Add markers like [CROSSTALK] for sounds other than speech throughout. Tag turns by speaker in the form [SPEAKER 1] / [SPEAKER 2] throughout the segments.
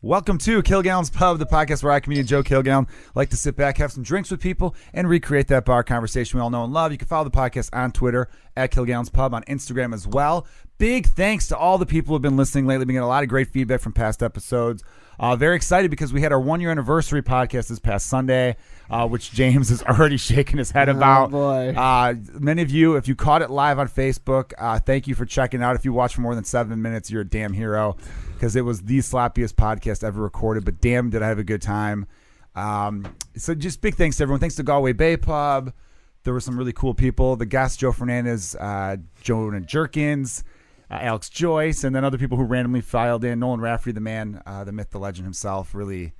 [SPEAKER 1] Welcome to Kilgown's Pub, the podcast where I, comedian Joe Kilgown, like to sit back, have some drinks with people, and recreate that bar conversation we all know and love. You can follow the podcast on Twitter at Kilgown's Pub, on Instagram as well. Big thanks to all the people who have been listening lately. Been getting a lot of great feedback from past episodes. Uh, very excited because we had our one year anniversary podcast this past Sunday, uh, which James is [LAUGHS] already shaking his head about.
[SPEAKER 2] boy.
[SPEAKER 1] Uh, many of you, if you caught it live on Facebook, uh, thank you for checking out. If you watched for more than seven minutes, you're a damn hero because it was the slappiest podcast ever recorded. But damn, did I have a good time! Um, so just big thanks to everyone. Thanks to Galway Bay Pub. There were some really cool people. The guests: Joe Fernandez, uh, Jonah Jerkins, uh, Alex Joyce, and then other people who randomly filed in. Nolan Rafferty, the man, uh, the myth, the legend himself, really,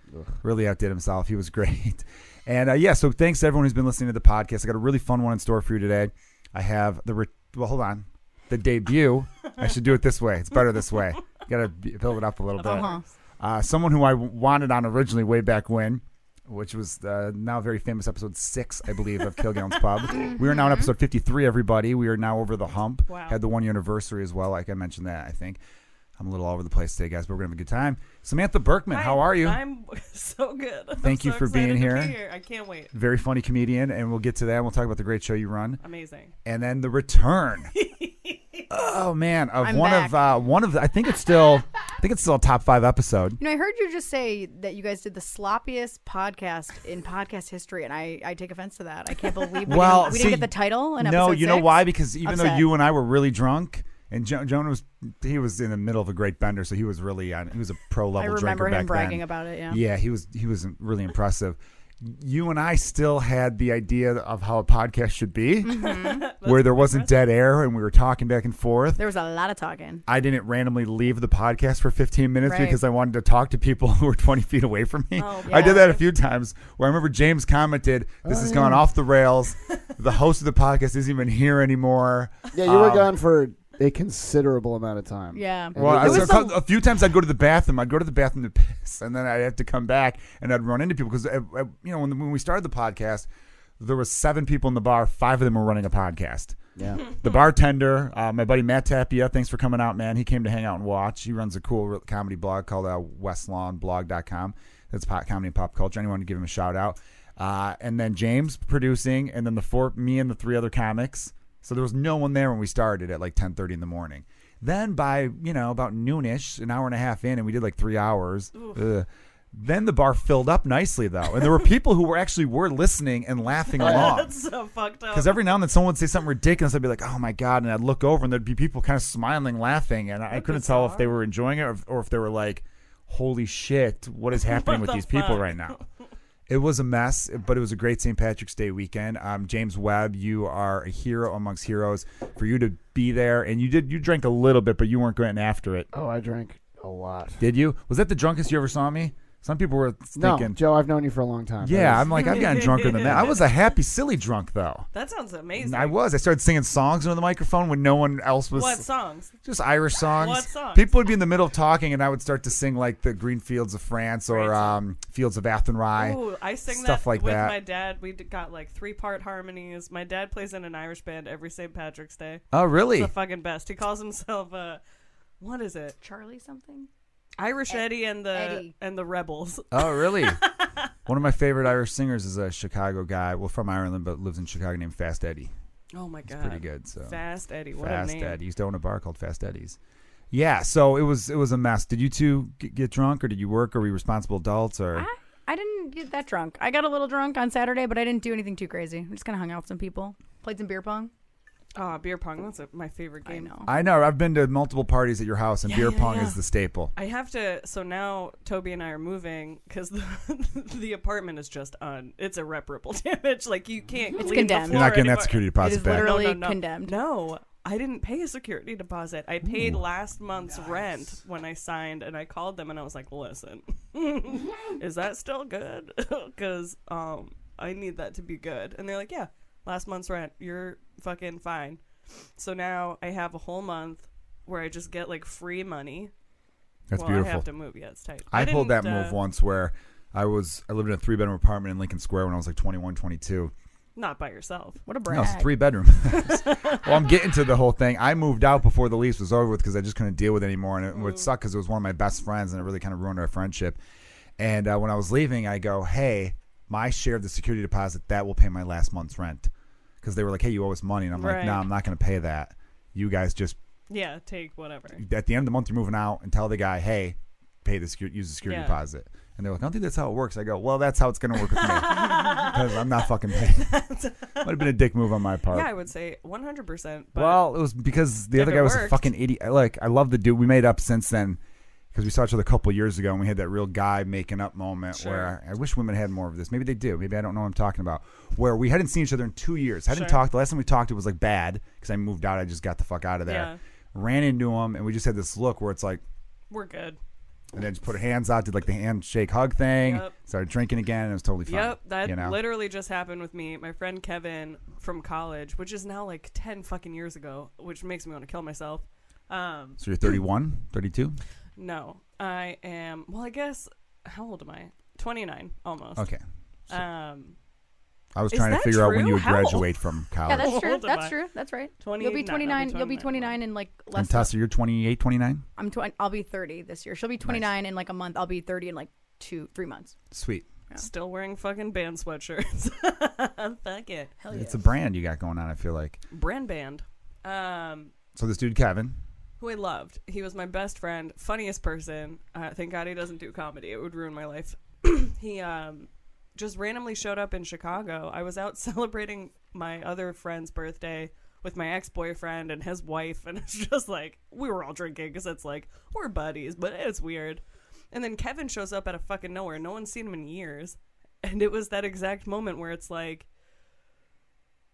[SPEAKER 1] really outdid himself. He was [LAUGHS] great. And uh, yeah, so thanks to everyone who's been listening to the podcast. I got a really fun one in store for you today. I have the re- well, hold on, the debut. I should do it this way. It's better this way. You gotta b- build it up a little bit.
[SPEAKER 3] Uh-huh.
[SPEAKER 1] Uh, someone who I w- wanted on originally way back when, which was uh, now very famous episode six, I believe, of Kilgown's
[SPEAKER 3] [LAUGHS]
[SPEAKER 1] Pub. We are now on episode 53, everybody. We are now over the hump.
[SPEAKER 3] Mm-hmm. Wow.
[SPEAKER 1] Had the one year anniversary as well, like I mentioned that, I think. I'm a little all over the place today, guys, but we're going to have a good time. Samantha Berkman, how
[SPEAKER 3] Hi,
[SPEAKER 1] are you?
[SPEAKER 3] I'm [LAUGHS] so good. I'm
[SPEAKER 1] Thank you
[SPEAKER 3] so
[SPEAKER 1] for being
[SPEAKER 3] excited to
[SPEAKER 1] here.
[SPEAKER 3] be I can't wait.
[SPEAKER 1] very funny comedian, and we'll get to that. We'll talk about the great show you run,
[SPEAKER 3] Amazing. [LAUGHS]
[SPEAKER 1] and then the return. oh man, of
[SPEAKER 4] I'm
[SPEAKER 1] one of uh, one of I think it's still I think it's still a top five episode.
[SPEAKER 4] You know, I heard you just say that you guys did the sloppiest podcast in podcast history, and I, I take offense to that. I can't believe we,
[SPEAKER 1] Well,
[SPEAKER 4] didn't, we
[SPEAKER 1] see,
[SPEAKER 4] didn't get the title. In
[SPEAKER 1] no,
[SPEAKER 4] episode
[SPEAKER 1] you know
[SPEAKER 4] six.
[SPEAKER 1] why? Because even though
[SPEAKER 4] Upset.
[SPEAKER 1] you and I were really drunk, and jo- Jonah was he was in the middle of a great bender, so he was really on. He was a pro
[SPEAKER 4] I
[SPEAKER 1] level drinker
[SPEAKER 4] remember
[SPEAKER 1] back
[SPEAKER 4] him bragging
[SPEAKER 1] then.
[SPEAKER 4] about it. Yeah.
[SPEAKER 1] Yeah, he was he was really impressive. You and I still had the idea of how a podcast should be,
[SPEAKER 4] Mm-hmm.
[SPEAKER 1] where there wasn't dead air and we were talking back and forth.
[SPEAKER 4] There was a lot of talking.
[SPEAKER 1] I didn't randomly leave the podcast for 15 minutes
[SPEAKER 4] Right.
[SPEAKER 1] because I wanted to talk to people [LAUGHS] who were 20 feet away from me.
[SPEAKER 3] Oh,
[SPEAKER 1] I did
[SPEAKER 4] yeah.
[SPEAKER 1] that a few times where I remember James commented, This has gone off the rails. the host of the podcast isn't even here anymore.
[SPEAKER 2] Yeah, you were
[SPEAKER 1] Um,
[SPEAKER 2] gone for a considerable amount of time.
[SPEAKER 4] Yeah.
[SPEAKER 2] And
[SPEAKER 1] Well,
[SPEAKER 2] it
[SPEAKER 1] I,
[SPEAKER 2] was
[SPEAKER 1] a, cou- a few times I'd go to the bathroom. I'd go to the bathroom to piss, and then I'd have to come back and I'd run into people because you know when, when we started the podcast, there was seven people in the bar. Five of them were running a podcast.
[SPEAKER 2] Yeah.
[SPEAKER 1] [LAUGHS] The bartender, uh, my buddy Matt Tapia, thanks for coming out, man. He came to hang out and watch. He runs a cool re- comedy blog called uh, westlawnblog.com. That's pop, comedy and pop culture. Anyone to give him a shout out. Uh, and then James producing, and then the four, me and the three other comics. So there was no one there when we started at like 10:30 in the morning. Then by you know about noonish, an hour and a half in, and we did like three hours. Ugh. Then the bar filled up nicely though, and there were people who were actually were listening and laughing along.
[SPEAKER 3] That's so fucked up.
[SPEAKER 1] Because every now and then someone would say something ridiculous, I'd be like, "Oh my god!" and I'd look over and there'd be people kind of smiling, laughing, and I, I couldn't tell if they were enjoying it or, if- or if they were like, "Holy shit, what is happening
[SPEAKER 3] What
[SPEAKER 1] with
[SPEAKER 3] the
[SPEAKER 1] these people
[SPEAKER 3] fuck?
[SPEAKER 1] right now?" It was a mess, but it was a great St. Patrick's Day weekend. Um, James Webb, you are a hero amongst heroes for you to be there, and you did you drank a little bit, but you weren't going after it,
[SPEAKER 2] Oh, I drank a lot.
[SPEAKER 1] did you? Was that the drunkest you ever saw me? Some people were
[SPEAKER 2] No,
[SPEAKER 1] thinking.
[SPEAKER 2] Joe, I've known you for a long time.
[SPEAKER 1] yeah,
[SPEAKER 2] That
[SPEAKER 1] I'm
[SPEAKER 2] was-
[SPEAKER 1] like I've gotten drunker than that. I was a happy, silly drunk though.
[SPEAKER 3] that sounds amazing.
[SPEAKER 1] I was. I started singing songs into the microphone when no one else was.
[SPEAKER 3] what songs?
[SPEAKER 1] Just Irish songs.
[SPEAKER 3] What songs?
[SPEAKER 1] People would be in the middle of talking, and I would start to sing like the Green Fields of France or
[SPEAKER 3] Great song.
[SPEAKER 1] um, Fields of Athenry.
[SPEAKER 3] Ooh, I sing
[SPEAKER 1] stuff
[SPEAKER 3] that
[SPEAKER 1] like
[SPEAKER 3] with
[SPEAKER 1] that.
[SPEAKER 3] my dad. We d- got like three part harmonies. My dad plays in an Irish band every St. Patrick's Day.
[SPEAKER 1] Oh,
[SPEAKER 3] It's
[SPEAKER 1] really?
[SPEAKER 3] the fucking best. He calls himself uh, what is it?
[SPEAKER 4] Charlie something.
[SPEAKER 3] Irish Eddie and the
[SPEAKER 4] E- Eddie.
[SPEAKER 3] and the Rebels. [LAUGHS]
[SPEAKER 1] Oh, really? One of my favorite Irish singers is a Chicago guy, well, from Ireland, but lives in Chicago named Fast Eddie.
[SPEAKER 3] Oh my god,
[SPEAKER 1] Pretty good. So
[SPEAKER 3] Fast Eddie, what
[SPEAKER 1] Fast
[SPEAKER 3] a name!
[SPEAKER 1] Eddie. He used to own a bar called Fast Eddie's. Yeah, so it was it was a mess. Did you two g- get drunk, or did you work? Or were you responsible adults? Or
[SPEAKER 4] I, I didn't get that drunk. I got a little drunk on Saturday, but I didn't do anything too crazy. I just kind of hung out with some people, played some beer pong.
[SPEAKER 3] Ah, beer pong. That's a, my favorite
[SPEAKER 4] I
[SPEAKER 3] game.
[SPEAKER 4] know.
[SPEAKER 1] I know I've been to multiple parties at your house, and
[SPEAKER 3] Yeah,
[SPEAKER 1] beer
[SPEAKER 3] yeah,
[SPEAKER 1] pong
[SPEAKER 3] yeah.
[SPEAKER 1] is the staple.
[SPEAKER 3] I have to. So now Toby and I are moving because the, the [LAUGHS] apartment is just on. It's irreparable [LAUGHS] damage. Like you can't.
[SPEAKER 4] It's
[SPEAKER 3] clean the
[SPEAKER 4] condemned.
[SPEAKER 1] You're
[SPEAKER 3] floor
[SPEAKER 1] not getting that
[SPEAKER 3] anymore.
[SPEAKER 1] security
[SPEAKER 4] It
[SPEAKER 1] deposit
[SPEAKER 4] is
[SPEAKER 1] back.
[SPEAKER 4] literally-
[SPEAKER 3] No, no, no.
[SPEAKER 4] condemned.
[SPEAKER 3] No, I didn't pay a security deposit. I paid last month's rent when I signed, and I called them and I was like, "Listen, [LAUGHS] is that still good? [LAUGHS] Because um, I need that to be good." And they're like, "Yeah, last month's rent. You're fucking fine." So now I have a whole month where I just get like free money.
[SPEAKER 1] That's
[SPEAKER 3] well, I
[SPEAKER 1] beautiful.
[SPEAKER 3] have to move. Yeah, it's tight.
[SPEAKER 1] I, pulled that
[SPEAKER 3] didn't,
[SPEAKER 1] move
[SPEAKER 3] uh,
[SPEAKER 1] once where I was I lived in a three bedroom apartment in Lincoln Square when I was like 21, 22.
[SPEAKER 3] Not by yourself.
[SPEAKER 4] What a brag.
[SPEAKER 1] No, it's three bedroom. [LAUGHS] well, I'm getting to the whole thing. I moved out before the lease was over with because I just couldn't deal with it anymore, and it would suck because it was one of my best friends, and it really kind of ruined our friendship. And uh, when I was leaving, I go, "Hey, my share of the security deposit that will pay my last month's rent," because they were like, "Hey, you owe us money," and I'm like,
[SPEAKER 3] Right.
[SPEAKER 1] "No, I'm not going to pay that. You guys just
[SPEAKER 3] Yeah, take whatever.
[SPEAKER 1] at the end of the month you're moving out and tell the guy, hey, pay the secu- use the security
[SPEAKER 3] Yeah.
[SPEAKER 1] deposit. And they're like, I don't think that's how it works. I go, well, that's how it's gonna work with me
[SPEAKER 3] [LAUGHS]
[SPEAKER 1] because I'm not fucking paying. Might have been a dick move on my part.
[SPEAKER 3] Yeah, I would say 100%. But
[SPEAKER 1] well, it was because the
[SPEAKER 3] If
[SPEAKER 1] other
[SPEAKER 3] it
[SPEAKER 1] guy was a
[SPEAKER 3] worked.
[SPEAKER 1] fucking idiot. I- Like, I love the dude. We made up since then because we saw each other a couple years ago and we had that real guy making up moment
[SPEAKER 3] Sure.
[SPEAKER 1] where I, I wish women had more of this. Maybe they do. Maybe I don't know what I'm talking about. Where we hadn't seen each other in two years. Hadn't
[SPEAKER 3] Sure.
[SPEAKER 1] talked. The last time we talked, it was like bad because I moved out. I just got the fuck out of there.
[SPEAKER 3] Yeah.
[SPEAKER 1] Ran into him and we just had this look where it's like,
[SPEAKER 3] we're good.
[SPEAKER 1] and then just put her hands out, did like the handshake hug thing,
[SPEAKER 3] Yep.
[SPEAKER 1] started drinking again, and it was totally fine.
[SPEAKER 3] Yep, that
[SPEAKER 1] you know?
[SPEAKER 3] literally just happened with me. My friend Kevin from college, which is now like 10 fucking years ago, which makes me want to kill myself. Um,
[SPEAKER 1] So you're 31, 32?
[SPEAKER 3] no, I am, well, I guess, how old am I? 29, almost.
[SPEAKER 1] Okay.
[SPEAKER 3] Um,
[SPEAKER 1] I was
[SPEAKER 3] Is
[SPEAKER 1] trying to
[SPEAKER 3] that
[SPEAKER 1] figure out when
[SPEAKER 3] true?
[SPEAKER 1] you would
[SPEAKER 3] How old?
[SPEAKER 1] graduate from
[SPEAKER 4] Yeah,
[SPEAKER 1] college.
[SPEAKER 4] that's
[SPEAKER 3] How
[SPEAKER 4] true.
[SPEAKER 3] old am
[SPEAKER 4] That's
[SPEAKER 3] I?
[SPEAKER 4] true. That's right. You'll
[SPEAKER 3] 29,
[SPEAKER 4] be
[SPEAKER 3] I'll be
[SPEAKER 4] 29. You'll be
[SPEAKER 3] 29.
[SPEAKER 4] 29 in like
[SPEAKER 1] and
[SPEAKER 4] less. than-
[SPEAKER 1] Tessa, you're 28, 29?
[SPEAKER 4] I'm 20. I'll be 30 this year. She'll be 29 in like a month. I'll be 30 in like two, three months.
[SPEAKER 1] Sweet.
[SPEAKER 3] still wearing fucking band sweatshirts. [LAUGHS] Fuck it.
[SPEAKER 4] Hell yeah.
[SPEAKER 1] It's a brand you got going on, I feel like.
[SPEAKER 3] Brand band. Um,
[SPEAKER 1] So this dude, Kevin,
[SPEAKER 3] who I loved. He was my best friend, funniest person. Uh, thank God he doesn't do comedy; it would ruin my life. [CLEARS THROAT] he um, just randomly showed up in Chicago. I was out [LAUGHS] celebrating my other friend's birthday with my ex boyfriend and his wife, and [LAUGHS] it's just like we were all drinking because it's like we're buddies, but it's weird. And then Kevin shows up out of fucking nowhere. No one's seen him in years, and it was that exact moment where it's like,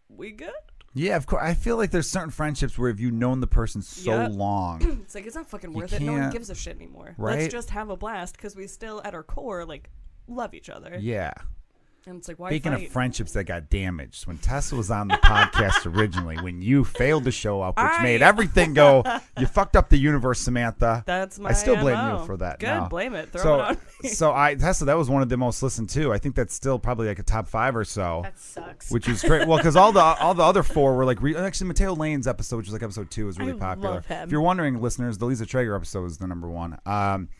[SPEAKER 3] we good?
[SPEAKER 1] yeah, of course. I feel like there's certain friendships where if you've known the person so
[SPEAKER 3] Yep.
[SPEAKER 1] long,
[SPEAKER 3] [CLEARS THROAT] It's like it's not fucking
[SPEAKER 1] You
[SPEAKER 3] worth it. No one
[SPEAKER 1] can't-
[SPEAKER 3] gives a shit anymore.
[SPEAKER 1] Right?
[SPEAKER 3] Let's just have a blast because we still, at our core, like love each other.
[SPEAKER 1] yeah.
[SPEAKER 3] And it's like why
[SPEAKER 1] Speaking
[SPEAKER 3] fight?
[SPEAKER 1] of friendships that got damaged, when Tessa was on the
[SPEAKER 3] [LAUGHS]
[SPEAKER 1] podcast originally, when you failed to show up, which
[SPEAKER 3] I-
[SPEAKER 1] made everything
[SPEAKER 3] [LAUGHS]
[SPEAKER 1] go, you fucked up the universe, Samantha.
[SPEAKER 3] That's my.
[SPEAKER 1] I still blame
[SPEAKER 3] MO.
[SPEAKER 1] you for that.
[SPEAKER 3] Good,
[SPEAKER 1] now.
[SPEAKER 3] blame it. Throw
[SPEAKER 1] so,
[SPEAKER 3] it on me.
[SPEAKER 1] so I Tessa, that was one of the most listened to. I think that's still probably like a top five or so,
[SPEAKER 4] That sucks.
[SPEAKER 1] which is great. Well, because all the all the other four were like re- actually Mateo Lane's episode, which is like episode two, is really
[SPEAKER 4] I
[SPEAKER 1] popular.
[SPEAKER 4] love him.
[SPEAKER 1] If you're wondering, listeners, the Lisa Traeger episode is the number one. Um,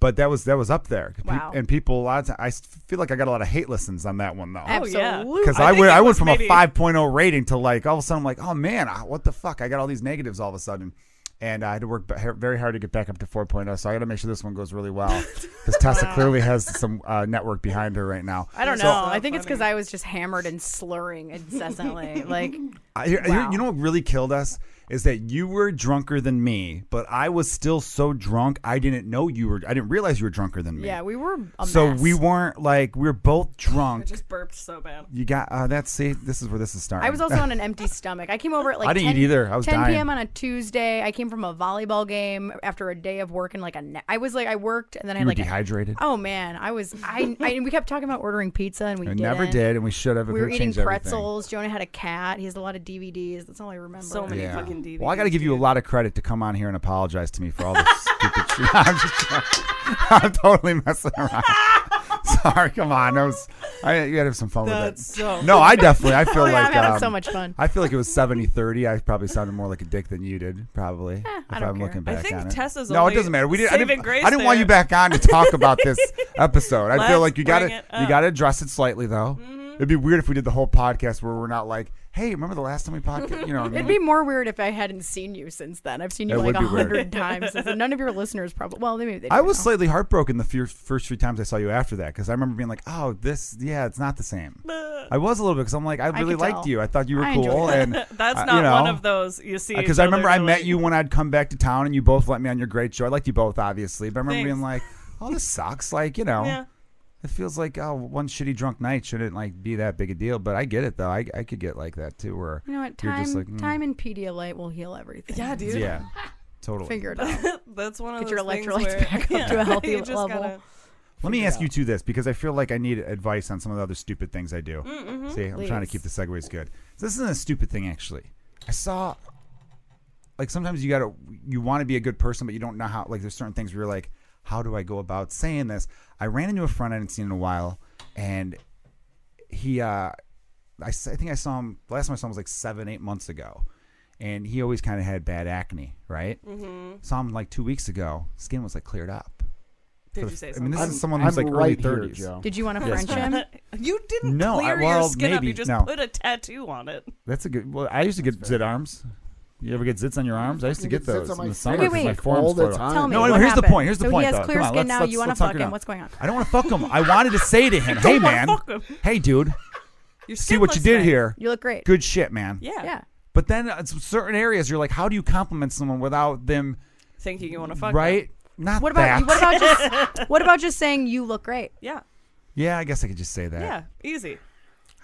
[SPEAKER 1] but that was that was up there. Pe-
[SPEAKER 4] Wow.
[SPEAKER 1] And people a lot of time, I s- feel like I got a lot of hate listens on that one though.
[SPEAKER 3] Oh, yeah.
[SPEAKER 4] Absolutely.
[SPEAKER 1] Because
[SPEAKER 3] I
[SPEAKER 1] I,
[SPEAKER 3] think
[SPEAKER 1] went,
[SPEAKER 3] it
[SPEAKER 1] I went
[SPEAKER 3] was
[SPEAKER 1] from a
[SPEAKER 3] maybe-
[SPEAKER 1] 5.0 rating to like all of a sudden I'm like, oh man, I- what the fuck? I got all these negatives all of a sudden. And I had to work ba- ha- very hard to get back up to 4.0. So I got to make sure this one goes
[SPEAKER 4] [LAUGHS]
[SPEAKER 1] really well. Because Tessa clearly has some uh, network behind her right now.
[SPEAKER 4] I don't
[SPEAKER 3] So-
[SPEAKER 4] know.
[SPEAKER 3] So
[SPEAKER 4] I think it's because
[SPEAKER 3] funny.
[SPEAKER 4] I was just hammered and slurring
[SPEAKER 1] [LAUGHS]
[SPEAKER 4] incessantly. like,
[SPEAKER 1] I, here- here-
[SPEAKER 4] Wow.
[SPEAKER 1] you know what really killed us? Is that you were drunker than me, but I was still so drunk, I didn't know you were, I didn't realize you were drunker than me.
[SPEAKER 4] yeah, we were. A
[SPEAKER 1] so
[SPEAKER 4] mess.
[SPEAKER 1] we weren't like, we were both
[SPEAKER 3] I
[SPEAKER 1] drunk.
[SPEAKER 3] just burped
[SPEAKER 1] [LAUGHS]
[SPEAKER 3] so bad.
[SPEAKER 1] you got, uh, that's, see, this is where this is starting.
[SPEAKER 4] I was also on an
[SPEAKER 1] [LAUGHS]
[SPEAKER 4] empty stomach. I came over at like
[SPEAKER 1] I didn't
[SPEAKER 4] 10,
[SPEAKER 1] eat either. I was
[SPEAKER 4] 10
[SPEAKER 1] dying.
[SPEAKER 4] p.m. on a Tuesday. I came from a volleyball game after a day of work and like a. Na- I was like, I worked and then I
[SPEAKER 1] you were
[SPEAKER 4] like.
[SPEAKER 1] dehydrated.
[SPEAKER 4] oh man, I was. I, I and we kept talking about ordering pizza and we
[SPEAKER 1] I never
[SPEAKER 4] didn't.
[SPEAKER 1] did, and we should have.
[SPEAKER 4] We were eating
[SPEAKER 1] changed everything.
[SPEAKER 4] pretzels. Jonah had a cat. He has a lot of DVDs. That's all I remember.
[SPEAKER 3] So many
[SPEAKER 1] Yeah.
[SPEAKER 3] fucking DVDs.
[SPEAKER 1] Well, I got to give you a lot of credit to come on here and apologize to me for all this [LAUGHS] stupid shit. I'm just joking. [LAUGHS] I'm totally messing around. [LAUGHS] Sorry, come on. That was, I, you got to have some fun
[SPEAKER 3] That's
[SPEAKER 1] with
[SPEAKER 3] so.
[SPEAKER 1] it. No, I
[SPEAKER 4] [LAUGHS]
[SPEAKER 1] definitely. I feel
[SPEAKER 4] Oh, Yeah,
[SPEAKER 1] like
[SPEAKER 4] I'm having
[SPEAKER 1] um,
[SPEAKER 4] so much fun.
[SPEAKER 1] I feel like it was 70-30. I probably sounded more like a dick than you did, probably. if
[SPEAKER 4] I don't
[SPEAKER 1] I'm
[SPEAKER 4] care.
[SPEAKER 1] looking
[SPEAKER 3] I
[SPEAKER 1] back
[SPEAKER 3] think
[SPEAKER 1] on it.
[SPEAKER 3] Tessa's
[SPEAKER 1] no, it
[SPEAKER 3] only
[SPEAKER 1] doesn't matter. We didn't. I
[SPEAKER 3] saving
[SPEAKER 1] didn't,
[SPEAKER 3] grace
[SPEAKER 1] I didn't want you
[SPEAKER 3] there.
[SPEAKER 1] back on to talk about this episode. I feel
[SPEAKER 3] Let's
[SPEAKER 1] like you got to
[SPEAKER 3] bring it
[SPEAKER 1] you
[SPEAKER 3] up.
[SPEAKER 1] got to address it slightly though. It'd be weird if we did the whole podcast where we're not like, hey, remember the last time we podcast? You know, what I mean?
[SPEAKER 4] It'd be more weird if I hadn't seen you since then. I've seen you
[SPEAKER 1] It
[SPEAKER 4] like
[SPEAKER 1] would
[SPEAKER 4] a
[SPEAKER 1] be weird.
[SPEAKER 4] hundred times. And None of your listeners probably. Well, they maybe they.
[SPEAKER 1] I
[SPEAKER 4] do
[SPEAKER 1] was
[SPEAKER 4] know.
[SPEAKER 1] slightly heartbroken the few, first three times I saw you after that because I remember being like, "Oh, this, yeah, it's not the same." I was a little bit because I'm like, I really
[SPEAKER 4] could
[SPEAKER 1] liked
[SPEAKER 4] tell.
[SPEAKER 1] you. I thought you were
[SPEAKER 4] I enjoyed
[SPEAKER 1] cool,
[SPEAKER 4] it.
[SPEAKER 1] and
[SPEAKER 3] [LAUGHS] [LAUGHS] That's
[SPEAKER 1] uh,
[SPEAKER 3] not
[SPEAKER 1] you know,
[SPEAKER 3] one of those you see.
[SPEAKER 1] Because
[SPEAKER 3] each
[SPEAKER 1] Uh, I remember
[SPEAKER 3] other
[SPEAKER 1] I
[SPEAKER 3] till,
[SPEAKER 1] met
[SPEAKER 3] like-
[SPEAKER 1] you when I'd come back to town, and you both let me on your great show. I liked you both, obviously, but I remember being
[SPEAKER 3] Thanks.
[SPEAKER 1] like, "Oh,
[SPEAKER 3] [LAUGHS]
[SPEAKER 1] this sucks." Like, you know,
[SPEAKER 3] Yeah.
[SPEAKER 1] it feels like oh, one shitty drunk night shouldn't like be that big a deal. But I get it though. I, I could get like that too, where
[SPEAKER 4] You know what?
[SPEAKER 1] you're
[SPEAKER 4] Time,
[SPEAKER 1] just like, mm,
[SPEAKER 4] time and Pedialyte will heal everything.
[SPEAKER 3] Yeah, dude.
[SPEAKER 1] yeah, totally.
[SPEAKER 4] Figure [LAUGHS] it out.
[SPEAKER 3] That's one of
[SPEAKER 4] Get your
[SPEAKER 3] those things
[SPEAKER 4] electrolytes
[SPEAKER 3] where-
[SPEAKER 4] back
[SPEAKER 3] [LAUGHS]
[SPEAKER 4] up to a healthy
[SPEAKER 3] you just
[SPEAKER 4] level.
[SPEAKER 3] gotta-
[SPEAKER 1] Let me
[SPEAKER 2] Figure it
[SPEAKER 1] ask
[SPEAKER 2] out.
[SPEAKER 1] you two this because I feel like I need advice on some of the other stupid things I do.
[SPEAKER 2] Mm, mm-hmm.
[SPEAKER 1] See, I'm trying to
[SPEAKER 4] Please.
[SPEAKER 1] keep the segues good. So this isn't a stupid thing actually. I saw like sometimes you gotta you want to be a good person, but you don't know how. Like there's certain things where you're like, how do I go about saying this? I ran into a friend I hadn't seen in a while, and he uh I, s- I think I saw him last time I saw him was like seven, eight months ago, and he always kind of had bad acne, right? Mm-hmm. Saw him like two weeks ago. Skin was like cleared up.
[SPEAKER 3] Did you say
[SPEAKER 1] I mean,
[SPEAKER 3] something?
[SPEAKER 1] this
[SPEAKER 2] I'm,
[SPEAKER 1] is someone who's
[SPEAKER 2] I'm
[SPEAKER 1] like
[SPEAKER 2] right
[SPEAKER 1] early
[SPEAKER 2] here,
[SPEAKER 1] 30s.
[SPEAKER 2] Joe.
[SPEAKER 4] Did you want to
[SPEAKER 1] Yes,
[SPEAKER 4] French him?
[SPEAKER 3] [LAUGHS] you didn't
[SPEAKER 1] No, I-
[SPEAKER 3] clear your
[SPEAKER 1] well,
[SPEAKER 3] skin up.
[SPEAKER 1] maybe,
[SPEAKER 3] You just
[SPEAKER 1] no.
[SPEAKER 3] put a tattoo on it.
[SPEAKER 1] That's a good. Well, I used to get zit arms. You ever get zits on your arms? I used to
[SPEAKER 2] You get
[SPEAKER 1] get
[SPEAKER 2] zits
[SPEAKER 1] those
[SPEAKER 2] on my
[SPEAKER 1] in the
[SPEAKER 2] face
[SPEAKER 1] summer
[SPEAKER 4] Wait,
[SPEAKER 1] because my
[SPEAKER 4] wait.
[SPEAKER 1] forearms
[SPEAKER 2] All the
[SPEAKER 1] flow up.
[SPEAKER 2] time.
[SPEAKER 4] Tell me.
[SPEAKER 1] No, no,
[SPEAKER 4] what
[SPEAKER 1] here's the
[SPEAKER 4] happened?
[SPEAKER 1] point. Here's the
[SPEAKER 4] so
[SPEAKER 1] point,
[SPEAKER 4] He has
[SPEAKER 1] though.
[SPEAKER 4] clear
[SPEAKER 1] Come on,
[SPEAKER 4] skin
[SPEAKER 1] let's-
[SPEAKER 4] now.
[SPEAKER 1] let's-
[SPEAKER 4] you want to
[SPEAKER 1] let's talk
[SPEAKER 4] fuck
[SPEAKER 1] it
[SPEAKER 4] him?
[SPEAKER 1] out.
[SPEAKER 4] What's going on?
[SPEAKER 1] I don't want to fuck him. I wanted to say to him, "Hey,
[SPEAKER 3] wanna
[SPEAKER 1] man.
[SPEAKER 3] fuck him.
[SPEAKER 1] Hey, dude.
[SPEAKER 3] Your
[SPEAKER 1] See
[SPEAKER 3] skin
[SPEAKER 1] what you
[SPEAKER 3] looks
[SPEAKER 1] did
[SPEAKER 3] nice.
[SPEAKER 1] here.
[SPEAKER 4] You look great.
[SPEAKER 1] Good shit, man."
[SPEAKER 3] Yeah.
[SPEAKER 4] Yeah.
[SPEAKER 1] But then uh, some certain areas, you're like, how do you compliment someone without them,
[SPEAKER 3] Thinking you want to fuck. him.
[SPEAKER 1] right? Not
[SPEAKER 4] What about
[SPEAKER 1] that.
[SPEAKER 4] what about just what about just saying you look great?
[SPEAKER 3] Yeah.
[SPEAKER 1] yeah, I guess I could just say that.
[SPEAKER 3] Yeah. Easy.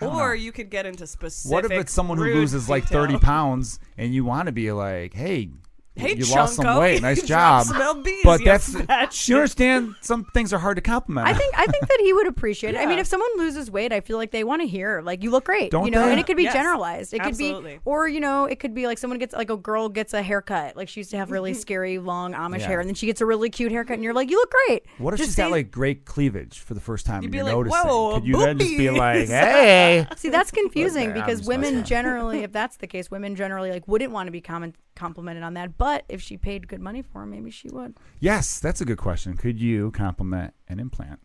[SPEAKER 1] I don't
[SPEAKER 3] Or
[SPEAKER 1] know.
[SPEAKER 3] you could get into specific.
[SPEAKER 1] What if it's someone who
[SPEAKER 3] rude
[SPEAKER 1] loses like 30
[SPEAKER 3] detail.
[SPEAKER 1] pounds and you want to be like, hey,
[SPEAKER 3] Hey,
[SPEAKER 1] you lost some
[SPEAKER 3] Chunko,
[SPEAKER 1] weight.
[SPEAKER 3] you
[SPEAKER 1] Nice job.
[SPEAKER 3] dropped some LBs,
[SPEAKER 1] but
[SPEAKER 3] you
[SPEAKER 1] that's, you
[SPEAKER 3] fat shit.
[SPEAKER 1] understand some things are hard to compliment.
[SPEAKER 4] I think I think that he would
[SPEAKER 3] [LAUGHS]
[SPEAKER 4] appreciate it. I mean,
[SPEAKER 3] Yeah.
[SPEAKER 4] if someone loses weight, I feel like they want to hear like you look great,
[SPEAKER 1] Don't
[SPEAKER 4] you know.
[SPEAKER 1] they?
[SPEAKER 4] And it could be
[SPEAKER 3] Yes.
[SPEAKER 4] generalized. It could
[SPEAKER 3] Absolutely.
[SPEAKER 4] be, or you know, it could be like someone gets like a girl gets a haircut. Like she used to have
[SPEAKER 3] Mm-hmm.
[SPEAKER 4] really scary long Amish
[SPEAKER 1] Yeah.
[SPEAKER 4] hair, and then she gets a really cute haircut, and you're like, you look great.
[SPEAKER 1] What if
[SPEAKER 4] Just
[SPEAKER 1] she's
[SPEAKER 4] say-
[SPEAKER 1] got like great cleavage for the first time
[SPEAKER 3] You'd
[SPEAKER 1] and
[SPEAKER 3] be
[SPEAKER 1] you're
[SPEAKER 3] like,
[SPEAKER 1] noticing?
[SPEAKER 3] "Whoa,
[SPEAKER 1] Could you then just be like,
[SPEAKER 3] [LAUGHS] boobies."
[SPEAKER 1] hey?
[SPEAKER 4] See, that's confusing
[SPEAKER 1] I'm
[SPEAKER 4] because
[SPEAKER 1] just
[SPEAKER 4] women
[SPEAKER 1] messing.
[SPEAKER 4] generally,
[SPEAKER 1] [LAUGHS]
[SPEAKER 4] if that's the case, women generally like wouldn't want to be comment- complimented on that. But if she paid good money for him, maybe she would.
[SPEAKER 1] yes, that's a good question. Could you compliment an implant?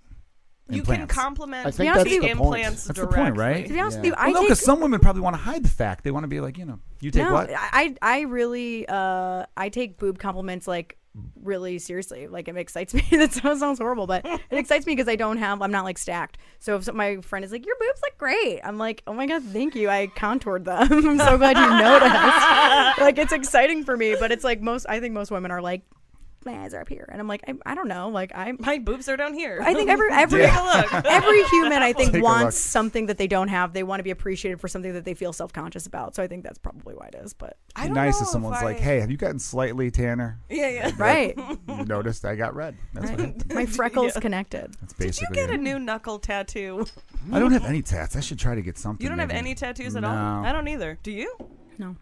[SPEAKER 3] You can
[SPEAKER 1] Implants.
[SPEAKER 3] compliment
[SPEAKER 2] I think
[SPEAKER 4] To be honest
[SPEAKER 2] that's
[SPEAKER 4] with
[SPEAKER 3] the
[SPEAKER 2] the
[SPEAKER 4] you-
[SPEAKER 3] implants
[SPEAKER 1] That's the
[SPEAKER 3] directly.
[SPEAKER 1] point, right?
[SPEAKER 4] To be honest with
[SPEAKER 2] Yeah.
[SPEAKER 4] you, I
[SPEAKER 1] Well, no,
[SPEAKER 4] take
[SPEAKER 1] because some women probably want to hide the fact. They want to be like, you know, you take
[SPEAKER 4] no,
[SPEAKER 1] what?
[SPEAKER 4] I I really uh I take boob compliments like really seriously. Like it excites me. [LAUGHS] that sounds, sounds horrible, but it excites me because I don't have I'm not like stacked. So if some, my friend is like, "Your boobs look great," I'm like, "Oh my god, thank you. I contoured them. [LAUGHS] I'm so glad you
[SPEAKER 1] [LAUGHS]
[SPEAKER 4] noticed." like it's exciting for me, but it's like most I think most women are like, "My eyes are up here," and I'm like, I, I don't know. Like I'm
[SPEAKER 1] [LAUGHS]
[SPEAKER 3] My boobs are down here.
[SPEAKER 4] I think
[SPEAKER 3] [LAUGHS]
[SPEAKER 4] every every
[SPEAKER 3] Take a look.
[SPEAKER 4] every human I think
[SPEAKER 1] Take a
[SPEAKER 4] wants
[SPEAKER 1] look.
[SPEAKER 4] something that they don't have. They want to be appreciated for something that they feel self conscious about. So I think that's probably why it is. But
[SPEAKER 3] I don't
[SPEAKER 1] nice
[SPEAKER 3] know
[SPEAKER 1] if someone's
[SPEAKER 3] I-
[SPEAKER 1] like, hey, have you gotten slightly tanner?
[SPEAKER 3] [LAUGHS] Yeah, [LAUGHS] yeah.
[SPEAKER 4] right,
[SPEAKER 1] You noticed I got red. That's what
[SPEAKER 4] [LAUGHS]
[SPEAKER 1] happened.
[SPEAKER 3] [LAUGHS]
[SPEAKER 4] my freckles connected.
[SPEAKER 1] That's
[SPEAKER 3] Did you
[SPEAKER 1] basically.
[SPEAKER 3] get a
[SPEAKER 1] it.
[SPEAKER 3] new knuckle tattoo? [LAUGHS]
[SPEAKER 1] I don't have any tats. I should try to get something.
[SPEAKER 3] You don't have
[SPEAKER 1] maybe.
[SPEAKER 3] any tattoos at
[SPEAKER 1] No.
[SPEAKER 3] all? I don't either. Do you?
[SPEAKER 4] No.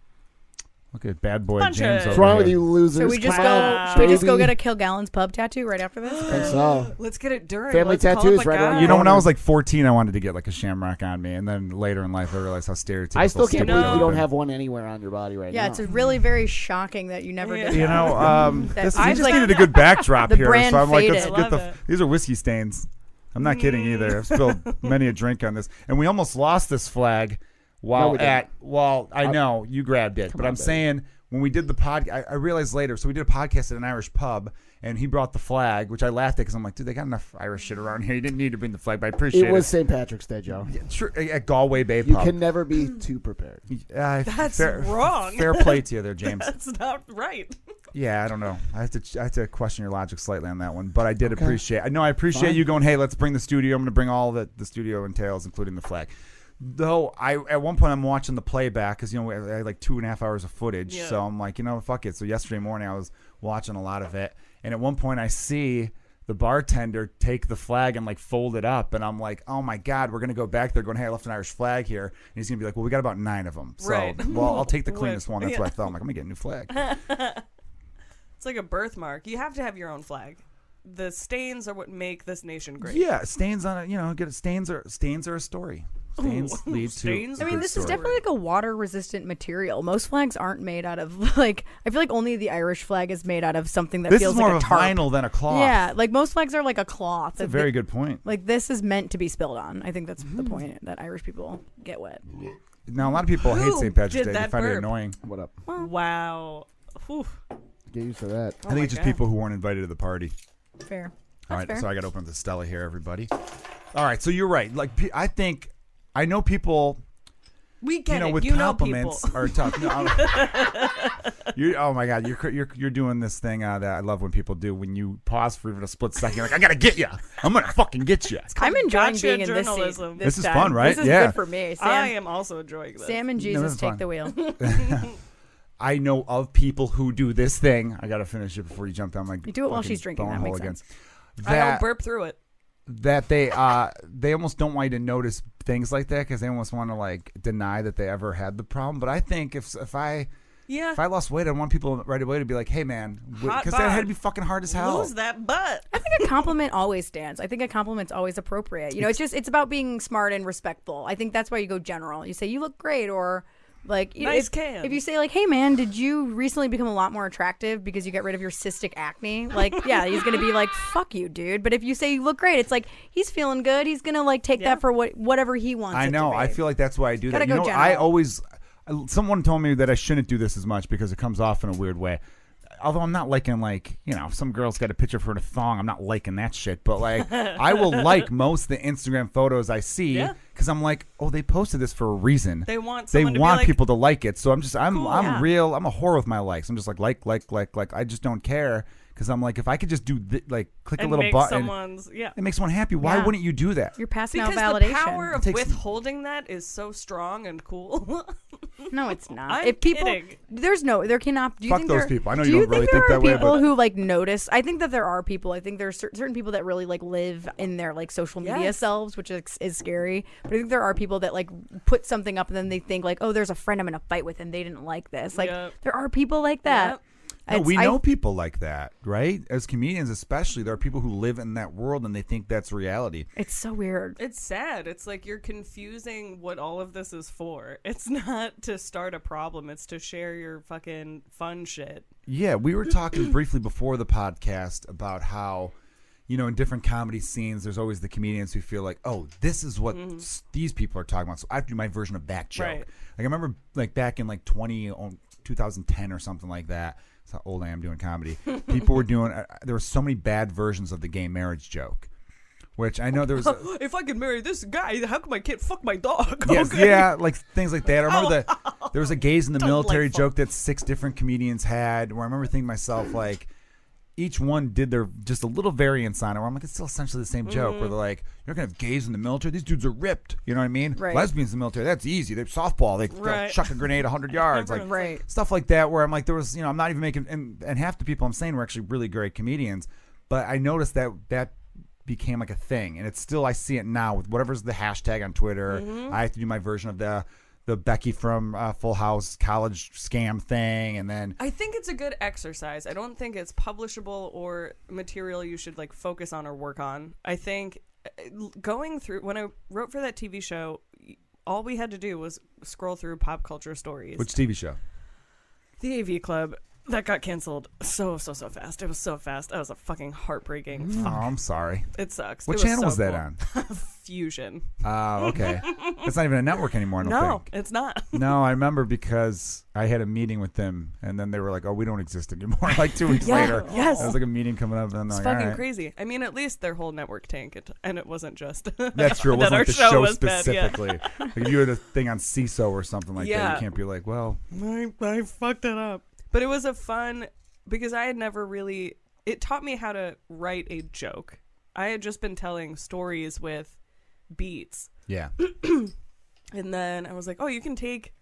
[SPEAKER 1] Look at bad boy
[SPEAKER 3] Punch
[SPEAKER 1] James.
[SPEAKER 3] it.
[SPEAKER 1] Over
[SPEAKER 2] What's wrong with
[SPEAKER 1] here.
[SPEAKER 2] you losers?
[SPEAKER 4] Should we just
[SPEAKER 2] Come
[SPEAKER 4] go?
[SPEAKER 2] on,
[SPEAKER 4] should we just go
[SPEAKER 2] baby.
[SPEAKER 4] get a Kilgallen's pub tattoo right after
[SPEAKER 1] [GASPS]
[SPEAKER 4] this?
[SPEAKER 2] I think so.
[SPEAKER 3] Let's get it during.
[SPEAKER 2] Family
[SPEAKER 3] Let's call
[SPEAKER 2] tattoos
[SPEAKER 3] up a
[SPEAKER 2] right around
[SPEAKER 3] guy. [LAUGHS]
[SPEAKER 2] the
[SPEAKER 1] You know, when I
[SPEAKER 2] Corner.
[SPEAKER 1] was like 14, I wanted to get like a shamrock on me, and then later in life, I realized how stereotypical.
[SPEAKER 2] I still
[SPEAKER 1] stupid
[SPEAKER 2] can't
[SPEAKER 3] No.
[SPEAKER 2] believe
[SPEAKER 1] that
[SPEAKER 2] you
[SPEAKER 1] would
[SPEAKER 2] don't
[SPEAKER 1] be.
[SPEAKER 2] have one anywhere on your body right now.
[SPEAKER 4] Yeah, it's really very shocking that you never
[SPEAKER 3] Yeah.
[SPEAKER 4] did.
[SPEAKER 1] [LAUGHS] You
[SPEAKER 4] that.
[SPEAKER 1] know,
[SPEAKER 2] [LAUGHS]
[SPEAKER 1] um,
[SPEAKER 4] That
[SPEAKER 1] this,
[SPEAKER 4] I
[SPEAKER 1] you just
[SPEAKER 4] like-
[SPEAKER 1] needed a good backdrop
[SPEAKER 4] The
[SPEAKER 1] here,
[SPEAKER 4] brand
[SPEAKER 1] so I'm like, let's
[SPEAKER 4] faded. Mm.
[SPEAKER 1] get the.
[SPEAKER 3] Love it.
[SPEAKER 1] These are whiskey stains. I'm not kidding either.
[SPEAKER 4] [LAUGHS]
[SPEAKER 1] I've spilled many a drink on this, and we almost lost this flag
[SPEAKER 2] No,
[SPEAKER 1] while
[SPEAKER 2] we didn't. Uh,
[SPEAKER 1] at. While I know you grabbed it, but
[SPEAKER 2] on,
[SPEAKER 1] I'm
[SPEAKER 2] baby.
[SPEAKER 1] saying when we did the pod, I, I realized later. So we did a podcast at an Irish pub, and he brought the flag, which I laughed at because I'm like, dude, they got enough Irish shit around here. You didn't need to bring the flag, but I appreciate it.
[SPEAKER 2] it was St. Patrick's Day, Joe.
[SPEAKER 1] Sure, at Galway Bay
[SPEAKER 2] You
[SPEAKER 1] Pub.
[SPEAKER 2] can never be too prepared.
[SPEAKER 1] Uh,
[SPEAKER 3] That's
[SPEAKER 1] fair,
[SPEAKER 3] wrong.
[SPEAKER 1] Fair play to you there,
[SPEAKER 3] [LAUGHS]
[SPEAKER 1] James.
[SPEAKER 3] That's not right. [LAUGHS]
[SPEAKER 1] Yeah, I don't know. I have to I have to question your logic slightly on that one, but I did
[SPEAKER 2] Okay.
[SPEAKER 1] appreciate. I know I appreciate
[SPEAKER 2] Fine.
[SPEAKER 1] you going. Hey, let's bring the studio. I'm going to bring all that the studio entails, including the flag. Though I at one point I'm watching the playback because you know I had like two and a half hours of footage,
[SPEAKER 3] Yeah.
[SPEAKER 1] so I'm like you know fuck it. So yesterday morning I was watching a lot of it, and at one point I see the bartender take the flag and like fold it up, and I'm like, oh my god, we're gonna go back there going, hey, I left an Irish flag here, and he's gonna be like, well, we got about nine of them, so
[SPEAKER 3] Right.
[SPEAKER 1] well I'll
[SPEAKER 3] [LAUGHS]
[SPEAKER 1] take the cleanest
[SPEAKER 3] Whip.
[SPEAKER 1] one. That's
[SPEAKER 3] Yeah.
[SPEAKER 1] what I thought. I'm like I'm gonna get a new flag.
[SPEAKER 3] It's like a birthmark. You have to have your own flag. The stains are what make this nation great.
[SPEAKER 1] Yeah, stains on it. You know, get stains are stains are a story. Stains
[SPEAKER 4] [LAUGHS]
[SPEAKER 1] lead to.
[SPEAKER 3] Stains?
[SPEAKER 1] a
[SPEAKER 4] I mean,
[SPEAKER 1] good
[SPEAKER 4] this is
[SPEAKER 1] story.
[SPEAKER 4] definitely like a water resistant material. Most flags aren't made out of [LAUGHS] like I feel like only the Irish flag is made out of something that
[SPEAKER 1] This
[SPEAKER 4] feels
[SPEAKER 1] is more
[SPEAKER 4] like
[SPEAKER 1] of
[SPEAKER 4] a
[SPEAKER 1] a
[SPEAKER 4] tarp.
[SPEAKER 1] vinyl than a cloth.
[SPEAKER 4] Yeah, like most flags are like a cloth.
[SPEAKER 1] that's a very Mm. good point.
[SPEAKER 4] like this is meant to be spilled on. I think that's the point that Irish people get wet.
[SPEAKER 1] Now a lot of people hate
[SPEAKER 3] Who
[SPEAKER 1] St. Patrick's
[SPEAKER 3] did
[SPEAKER 1] Day. They
[SPEAKER 3] that
[SPEAKER 1] find it
[SPEAKER 3] burp?
[SPEAKER 1] annoying.
[SPEAKER 4] Oh
[SPEAKER 2] What up?
[SPEAKER 3] Wow. Whew.
[SPEAKER 2] Get used to that.
[SPEAKER 1] I think
[SPEAKER 3] my
[SPEAKER 1] it's just
[SPEAKER 3] God.
[SPEAKER 1] people who weren't invited to the party.
[SPEAKER 4] Fair.
[SPEAKER 1] All
[SPEAKER 4] That's
[SPEAKER 1] right,
[SPEAKER 4] fair.
[SPEAKER 1] so I got to open up the Stella here, everybody. All right, so you're right. Like pe- I think I know people.
[SPEAKER 3] We get
[SPEAKER 1] you know,
[SPEAKER 3] it.
[SPEAKER 1] with
[SPEAKER 3] you know people.
[SPEAKER 1] compliments are tough. No,
[SPEAKER 4] [LAUGHS]
[SPEAKER 1] I'm- [LAUGHS] you oh my god, you're cr- you're you're doing this thing uh, that I love when people do when you pause for even a split second. You're like I gotta get you. I'm gonna fucking get you.
[SPEAKER 4] I'm enjoying
[SPEAKER 3] Gotcha
[SPEAKER 4] being in this seat.
[SPEAKER 3] journalism.
[SPEAKER 1] This is fun, right?
[SPEAKER 4] This is
[SPEAKER 1] Yeah.
[SPEAKER 4] good for me.
[SPEAKER 3] I
[SPEAKER 4] Sam,
[SPEAKER 3] am also enjoying this.
[SPEAKER 4] Sam and
[SPEAKER 1] No,
[SPEAKER 4] Jesus
[SPEAKER 1] that's
[SPEAKER 4] take
[SPEAKER 1] fine.
[SPEAKER 4] the
[SPEAKER 1] [LAUGHS]
[SPEAKER 4] wheel.
[SPEAKER 1] I know of people who do this thing. I gotta finish it before you jump down my.
[SPEAKER 4] You do it while
[SPEAKER 1] fucking
[SPEAKER 4] she's drinking, that
[SPEAKER 1] bonehole
[SPEAKER 4] makes
[SPEAKER 1] again.
[SPEAKER 4] sense.
[SPEAKER 1] That,
[SPEAKER 3] I don't burp through it.
[SPEAKER 1] that they uh they almost don't want you to notice things like that because they almost want to like deny that they ever had the problem. But I think if if I
[SPEAKER 3] Yeah.
[SPEAKER 1] If I lost weight, I want people right away to be like, "Hey, man,"
[SPEAKER 3] Hot
[SPEAKER 1] because that had
[SPEAKER 3] bod.
[SPEAKER 1] to be fucking hard as hell.
[SPEAKER 3] Lose that butt.
[SPEAKER 4] I think a compliment always stands. I think a compliment's always appropriate. You know, it's just it's about being smart and respectful. I think that's why you go general. You say you look great or like you know,
[SPEAKER 3] Nice
[SPEAKER 4] if,
[SPEAKER 3] can.
[SPEAKER 4] if you say like, "Hey man, did you recently become a lot more attractive because you got rid of your cystic acne?" Like,
[SPEAKER 3] [LAUGHS]
[SPEAKER 4] yeah, he's gonna be like, "Fuck you, dude." But if you say you look great, it's like he's feeling good. He's gonna like take
[SPEAKER 3] Yeah.
[SPEAKER 4] that for what whatever he wants.
[SPEAKER 1] I
[SPEAKER 4] it to
[SPEAKER 1] know.
[SPEAKER 4] be.
[SPEAKER 1] I feel like that's why I do
[SPEAKER 4] Gotta
[SPEAKER 1] that. You
[SPEAKER 4] go
[SPEAKER 1] know, I
[SPEAKER 4] general.
[SPEAKER 1] always. I- Someone told me that I shouldn't do this as much because it comes off in a weird way. Although I'm not liking like you know, if some girl's got a picture of her in a thong. I'm not liking that shit. But like, I
[SPEAKER 3] [LAUGHS]
[SPEAKER 1] will like most of the Instagram photos I see
[SPEAKER 3] Yeah.
[SPEAKER 1] because I'm like, oh, they posted this for a reason.
[SPEAKER 3] They want
[SPEAKER 1] they
[SPEAKER 3] someone to be
[SPEAKER 1] want
[SPEAKER 3] like-
[SPEAKER 1] people to like it. So I'm just I'm
[SPEAKER 3] Cool,
[SPEAKER 1] I'm
[SPEAKER 3] yeah.
[SPEAKER 1] real. I'm a whore with my likes. I'm just like like like like like. I just don't care because I'm like if I could just do th- like click
[SPEAKER 3] and
[SPEAKER 1] a little
[SPEAKER 3] make
[SPEAKER 1] button,
[SPEAKER 3] someone's yeah.
[SPEAKER 1] it makes one happy. Why
[SPEAKER 4] Yeah.
[SPEAKER 1] wouldn't you do that?
[SPEAKER 4] you're passing
[SPEAKER 3] Because
[SPEAKER 4] out
[SPEAKER 3] the
[SPEAKER 4] validation.
[SPEAKER 3] power of
[SPEAKER 1] It takes-
[SPEAKER 3] withholding that is so strong and cool. [LAUGHS]
[SPEAKER 4] No, it's not.
[SPEAKER 3] I'm
[SPEAKER 4] if people,
[SPEAKER 3] kidding.
[SPEAKER 4] there's no, there cannot. Do you
[SPEAKER 1] Fuck
[SPEAKER 4] think
[SPEAKER 1] those
[SPEAKER 4] there,
[SPEAKER 1] people. I know
[SPEAKER 4] do
[SPEAKER 1] you
[SPEAKER 4] you
[SPEAKER 1] don't really
[SPEAKER 4] think there
[SPEAKER 1] think
[SPEAKER 4] are
[SPEAKER 1] that way,
[SPEAKER 4] people
[SPEAKER 1] but-
[SPEAKER 4] who like notice? I think that there are people. I think there's cer- certain people that really like live in their like social media
[SPEAKER 3] Yes.
[SPEAKER 4] selves, which is, is scary. But I think there are people that like put something up and then they think like, oh, there's a friend I'm in a fight with and they didn't like this. Like
[SPEAKER 3] Yep.
[SPEAKER 4] there are people like that.
[SPEAKER 3] Yep.
[SPEAKER 1] No,
[SPEAKER 4] It's-
[SPEAKER 1] we
[SPEAKER 4] I-
[SPEAKER 1] know people like that, right? As comedians, especially, there are people who live in that world and they think that's reality.
[SPEAKER 4] it's so weird.
[SPEAKER 3] it's sad. It's like you're confusing what all of this is for. It's not to start a problem, it's to share your fucking fun shit.
[SPEAKER 1] Yeah, we were
[SPEAKER 4] [CLEARS THROAT]
[SPEAKER 1] talking briefly before the podcast about how, you know, in different comedy scenes, there's always the comedians who feel like, oh, this is what
[SPEAKER 4] Mm-hmm.
[SPEAKER 1] s- these people are talking about. So I have to do my version of that joke.
[SPEAKER 3] Right.
[SPEAKER 1] Like I remember, like back in like 20, um, 2010 or something like that. That's how old I am
[SPEAKER 4] [LAUGHS]
[SPEAKER 1] doing comedy. People were doing. Uh, there were so many bad versions of the gay marriage joke, which I know there was. a-
[SPEAKER 3] if I could marry this guy, how come I can't fuck my dog? [LAUGHS]
[SPEAKER 1] [LAUGHS] Yes,
[SPEAKER 3] Okay.
[SPEAKER 1] yeah, like things like that. I remember that there was a gays in the military
[SPEAKER 3] Delightful.
[SPEAKER 1] joke that six different comedians had. Where I remember thinking to myself like, each one did their just a little variance on it. Where I'm like, it's still essentially the same joke. Where they're like, you're gonna have gays in the military. These dudes are ripped. You know what I mean?
[SPEAKER 4] Right.
[SPEAKER 1] Lesbians in the military. That's easy. They're softball. They they'll
[SPEAKER 3] Right.
[SPEAKER 1] chuck a grenade 100 yards. Like
[SPEAKER 4] Right.
[SPEAKER 1] stuff like that where I'm like, there was, you know, I'm not even making, and, and half the people I'm saying were actually really great comedians, but I noticed that that became like a thing, and it's still I see it now with whatever's the hashtag on Twitter.
[SPEAKER 3] Mm-hmm.
[SPEAKER 1] I have to do my version of the the Becky from uh, Full House college scam thing, and then
[SPEAKER 3] I think it's a good exercise. I don't think it's publishable or material you should like focus on or work on. I think uh, going through when I wrote for that TV show, all we had to do was scroll through pop culture stories.
[SPEAKER 1] which TV show?
[SPEAKER 3] the AV Club that got canceled so so so fast. It was so fast. That was a fucking heartbreaking.
[SPEAKER 1] Oh, I'm sorry.
[SPEAKER 3] It sucks.
[SPEAKER 1] What
[SPEAKER 3] Mm. It
[SPEAKER 1] channel
[SPEAKER 3] so
[SPEAKER 1] was that
[SPEAKER 3] cool.
[SPEAKER 1] on?
[SPEAKER 3] [LAUGHS] Fusion.
[SPEAKER 1] Oh,
[SPEAKER 3] [LAUGHS]
[SPEAKER 1] okay. That's not even a network anymore. I don't
[SPEAKER 3] No,
[SPEAKER 1] think.
[SPEAKER 3] it's not.
[SPEAKER 1] No, I remember because I had a meeting with them, and then they were like, "Oh, we don't exist anymore." [LAUGHS] Like two weeks
[SPEAKER 4] Yeah,
[SPEAKER 3] [LAUGHS]
[SPEAKER 1] later,
[SPEAKER 4] yes.
[SPEAKER 1] It was like a meeting coming up, and I'm
[SPEAKER 3] It's
[SPEAKER 1] like, "All
[SPEAKER 3] fucking
[SPEAKER 1] right."
[SPEAKER 3] crazy. I mean, at least their whole network tanked, and it wasn't just [LAUGHS]
[SPEAKER 1] That's true. It
[SPEAKER 3] that
[SPEAKER 1] wasn't
[SPEAKER 3] our
[SPEAKER 1] like the show,
[SPEAKER 3] was bad, yeah. [LAUGHS]
[SPEAKER 1] specifically. like if you were the thing on CISO or something like that,
[SPEAKER 3] Yeah.
[SPEAKER 1] you can't be like, well,
[SPEAKER 3] I, I fucked it up. But it was a fun because I had never really. It taught me how to write a joke. I had just been telling stories with beats,
[SPEAKER 1] yeah.
[SPEAKER 3] and then I was like, "Oh, you can take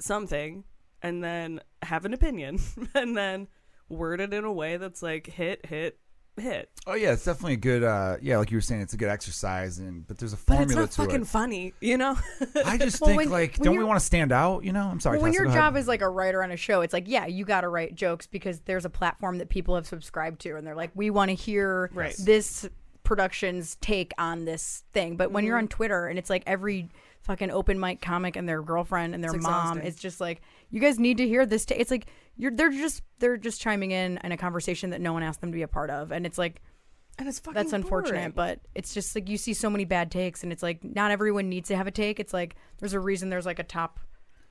[SPEAKER 3] something and then have an opinion, [LAUGHS] and then word it in a way that's like hit, hit, hit."
[SPEAKER 1] Oh yeah, it's definitely a good. Uh, yeah, like you were saying, it's a good exercise, and but there's a
[SPEAKER 3] But
[SPEAKER 1] formula
[SPEAKER 3] it's not
[SPEAKER 1] to
[SPEAKER 3] fucking
[SPEAKER 1] it.
[SPEAKER 3] funny, you know.
[SPEAKER 1] I
[SPEAKER 3] [LAUGHS]
[SPEAKER 1] just
[SPEAKER 4] Well,
[SPEAKER 1] think
[SPEAKER 4] when-
[SPEAKER 1] like,
[SPEAKER 4] when
[SPEAKER 1] don't we
[SPEAKER 4] you're-
[SPEAKER 1] want to stand out? You know, I'm sorry.
[SPEAKER 4] Well, when
[SPEAKER 1] Tessa,
[SPEAKER 4] your
[SPEAKER 1] go ahead.
[SPEAKER 4] job is like a writer on a show, it's like, yeah, you got to write jokes because there's a platform that people have subscribed to, and they're like, we want to hear
[SPEAKER 3] Right.
[SPEAKER 4] this production's take on this thing. But when you're
[SPEAKER 3] Mm-hmm.
[SPEAKER 4] on Twitter and it's like every fucking open mic comic and their girlfriend and their
[SPEAKER 3] It's
[SPEAKER 4] mom,
[SPEAKER 3] exhausting.
[SPEAKER 4] it's just like, you guys need to hear this. ta it's like you're they're just they're just chiming in in a conversation that no one asked them to be a part of, and it's like
[SPEAKER 3] and it's fucking
[SPEAKER 4] that's
[SPEAKER 3] boring.
[SPEAKER 4] unfortunate, but it's just like you see so many bad takes, and it's like not everyone needs to have a take. It's like there's a reason there's like a top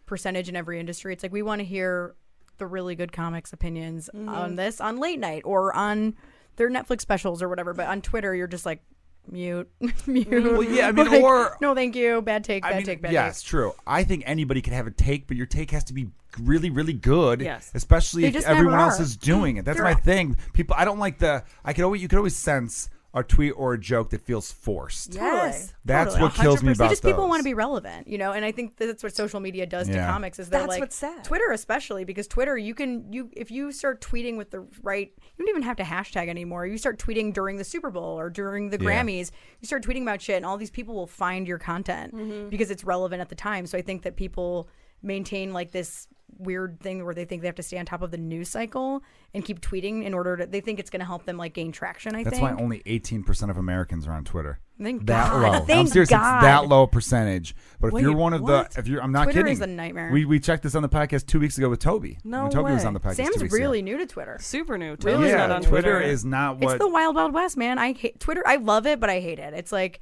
[SPEAKER 4] percentage in every industry. It's like we want to hear the really good comics' opinions
[SPEAKER 3] Mm-hmm.
[SPEAKER 4] on this on late night or on their Netflix specials or whatever. But on Twitter, you're just like mute, [LAUGHS] mute.
[SPEAKER 3] Mm-hmm.
[SPEAKER 4] Well,
[SPEAKER 3] [LAUGHS]
[SPEAKER 1] yeah, I mean, or-
[SPEAKER 4] no, thank you, bad take,
[SPEAKER 1] I
[SPEAKER 4] bad
[SPEAKER 1] mean,
[SPEAKER 4] take, bad
[SPEAKER 1] yes,
[SPEAKER 4] take.
[SPEAKER 1] true. I think anybody can have a take, but your take has to be really, really good.
[SPEAKER 3] Yes.
[SPEAKER 1] Especially
[SPEAKER 4] They
[SPEAKER 1] if
[SPEAKER 4] just
[SPEAKER 1] everyone
[SPEAKER 4] never
[SPEAKER 1] else
[SPEAKER 4] are.
[SPEAKER 1] is doing it. That's
[SPEAKER 4] You're
[SPEAKER 1] my
[SPEAKER 4] right.
[SPEAKER 1] thing. People, I don't like the. I could always, you could always sense a tweet or a joke that feels forced.
[SPEAKER 4] Yes.
[SPEAKER 1] That's
[SPEAKER 4] Totally.
[SPEAKER 1] what kills me
[SPEAKER 3] 100%.
[SPEAKER 1] about
[SPEAKER 4] It's just people
[SPEAKER 1] those.
[SPEAKER 4] want to be relevant, you know, and I think that's what social media does
[SPEAKER 1] Yeah.
[SPEAKER 4] to comics is they're
[SPEAKER 3] That's
[SPEAKER 4] like
[SPEAKER 3] what's sad.
[SPEAKER 4] Twitter especially because Twitter you can you if you start tweeting with the right you don't even have to hashtag anymore. You start tweeting during the Super Bowl or during the
[SPEAKER 1] Yeah.
[SPEAKER 4] Grammys. You start tweeting about shit and all these people
[SPEAKER 3] Mm-hmm.
[SPEAKER 4] will find your content because it's relevant at the time. So I think that people maintain like this weird thing where they think they have to stay on top of the news cycle and keep tweeting in order to they think it's going to help them like gain traction i
[SPEAKER 1] That's
[SPEAKER 4] think
[SPEAKER 1] why only 18% of Americans are on Twitter.
[SPEAKER 4] Thank
[SPEAKER 1] that
[SPEAKER 4] God.
[SPEAKER 1] low. I'm
[SPEAKER 4] Thank
[SPEAKER 1] serious.
[SPEAKER 4] God.
[SPEAKER 1] It's that low percentage. But if
[SPEAKER 3] Wait,
[SPEAKER 1] you're one of
[SPEAKER 3] what?
[SPEAKER 1] the, if you're, I'm not
[SPEAKER 4] Twitter
[SPEAKER 1] kidding.
[SPEAKER 4] is a nightmare.
[SPEAKER 1] We we checked this on the podcast two weeks ago with Toby.
[SPEAKER 3] No
[SPEAKER 1] when Toby was
[SPEAKER 3] way.
[SPEAKER 1] on the podcast. two
[SPEAKER 4] sam's
[SPEAKER 1] weeks
[SPEAKER 4] really
[SPEAKER 1] Ago.
[SPEAKER 4] new to twitter
[SPEAKER 3] Super new. Toby's
[SPEAKER 4] Really?
[SPEAKER 3] not
[SPEAKER 1] Yeah,
[SPEAKER 3] on
[SPEAKER 1] Twitter is not what
[SPEAKER 4] it's the wild wild west man i hate twitter i love it but i hate it it's like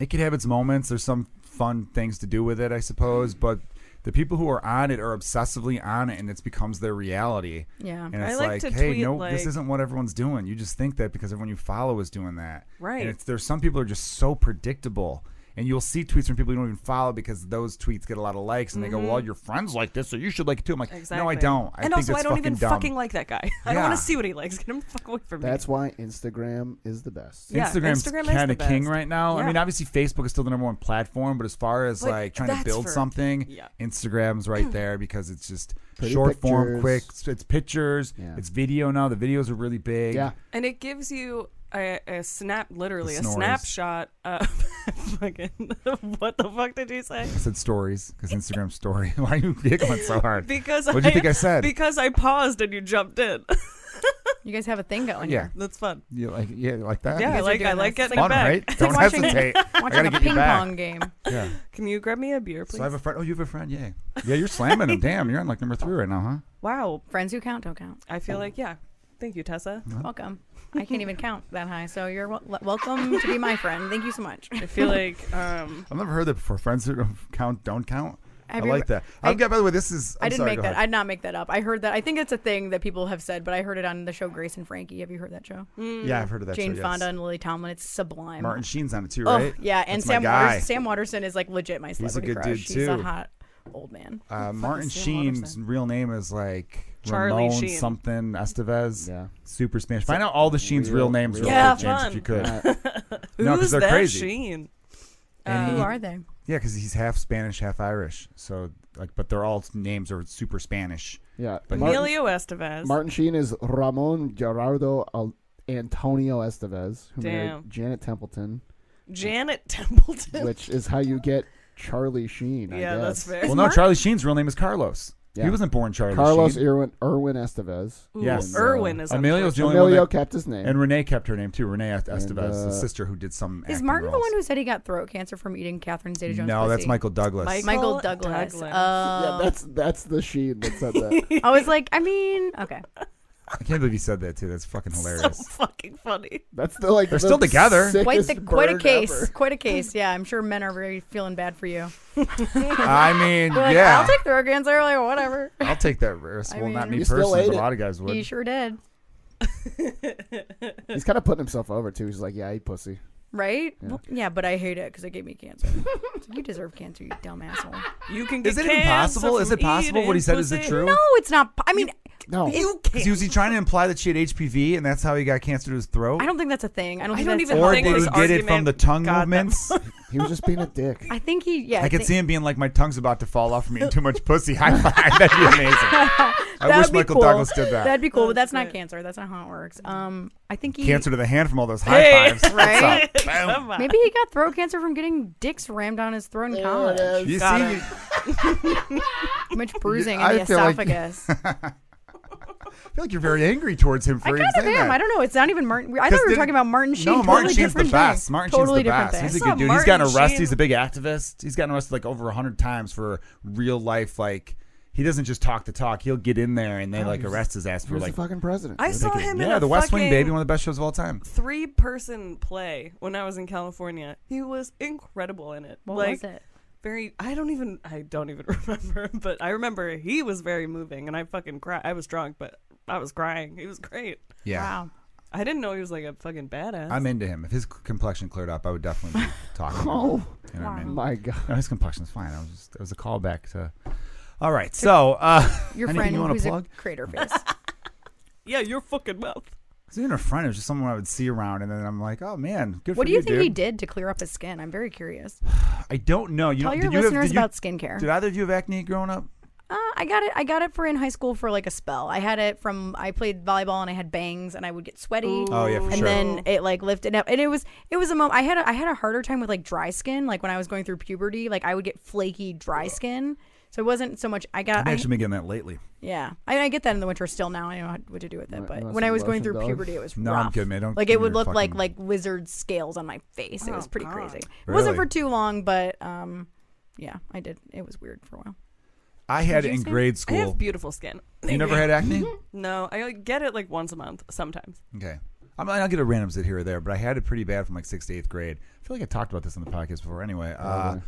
[SPEAKER 1] it could have its moments. There's some fun things to do with it, I suppose. But the people who are on it are obsessively on it, and it becomes their reality.
[SPEAKER 4] yeah
[SPEAKER 1] And
[SPEAKER 3] I
[SPEAKER 1] it's
[SPEAKER 3] like
[SPEAKER 1] like,
[SPEAKER 3] to
[SPEAKER 1] hey,
[SPEAKER 3] tweet,
[SPEAKER 1] no,
[SPEAKER 3] like-
[SPEAKER 1] this isn't what everyone's doing. You just think that because everyone you follow is doing that.
[SPEAKER 3] Right.
[SPEAKER 1] And it's, there's some people who are just so predictable. And you'll see tweets from people you don't even follow because those tweets get a lot of likes, and they go, "Well, your friends like this, so you should like it too." I'm like, "No, I
[SPEAKER 3] Mm-hmm. Exactly.
[SPEAKER 1] don't." I
[SPEAKER 3] and
[SPEAKER 1] think
[SPEAKER 3] also,
[SPEAKER 1] that's
[SPEAKER 3] I don't
[SPEAKER 1] fucking
[SPEAKER 3] even
[SPEAKER 1] dumb.
[SPEAKER 3] fucking like that guy. [LAUGHS] I don't
[SPEAKER 1] Yeah.
[SPEAKER 3] want to see what he likes. Get him the fuck away from
[SPEAKER 2] That's
[SPEAKER 3] me.
[SPEAKER 2] why Instagram is the best.
[SPEAKER 3] Yeah.
[SPEAKER 1] Instagram's
[SPEAKER 3] Instagram is
[SPEAKER 1] kind
[SPEAKER 3] the
[SPEAKER 1] of king
[SPEAKER 3] best.
[SPEAKER 1] right now. I
[SPEAKER 3] Yeah.
[SPEAKER 1] mean, obviously Facebook is still the number one platform, but as far as
[SPEAKER 3] But
[SPEAKER 1] like trying to
[SPEAKER 3] that's
[SPEAKER 1] build
[SPEAKER 3] for-
[SPEAKER 1] something,
[SPEAKER 3] yeah.
[SPEAKER 1] Instagram's
[SPEAKER 3] [CLEARS THROAT]
[SPEAKER 1] right there because it's just
[SPEAKER 2] Pretty
[SPEAKER 1] short form,
[SPEAKER 2] pictures.
[SPEAKER 1] quick. It's, it's pictures.
[SPEAKER 2] Yeah.
[SPEAKER 1] It's video now. The videos are really big.
[SPEAKER 2] Yeah.
[SPEAKER 3] And it gives you a, a snap, literally
[SPEAKER 1] The
[SPEAKER 3] a
[SPEAKER 1] snores.
[SPEAKER 3] snapshot of [LAUGHS] fucking. [LAUGHS] What the fuck did you say?
[SPEAKER 1] I said stories because Instagram story. [LAUGHS] Why are you giggling so hard?
[SPEAKER 3] [LAUGHS] Because
[SPEAKER 1] What'd you
[SPEAKER 3] I,
[SPEAKER 1] think I said?
[SPEAKER 3] Because I paused and you jumped in. [LAUGHS]
[SPEAKER 4] you guys have a thing going
[SPEAKER 1] yeah,
[SPEAKER 4] here.
[SPEAKER 3] That's fun.
[SPEAKER 1] you like yeah like that.
[SPEAKER 3] Yeah, I
[SPEAKER 4] guys are
[SPEAKER 3] like I
[SPEAKER 4] doing
[SPEAKER 3] like
[SPEAKER 4] this.
[SPEAKER 3] getting it
[SPEAKER 1] fun,
[SPEAKER 3] back. [LAUGHS]
[SPEAKER 1] right? Don't
[SPEAKER 4] watching-
[SPEAKER 1] hesitate. I
[SPEAKER 4] watching
[SPEAKER 1] gotta
[SPEAKER 4] a
[SPEAKER 1] get you
[SPEAKER 4] ping
[SPEAKER 1] back.
[SPEAKER 4] pong game
[SPEAKER 1] Yeah.
[SPEAKER 3] Can you grab me a beer, please?
[SPEAKER 1] So I have a friend. Oh, you have a friend. Yeah. Yeah, you're slamming
[SPEAKER 3] [LAUGHS]
[SPEAKER 1] him. Damn, you're on like number three right now, huh?
[SPEAKER 3] wow.
[SPEAKER 4] friends who count don't count
[SPEAKER 3] I feel like yeah. Thank
[SPEAKER 1] [LAUGHS]
[SPEAKER 3] you, Tessa.
[SPEAKER 4] welcome i can't even count that high so you're wel- welcome to be my friend thank you so
[SPEAKER 1] [LAUGHS]
[SPEAKER 4] much
[SPEAKER 3] I feel like um
[SPEAKER 1] I've never heard that before. Friends who don't count don't count.
[SPEAKER 4] Have
[SPEAKER 1] I
[SPEAKER 4] you-
[SPEAKER 1] like that.
[SPEAKER 4] I-
[SPEAKER 1] I've got. By the way, this is. I'm
[SPEAKER 4] I didn't
[SPEAKER 1] sorry,
[SPEAKER 4] make
[SPEAKER 1] go
[SPEAKER 4] that.
[SPEAKER 1] ahead.
[SPEAKER 4] I did not make that up. I heard that. I think it's a thing that people have said, but I heard it on the show Grace and Frankie. Have you heard that show?
[SPEAKER 1] Yeah, I've heard of that.
[SPEAKER 4] Jane
[SPEAKER 1] show, Mm. yes.
[SPEAKER 4] Fonda and Lily Tomlin. It's sublime.
[SPEAKER 1] Martin Sheen's on it too,
[SPEAKER 4] oh
[SPEAKER 1] right?
[SPEAKER 4] yeah, and
[SPEAKER 1] That's my
[SPEAKER 4] Sam
[SPEAKER 1] guy.
[SPEAKER 4] Waters, Sam Waterson is like legit my
[SPEAKER 1] a
[SPEAKER 4] celebrity
[SPEAKER 1] good
[SPEAKER 4] crush.
[SPEAKER 1] dude,
[SPEAKER 4] He's a
[SPEAKER 1] too.
[SPEAKER 4] hot old man.
[SPEAKER 1] Uh, Martin
[SPEAKER 3] Sam
[SPEAKER 1] Sheen's
[SPEAKER 3] Waterston?
[SPEAKER 1] real name is like
[SPEAKER 3] Charlie
[SPEAKER 1] Ramon
[SPEAKER 3] Sheen.
[SPEAKER 1] something Estevez.
[SPEAKER 2] Yeah.
[SPEAKER 1] Super Spanish. Find out all the Sheen's
[SPEAKER 2] real-
[SPEAKER 1] real names,
[SPEAKER 2] real
[SPEAKER 1] real
[SPEAKER 3] Yeah,
[SPEAKER 1] quick, James, if
[SPEAKER 3] fun.
[SPEAKER 1] you could. [LAUGHS]
[SPEAKER 2] Uh,
[SPEAKER 1] No, 'cause
[SPEAKER 3] who's
[SPEAKER 1] they're
[SPEAKER 3] that
[SPEAKER 1] crazy.
[SPEAKER 3] Sheen? Uh,
[SPEAKER 1] And
[SPEAKER 4] Who
[SPEAKER 1] he-
[SPEAKER 4] are they?
[SPEAKER 1] Yeah, because he's half Spanish, half Irish. So like, but they're all names are super Spanish.
[SPEAKER 2] yeah.
[SPEAKER 1] But
[SPEAKER 2] Martin,
[SPEAKER 3] Emilio Estevez.
[SPEAKER 2] Martin Sheen is Ramon Gerardo Al- Antonio Estevez, who
[SPEAKER 3] Damn.
[SPEAKER 2] married Janet Templeton,
[SPEAKER 4] [LAUGHS]
[SPEAKER 3] Janet Templeton.
[SPEAKER 2] which is how you get Charlie Sheen.
[SPEAKER 3] [LAUGHS]
[SPEAKER 2] I
[SPEAKER 3] yeah, that's
[SPEAKER 2] guess.
[SPEAKER 3] fair.
[SPEAKER 1] Well, no, Charlie Sheen's real name is Carlos.
[SPEAKER 2] Yeah.
[SPEAKER 1] He wasn't born Charlie.
[SPEAKER 2] Carlos
[SPEAKER 1] Sheen.
[SPEAKER 2] Irwin, Irwin Estevez.
[SPEAKER 3] Ooh,
[SPEAKER 1] yes.
[SPEAKER 3] Irwin is
[SPEAKER 1] Emilio's the only one.
[SPEAKER 2] Emilio
[SPEAKER 1] That,
[SPEAKER 2] kept his name.
[SPEAKER 1] and Renee kept her name too. Renee Est- Estevez,
[SPEAKER 2] And,
[SPEAKER 1] the
[SPEAKER 2] uh,
[SPEAKER 1] sister who did some.
[SPEAKER 4] Is
[SPEAKER 1] acting
[SPEAKER 4] Martin the
[SPEAKER 1] roles.
[SPEAKER 4] one who said he got throat cancer from eating Catherine Zeta-Jones?
[SPEAKER 1] No, that's
[SPEAKER 4] pussy?
[SPEAKER 1] Michael Douglas.
[SPEAKER 3] Mike-
[SPEAKER 4] Michael
[SPEAKER 3] Michael
[SPEAKER 4] Douglas.
[SPEAKER 3] Douglas.
[SPEAKER 2] yeah,
[SPEAKER 4] Oh.
[SPEAKER 2] that's that's the Sheen that
[SPEAKER 4] [LAUGHS]
[SPEAKER 2] said that.
[SPEAKER 4] I was like, I mean, okay.
[SPEAKER 1] I can't believe he said that too.
[SPEAKER 4] [LAUGHS]
[SPEAKER 1] That's fucking
[SPEAKER 3] [LAUGHS] so
[SPEAKER 1] hilarious.
[SPEAKER 3] fucking funny.
[SPEAKER 2] That's the like.
[SPEAKER 1] They're
[SPEAKER 2] the
[SPEAKER 1] still together.
[SPEAKER 2] sickest
[SPEAKER 4] Quite the quite a
[SPEAKER 2] bird
[SPEAKER 4] case.
[SPEAKER 2] ever.
[SPEAKER 4] Quite a case. Yeah, I'm sure men are very feeling bad for you.
[SPEAKER 1] I mean,
[SPEAKER 4] They're like,
[SPEAKER 1] yeah,
[SPEAKER 4] I'll take throat cancer, like whatever.
[SPEAKER 1] [LAUGHS] I'll take that risk.
[SPEAKER 4] I
[SPEAKER 1] well, not
[SPEAKER 4] mean-
[SPEAKER 1] me
[SPEAKER 2] You still
[SPEAKER 1] personally,
[SPEAKER 2] ate
[SPEAKER 1] but a
[SPEAKER 2] it.
[SPEAKER 1] lot of guys would.
[SPEAKER 4] He sure did.
[SPEAKER 2] [LAUGHS] He's kind of putting himself over too. He's like, yeah, I eat pussy.
[SPEAKER 4] Right? Well, Yeah, but I hate it because it gave me cancer. It's like, you deserve cancer, you dumb asshole.
[SPEAKER 3] You can get
[SPEAKER 1] Is it even
[SPEAKER 3] cancer
[SPEAKER 1] possible? Is
[SPEAKER 3] from
[SPEAKER 1] it possible what he
[SPEAKER 3] eating
[SPEAKER 1] said? Is it
[SPEAKER 3] pussy.
[SPEAKER 1] true?
[SPEAKER 4] No, it's not. po- I mean, [LAUGHS]
[SPEAKER 2] No,
[SPEAKER 3] You
[SPEAKER 1] Because he
[SPEAKER 3] can't.
[SPEAKER 1] was he trying to imply that she had HPV and that's how he got cancer to his throat?
[SPEAKER 4] I don't think that's a thing. I don't.
[SPEAKER 3] I
[SPEAKER 4] think
[SPEAKER 3] don't
[SPEAKER 4] that's
[SPEAKER 3] even
[SPEAKER 4] a
[SPEAKER 1] or
[SPEAKER 4] thing.
[SPEAKER 1] did he
[SPEAKER 3] this
[SPEAKER 1] get it from
[SPEAKER 3] argument
[SPEAKER 1] the tongue
[SPEAKER 3] got that
[SPEAKER 1] movements?
[SPEAKER 4] [LAUGHS]
[SPEAKER 2] he was just being
[SPEAKER 1] [LAUGHS]
[SPEAKER 2] a dick.
[SPEAKER 4] I think he. Yeah.
[SPEAKER 1] I could
[SPEAKER 4] think-
[SPEAKER 1] see him being like, my tongue's about to fall off from eating too much pussy. [LAUGHS] High five. That'd be
[SPEAKER 4] [LAUGHS]
[SPEAKER 1] amazing. I
[SPEAKER 4] That'd
[SPEAKER 1] wish
[SPEAKER 4] be
[SPEAKER 1] Michael
[SPEAKER 4] cool.
[SPEAKER 1] Douglas did that.
[SPEAKER 4] That'd be cool, but
[SPEAKER 3] That's
[SPEAKER 4] that's not
[SPEAKER 3] it.
[SPEAKER 4] cancer. That's not how it works. Um, I think he.
[SPEAKER 1] Cancer to the hand from all those high
[SPEAKER 3] Hey,
[SPEAKER 1] fives. What's [LAUGHS]
[SPEAKER 4] right? [LAUGHS]
[SPEAKER 1] up? Boom.
[SPEAKER 3] Come on.
[SPEAKER 4] Maybe he got throat cancer from getting dicks rammed down his throat in
[SPEAKER 2] There it
[SPEAKER 4] college.
[SPEAKER 2] is.
[SPEAKER 1] You
[SPEAKER 3] Got
[SPEAKER 1] see, [LAUGHS]
[SPEAKER 3] it.
[SPEAKER 4] Much bruising
[SPEAKER 1] I
[SPEAKER 4] in the
[SPEAKER 1] feel like- [LAUGHS]
[SPEAKER 4] esophagus.
[SPEAKER 1] I feel like you're very angry towards him
[SPEAKER 4] I
[SPEAKER 1] for
[SPEAKER 4] kind of
[SPEAKER 1] saying
[SPEAKER 4] am.
[SPEAKER 1] that.
[SPEAKER 4] I don't know. It's not even Martin. I thought
[SPEAKER 1] 'Cause
[SPEAKER 4] we were
[SPEAKER 1] didn't-
[SPEAKER 4] talking about Martin Sheen.
[SPEAKER 1] No, Martin
[SPEAKER 4] totally
[SPEAKER 1] Sheen's the
[SPEAKER 4] different
[SPEAKER 1] best.
[SPEAKER 4] Thing.
[SPEAKER 1] Martin
[SPEAKER 4] totally
[SPEAKER 1] Sheen's the
[SPEAKER 4] different
[SPEAKER 1] best.
[SPEAKER 4] Thing.
[SPEAKER 1] He's a
[SPEAKER 3] I saw
[SPEAKER 1] good dude. He's gotten
[SPEAKER 3] Martin
[SPEAKER 1] arrested.
[SPEAKER 3] Sheen-
[SPEAKER 1] He's a big activist. He's gotten arrested like over hundred times for real life. Like he doesn't just talk the talk. He'll get in there and they like arrest his ass
[SPEAKER 2] He
[SPEAKER 1] for
[SPEAKER 2] was
[SPEAKER 1] like.
[SPEAKER 2] the fucking president.
[SPEAKER 3] I
[SPEAKER 2] dude.
[SPEAKER 3] saw him in
[SPEAKER 1] Yeah,
[SPEAKER 3] a
[SPEAKER 1] The West Wing,
[SPEAKER 3] fucking
[SPEAKER 1] baby, one of the best shows of all time.
[SPEAKER 3] Three person play when I was in California. He was incredible in it.
[SPEAKER 4] What
[SPEAKER 3] like,
[SPEAKER 4] was it?
[SPEAKER 3] Very, I don't even, I don't even [LAUGHS] remember, but I remember he was very moving and I fucking cried. I was drunk, but I was crying. He was great.
[SPEAKER 1] Yeah,
[SPEAKER 4] Wow.
[SPEAKER 3] I didn't know he was like a fucking badass.
[SPEAKER 1] I'm into him. If his c- complexion cleared up, I would definitely
[SPEAKER 4] [LAUGHS]
[SPEAKER 1] be talking. to him.
[SPEAKER 2] Oh
[SPEAKER 1] you know what I mean?
[SPEAKER 2] my god.
[SPEAKER 1] No, his complexion's fine. I was just it was a callback to. All right, so uh, [LAUGHS]
[SPEAKER 4] Your
[SPEAKER 1] anything
[SPEAKER 4] friend
[SPEAKER 1] you want
[SPEAKER 4] who's
[SPEAKER 1] to plug?
[SPEAKER 4] a crater
[SPEAKER 1] [LAUGHS]
[SPEAKER 4] face.
[SPEAKER 3] yeah, your fucking mouth.
[SPEAKER 1] It's even a friend. It was just someone I would see around, and then I'm like, oh man, good
[SPEAKER 4] what
[SPEAKER 1] for
[SPEAKER 4] do you
[SPEAKER 1] you
[SPEAKER 4] think
[SPEAKER 1] dude.
[SPEAKER 4] he did to clear up his skin? I'm very curious.
[SPEAKER 1] I don't know. You
[SPEAKER 4] Tell
[SPEAKER 1] know,
[SPEAKER 4] your
[SPEAKER 1] did you have,
[SPEAKER 4] listeners
[SPEAKER 1] did you-
[SPEAKER 4] about skincare.
[SPEAKER 1] Did either of you have acne growing up?
[SPEAKER 4] Uh, I got it. I got it for in high school for like a spell. I had it from I played volleyball and I had bangs and I would get sweaty.
[SPEAKER 1] Oh, yeah, for
[SPEAKER 4] and
[SPEAKER 1] sure.
[SPEAKER 4] then it like lifted up and it was it was a moment I had a, I had a harder time with like dry skin like when I was going through puberty like I would get flaky dry skin So it wasn't so much. I got.
[SPEAKER 1] I've
[SPEAKER 4] I,
[SPEAKER 1] actually been getting that lately.
[SPEAKER 4] yeah, I, I get that in the winter still. Now I know what to do with it.
[SPEAKER 2] Right,
[SPEAKER 4] But
[SPEAKER 2] nice
[SPEAKER 4] when I was going
[SPEAKER 2] lotion
[SPEAKER 4] through
[SPEAKER 2] dog.
[SPEAKER 4] puberty, it was
[SPEAKER 1] No,
[SPEAKER 4] rough.
[SPEAKER 1] I'm kidding. I don't.
[SPEAKER 4] like
[SPEAKER 1] give
[SPEAKER 4] it would
[SPEAKER 1] you
[SPEAKER 4] look like
[SPEAKER 1] fucking-
[SPEAKER 4] like lizard scales on my face. it
[SPEAKER 3] Oh,
[SPEAKER 4] was pretty
[SPEAKER 3] God.
[SPEAKER 4] crazy. It wasn't for
[SPEAKER 1] Really?
[SPEAKER 4] too long, but um, yeah, I did. It was weird for a while.
[SPEAKER 1] I had
[SPEAKER 4] Did
[SPEAKER 1] it
[SPEAKER 4] you
[SPEAKER 1] in
[SPEAKER 4] say-
[SPEAKER 1] grade
[SPEAKER 3] I have
[SPEAKER 1] school.
[SPEAKER 3] beautiful skin.
[SPEAKER 1] You never had acne?
[SPEAKER 4] Mm-hmm.
[SPEAKER 3] No, I like, get it like once a month sometimes.
[SPEAKER 1] Okay. I mean, I'll get a random sit here or there, but I had it pretty bad from like sixth to eighth grade. I feel like I talked about this on the podcast before. Anyway, uh,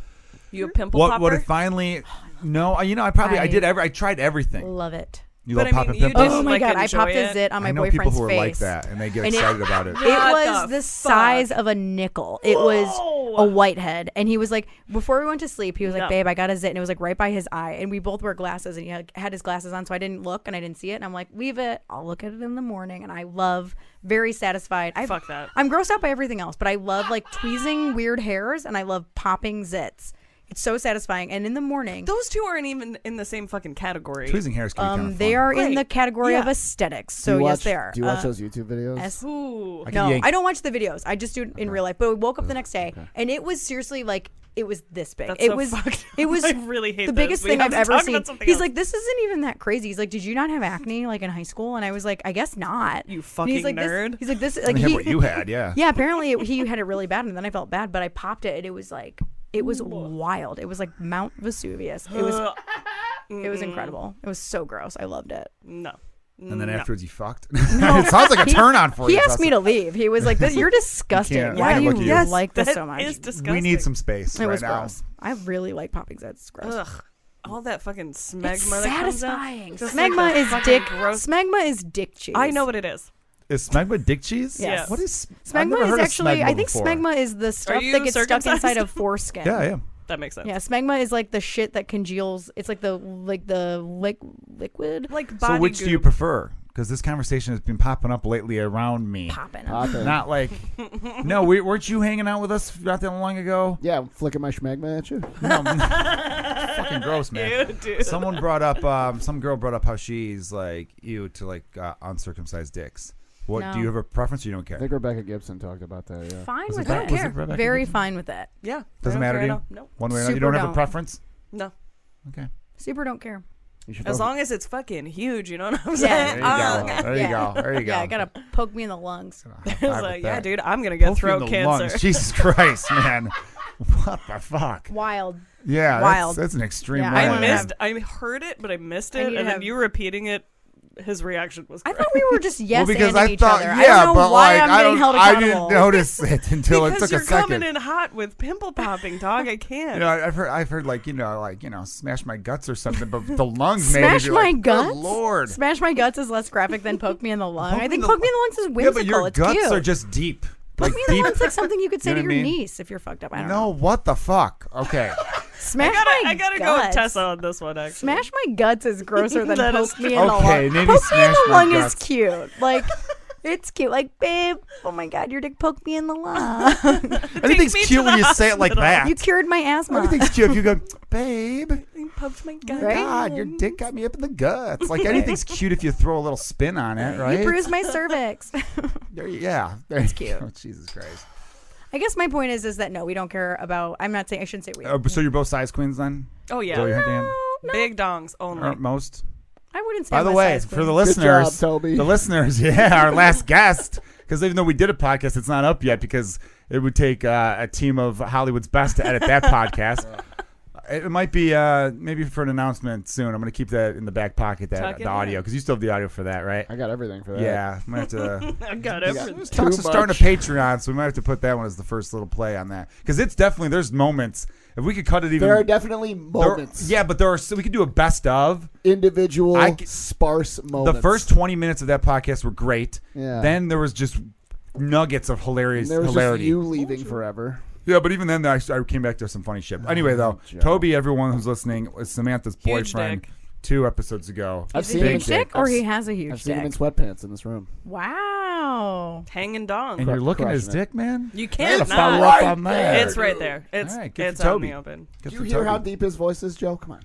[SPEAKER 3] You a pimple
[SPEAKER 1] what
[SPEAKER 3] popper?
[SPEAKER 1] what it finally? No, I- you know, I probably I,
[SPEAKER 4] I-
[SPEAKER 1] did. Every, I tried everything.
[SPEAKER 4] Love it.
[SPEAKER 1] You love
[SPEAKER 3] But I mean,
[SPEAKER 1] popping
[SPEAKER 3] you
[SPEAKER 1] pimples.
[SPEAKER 4] oh
[SPEAKER 3] didn't,
[SPEAKER 4] my
[SPEAKER 3] like,
[SPEAKER 4] god, I
[SPEAKER 3] enjoy
[SPEAKER 4] popped
[SPEAKER 3] it?
[SPEAKER 4] a zit on my
[SPEAKER 1] I know
[SPEAKER 4] boyfriend's
[SPEAKER 1] people who are
[SPEAKER 4] face.
[SPEAKER 1] like that, and they get
[SPEAKER 4] And it-
[SPEAKER 1] excited about
[SPEAKER 4] [LAUGHS]
[SPEAKER 1] it.
[SPEAKER 4] It
[SPEAKER 3] What
[SPEAKER 4] was
[SPEAKER 3] the
[SPEAKER 4] the size of a nickel. It was
[SPEAKER 3] Whoa!
[SPEAKER 4] a whitehead, and he was like, before we went to sleep, he was like,
[SPEAKER 3] No.
[SPEAKER 4] "Babe, I got a zit," and it was like right by his eye, and we both wear glasses, and he had had his glasses on, so I didn't look and I didn't see it, and I'm like, "Leave it. I'll look at it in the morning," and I love, very satisfied. I
[SPEAKER 3] Fuck that.
[SPEAKER 4] I'm grossed out by everything else, but I love like tweezing weird hairs, and I love popping zits. It's so satisfying, and in the morning.
[SPEAKER 3] Those two aren't even in the same fucking category.
[SPEAKER 1] Tweezing hairs can be kind
[SPEAKER 4] um,
[SPEAKER 1] of
[SPEAKER 4] they are in
[SPEAKER 3] Right.
[SPEAKER 4] the category of
[SPEAKER 3] Yeah.
[SPEAKER 4] aesthetics,
[SPEAKER 2] Do
[SPEAKER 4] so
[SPEAKER 2] you
[SPEAKER 4] yes,
[SPEAKER 2] watch-
[SPEAKER 4] they are.
[SPEAKER 2] Do you watch
[SPEAKER 4] Uh,
[SPEAKER 2] those YouTube videos?
[SPEAKER 4] S-
[SPEAKER 3] Ooh.
[SPEAKER 1] I can
[SPEAKER 4] No,
[SPEAKER 1] yank-
[SPEAKER 4] I don't watch the videos. I just do it in real life. But I woke up the next day, and it was seriously like it was this big.
[SPEAKER 3] That's
[SPEAKER 4] it
[SPEAKER 3] so
[SPEAKER 4] was.
[SPEAKER 3] fucked up.
[SPEAKER 4] It was.
[SPEAKER 3] [LAUGHS] I really hate
[SPEAKER 4] the
[SPEAKER 3] this.
[SPEAKER 4] biggest
[SPEAKER 3] We
[SPEAKER 4] thing
[SPEAKER 3] have
[SPEAKER 4] I've
[SPEAKER 3] to
[SPEAKER 4] ever
[SPEAKER 3] talk
[SPEAKER 4] seen.
[SPEAKER 3] about something
[SPEAKER 4] He's
[SPEAKER 3] else.
[SPEAKER 4] like, this isn't even that crazy. He's like, did you not have acne like in high school? And I was like, I guess not.
[SPEAKER 3] You
[SPEAKER 4] And
[SPEAKER 3] fucking
[SPEAKER 4] he's like, this-
[SPEAKER 3] nerd.
[SPEAKER 4] He's like, this.
[SPEAKER 1] I
[SPEAKER 4] Like
[SPEAKER 1] mean,
[SPEAKER 4] he,
[SPEAKER 1] what you had, yeah.
[SPEAKER 4] [LAUGHS] yeah, apparently it, he had it really bad, and then I felt bad, but I popped it, and it was like it was wild. It was like Mount Vesuvius. It
[SPEAKER 1] Uh,
[SPEAKER 4] was.
[SPEAKER 3] Ugh.
[SPEAKER 4] It
[SPEAKER 3] [GASPS]
[SPEAKER 4] was incredible. It was so gross. I loved it.
[SPEAKER 3] No.
[SPEAKER 1] And then
[SPEAKER 3] No.
[SPEAKER 1] afterwards, you fucked. [LAUGHS] it sounds like a turn on for
[SPEAKER 4] He
[SPEAKER 1] you.
[SPEAKER 4] asked me
[SPEAKER 1] Justin.
[SPEAKER 4] to leave. He was like, this,
[SPEAKER 1] [LAUGHS]
[SPEAKER 4] "You're disgusting.
[SPEAKER 1] can't-
[SPEAKER 4] Why
[SPEAKER 1] I
[SPEAKER 4] do
[SPEAKER 1] can't
[SPEAKER 4] you,
[SPEAKER 1] look at you.
[SPEAKER 3] Yes,
[SPEAKER 4] like this
[SPEAKER 3] that
[SPEAKER 4] so much?"
[SPEAKER 3] is disgusting.
[SPEAKER 1] We need some space
[SPEAKER 4] It
[SPEAKER 1] right
[SPEAKER 4] was
[SPEAKER 1] now.
[SPEAKER 4] gross. I really like popping zits. It's gross.
[SPEAKER 3] Ugh. All that fucking smegma
[SPEAKER 4] It's
[SPEAKER 3] that comes out.
[SPEAKER 4] satisfying.
[SPEAKER 3] Just
[SPEAKER 4] Smegma
[SPEAKER 3] like the
[SPEAKER 4] is
[SPEAKER 3] fucking
[SPEAKER 4] dick.
[SPEAKER 3] Gross.
[SPEAKER 4] Smegma is dick cheese.
[SPEAKER 3] I know what it is.
[SPEAKER 1] Is smegma dick cheese?
[SPEAKER 4] Yes.
[SPEAKER 1] What is I've
[SPEAKER 4] Smegma
[SPEAKER 1] never
[SPEAKER 4] is
[SPEAKER 1] heard of
[SPEAKER 4] actually. I think
[SPEAKER 1] before.
[SPEAKER 4] smegma is the stuff
[SPEAKER 3] you
[SPEAKER 4] that gets stuck
[SPEAKER 3] circumcised?
[SPEAKER 4] inside of foreskin.
[SPEAKER 1] [LAUGHS] Yeah, yeah.
[SPEAKER 3] That makes sense.
[SPEAKER 4] Yeah, smegma is like the shit that congeals. It's like the like the lic- liquid
[SPEAKER 3] Like body
[SPEAKER 1] So which do you
[SPEAKER 3] goop.
[SPEAKER 1] prefer? Because this conversation has been popping up lately around me.
[SPEAKER 4] popping. up.
[SPEAKER 2] Poppin'.
[SPEAKER 1] Not
[SPEAKER 4] [LAUGHS]
[SPEAKER 1] like, no, we, weren't you hanging out with us not that long ago?
[SPEAKER 2] yeah, I'm flicking my schmegma at you.
[SPEAKER 1] No,
[SPEAKER 3] [LAUGHS]
[SPEAKER 1] fucking gross, man.
[SPEAKER 3] Ew, dude.
[SPEAKER 1] Someone brought up, um, some girl brought up how she's like you to like uh, uncircumcised dicks. What do
[SPEAKER 4] No.
[SPEAKER 1] you have a preference? Or you don't care.
[SPEAKER 2] I think Rebecca Gibson talked about that. Yeah.
[SPEAKER 4] Fine
[SPEAKER 1] Was
[SPEAKER 4] with
[SPEAKER 1] it Rebecca-
[SPEAKER 4] that.
[SPEAKER 1] was it Rebecca
[SPEAKER 4] Very
[SPEAKER 1] Gibson?
[SPEAKER 4] fine with that.
[SPEAKER 3] Yeah.
[SPEAKER 1] Doesn't
[SPEAKER 3] I
[SPEAKER 1] matter to
[SPEAKER 3] don't
[SPEAKER 1] you?
[SPEAKER 3] care at all. No.
[SPEAKER 1] One way or another, you
[SPEAKER 4] Super
[SPEAKER 1] don't have a
[SPEAKER 4] don't.
[SPEAKER 1] preference.
[SPEAKER 3] No.
[SPEAKER 1] Okay.
[SPEAKER 4] Super don't care.
[SPEAKER 2] You should
[SPEAKER 3] As
[SPEAKER 2] vote-
[SPEAKER 3] long as it's fucking huge, you know what I'm
[SPEAKER 4] Yeah.
[SPEAKER 1] There
[SPEAKER 3] saying?
[SPEAKER 4] [LAUGHS]
[SPEAKER 1] you
[SPEAKER 3] Uh,
[SPEAKER 1] go. There you
[SPEAKER 4] Oh, Yeah.
[SPEAKER 1] go. There you
[SPEAKER 4] [LAUGHS]
[SPEAKER 1] go.
[SPEAKER 4] Yeah, I
[SPEAKER 1] [LAUGHS]
[SPEAKER 4] gotta poke me in the [LAUGHS] lungs.
[SPEAKER 1] High
[SPEAKER 3] I
[SPEAKER 1] five
[SPEAKER 3] was
[SPEAKER 1] with
[SPEAKER 3] like, yeah,
[SPEAKER 1] that.
[SPEAKER 3] dude, I'm gonna get
[SPEAKER 1] Poke you in
[SPEAKER 3] throat
[SPEAKER 1] the lungs.
[SPEAKER 3] cancer.
[SPEAKER 1] [LAUGHS] Jesus Christ, man. What the fuck?
[SPEAKER 4] Wild.
[SPEAKER 1] Yeah,
[SPEAKER 4] Wild.
[SPEAKER 1] That's, that's an extreme
[SPEAKER 4] Yeah, I
[SPEAKER 1] right.
[SPEAKER 3] I
[SPEAKER 4] wanna
[SPEAKER 3] missed. I heard it, but I missed
[SPEAKER 4] I
[SPEAKER 3] it,
[SPEAKER 4] need to
[SPEAKER 3] and then
[SPEAKER 4] have-
[SPEAKER 3] you repeating it, his reaction was.
[SPEAKER 4] I
[SPEAKER 3] Correct.
[SPEAKER 4] thought we were just yes
[SPEAKER 1] [LAUGHS] well, because
[SPEAKER 4] anding
[SPEAKER 1] I
[SPEAKER 4] each
[SPEAKER 1] thought,
[SPEAKER 4] other.
[SPEAKER 1] yeah,
[SPEAKER 4] I don't know
[SPEAKER 1] but
[SPEAKER 4] why
[SPEAKER 1] like,
[SPEAKER 4] I'm
[SPEAKER 1] I,
[SPEAKER 4] getting
[SPEAKER 1] don't-
[SPEAKER 4] held
[SPEAKER 1] I
[SPEAKER 4] accountable.
[SPEAKER 1] didn't
[SPEAKER 4] [LAUGHS]
[SPEAKER 1] notice it until it
[SPEAKER 3] because
[SPEAKER 1] took
[SPEAKER 3] you're
[SPEAKER 1] a second.
[SPEAKER 3] coming in hot with pimple popping, dog. I can't.
[SPEAKER 1] you know, I've heard, I've heard, like you know, like you know, smash my guts or something, but the lungs made
[SPEAKER 4] Smash
[SPEAKER 1] it.
[SPEAKER 4] my
[SPEAKER 1] like,
[SPEAKER 4] guts.
[SPEAKER 1] Good lord.
[SPEAKER 4] Smash my guts is less graphic than poke me in the lung.
[SPEAKER 1] Poke
[SPEAKER 4] I
[SPEAKER 1] me
[SPEAKER 4] think
[SPEAKER 1] in the
[SPEAKER 4] poke me in the lungs is
[SPEAKER 1] yeah,
[SPEAKER 4] whimsical.
[SPEAKER 1] but your
[SPEAKER 4] it's
[SPEAKER 1] guts
[SPEAKER 4] cute.
[SPEAKER 1] are just deep.
[SPEAKER 4] poke
[SPEAKER 1] Like
[SPEAKER 4] me in the
[SPEAKER 1] deep.
[SPEAKER 4] lungs like something you could say
[SPEAKER 1] [LAUGHS] You know
[SPEAKER 4] to
[SPEAKER 1] what
[SPEAKER 4] your
[SPEAKER 1] I mean?
[SPEAKER 4] niece if you're fucked up. I don't
[SPEAKER 1] No,
[SPEAKER 4] know.
[SPEAKER 1] what the fuck? [LAUGHS] Okay,
[SPEAKER 4] Smash
[SPEAKER 3] I gotta,
[SPEAKER 4] my
[SPEAKER 3] I gotta go with
[SPEAKER 4] guts.
[SPEAKER 3] Tessa on this one. Actually,
[SPEAKER 4] Smash my guts is
[SPEAKER 1] [LAUGHS]
[SPEAKER 4] grosser than
[SPEAKER 3] That is
[SPEAKER 4] poke me in the lung.
[SPEAKER 1] Okay, maybe
[SPEAKER 4] poke me in
[SPEAKER 1] smash
[SPEAKER 4] the
[SPEAKER 1] my
[SPEAKER 4] lung
[SPEAKER 1] guts.
[SPEAKER 4] is cute.
[SPEAKER 1] [LAUGHS]
[SPEAKER 4] Like it's cute. Like babe, oh my god, your dick poked me in the
[SPEAKER 1] [LAUGHS]
[SPEAKER 4] lung.
[SPEAKER 1] everything's
[SPEAKER 3] me to
[SPEAKER 1] cute when
[SPEAKER 3] the
[SPEAKER 1] you say it like
[SPEAKER 3] hospital.
[SPEAKER 1] that.
[SPEAKER 4] you cured my asthma.
[SPEAKER 1] everything's cute if
[SPEAKER 4] [LAUGHS]
[SPEAKER 1] you go, babe.
[SPEAKER 3] You poked my gun.
[SPEAKER 4] Right?
[SPEAKER 1] God, your dick got me up in the guts. Like anything's cute if you throw a little spin on it, right?
[SPEAKER 4] You bruised
[SPEAKER 1] [LAUGHS]
[SPEAKER 4] my cervix.
[SPEAKER 1] There you- yeah, that's
[SPEAKER 4] cute.
[SPEAKER 1] Oh, [LAUGHS] Jesus Christ.
[SPEAKER 4] I guess my point is is that no, we don't care about. I'm not saying I shouldn't say we.
[SPEAKER 1] Uh, so you're both size queens then?
[SPEAKER 3] Oh
[SPEAKER 1] Is that what you
[SPEAKER 3] yeah,
[SPEAKER 1] had, Dan?
[SPEAKER 4] no,
[SPEAKER 3] big dongs only.
[SPEAKER 1] Or most?
[SPEAKER 4] I wouldn't say.
[SPEAKER 1] By
[SPEAKER 4] I'm
[SPEAKER 1] the
[SPEAKER 4] a
[SPEAKER 1] way,
[SPEAKER 4] size
[SPEAKER 1] for
[SPEAKER 4] queen.
[SPEAKER 1] the
[SPEAKER 2] Good
[SPEAKER 1] listeners,
[SPEAKER 2] job, Toby.
[SPEAKER 1] the listeners, [LAUGHS] yeah, our last guest, because even though we did a podcast, it's not up yet because it would take uh, a team of Hollywood's best to edit that podcast. It it might be uh, maybe for an announcement soon. I'm going to keep that in the back pocket, that
[SPEAKER 3] Tuck it
[SPEAKER 1] the audio,
[SPEAKER 3] in.
[SPEAKER 1] because you still have the audio for that, right?
[SPEAKER 2] I got everything for that.
[SPEAKER 1] Yeah, I'm gonna have to.
[SPEAKER 3] I got
[SPEAKER 2] Yeah.
[SPEAKER 3] everything.
[SPEAKER 2] Too
[SPEAKER 1] Talks of starting a
[SPEAKER 2] much.
[SPEAKER 1] Patreon, so we might have to put that one as the first little play on that because it's definitely there's moments. If we could cut it even,
[SPEAKER 2] There are definitely
[SPEAKER 1] there-
[SPEAKER 2] moments.
[SPEAKER 1] yeah, but there are so we could do a best of.
[SPEAKER 2] Individual
[SPEAKER 1] I c-
[SPEAKER 2] sparse moments.
[SPEAKER 1] The first 20 minutes of that podcast were great.
[SPEAKER 2] Yeah.
[SPEAKER 1] Then there was just nuggets of hilarious
[SPEAKER 2] And there was
[SPEAKER 1] hilarity.
[SPEAKER 2] just you leaving forever.
[SPEAKER 1] Yeah, but even then, I, I came back to some funny shit. Anyway, though,
[SPEAKER 2] Joe.
[SPEAKER 1] Toby, everyone who's listening, was Samantha's
[SPEAKER 3] Huge
[SPEAKER 1] boyfriend
[SPEAKER 3] dick.
[SPEAKER 1] two episodes ago.
[SPEAKER 2] I've
[SPEAKER 4] Is
[SPEAKER 2] seen
[SPEAKER 4] he a
[SPEAKER 2] him in
[SPEAKER 4] huge dick, or
[SPEAKER 2] I've
[SPEAKER 4] he
[SPEAKER 2] s-
[SPEAKER 4] has a huge
[SPEAKER 2] I've seen
[SPEAKER 4] dick.
[SPEAKER 2] him in sweatpants in this room.
[SPEAKER 4] wow.
[SPEAKER 3] Hanging dongs.
[SPEAKER 1] and you're looking at his
[SPEAKER 2] crushing it.
[SPEAKER 1] dick, man.
[SPEAKER 3] you
[SPEAKER 1] I
[SPEAKER 3] can't
[SPEAKER 1] gotta follow
[SPEAKER 3] not.
[SPEAKER 1] up on that.
[SPEAKER 3] It's right there. It's
[SPEAKER 1] All right, good
[SPEAKER 3] it's
[SPEAKER 1] for
[SPEAKER 3] out in the
[SPEAKER 1] Toby.
[SPEAKER 3] open.
[SPEAKER 1] Good
[SPEAKER 2] Do
[SPEAKER 1] for
[SPEAKER 2] you hear how
[SPEAKER 1] Toby.
[SPEAKER 2] deep his voice is, Joe? Come on.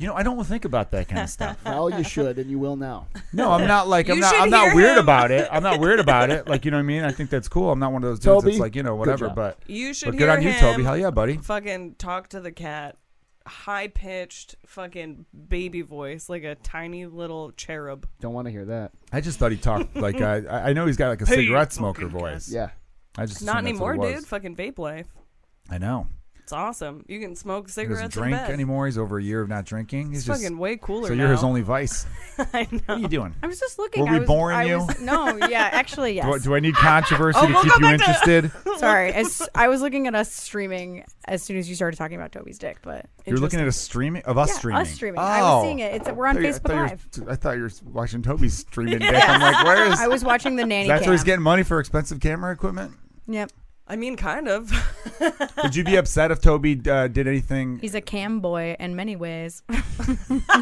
[SPEAKER 1] You know, I don't think about that
[SPEAKER 2] [LAUGHS]
[SPEAKER 1] kind of stuff.
[SPEAKER 2] Well, you should, and you will now.
[SPEAKER 1] No, I'm not like I'm
[SPEAKER 3] You
[SPEAKER 1] not
[SPEAKER 3] should
[SPEAKER 1] I'm not
[SPEAKER 3] hear
[SPEAKER 1] weird
[SPEAKER 3] him.
[SPEAKER 1] about it. I'm not weird about it. Like you know what I mean? I think that's cool. I'm not one of those dudes
[SPEAKER 2] Toby,
[SPEAKER 1] that's like you know
[SPEAKER 2] good
[SPEAKER 1] whatever.
[SPEAKER 2] job.
[SPEAKER 1] But
[SPEAKER 3] You should
[SPEAKER 1] but good
[SPEAKER 3] hear
[SPEAKER 1] on you,
[SPEAKER 3] him
[SPEAKER 1] Toby. Hell yeah, buddy.
[SPEAKER 3] fucking talk to the cat. high pitched fucking baby voice, like a tiny little cherub.
[SPEAKER 2] Don't want to hear that.
[SPEAKER 1] I just thought he talked like I. I I know he's got like a
[SPEAKER 3] Hey,
[SPEAKER 1] cigarette
[SPEAKER 3] fucking
[SPEAKER 1] smoker
[SPEAKER 3] cuss.
[SPEAKER 1] voice.
[SPEAKER 2] Yeah.
[SPEAKER 1] I just
[SPEAKER 3] Not
[SPEAKER 1] assumed that's what
[SPEAKER 3] anymore,
[SPEAKER 1] it was.
[SPEAKER 3] dude. Fucking vape life.
[SPEAKER 1] I know.
[SPEAKER 3] It's awesome. You can smoke
[SPEAKER 1] He doesn't
[SPEAKER 3] cigarettes in
[SPEAKER 1] drink
[SPEAKER 3] bed.
[SPEAKER 1] anymore. He's over a year of not drinking. He's
[SPEAKER 3] It's
[SPEAKER 1] just
[SPEAKER 3] fucking way cooler.
[SPEAKER 1] so you're his
[SPEAKER 3] now.
[SPEAKER 1] only vice.
[SPEAKER 3] [LAUGHS] I know.
[SPEAKER 1] What are you doing?
[SPEAKER 4] I was just looking.
[SPEAKER 1] Were
[SPEAKER 4] I
[SPEAKER 1] we
[SPEAKER 4] was,
[SPEAKER 1] boring
[SPEAKER 4] I
[SPEAKER 1] you?
[SPEAKER 4] Was, no, yeah, actually, yes.
[SPEAKER 1] [LAUGHS] Do, I- do I need controversy
[SPEAKER 3] [LAUGHS] Oh,
[SPEAKER 1] to
[SPEAKER 3] we'll
[SPEAKER 1] keep
[SPEAKER 3] go
[SPEAKER 1] you
[SPEAKER 3] back to-
[SPEAKER 1] interested? [LAUGHS]
[SPEAKER 3] [LAUGHS]
[SPEAKER 4] Sorry, as I was looking at us streaming as soon as you started talking about Toby's dick, but
[SPEAKER 1] You're looking at a streaming of us
[SPEAKER 4] yeah,
[SPEAKER 1] streaming. Oh.
[SPEAKER 4] us streaming. I was seeing it. It's we're on
[SPEAKER 1] I thought
[SPEAKER 4] Facebook
[SPEAKER 1] you were-
[SPEAKER 4] Live.
[SPEAKER 1] I thought you were watching Toby's
[SPEAKER 3] [LAUGHS]
[SPEAKER 1] streaming. dick. I'm like, where is?
[SPEAKER 4] I was watching the nanny.
[SPEAKER 1] [LAUGHS] That's
[SPEAKER 4] cam.
[SPEAKER 1] where he's getting money for expensive camera equipment.
[SPEAKER 4] Yep,
[SPEAKER 3] I mean, kind of. [LAUGHS]
[SPEAKER 4] [LAUGHS]
[SPEAKER 1] Would you be upset if Toby uh, did anything?
[SPEAKER 4] he's a cam boy in many ways.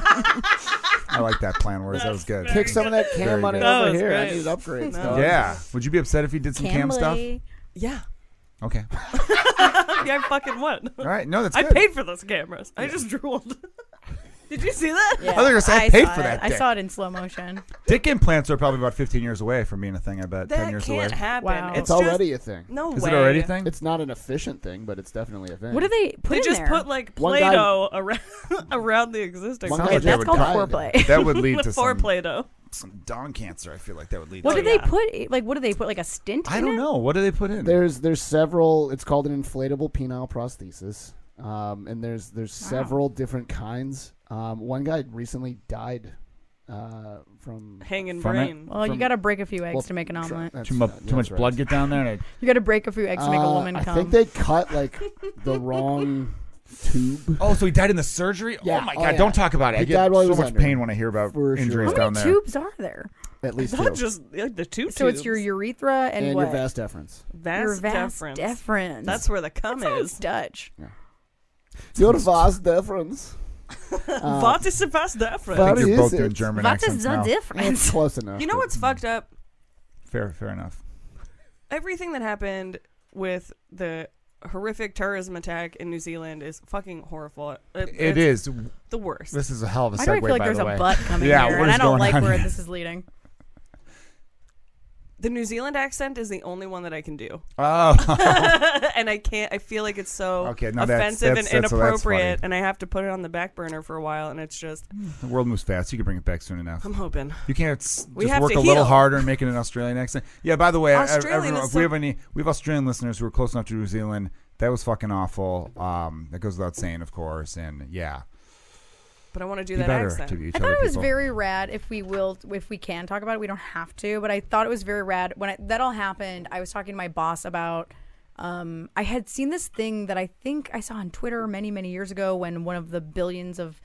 [SPEAKER 1] I like that
[SPEAKER 4] [LAUGHS]
[SPEAKER 1] plan. Whereas that was good.
[SPEAKER 2] Kick some of that
[SPEAKER 1] Very
[SPEAKER 2] cam money
[SPEAKER 1] good.
[SPEAKER 3] That
[SPEAKER 2] over
[SPEAKER 3] was
[SPEAKER 2] here. I
[SPEAKER 3] great.
[SPEAKER 2] need upgrades.
[SPEAKER 3] No.
[SPEAKER 2] dog.
[SPEAKER 1] Yeah. Would you be upset if he did some cam stuff?
[SPEAKER 4] boy.
[SPEAKER 3] yeah.
[SPEAKER 1] Okay.
[SPEAKER 3] Yeah, I fucking won.
[SPEAKER 1] All right. No, that's
[SPEAKER 3] I
[SPEAKER 1] good.
[SPEAKER 3] paid for those cameras. I just drooled. Did you see that?
[SPEAKER 4] Yeah.
[SPEAKER 1] I was gonna say, I paid
[SPEAKER 4] saw
[SPEAKER 1] for
[SPEAKER 4] it.
[SPEAKER 1] that
[SPEAKER 4] I
[SPEAKER 1] dick.
[SPEAKER 4] saw it in slow
[SPEAKER 1] [LAUGHS]
[SPEAKER 4] motion.
[SPEAKER 1] Dick implants are probably about 15 years away from being a thing. I bet 10
[SPEAKER 3] That
[SPEAKER 1] years
[SPEAKER 3] can't
[SPEAKER 1] away.
[SPEAKER 3] happen.
[SPEAKER 4] Wow.
[SPEAKER 2] It's,
[SPEAKER 3] It's, just-
[SPEAKER 2] already a thing.
[SPEAKER 3] no way.
[SPEAKER 1] Is it already a thing?
[SPEAKER 2] It's not an efficient thing, but it's definitely a thing.
[SPEAKER 4] What do they put
[SPEAKER 3] They
[SPEAKER 4] in
[SPEAKER 3] just
[SPEAKER 4] there?
[SPEAKER 3] put like
[SPEAKER 2] One
[SPEAKER 3] Play
[SPEAKER 2] guy-
[SPEAKER 3] Doh around, [LAUGHS] around the existing.
[SPEAKER 2] One
[SPEAKER 1] Sounds
[SPEAKER 2] guy
[SPEAKER 1] like they
[SPEAKER 4] That's
[SPEAKER 1] would
[SPEAKER 4] called
[SPEAKER 1] cut Oh,
[SPEAKER 2] die.
[SPEAKER 4] foreplay.
[SPEAKER 1] that would lead
[SPEAKER 3] [LAUGHS] With
[SPEAKER 1] to
[SPEAKER 3] four
[SPEAKER 1] some,
[SPEAKER 3] Play Doh.
[SPEAKER 1] some dong cancer. I feel like that would
[SPEAKER 4] [LAUGHS]
[SPEAKER 1] lead.
[SPEAKER 4] What
[SPEAKER 1] to
[SPEAKER 4] do they put? Like, what do they put? Like a stint?
[SPEAKER 1] I
[SPEAKER 4] in
[SPEAKER 1] don't
[SPEAKER 4] it?
[SPEAKER 1] know. What do they put in?
[SPEAKER 2] There's there's several. It's called an inflatable penile prosthesis, um, and there's there's several different kinds. Um, one guy recently died uh, from.
[SPEAKER 3] Hanging
[SPEAKER 1] From it?
[SPEAKER 3] brain.
[SPEAKER 4] Well, you
[SPEAKER 2] From-
[SPEAKER 4] got to break a few eggs
[SPEAKER 2] well,
[SPEAKER 4] to make an
[SPEAKER 2] tr-
[SPEAKER 4] omelet.
[SPEAKER 2] that's-
[SPEAKER 1] too, mu-
[SPEAKER 2] that's
[SPEAKER 1] too much
[SPEAKER 2] right.
[SPEAKER 1] blood get down there. And
[SPEAKER 4] You got to break a few eggs to make a
[SPEAKER 2] Uh,
[SPEAKER 4] woman
[SPEAKER 2] I
[SPEAKER 4] come.
[SPEAKER 2] think they cut like
[SPEAKER 4] [LAUGHS]
[SPEAKER 2] the wrong tube.
[SPEAKER 1] it- oh, so he died in the surgery.
[SPEAKER 2] Yeah.
[SPEAKER 1] Oh my
[SPEAKER 2] Oh,
[SPEAKER 1] god!
[SPEAKER 2] yeah.
[SPEAKER 1] Don't talk about it.
[SPEAKER 2] He
[SPEAKER 1] I get
[SPEAKER 2] died while he
[SPEAKER 1] so
[SPEAKER 2] was
[SPEAKER 1] much
[SPEAKER 2] under.
[SPEAKER 1] pain when I hear about
[SPEAKER 2] For sure.
[SPEAKER 4] How
[SPEAKER 1] injuries
[SPEAKER 2] How
[SPEAKER 1] down
[SPEAKER 4] many
[SPEAKER 1] there.
[SPEAKER 4] tubes are there?
[SPEAKER 2] At least two.
[SPEAKER 3] Not just like, the two
[SPEAKER 4] So it's your
[SPEAKER 3] tubes.
[SPEAKER 4] urethra and,
[SPEAKER 2] and
[SPEAKER 4] what?
[SPEAKER 2] your vas deferens.
[SPEAKER 3] Vast
[SPEAKER 4] Your vas
[SPEAKER 3] deferens.
[SPEAKER 4] deferens.
[SPEAKER 3] That's where the
[SPEAKER 4] That
[SPEAKER 3] cum
[SPEAKER 4] sounds
[SPEAKER 3] is.
[SPEAKER 4] Dutch.
[SPEAKER 2] Your vas deferens.
[SPEAKER 4] [LAUGHS]
[SPEAKER 2] Uh,
[SPEAKER 3] What is the vast deferens?
[SPEAKER 1] I
[SPEAKER 2] But-
[SPEAKER 1] think
[SPEAKER 2] What
[SPEAKER 1] you're
[SPEAKER 2] is
[SPEAKER 1] both doing
[SPEAKER 2] it?
[SPEAKER 1] German
[SPEAKER 4] What
[SPEAKER 1] accents
[SPEAKER 4] is the
[SPEAKER 1] now.
[SPEAKER 4] difference?
[SPEAKER 2] Close enough.
[SPEAKER 3] You know
[SPEAKER 2] but-
[SPEAKER 3] what's fucked up?
[SPEAKER 1] Fair, fair enough.
[SPEAKER 3] Everything that happened with the horrific terrorism attack in New Zealand is fucking horrible. It,
[SPEAKER 1] It
[SPEAKER 3] it's
[SPEAKER 1] is.
[SPEAKER 3] the worst.
[SPEAKER 1] This is a hell of a
[SPEAKER 4] Why
[SPEAKER 1] segue.
[SPEAKER 4] do [LAUGHS] I feel like
[SPEAKER 1] by
[SPEAKER 4] there's
[SPEAKER 1] the
[SPEAKER 4] a
[SPEAKER 1] way.
[SPEAKER 4] butt coming
[SPEAKER 1] Yeah,
[SPEAKER 4] here,
[SPEAKER 1] what
[SPEAKER 4] and I
[SPEAKER 1] is
[SPEAKER 4] don't
[SPEAKER 1] going
[SPEAKER 4] like
[SPEAKER 1] on
[SPEAKER 4] where
[SPEAKER 1] here?
[SPEAKER 4] this is leading.
[SPEAKER 3] The New Zealand accent is the only one that I can do. [LAUGHS]
[SPEAKER 1] Oh, [LAUGHS]
[SPEAKER 3] and I can't. I feel like it's so
[SPEAKER 1] Okay, no, that's-
[SPEAKER 3] offensive
[SPEAKER 1] that's-
[SPEAKER 3] and
[SPEAKER 1] that's- that's
[SPEAKER 3] inappropriate,
[SPEAKER 1] funny.
[SPEAKER 3] and I have to put it on the back burner for a while. And it's just,
[SPEAKER 1] the world moves fast. You can bring it back soon enough.
[SPEAKER 3] I'm hoping.
[SPEAKER 1] You can't s-
[SPEAKER 3] We
[SPEAKER 1] just
[SPEAKER 3] have
[SPEAKER 1] work
[SPEAKER 3] to
[SPEAKER 1] a little
[SPEAKER 3] heal.
[SPEAKER 1] harder and make it an Australian accent. Yeah. By the way, I- I-
[SPEAKER 3] Australian
[SPEAKER 1] everyone,
[SPEAKER 3] is
[SPEAKER 1] if we
[SPEAKER 3] so-
[SPEAKER 1] have any, we have Australian listeners who are close enough to New Zealand. That was fucking awful. Um, that goes without saying, of course. And yeah,
[SPEAKER 3] But I want to do
[SPEAKER 1] be
[SPEAKER 3] that
[SPEAKER 1] better
[SPEAKER 3] accent.
[SPEAKER 1] to each
[SPEAKER 4] I
[SPEAKER 1] other.
[SPEAKER 4] thought it was
[SPEAKER 1] people.
[SPEAKER 4] very rad if we will if we can talk about it. We don't have to, but I thought it was very rad when I, that all happened. I was talking to my boss about um, I had seen this thing that I think I saw on Twitter many many years ago when one of the billions of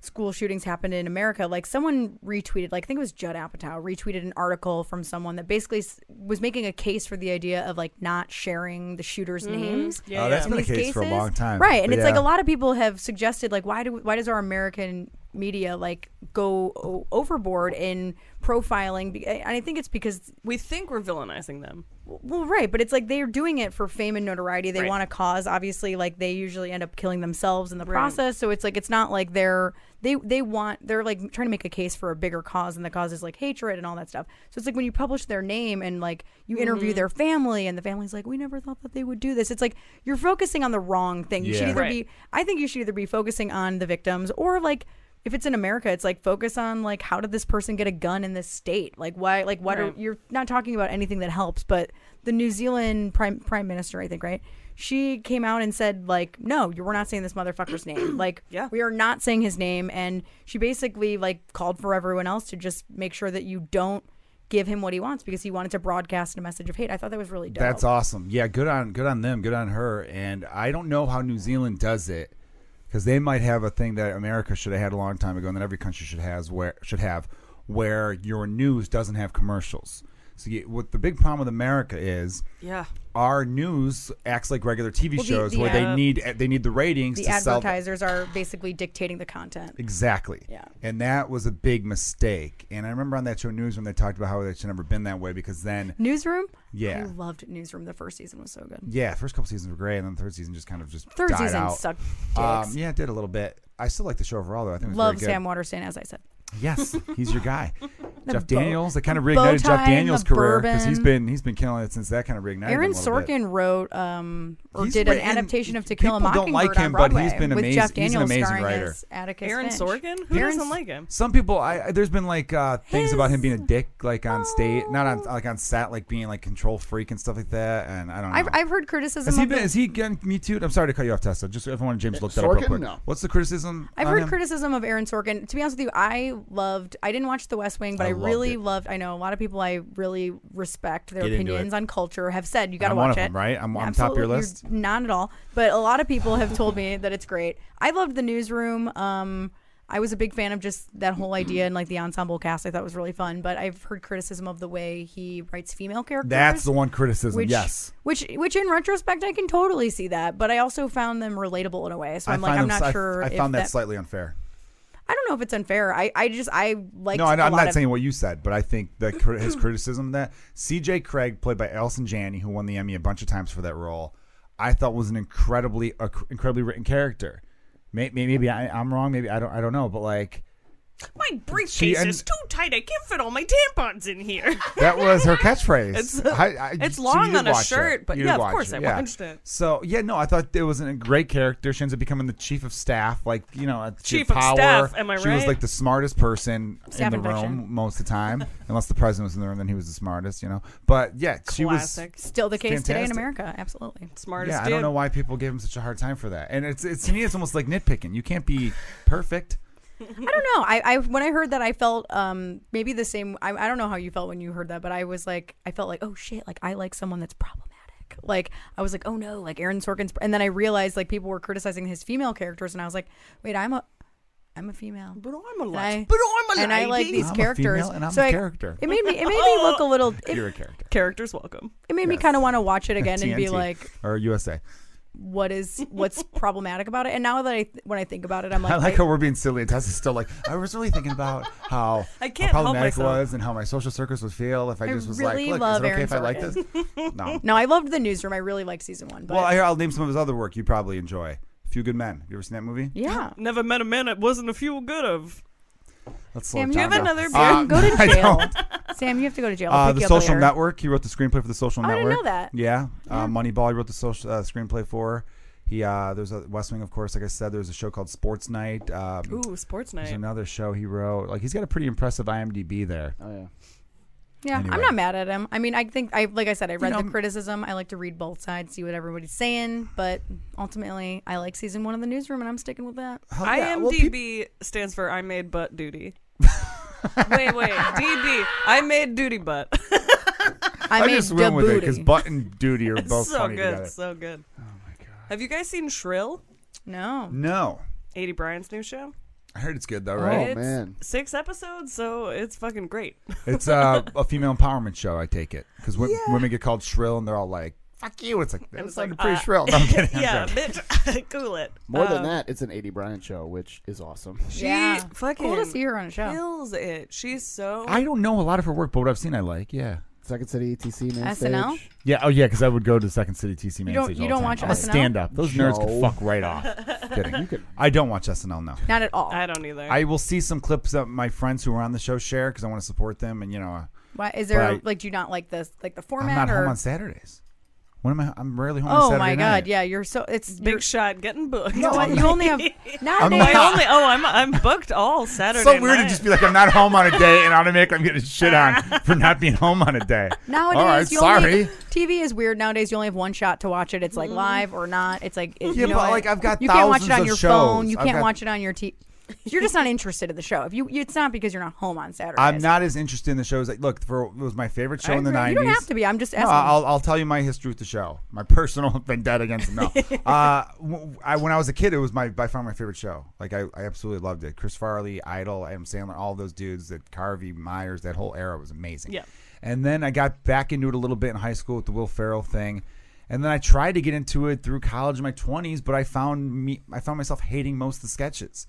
[SPEAKER 4] school shootings happened in America. Like someone retweeted, like I think it was Judd Apatow retweeted an article from someone that basically s- was making a case for the idea of like not sharing the shooters' names
[SPEAKER 3] Mm-hmm. Yeah,
[SPEAKER 1] Oh,
[SPEAKER 3] yeah.
[SPEAKER 1] that's been
[SPEAKER 4] in
[SPEAKER 1] the
[SPEAKER 4] these
[SPEAKER 1] case for a
[SPEAKER 4] cases.
[SPEAKER 1] long time.
[SPEAKER 4] right? And
[SPEAKER 1] But
[SPEAKER 4] it's like
[SPEAKER 1] yeah.
[SPEAKER 4] a lot of people have suggested, like, why do why does our American media like go o- overboard in profiling? Be- And I think it's because
[SPEAKER 3] we think we're villainizing them.
[SPEAKER 4] well, right, but it's like they're doing it for fame and notoriety. They
[SPEAKER 3] Right.
[SPEAKER 4] want a cause. Obviously, like they usually end up killing themselves in the
[SPEAKER 3] Right.
[SPEAKER 4] process. So it's like it's not like they're they they want they're like trying to make a case for a bigger cause, and the cause is like hatred and all that stuff. So it's like when you publish their name and like you interview
[SPEAKER 3] Mm-hmm.
[SPEAKER 4] their family, and the family's like, we never thought that they would do this. It's like you're focusing on the wrong thing. You should
[SPEAKER 1] Yeah.
[SPEAKER 4] either
[SPEAKER 3] Right.
[SPEAKER 4] be I think you should either be focusing on the victims or like. If it's in America, it's like focus on like how did this person get a gun in this state? Like why? Like what are
[SPEAKER 3] Right.
[SPEAKER 4] you're not talking about anything that helps, but the New Zealand prime prime minister, I think, right? She came out and said, like, no, you- we're not saying this motherfucker's name. Like,
[SPEAKER 3] Yeah.
[SPEAKER 4] we are not saying his name. And she basically like called for everyone else to just make sure that you don't give him what he wants because he wanted to broadcast a message of hate. I thought that was really dope.
[SPEAKER 1] That's awesome. Yeah, good on good on them. Good on her. And I don't know how New Zealand does it because they might have a thing that America should have had a long time ago, and that every country should has where should have where your news doesn't have commercials. So you, what the big problem with America is.
[SPEAKER 3] Yeah,
[SPEAKER 1] Our news acts like regular TV
[SPEAKER 4] Well, the-
[SPEAKER 1] shows
[SPEAKER 4] the
[SPEAKER 1] where they
[SPEAKER 3] ad-
[SPEAKER 1] need they need the ratings
[SPEAKER 4] The
[SPEAKER 1] to sell. the-
[SPEAKER 4] advertisers are basically dictating the content.
[SPEAKER 1] Exactly.
[SPEAKER 4] Yeah.
[SPEAKER 1] And that was a big mistake. And I remember on that show Newsroom they talked about how it should never been that way because then
[SPEAKER 4] Newsroom?
[SPEAKER 1] Yeah.
[SPEAKER 4] I loved Newsroom. The first season was so good.
[SPEAKER 1] yeah, first couple seasons were great, and then the third season just kind of just
[SPEAKER 4] Third
[SPEAKER 1] died
[SPEAKER 4] season
[SPEAKER 1] out.
[SPEAKER 4] sucked dicks.
[SPEAKER 1] Um, yeah, it did a little bit. I still like the show overall, though. I think it was
[SPEAKER 4] Love
[SPEAKER 1] very good.
[SPEAKER 4] Sam Waterston, as I said.
[SPEAKER 1] Yes, he's
[SPEAKER 4] [LAUGHS]
[SPEAKER 1] your guy, Jeff
[SPEAKER 4] bow-
[SPEAKER 1] Daniels. That kind of
[SPEAKER 4] bow
[SPEAKER 1] reignited Jeff
[SPEAKER 4] tie and
[SPEAKER 1] Daniels'
[SPEAKER 4] the
[SPEAKER 1] career because he's
[SPEAKER 4] bourbon.
[SPEAKER 1] been he's been killing it since that kind of reignited. him
[SPEAKER 4] Aaron
[SPEAKER 1] a little bit.
[SPEAKER 4] Sorkin wrote um, or
[SPEAKER 1] He's
[SPEAKER 4] did an
[SPEAKER 1] written-
[SPEAKER 4] adaptation of To Kill a
[SPEAKER 1] people
[SPEAKER 4] Mockingbird
[SPEAKER 1] don't like
[SPEAKER 4] on
[SPEAKER 1] him, but
[SPEAKER 4] Broadway
[SPEAKER 1] he's been
[SPEAKER 4] with
[SPEAKER 1] amazing-
[SPEAKER 4] Jeff
[SPEAKER 1] he's an
[SPEAKER 4] Daniels
[SPEAKER 1] amazing
[SPEAKER 4] starring
[SPEAKER 1] writer.
[SPEAKER 4] as Atticus
[SPEAKER 3] Aaron
[SPEAKER 4] Finch.
[SPEAKER 3] Sorkin? Who
[SPEAKER 1] Aaron's-
[SPEAKER 3] doesn't like him?
[SPEAKER 1] Some people, I, I- there's been like uh, things about him being a dick, like on stage, not on
[SPEAKER 4] Oh.
[SPEAKER 1] like on set, like being like control freak and stuff like that. And I don't know.
[SPEAKER 4] I've, I've heard criticism.
[SPEAKER 1] has he
[SPEAKER 4] of
[SPEAKER 1] been?
[SPEAKER 4] the-
[SPEAKER 1] Is he getting me too? I'm sorry to cut you off, Tessa. Just everyone, James looked that up real
[SPEAKER 2] Sorkin?
[SPEAKER 1] quick.
[SPEAKER 2] No.
[SPEAKER 1] What's the criticism?
[SPEAKER 4] I've
[SPEAKER 1] on
[SPEAKER 4] heard
[SPEAKER 1] him?
[SPEAKER 4] criticism of Aaron Sorkin. To be honest with you, I loved. I didn't watch The West Wing, but
[SPEAKER 1] I
[SPEAKER 4] I,
[SPEAKER 1] loved
[SPEAKER 4] really
[SPEAKER 1] it.
[SPEAKER 4] loved. I know a lot of people. I really respect their
[SPEAKER 1] Get into it.
[SPEAKER 4] opinions on culture. Have said you got to
[SPEAKER 1] I'm
[SPEAKER 4] watch
[SPEAKER 1] one of
[SPEAKER 4] it.
[SPEAKER 1] them, right? I'm on top of
[SPEAKER 4] Absolutely.
[SPEAKER 1] your
[SPEAKER 4] You're
[SPEAKER 1] list.
[SPEAKER 4] Not at all. But a lot of people have told me that it's great. I loved the newsroom. Um, I was a big fan of just that whole idea and like the ensemble cast. I thought was really fun. But I've heard criticism of the way he writes female characters.
[SPEAKER 1] That's the one criticism.
[SPEAKER 4] Which,
[SPEAKER 1] yes.
[SPEAKER 4] which, which, in retrospect, I can totally see that, but I also found them relatable in a way. So I'm like,
[SPEAKER 1] find
[SPEAKER 4] I'm
[SPEAKER 1] them-
[SPEAKER 4] not
[SPEAKER 1] I-
[SPEAKER 4] sure.
[SPEAKER 1] I,
[SPEAKER 4] if
[SPEAKER 1] found that,
[SPEAKER 4] that
[SPEAKER 1] slightly unfair.
[SPEAKER 4] I don't know if it's unfair. I, I just I like.
[SPEAKER 1] No, I,
[SPEAKER 4] a
[SPEAKER 1] I'm
[SPEAKER 4] lot
[SPEAKER 1] not
[SPEAKER 4] of-
[SPEAKER 1] saying what you said, but I think that
[SPEAKER 4] [CLEARS THROAT]
[SPEAKER 1] cri- his criticism of that C.J. Craig, played by Elson Janney, who won the Emmy a bunch of times for that role, I thought was an incredibly, a, cr- incredibly written character. May- may- Maybe I, I'm wrong. Maybe I don't. I don't know. But like
[SPEAKER 3] My
[SPEAKER 1] She
[SPEAKER 3] briefcase
[SPEAKER 1] and-
[SPEAKER 3] is too tight. I can't fit all my tampons in here.
[SPEAKER 1] that was
[SPEAKER 3] [LAUGHS]
[SPEAKER 1] her catchphrase.
[SPEAKER 3] It's-
[SPEAKER 1] I- I-
[SPEAKER 3] it's
[SPEAKER 1] so you
[SPEAKER 3] long
[SPEAKER 1] did
[SPEAKER 3] on a
[SPEAKER 1] watch
[SPEAKER 3] shirt, but
[SPEAKER 1] You
[SPEAKER 3] yeah,
[SPEAKER 1] did
[SPEAKER 3] of
[SPEAKER 1] watch
[SPEAKER 3] course I
[SPEAKER 1] yeah.
[SPEAKER 3] watched it.
[SPEAKER 1] So yeah, no, I thought it was a great character. She ends up becoming the chief of staff, like you know, at
[SPEAKER 3] Chief of
[SPEAKER 1] power.
[SPEAKER 3] staff, am I
[SPEAKER 1] She was
[SPEAKER 3] right?
[SPEAKER 1] like the smartest person
[SPEAKER 4] Staff
[SPEAKER 1] in the
[SPEAKER 4] infection.
[SPEAKER 1] room most of the
[SPEAKER 3] [LAUGHS]
[SPEAKER 1] time, unless the president was in the room, then he was the smartest, you know. But yeah, she was.
[SPEAKER 3] Classic.
[SPEAKER 4] still the case today in
[SPEAKER 1] fantastic.
[SPEAKER 4] America. Absolutely.
[SPEAKER 3] Smartest
[SPEAKER 1] Yeah, I
[SPEAKER 3] dude.
[SPEAKER 1] don't know why people gave him such a hard time for that. And it's, it's to me, it's almost like nitpicking. You can't be perfect.
[SPEAKER 4] I don't know. I, I when I heard that, I felt um maybe the same. I, I don't know how you felt when you heard that, but I was like, I felt like, oh shit, like I like someone that's problematic. Like I was like, oh no, like Aaron Sorkin's. And then I realized like people were criticizing his female characters, and I was like, wait, I'm a, I'm a female.
[SPEAKER 3] But I'm a
[SPEAKER 4] And I-
[SPEAKER 3] lady. But I'm a
[SPEAKER 4] and I like these
[SPEAKER 1] I'm a
[SPEAKER 4] characters.
[SPEAKER 1] female and I'm
[SPEAKER 4] so
[SPEAKER 1] a
[SPEAKER 4] I-
[SPEAKER 1] character.
[SPEAKER 4] It made me. It made me look a little. It,
[SPEAKER 1] You're a character.
[SPEAKER 3] characters welcome.
[SPEAKER 4] it made me
[SPEAKER 1] Yes.
[SPEAKER 4] kind of want to watch it again and be
[SPEAKER 1] TNT.
[SPEAKER 4] like,
[SPEAKER 1] Or USA.
[SPEAKER 4] what is what's problematic about it? And now that I th- when I think about it, I'm like,
[SPEAKER 1] [LAUGHS] I like
[SPEAKER 4] wait,
[SPEAKER 1] how we're being silly and Tessa's still like, I was really thinking about
[SPEAKER 4] [LAUGHS]
[SPEAKER 1] how,
[SPEAKER 3] I can't
[SPEAKER 1] how
[SPEAKER 3] help
[SPEAKER 1] problematic it
[SPEAKER 3] myself.
[SPEAKER 1] was and how my social circus would feel if I
[SPEAKER 4] I
[SPEAKER 1] just was
[SPEAKER 4] really
[SPEAKER 1] like, look, is
[SPEAKER 4] love
[SPEAKER 1] it okay
[SPEAKER 4] Aaron
[SPEAKER 1] if I like this?
[SPEAKER 4] [LAUGHS]
[SPEAKER 1] No.
[SPEAKER 4] No, I loved the newsroom. I really liked season one. But
[SPEAKER 1] Well, I hear I'll name some of his other work you'd probably enjoy. A Few Good Men. Have you ever seen that movie? [LAUGHS]
[SPEAKER 4] yeah,
[SPEAKER 3] Never met a man it wasn't a few good of.
[SPEAKER 1] Let's slow
[SPEAKER 4] Sam,
[SPEAKER 1] it
[SPEAKER 4] you
[SPEAKER 1] down.
[SPEAKER 4] have
[SPEAKER 1] now.
[SPEAKER 4] another beer.
[SPEAKER 1] Uh,
[SPEAKER 4] go to
[SPEAKER 1] [LAUGHS] I
[SPEAKER 4] jail.
[SPEAKER 1] don't.
[SPEAKER 4] Sam, you have to go to jail. I'll
[SPEAKER 1] Uh,
[SPEAKER 4] pick
[SPEAKER 1] the
[SPEAKER 4] you up
[SPEAKER 1] Social
[SPEAKER 4] later.
[SPEAKER 1] Network. He wrote the screenplay for the Social
[SPEAKER 4] Oh, I didn't
[SPEAKER 1] Network.
[SPEAKER 4] know that.
[SPEAKER 1] Yeah, Uh, Moneyball. He wrote the social uh, screenplay for. He uh, there's a West Wing, of course. Like I said, there's a show called Sports Night. Um,
[SPEAKER 3] Ooh, sports
[SPEAKER 1] There's
[SPEAKER 3] night.
[SPEAKER 1] another show he wrote. Like he's got a pretty impressive IMDb there.
[SPEAKER 2] Oh yeah.
[SPEAKER 4] Yeah,
[SPEAKER 1] Anyway.
[SPEAKER 4] I'm not mad at him. I mean, I think I like I said, I read
[SPEAKER 1] know-
[SPEAKER 4] the criticism. I like to read both sides, see what everybody's saying. But ultimately, I like season one of the newsroom, and I'm sticking with
[SPEAKER 1] [LAUGHS]
[SPEAKER 4] that.
[SPEAKER 1] Hell yeah. Well,
[SPEAKER 3] IMDb
[SPEAKER 1] peop-
[SPEAKER 3] stands for I made
[SPEAKER 1] [LAUGHS]
[SPEAKER 3] butt duty. wait, wait, DB. I made duty butt.
[SPEAKER 4] I,
[SPEAKER 1] I
[SPEAKER 4] made
[SPEAKER 1] just went
[SPEAKER 4] da
[SPEAKER 1] with it
[SPEAKER 4] booty.
[SPEAKER 1] because Butt and
[SPEAKER 4] [LAUGHS]
[SPEAKER 1] Duty are both
[SPEAKER 3] [LAUGHS] so
[SPEAKER 1] funny
[SPEAKER 3] good,
[SPEAKER 1] together.
[SPEAKER 3] so good. Oh my god. Have you guys seen Shrill?
[SPEAKER 4] no,
[SPEAKER 1] No,
[SPEAKER 3] AD Bryant's new show.
[SPEAKER 1] I heard it's good though, right?
[SPEAKER 3] it's
[SPEAKER 2] Oh, man.
[SPEAKER 3] six episodes, so it's fucking
[SPEAKER 1] [LAUGHS]
[SPEAKER 3] great.
[SPEAKER 4] Oh.
[SPEAKER 1] It's uh, a female empowerment show. I take it because women get called shrill and they're all like, "Fuck you!" It's like that
[SPEAKER 3] was
[SPEAKER 1] sounded
[SPEAKER 3] like,
[SPEAKER 4] "Ah."
[SPEAKER 1] pretty
[SPEAKER 3] uh,
[SPEAKER 1] shrill. No, I'm kidding.
[SPEAKER 4] [LAUGHS]
[SPEAKER 1] I'm
[SPEAKER 3] yeah,
[SPEAKER 1] joking.
[SPEAKER 3] bitch, [LAUGHS] cool it.
[SPEAKER 2] More than
[SPEAKER 3] Um,
[SPEAKER 2] that, it's an 80 Bryant show, which is awesome.
[SPEAKER 3] she
[SPEAKER 4] Yeah.
[SPEAKER 3] fucking
[SPEAKER 4] Cool to see her on a show.
[SPEAKER 3] Kills it. She's so
[SPEAKER 1] I don't know a lot of her work, but what I've seen, I like. Yeah.
[SPEAKER 2] Second City ETC main
[SPEAKER 4] SNL?
[SPEAKER 2] stage.
[SPEAKER 1] Yeah. Oh, yeah. Because I would go to Second City TC
[SPEAKER 4] You don't-
[SPEAKER 1] Manstage
[SPEAKER 4] you don't
[SPEAKER 1] all the time.
[SPEAKER 4] watch
[SPEAKER 1] I'm a
[SPEAKER 4] SNL?
[SPEAKER 1] stand-up. Those nerds
[SPEAKER 2] No.
[SPEAKER 1] could fuck
[SPEAKER 4] [LAUGHS]
[SPEAKER 1] right off. Kidding.
[SPEAKER 2] You could.
[SPEAKER 1] I don't watch SNL. No.
[SPEAKER 4] not at all.
[SPEAKER 3] I don't either.
[SPEAKER 1] I will see some clips that my friends who are on the show share because I want to support them, and you know, uh,
[SPEAKER 4] Why is there
[SPEAKER 1] Right.
[SPEAKER 4] like? Do you not like this? Like the
[SPEAKER 1] I'm
[SPEAKER 4] format?
[SPEAKER 1] not
[SPEAKER 4] or
[SPEAKER 1] home on Saturdays. When am I? I'm rarely home. on
[SPEAKER 4] oh
[SPEAKER 1] Saturday
[SPEAKER 4] my
[SPEAKER 1] night.
[SPEAKER 4] god, yeah, you're so it's
[SPEAKER 3] Big [LAUGHS]
[SPEAKER 4] you're-
[SPEAKER 3] shot getting booked.
[SPEAKER 4] you know
[SPEAKER 3] [LAUGHS]
[SPEAKER 4] what, you only have nowadays.
[SPEAKER 3] I only oh I'm I'm booked all Saturday.
[SPEAKER 1] It's so weird
[SPEAKER 3] night.
[SPEAKER 1] to just be like, I'm not home on a day, and automatically I'm getting shit
[SPEAKER 3] [LAUGHS]
[SPEAKER 1] on for not being home on a day.
[SPEAKER 4] Nowadays,
[SPEAKER 1] all right,
[SPEAKER 4] you
[SPEAKER 1] sorry.
[SPEAKER 4] Only, TV is weird. Nowadays, you only have one shot to watch it. It's like live or not. It's like it,
[SPEAKER 1] Yeah,
[SPEAKER 4] you know,
[SPEAKER 1] but,
[SPEAKER 4] it-
[SPEAKER 1] like, I've got
[SPEAKER 4] you can't watch it
[SPEAKER 1] thousands
[SPEAKER 4] on
[SPEAKER 1] of
[SPEAKER 4] your phone.
[SPEAKER 1] shows.
[SPEAKER 4] You
[SPEAKER 1] I've
[SPEAKER 4] can't
[SPEAKER 1] got-
[SPEAKER 4] watch it on your TV. You're just not interested in the show. If you, it's not because you're not home on Saturdays.
[SPEAKER 1] I'm not as interested in the shows. Like, look, for it was my favorite show
[SPEAKER 3] I
[SPEAKER 1] in the
[SPEAKER 3] agree.
[SPEAKER 1] '90s.
[SPEAKER 4] You don't have to be. I'm just
[SPEAKER 1] No,
[SPEAKER 4] asking.
[SPEAKER 1] I'll, I'll tell you my history with the show. My [LAUGHS] personal vendetta against
[SPEAKER 3] [LAUGHS]
[SPEAKER 1] it. No. uh, w- I, when I was a kid, it was my by far my favorite show. Like I, I absolutely loved it. Chris Farley, Idol, Adam Sandler, all those dudes that Carvey, Myers, that whole era was amazing.
[SPEAKER 3] Yeah.
[SPEAKER 1] And then I got back into it a little bit in high school with the Will Ferrell thing. And then I tried to get into it through college in my 20s, but I found me I found myself hating most of the sketches.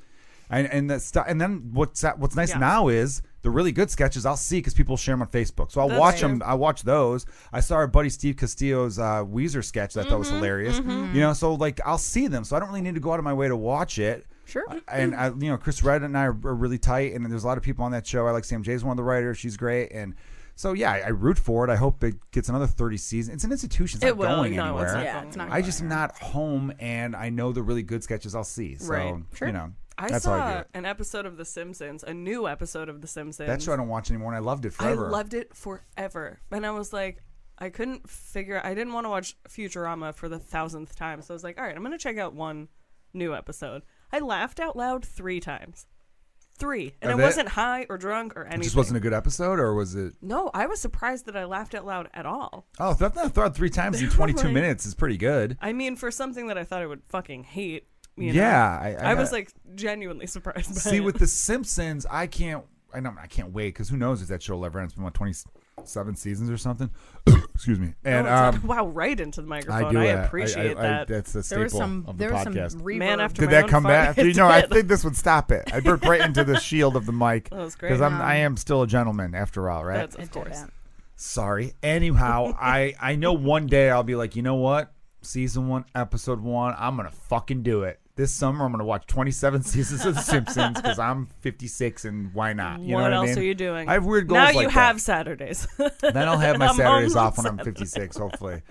[SPEAKER 1] And and that stuff and then what's that, what's nice
[SPEAKER 3] Yeah.
[SPEAKER 1] now is the really good sketches I'll see because people share them on Facebook. So I'll
[SPEAKER 3] That's
[SPEAKER 1] watch
[SPEAKER 3] true.
[SPEAKER 1] them I watch those. I saw our buddy Steve Castillo's uh,
[SPEAKER 3] Mm-hmm,
[SPEAKER 1] Weezer sketch that I thought was hilarious. You know, so like I'll see them, so I don't really need to go out of my way to watch it.
[SPEAKER 4] Sure.
[SPEAKER 1] and I, you know Chris Red and I are are really tight, and there's a lot of people on that show. I like Sam Jay's one of the writers; she's great, and so yeah, I, I root for it. I hope it gets another 30 season. It's an institution; it's
[SPEAKER 3] It
[SPEAKER 1] not
[SPEAKER 3] will.
[SPEAKER 1] going
[SPEAKER 3] no,
[SPEAKER 1] anywhere.
[SPEAKER 3] it's not
[SPEAKER 4] Yeah,
[SPEAKER 3] going
[SPEAKER 4] it's not
[SPEAKER 1] I just am not home, and I know the really good sketches I'll see. So
[SPEAKER 3] Right.
[SPEAKER 4] Sure.
[SPEAKER 1] you know,
[SPEAKER 3] I
[SPEAKER 1] that's
[SPEAKER 3] saw
[SPEAKER 1] how I do it.
[SPEAKER 3] an episode of The Simpsons, a new episode of The Simpsons.
[SPEAKER 1] That show I don't watch anymore, and I loved it
[SPEAKER 3] I
[SPEAKER 1] forever.
[SPEAKER 3] loved it forever. And I was like, I couldn't figure I didn't want to watch Futurama for the thousandth time. So I was like, all right, I'm going to check out one new episode. I laughed out loud three times. Three. And
[SPEAKER 1] I
[SPEAKER 3] I
[SPEAKER 1] bet-
[SPEAKER 3] wasn't high or drunk or anything.
[SPEAKER 1] it just wasn't a good episode, or was it?
[SPEAKER 3] no, I was surprised that I laughed out loud at all.
[SPEAKER 1] Oh, that that thought three times
[SPEAKER 3] [LAUGHS]
[SPEAKER 1] in 22
[SPEAKER 3] Right.
[SPEAKER 1] minutes is pretty good.
[SPEAKER 3] I mean, for something that I thought I would fucking hate. You know?
[SPEAKER 1] yeah, I,
[SPEAKER 3] I, was
[SPEAKER 1] got-
[SPEAKER 3] like [LAUGHS] genuinely surprised by
[SPEAKER 1] see
[SPEAKER 3] it. [LAUGHS]
[SPEAKER 1] with the Simpsons, I can't. I know I can't wait because who knows if that show will ever end? It's been what 27 seasons or something. [COUGHS] Excuse me. And
[SPEAKER 3] Oh, it's-
[SPEAKER 1] um,
[SPEAKER 3] wow, right into the microphone. I,
[SPEAKER 1] uh,
[SPEAKER 3] appreciate
[SPEAKER 1] I- I-
[SPEAKER 3] that.
[SPEAKER 1] that's the
[SPEAKER 4] There
[SPEAKER 1] staple
[SPEAKER 4] was some.
[SPEAKER 1] of the
[SPEAKER 4] there was some
[SPEAKER 1] podcast.
[SPEAKER 4] reverb.
[SPEAKER 3] Man after-
[SPEAKER 1] did
[SPEAKER 3] my
[SPEAKER 1] that
[SPEAKER 3] own
[SPEAKER 1] come
[SPEAKER 3] fun. [LAUGHS]
[SPEAKER 1] back?
[SPEAKER 3] It
[SPEAKER 1] You know, I
[SPEAKER 3] did.
[SPEAKER 1] think this would stop it. I burped right into the shield of the mic
[SPEAKER 3] [LAUGHS] that was great. Um,
[SPEAKER 1] because I'm
[SPEAKER 4] No.
[SPEAKER 1] I am still a gentleman after all, right?
[SPEAKER 3] That's
[SPEAKER 4] It
[SPEAKER 3] of
[SPEAKER 4] did
[SPEAKER 3] course.
[SPEAKER 4] that.
[SPEAKER 1] Sorry.
[SPEAKER 3] [LAUGHS]
[SPEAKER 1] Anyhow, I I know one day I'll be like, you know what? Season one, episode one, I'm gonna fucking do it. This summer I'm gonna watch 27 [LAUGHS] seasons of The Simpsons because I'm 56 and why not? You
[SPEAKER 3] what
[SPEAKER 1] know
[SPEAKER 3] else
[SPEAKER 1] I mean?
[SPEAKER 3] are you doing?
[SPEAKER 1] I have weird goals
[SPEAKER 3] Now
[SPEAKER 1] like
[SPEAKER 3] you
[SPEAKER 1] that. Oh.
[SPEAKER 3] have Saturdays.
[SPEAKER 1] [LAUGHS]
[SPEAKER 3] [LAUGHS]
[SPEAKER 1] Then I'll have my
[SPEAKER 3] I'm
[SPEAKER 1] Saturdays
[SPEAKER 3] home on
[SPEAKER 1] off when I'm 56, hopefully.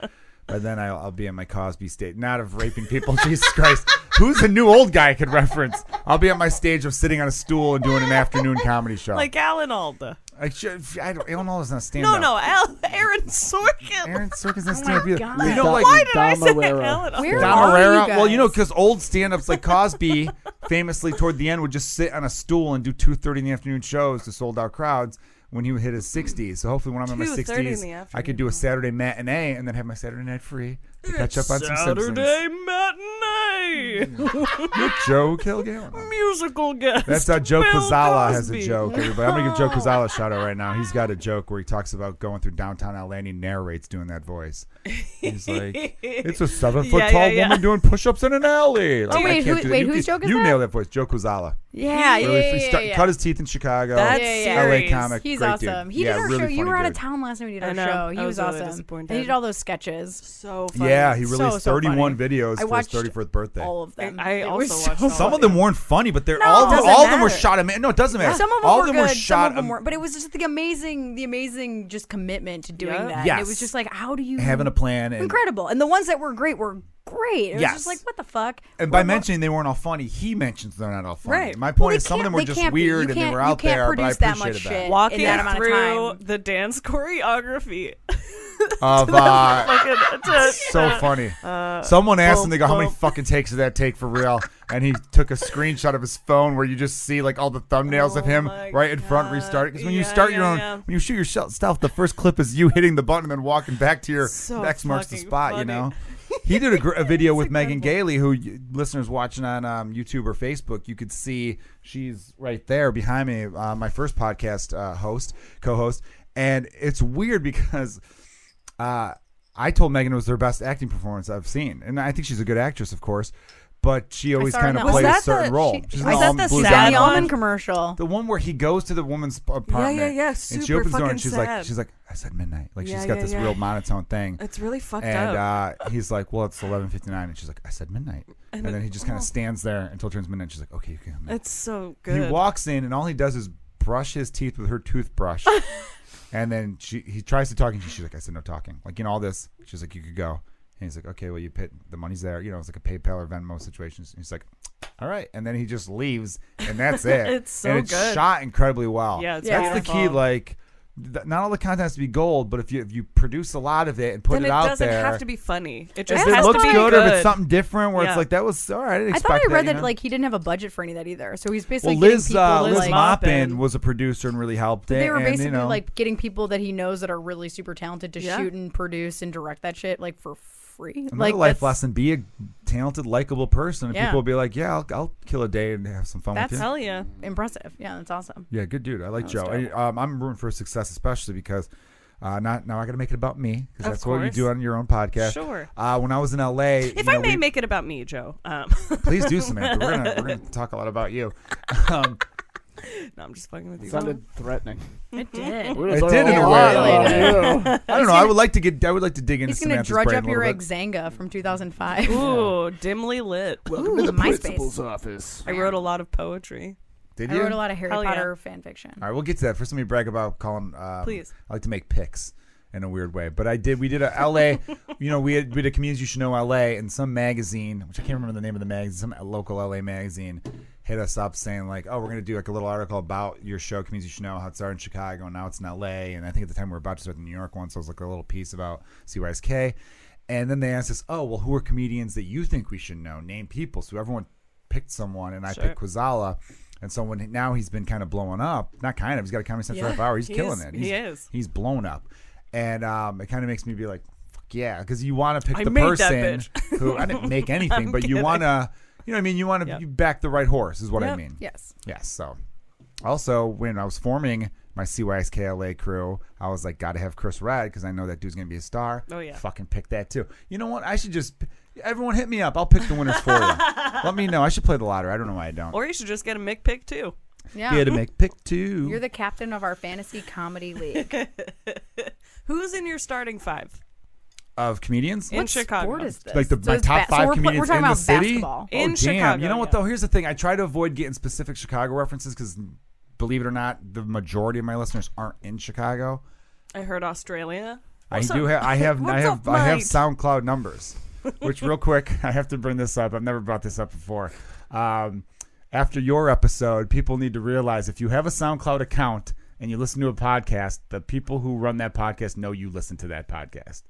[SPEAKER 1] But then I'll, I'll be in my Cosby state, not of raping people. [LAUGHS] Jesus Christ, who's the new old guy I could reference? I'll be at my stage of sitting on a stool and doing an afternoon comedy show.
[SPEAKER 3] like Alan Alda.
[SPEAKER 1] I should, I don't, Illinois is not stand
[SPEAKER 3] No, no, Al- Aaron Sorkin.
[SPEAKER 1] Aaron Sorkin's
[SPEAKER 4] Oh
[SPEAKER 1] not
[SPEAKER 4] my
[SPEAKER 1] stand up
[SPEAKER 4] God.
[SPEAKER 1] either. You know,
[SPEAKER 2] Stop.
[SPEAKER 1] like
[SPEAKER 3] [LAUGHS] Why did I say
[SPEAKER 2] Damarera.
[SPEAKER 3] Alan Alda?
[SPEAKER 4] Where
[SPEAKER 1] Don
[SPEAKER 4] are you
[SPEAKER 1] Herrera. Well, you know,
[SPEAKER 4] guys?
[SPEAKER 1] because old stand-ups like
[SPEAKER 3] [LAUGHS]
[SPEAKER 1] Cosby, famously toward the end, would just sit on a stool and do two thirty in the afternoon shows to sold out crowds when he would hit his sixties. So hopefully, when I'm in my
[SPEAKER 3] 2:30 in the
[SPEAKER 1] sixties, I could do a Saturday matinee and then have my Saturday night free to catch up on some Simpsons.
[SPEAKER 3] Saturday matinee.
[SPEAKER 1] Joe
[SPEAKER 3] [LAUGHS]
[SPEAKER 1] Kilgallen.
[SPEAKER 3] Musical guest.
[SPEAKER 1] That's how Joe
[SPEAKER 3] Bill
[SPEAKER 1] Kozala has a
[SPEAKER 3] Cosby.
[SPEAKER 1] joke. Everybody, I'm gonna
[SPEAKER 3] [LAUGHS]
[SPEAKER 1] give Joe Kozala a shout out right now. He's got a joke where he talks about going through downtown LA and he narrates doing that voice. He's like, "It's
[SPEAKER 4] [LAUGHS]
[SPEAKER 1] a seven foot
[SPEAKER 3] Yeah,
[SPEAKER 1] tall
[SPEAKER 3] yeah, yeah.
[SPEAKER 1] woman doing push ups in an alley." Like, I
[SPEAKER 4] wait,
[SPEAKER 1] can't
[SPEAKER 4] who-
[SPEAKER 1] do that.
[SPEAKER 4] wait,
[SPEAKER 1] You
[SPEAKER 4] whose
[SPEAKER 1] can-
[SPEAKER 4] joke is
[SPEAKER 1] You
[SPEAKER 4] that?
[SPEAKER 1] nailed that voice, Joe Kozala.
[SPEAKER 4] Yeah, yeah,
[SPEAKER 1] Really
[SPEAKER 4] yeah,
[SPEAKER 1] free-
[SPEAKER 4] yeah,
[SPEAKER 1] start-
[SPEAKER 4] yeah.
[SPEAKER 1] Cut his teeth in Chicago.
[SPEAKER 3] That's
[SPEAKER 4] Yeah, yeah.
[SPEAKER 1] LA
[SPEAKER 3] serious.
[SPEAKER 1] comic.
[SPEAKER 4] He's
[SPEAKER 1] great
[SPEAKER 4] awesome.
[SPEAKER 1] Dude.
[SPEAKER 4] He did
[SPEAKER 1] yeah,
[SPEAKER 4] our
[SPEAKER 1] really
[SPEAKER 4] show. You
[SPEAKER 1] funny
[SPEAKER 4] were out of
[SPEAKER 1] dude.
[SPEAKER 4] town last time we did
[SPEAKER 3] I
[SPEAKER 4] our
[SPEAKER 3] know.
[SPEAKER 4] show. He
[SPEAKER 3] I was
[SPEAKER 4] was,
[SPEAKER 3] really
[SPEAKER 4] awesome.
[SPEAKER 3] disappointed.
[SPEAKER 4] He did all those sketches.
[SPEAKER 3] so funny.
[SPEAKER 1] Yeah, he
[SPEAKER 4] So,
[SPEAKER 1] released
[SPEAKER 4] so funny.
[SPEAKER 1] 31 videos
[SPEAKER 4] I
[SPEAKER 1] for
[SPEAKER 4] watched
[SPEAKER 1] his 31th birthday.
[SPEAKER 4] All of them.
[SPEAKER 3] I
[SPEAKER 4] They
[SPEAKER 3] also
[SPEAKER 4] were so
[SPEAKER 3] watched all of
[SPEAKER 1] Some of them weren't funny, but they're
[SPEAKER 4] No,
[SPEAKER 1] all of them,
[SPEAKER 4] doesn't
[SPEAKER 1] all of them were
[SPEAKER 4] matter.
[SPEAKER 1] shot. Ama- no, it doesn't matter.
[SPEAKER 4] Some of them
[SPEAKER 1] all
[SPEAKER 4] were
[SPEAKER 1] of them
[SPEAKER 4] good.
[SPEAKER 1] were shot.
[SPEAKER 4] some of them
[SPEAKER 1] am-
[SPEAKER 4] were, but it was just the amazing, the amazing, just commitment to doing
[SPEAKER 3] Yeah.
[SPEAKER 4] that. And
[SPEAKER 1] Yes.
[SPEAKER 4] it was just like, how do you
[SPEAKER 1] having a plan
[SPEAKER 4] [LAUGHS]
[SPEAKER 1] and
[SPEAKER 4] incredible? And the ones that were great were great. It was
[SPEAKER 1] Yes.
[SPEAKER 4] just like, what the fuck?
[SPEAKER 1] And by
[SPEAKER 4] We're-
[SPEAKER 1] mentioning they weren't all funny, he mentions they're not all funny.
[SPEAKER 3] Right.
[SPEAKER 1] My
[SPEAKER 4] well,
[SPEAKER 1] point
[SPEAKER 4] they
[SPEAKER 1] is, some of
[SPEAKER 4] can't-
[SPEAKER 1] them were
[SPEAKER 4] they
[SPEAKER 1] just
[SPEAKER 4] can't be-
[SPEAKER 1] weird
[SPEAKER 4] you
[SPEAKER 1] and they
[SPEAKER 4] can't-
[SPEAKER 1] were
[SPEAKER 4] you
[SPEAKER 1] out
[SPEAKER 4] can't
[SPEAKER 1] there, but I
[SPEAKER 4] produce
[SPEAKER 1] appreciated
[SPEAKER 4] that much shit.
[SPEAKER 3] Walking
[SPEAKER 4] in that amount of
[SPEAKER 3] through
[SPEAKER 4] time.
[SPEAKER 3] the dance choreography. [LAUGHS]
[SPEAKER 4] [LAUGHS]
[SPEAKER 1] Of, uh,
[SPEAKER 3] Fucking- to-
[SPEAKER 1] so funny. Someone asked him, they go, how many
[SPEAKER 3] Uh, boom.
[SPEAKER 1] fucking takes did that take for real? And he took a screenshot of his phone where you just see like all the thumbnails of
[SPEAKER 3] Oh
[SPEAKER 1] him
[SPEAKER 3] my
[SPEAKER 1] right in front,
[SPEAKER 3] God.
[SPEAKER 1] restarting. Because when you
[SPEAKER 3] Yeah,
[SPEAKER 1] start your
[SPEAKER 3] yeah,
[SPEAKER 1] own,
[SPEAKER 3] yeah.
[SPEAKER 1] when you shoot yourself, the first clip is you hitting the button and then walking back to your
[SPEAKER 3] So
[SPEAKER 1] X marks the
[SPEAKER 3] fucking
[SPEAKER 1] spot, you
[SPEAKER 3] funny. [LAUGHS]
[SPEAKER 1] know? He did a, gr- a video with Megan
[SPEAKER 3] incredible.
[SPEAKER 1] Gailey, who y- listeners watching on um, YouTube or Facebook, you could see she's right there behind me, uh, my first podcast uh, host, co-host, and it's weird because uh, I told Megan it was her best acting performance I've seen, and I think she's a good actress, of course, but she always
[SPEAKER 4] saw her
[SPEAKER 1] kind
[SPEAKER 4] in
[SPEAKER 1] of
[SPEAKER 4] that-
[SPEAKER 1] plays
[SPEAKER 3] Was
[SPEAKER 1] a
[SPEAKER 3] that
[SPEAKER 1] certain
[SPEAKER 3] the-
[SPEAKER 1] role.
[SPEAKER 3] she-
[SPEAKER 1] She's
[SPEAKER 3] was
[SPEAKER 1] in the
[SPEAKER 3] that
[SPEAKER 1] Almond-
[SPEAKER 3] the
[SPEAKER 1] Blue
[SPEAKER 3] sad
[SPEAKER 1] Diamond.
[SPEAKER 4] the
[SPEAKER 3] one?
[SPEAKER 4] almond commercial.
[SPEAKER 1] The one where he goes to the woman's p- apartment.
[SPEAKER 3] yeah, yeah,
[SPEAKER 1] And she
[SPEAKER 3] super
[SPEAKER 1] opens the door
[SPEAKER 3] fucking
[SPEAKER 1] and she's like,
[SPEAKER 3] sad.
[SPEAKER 1] she's like, I said midnight. Like
[SPEAKER 3] Yeah,
[SPEAKER 1] she's got
[SPEAKER 3] yeah,
[SPEAKER 1] this
[SPEAKER 3] yeah.
[SPEAKER 1] real monotone thing.
[SPEAKER 3] It's really fucked
[SPEAKER 1] And
[SPEAKER 3] up.
[SPEAKER 1] uh, he's like, "Well, it's 11:59," and she's like, "I said midnight." And, then he just kind of stands there until it turns midnight. And she's like, "Okay, you can come in."
[SPEAKER 3] it's so good.
[SPEAKER 1] uh, He walks in, and all he does is brush his teeth with her
[SPEAKER 3] [LAUGHS]
[SPEAKER 1] toothbrush. and then she, he tries to talk, and she- she's like, "I said no talking." Like in all this, she's like, "You could go." And he's like, "Okay, well, you pit the money's there. You know, it's like a PayPal or Venmo situation." And he's like, "All right," and then he just leaves, and
[SPEAKER 3] [LAUGHS]
[SPEAKER 1] that's it.
[SPEAKER 3] It's so
[SPEAKER 1] and it's
[SPEAKER 3] good.
[SPEAKER 1] shot incredibly well.
[SPEAKER 3] Yeah, it's
[SPEAKER 4] Yeah.
[SPEAKER 1] that's the key.
[SPEAKER 3] beautiful.
[SPEAKER 1] Like. th- Not all the content has to be gold, but if you if you produce a lot of it and put
[SPEAKER 3] then
[SPEAKER 1] it,
[SPEAKER 3] it,
[SPEAKER 1] out
[SPEAKER 3] doesn't
[SPEAKER 1] there,
[SPEAKER 3] have to be funny. It
[SPEAKER 1] if
[SPEAKER 3] just
[SPEAKER 1] it
[SPEAKER 3] has
[SPEAKER 1] looks
[SPEAKER 3] to be
[SPEAKER 1] good,
[SPEAKER 3] good,
[SPEAKER 1] or if it's something different where
[SPEAKER 3] Yeah.
[SPEAKER 1] it's like that was all right. I didn't
[SPEAKER 4] I thought
[SPEAKER 1] expect
[SPEAKER 4] I read
[SPEAKER 1] you
[SPEAKER 4] that,
[SPEAKER 1] know?
[SPEAKER 4] like he didn't have a budget for any of that either, so he's basically
[SPEAKER 1] well,
[SPEAKER 4] getting
[SPEAKER 1] Liz
[SPEAKER 4] people
[SPEAKER 1] uh, Liz
[SPEAKER 4] like
[SPEAKER 1] Maupin
[SPEAKER 3] Maupin.
[SPEAKER 1] was a producer and really helped it.
[SPEAKER 4] they were
[SPEAKER 1] and,
[SPEAKER 4] basically
[SPEAKER 1] you know,
[SPEAKER 4] like getting people that he knows that are really super talented to
[SPEAKER 3] Yeah.
[SPEAKER 4] shoot and produce and direct that shit like for free.
[SPEAKER 1] another
[SPEAKER 4] Like
[SPEAKER 1] life
[SPEAKER 4] that's-
[SPEAKER 1] lesson: be a talented, likable person, and
[SPEAKER 4] Yeah.
[SPEAKER 1] people will be like, "Yeah, I'll, I'll kill a day and have some fun
[SPEAKER 4] That's
[SPEAKER 1] with you."
[SPEAKER 3] Hell yeah.
[SPEAKER 4] Impressive. Yeah, that's awesome.
[SPEAKER 1] yeah, good dude. I like
[SPEAKER 4] That
[SPEAKER 1] Joe.
[SPEAKER 4] was
[SPEAKER 1] I, um, I'm rooting for his success, especially because uh, not now I got to make it about me because
[SPEAKER 3] Of
[SPEAKER 1] that's what you
[SPEAKER 3] course.
[SPEAKER 1] do on your own podcast.
[SPEAKER 3] Sure.
[SPEAKER 1] Uh, when I was in LA,
[SPEAKER 4] [LAUGHS]
[SPEAKER 3] If
[SPEAKER 1] you
[SPEAKER 3] I
[SPEAKER 1] know,
[SPEAKER 3] may
[SPEAKER 1] we-
[SPEAKER 3] make it about me, Joe. Um, [LAUGHS]
[SPEAKER 4] [LAUGHS]
[SPEAKER 1] please do, Samantha. We're gonna we're gonna talk a lot about you. [LAUGHS] Um,
[SPEAKER 3] No, I'm just fucking with
[SPEAKER 2] It
[SPEAKER 3] you.
[SPEAKER 2] [LAUGHS] sounded threatening.
[SPEAKER 4] It did.
[SPEAKER 2] We were
[SPEAKER 1] It
[SPEAKER 2] talking
[SPEAKER 1] did in a
[SPEAKER 2] lot about
[SPEAKER 1] I don't know. I would like to get. I would like to dig into
[SPEAKER 4] He's gonna
[SPEAKER 1] Samantha's
[SPEAKER 4] drudge
[SPEAKER 1] brain
[SPEAKER 4] up
[SPEAKER 1] a
[SPEAKER 4] your
[SPEAKER 1] little bit.
[SPEAKER 4] Exanga from 2005.
[SPEAKER 3] Ooh, dimly lit.
[SPEAKER 2] you. Welcome to
[SPEAKER 4] Ooh,
[SPEAKER 2] the
[SPEAKER 4] MySpace.
[SPEAKER 2] principal's office.
[SPEAKER 3] I wrote a lot of poetry.
[SPEAKER 4] [LAUGHS]
[SPEAKER 1] Did
[SPEAKER 4] I
[SPEAKER 1] you?
[SPEAKER 4] wrote a lot of Harry
[SPEAKER 3] Hell yeah.
[SPEAKER 4] Potter fan fiction.
[SPEAKER 1] All right, we'll get to that. First, let me brag about Colin. Um,
[SPEAKER 3] Please.
[SPEAKER 1] I like to make picks in a weird way, but I did. We did a
[SPEAKER 3] [LAUGHS]
[SPEAKER 1] LA. you know, we had we did a community you should know LA, and some magazine, which I can't remember the name of the magazine, some local LA magazine, hit us up saying like, "Oh, we're gonna do like a little article about your show, community you should know, how it started in Chicago, and now it's in LA." And I think at the time we were about to start the New York one, so it was like a little piece about CYSK. And then they asked us, "Oh, well, who are comedians that you think we should know? Name people." So everyone picked someone, and I
[SPEAKER 3] Sure.
[SPEAKER 1] picked Quazala. And so when now he's been kind of blowing up, not kind of, he's got a Comedy Central
[SPEAKER 3] Yeah,
[SPEAKER 1] half hour. He's
[SPEAKER 3] he
[SPEAKER 1] killing
[SPEAKER 3] is-
[SPEAKER 1] it.
[SPEAKER 3] he
[SPEAKER 1] He's,
[SPEAKER 3] is.
[SPEAKER 1] He's blown up, and um, it kind of makes me be like, Fuck yeah, because you want to pick
[SPEAKER 3] I
[SPEAKER 1] the
[SPEAKER 3] made that
[SPEAKER 1] person
[SPEAKER 3] bitch.
[SPEAKER 1] who I didn't
[SPEAKER 3] [LAUGHS]
[SPEAKER 1] make anything,
[SPEAKER 3] I'm
[SPEAKER 1] but you
[SPEAKER 3] kidding.
[SPEAKER 1] want to, you know, what I mean, you want to
[SPEAKER 3] Yep.
[SPEAKER 1] back the right horse is what I
[SPEAKER 3] Yep.
[SPEAKER 1] mean.
[SPEAKER 4] Yes.
[SPEAKER 1] Yes. So, also when I was forming my CYSKLA crew, I was like, gotta have Chris Rad because I know that dude's gonna be a star.
[SPEAKER 3] Oh, yeah.
[SPEAKER 1] Fucking pick that too. You know what? I should just everyone hit me up. I'll pick the winners for you.
[SPEAKER 3] [LAUGHS]
[SPEAKER 1] Let me know. I should play the lottery. I don't know why I don't.
[SPEAKER 3] Or you should just get a mic pick too.
[SPEAKER 4] Yeah.
[SPEAKER 1] yeah. to make pick two.
[SPEAKER 4] You're the captain of our fantasy
[SPEAKER 3] [LAUGHS]
[SPEAKER 4] comedy league.
[SPEAKER 3] Who's in your starting five?
[SPEAKER 1] of comedians.
[SPEAKER 3] In
[SPEAKER 4] what
[SPEAKER 3] Chicago.
[SPEAKER 4] sport is this?
[SPEAKER 1] like the my
[SPEAKER 4] it's
[SPEAKER 1] top
[SPEAKER 4] ba-
[SPEAKER 1] five
[SPEAKER 4] so we're, pl-
[SPEAKER 1] comedians
[SPEAKER 4] we're talking
[SPEAKER 1] in
[SPEAKER 4] about
[SPEAKER 1] the city.
[SPEAKER 4] basketball.
[SPEAKER 1] Oh,
[SPEAKER 3] In
[SPEAKER 1] damn.
[SPEAKER 3] Chicago,
[SPEAKER 1] You know what
[SPEAKER 3] yeah.
[SPEAKER 1] though? Here's the thing. I try to avoid getting specific Chicago references because, believe it or not, the majority of my listeners aren't in Chicago.
[SPEAKER 3] I heard Australia.
[SPEAKER 1] I
[SPEAKER 3] What's
[SPEAKER 1] do
[SPEAKER 3] up?
[SPEAKER 1] have I
[SPEAKER 3] [LAUGHS]
[SPEAKER 1] have I
[SPEAKER 3] What's
[SPEAKER 1] have
[SPEAKER 3] up,
[SPEAKER 1] I have
[SPEAKER 3] mate?
[SPEAKER 1] SoundCloud
[SPEAKER 3] [LAUGHS]
[SPEAKER 1] numbers, which real quick [LAUGHS] I have to bring this up. I've never brought this up before. Um, after your episode, people need to realize if you have a SoundCloud account and you listen to a podcast, the people who run that podcast know you listen to that podcast.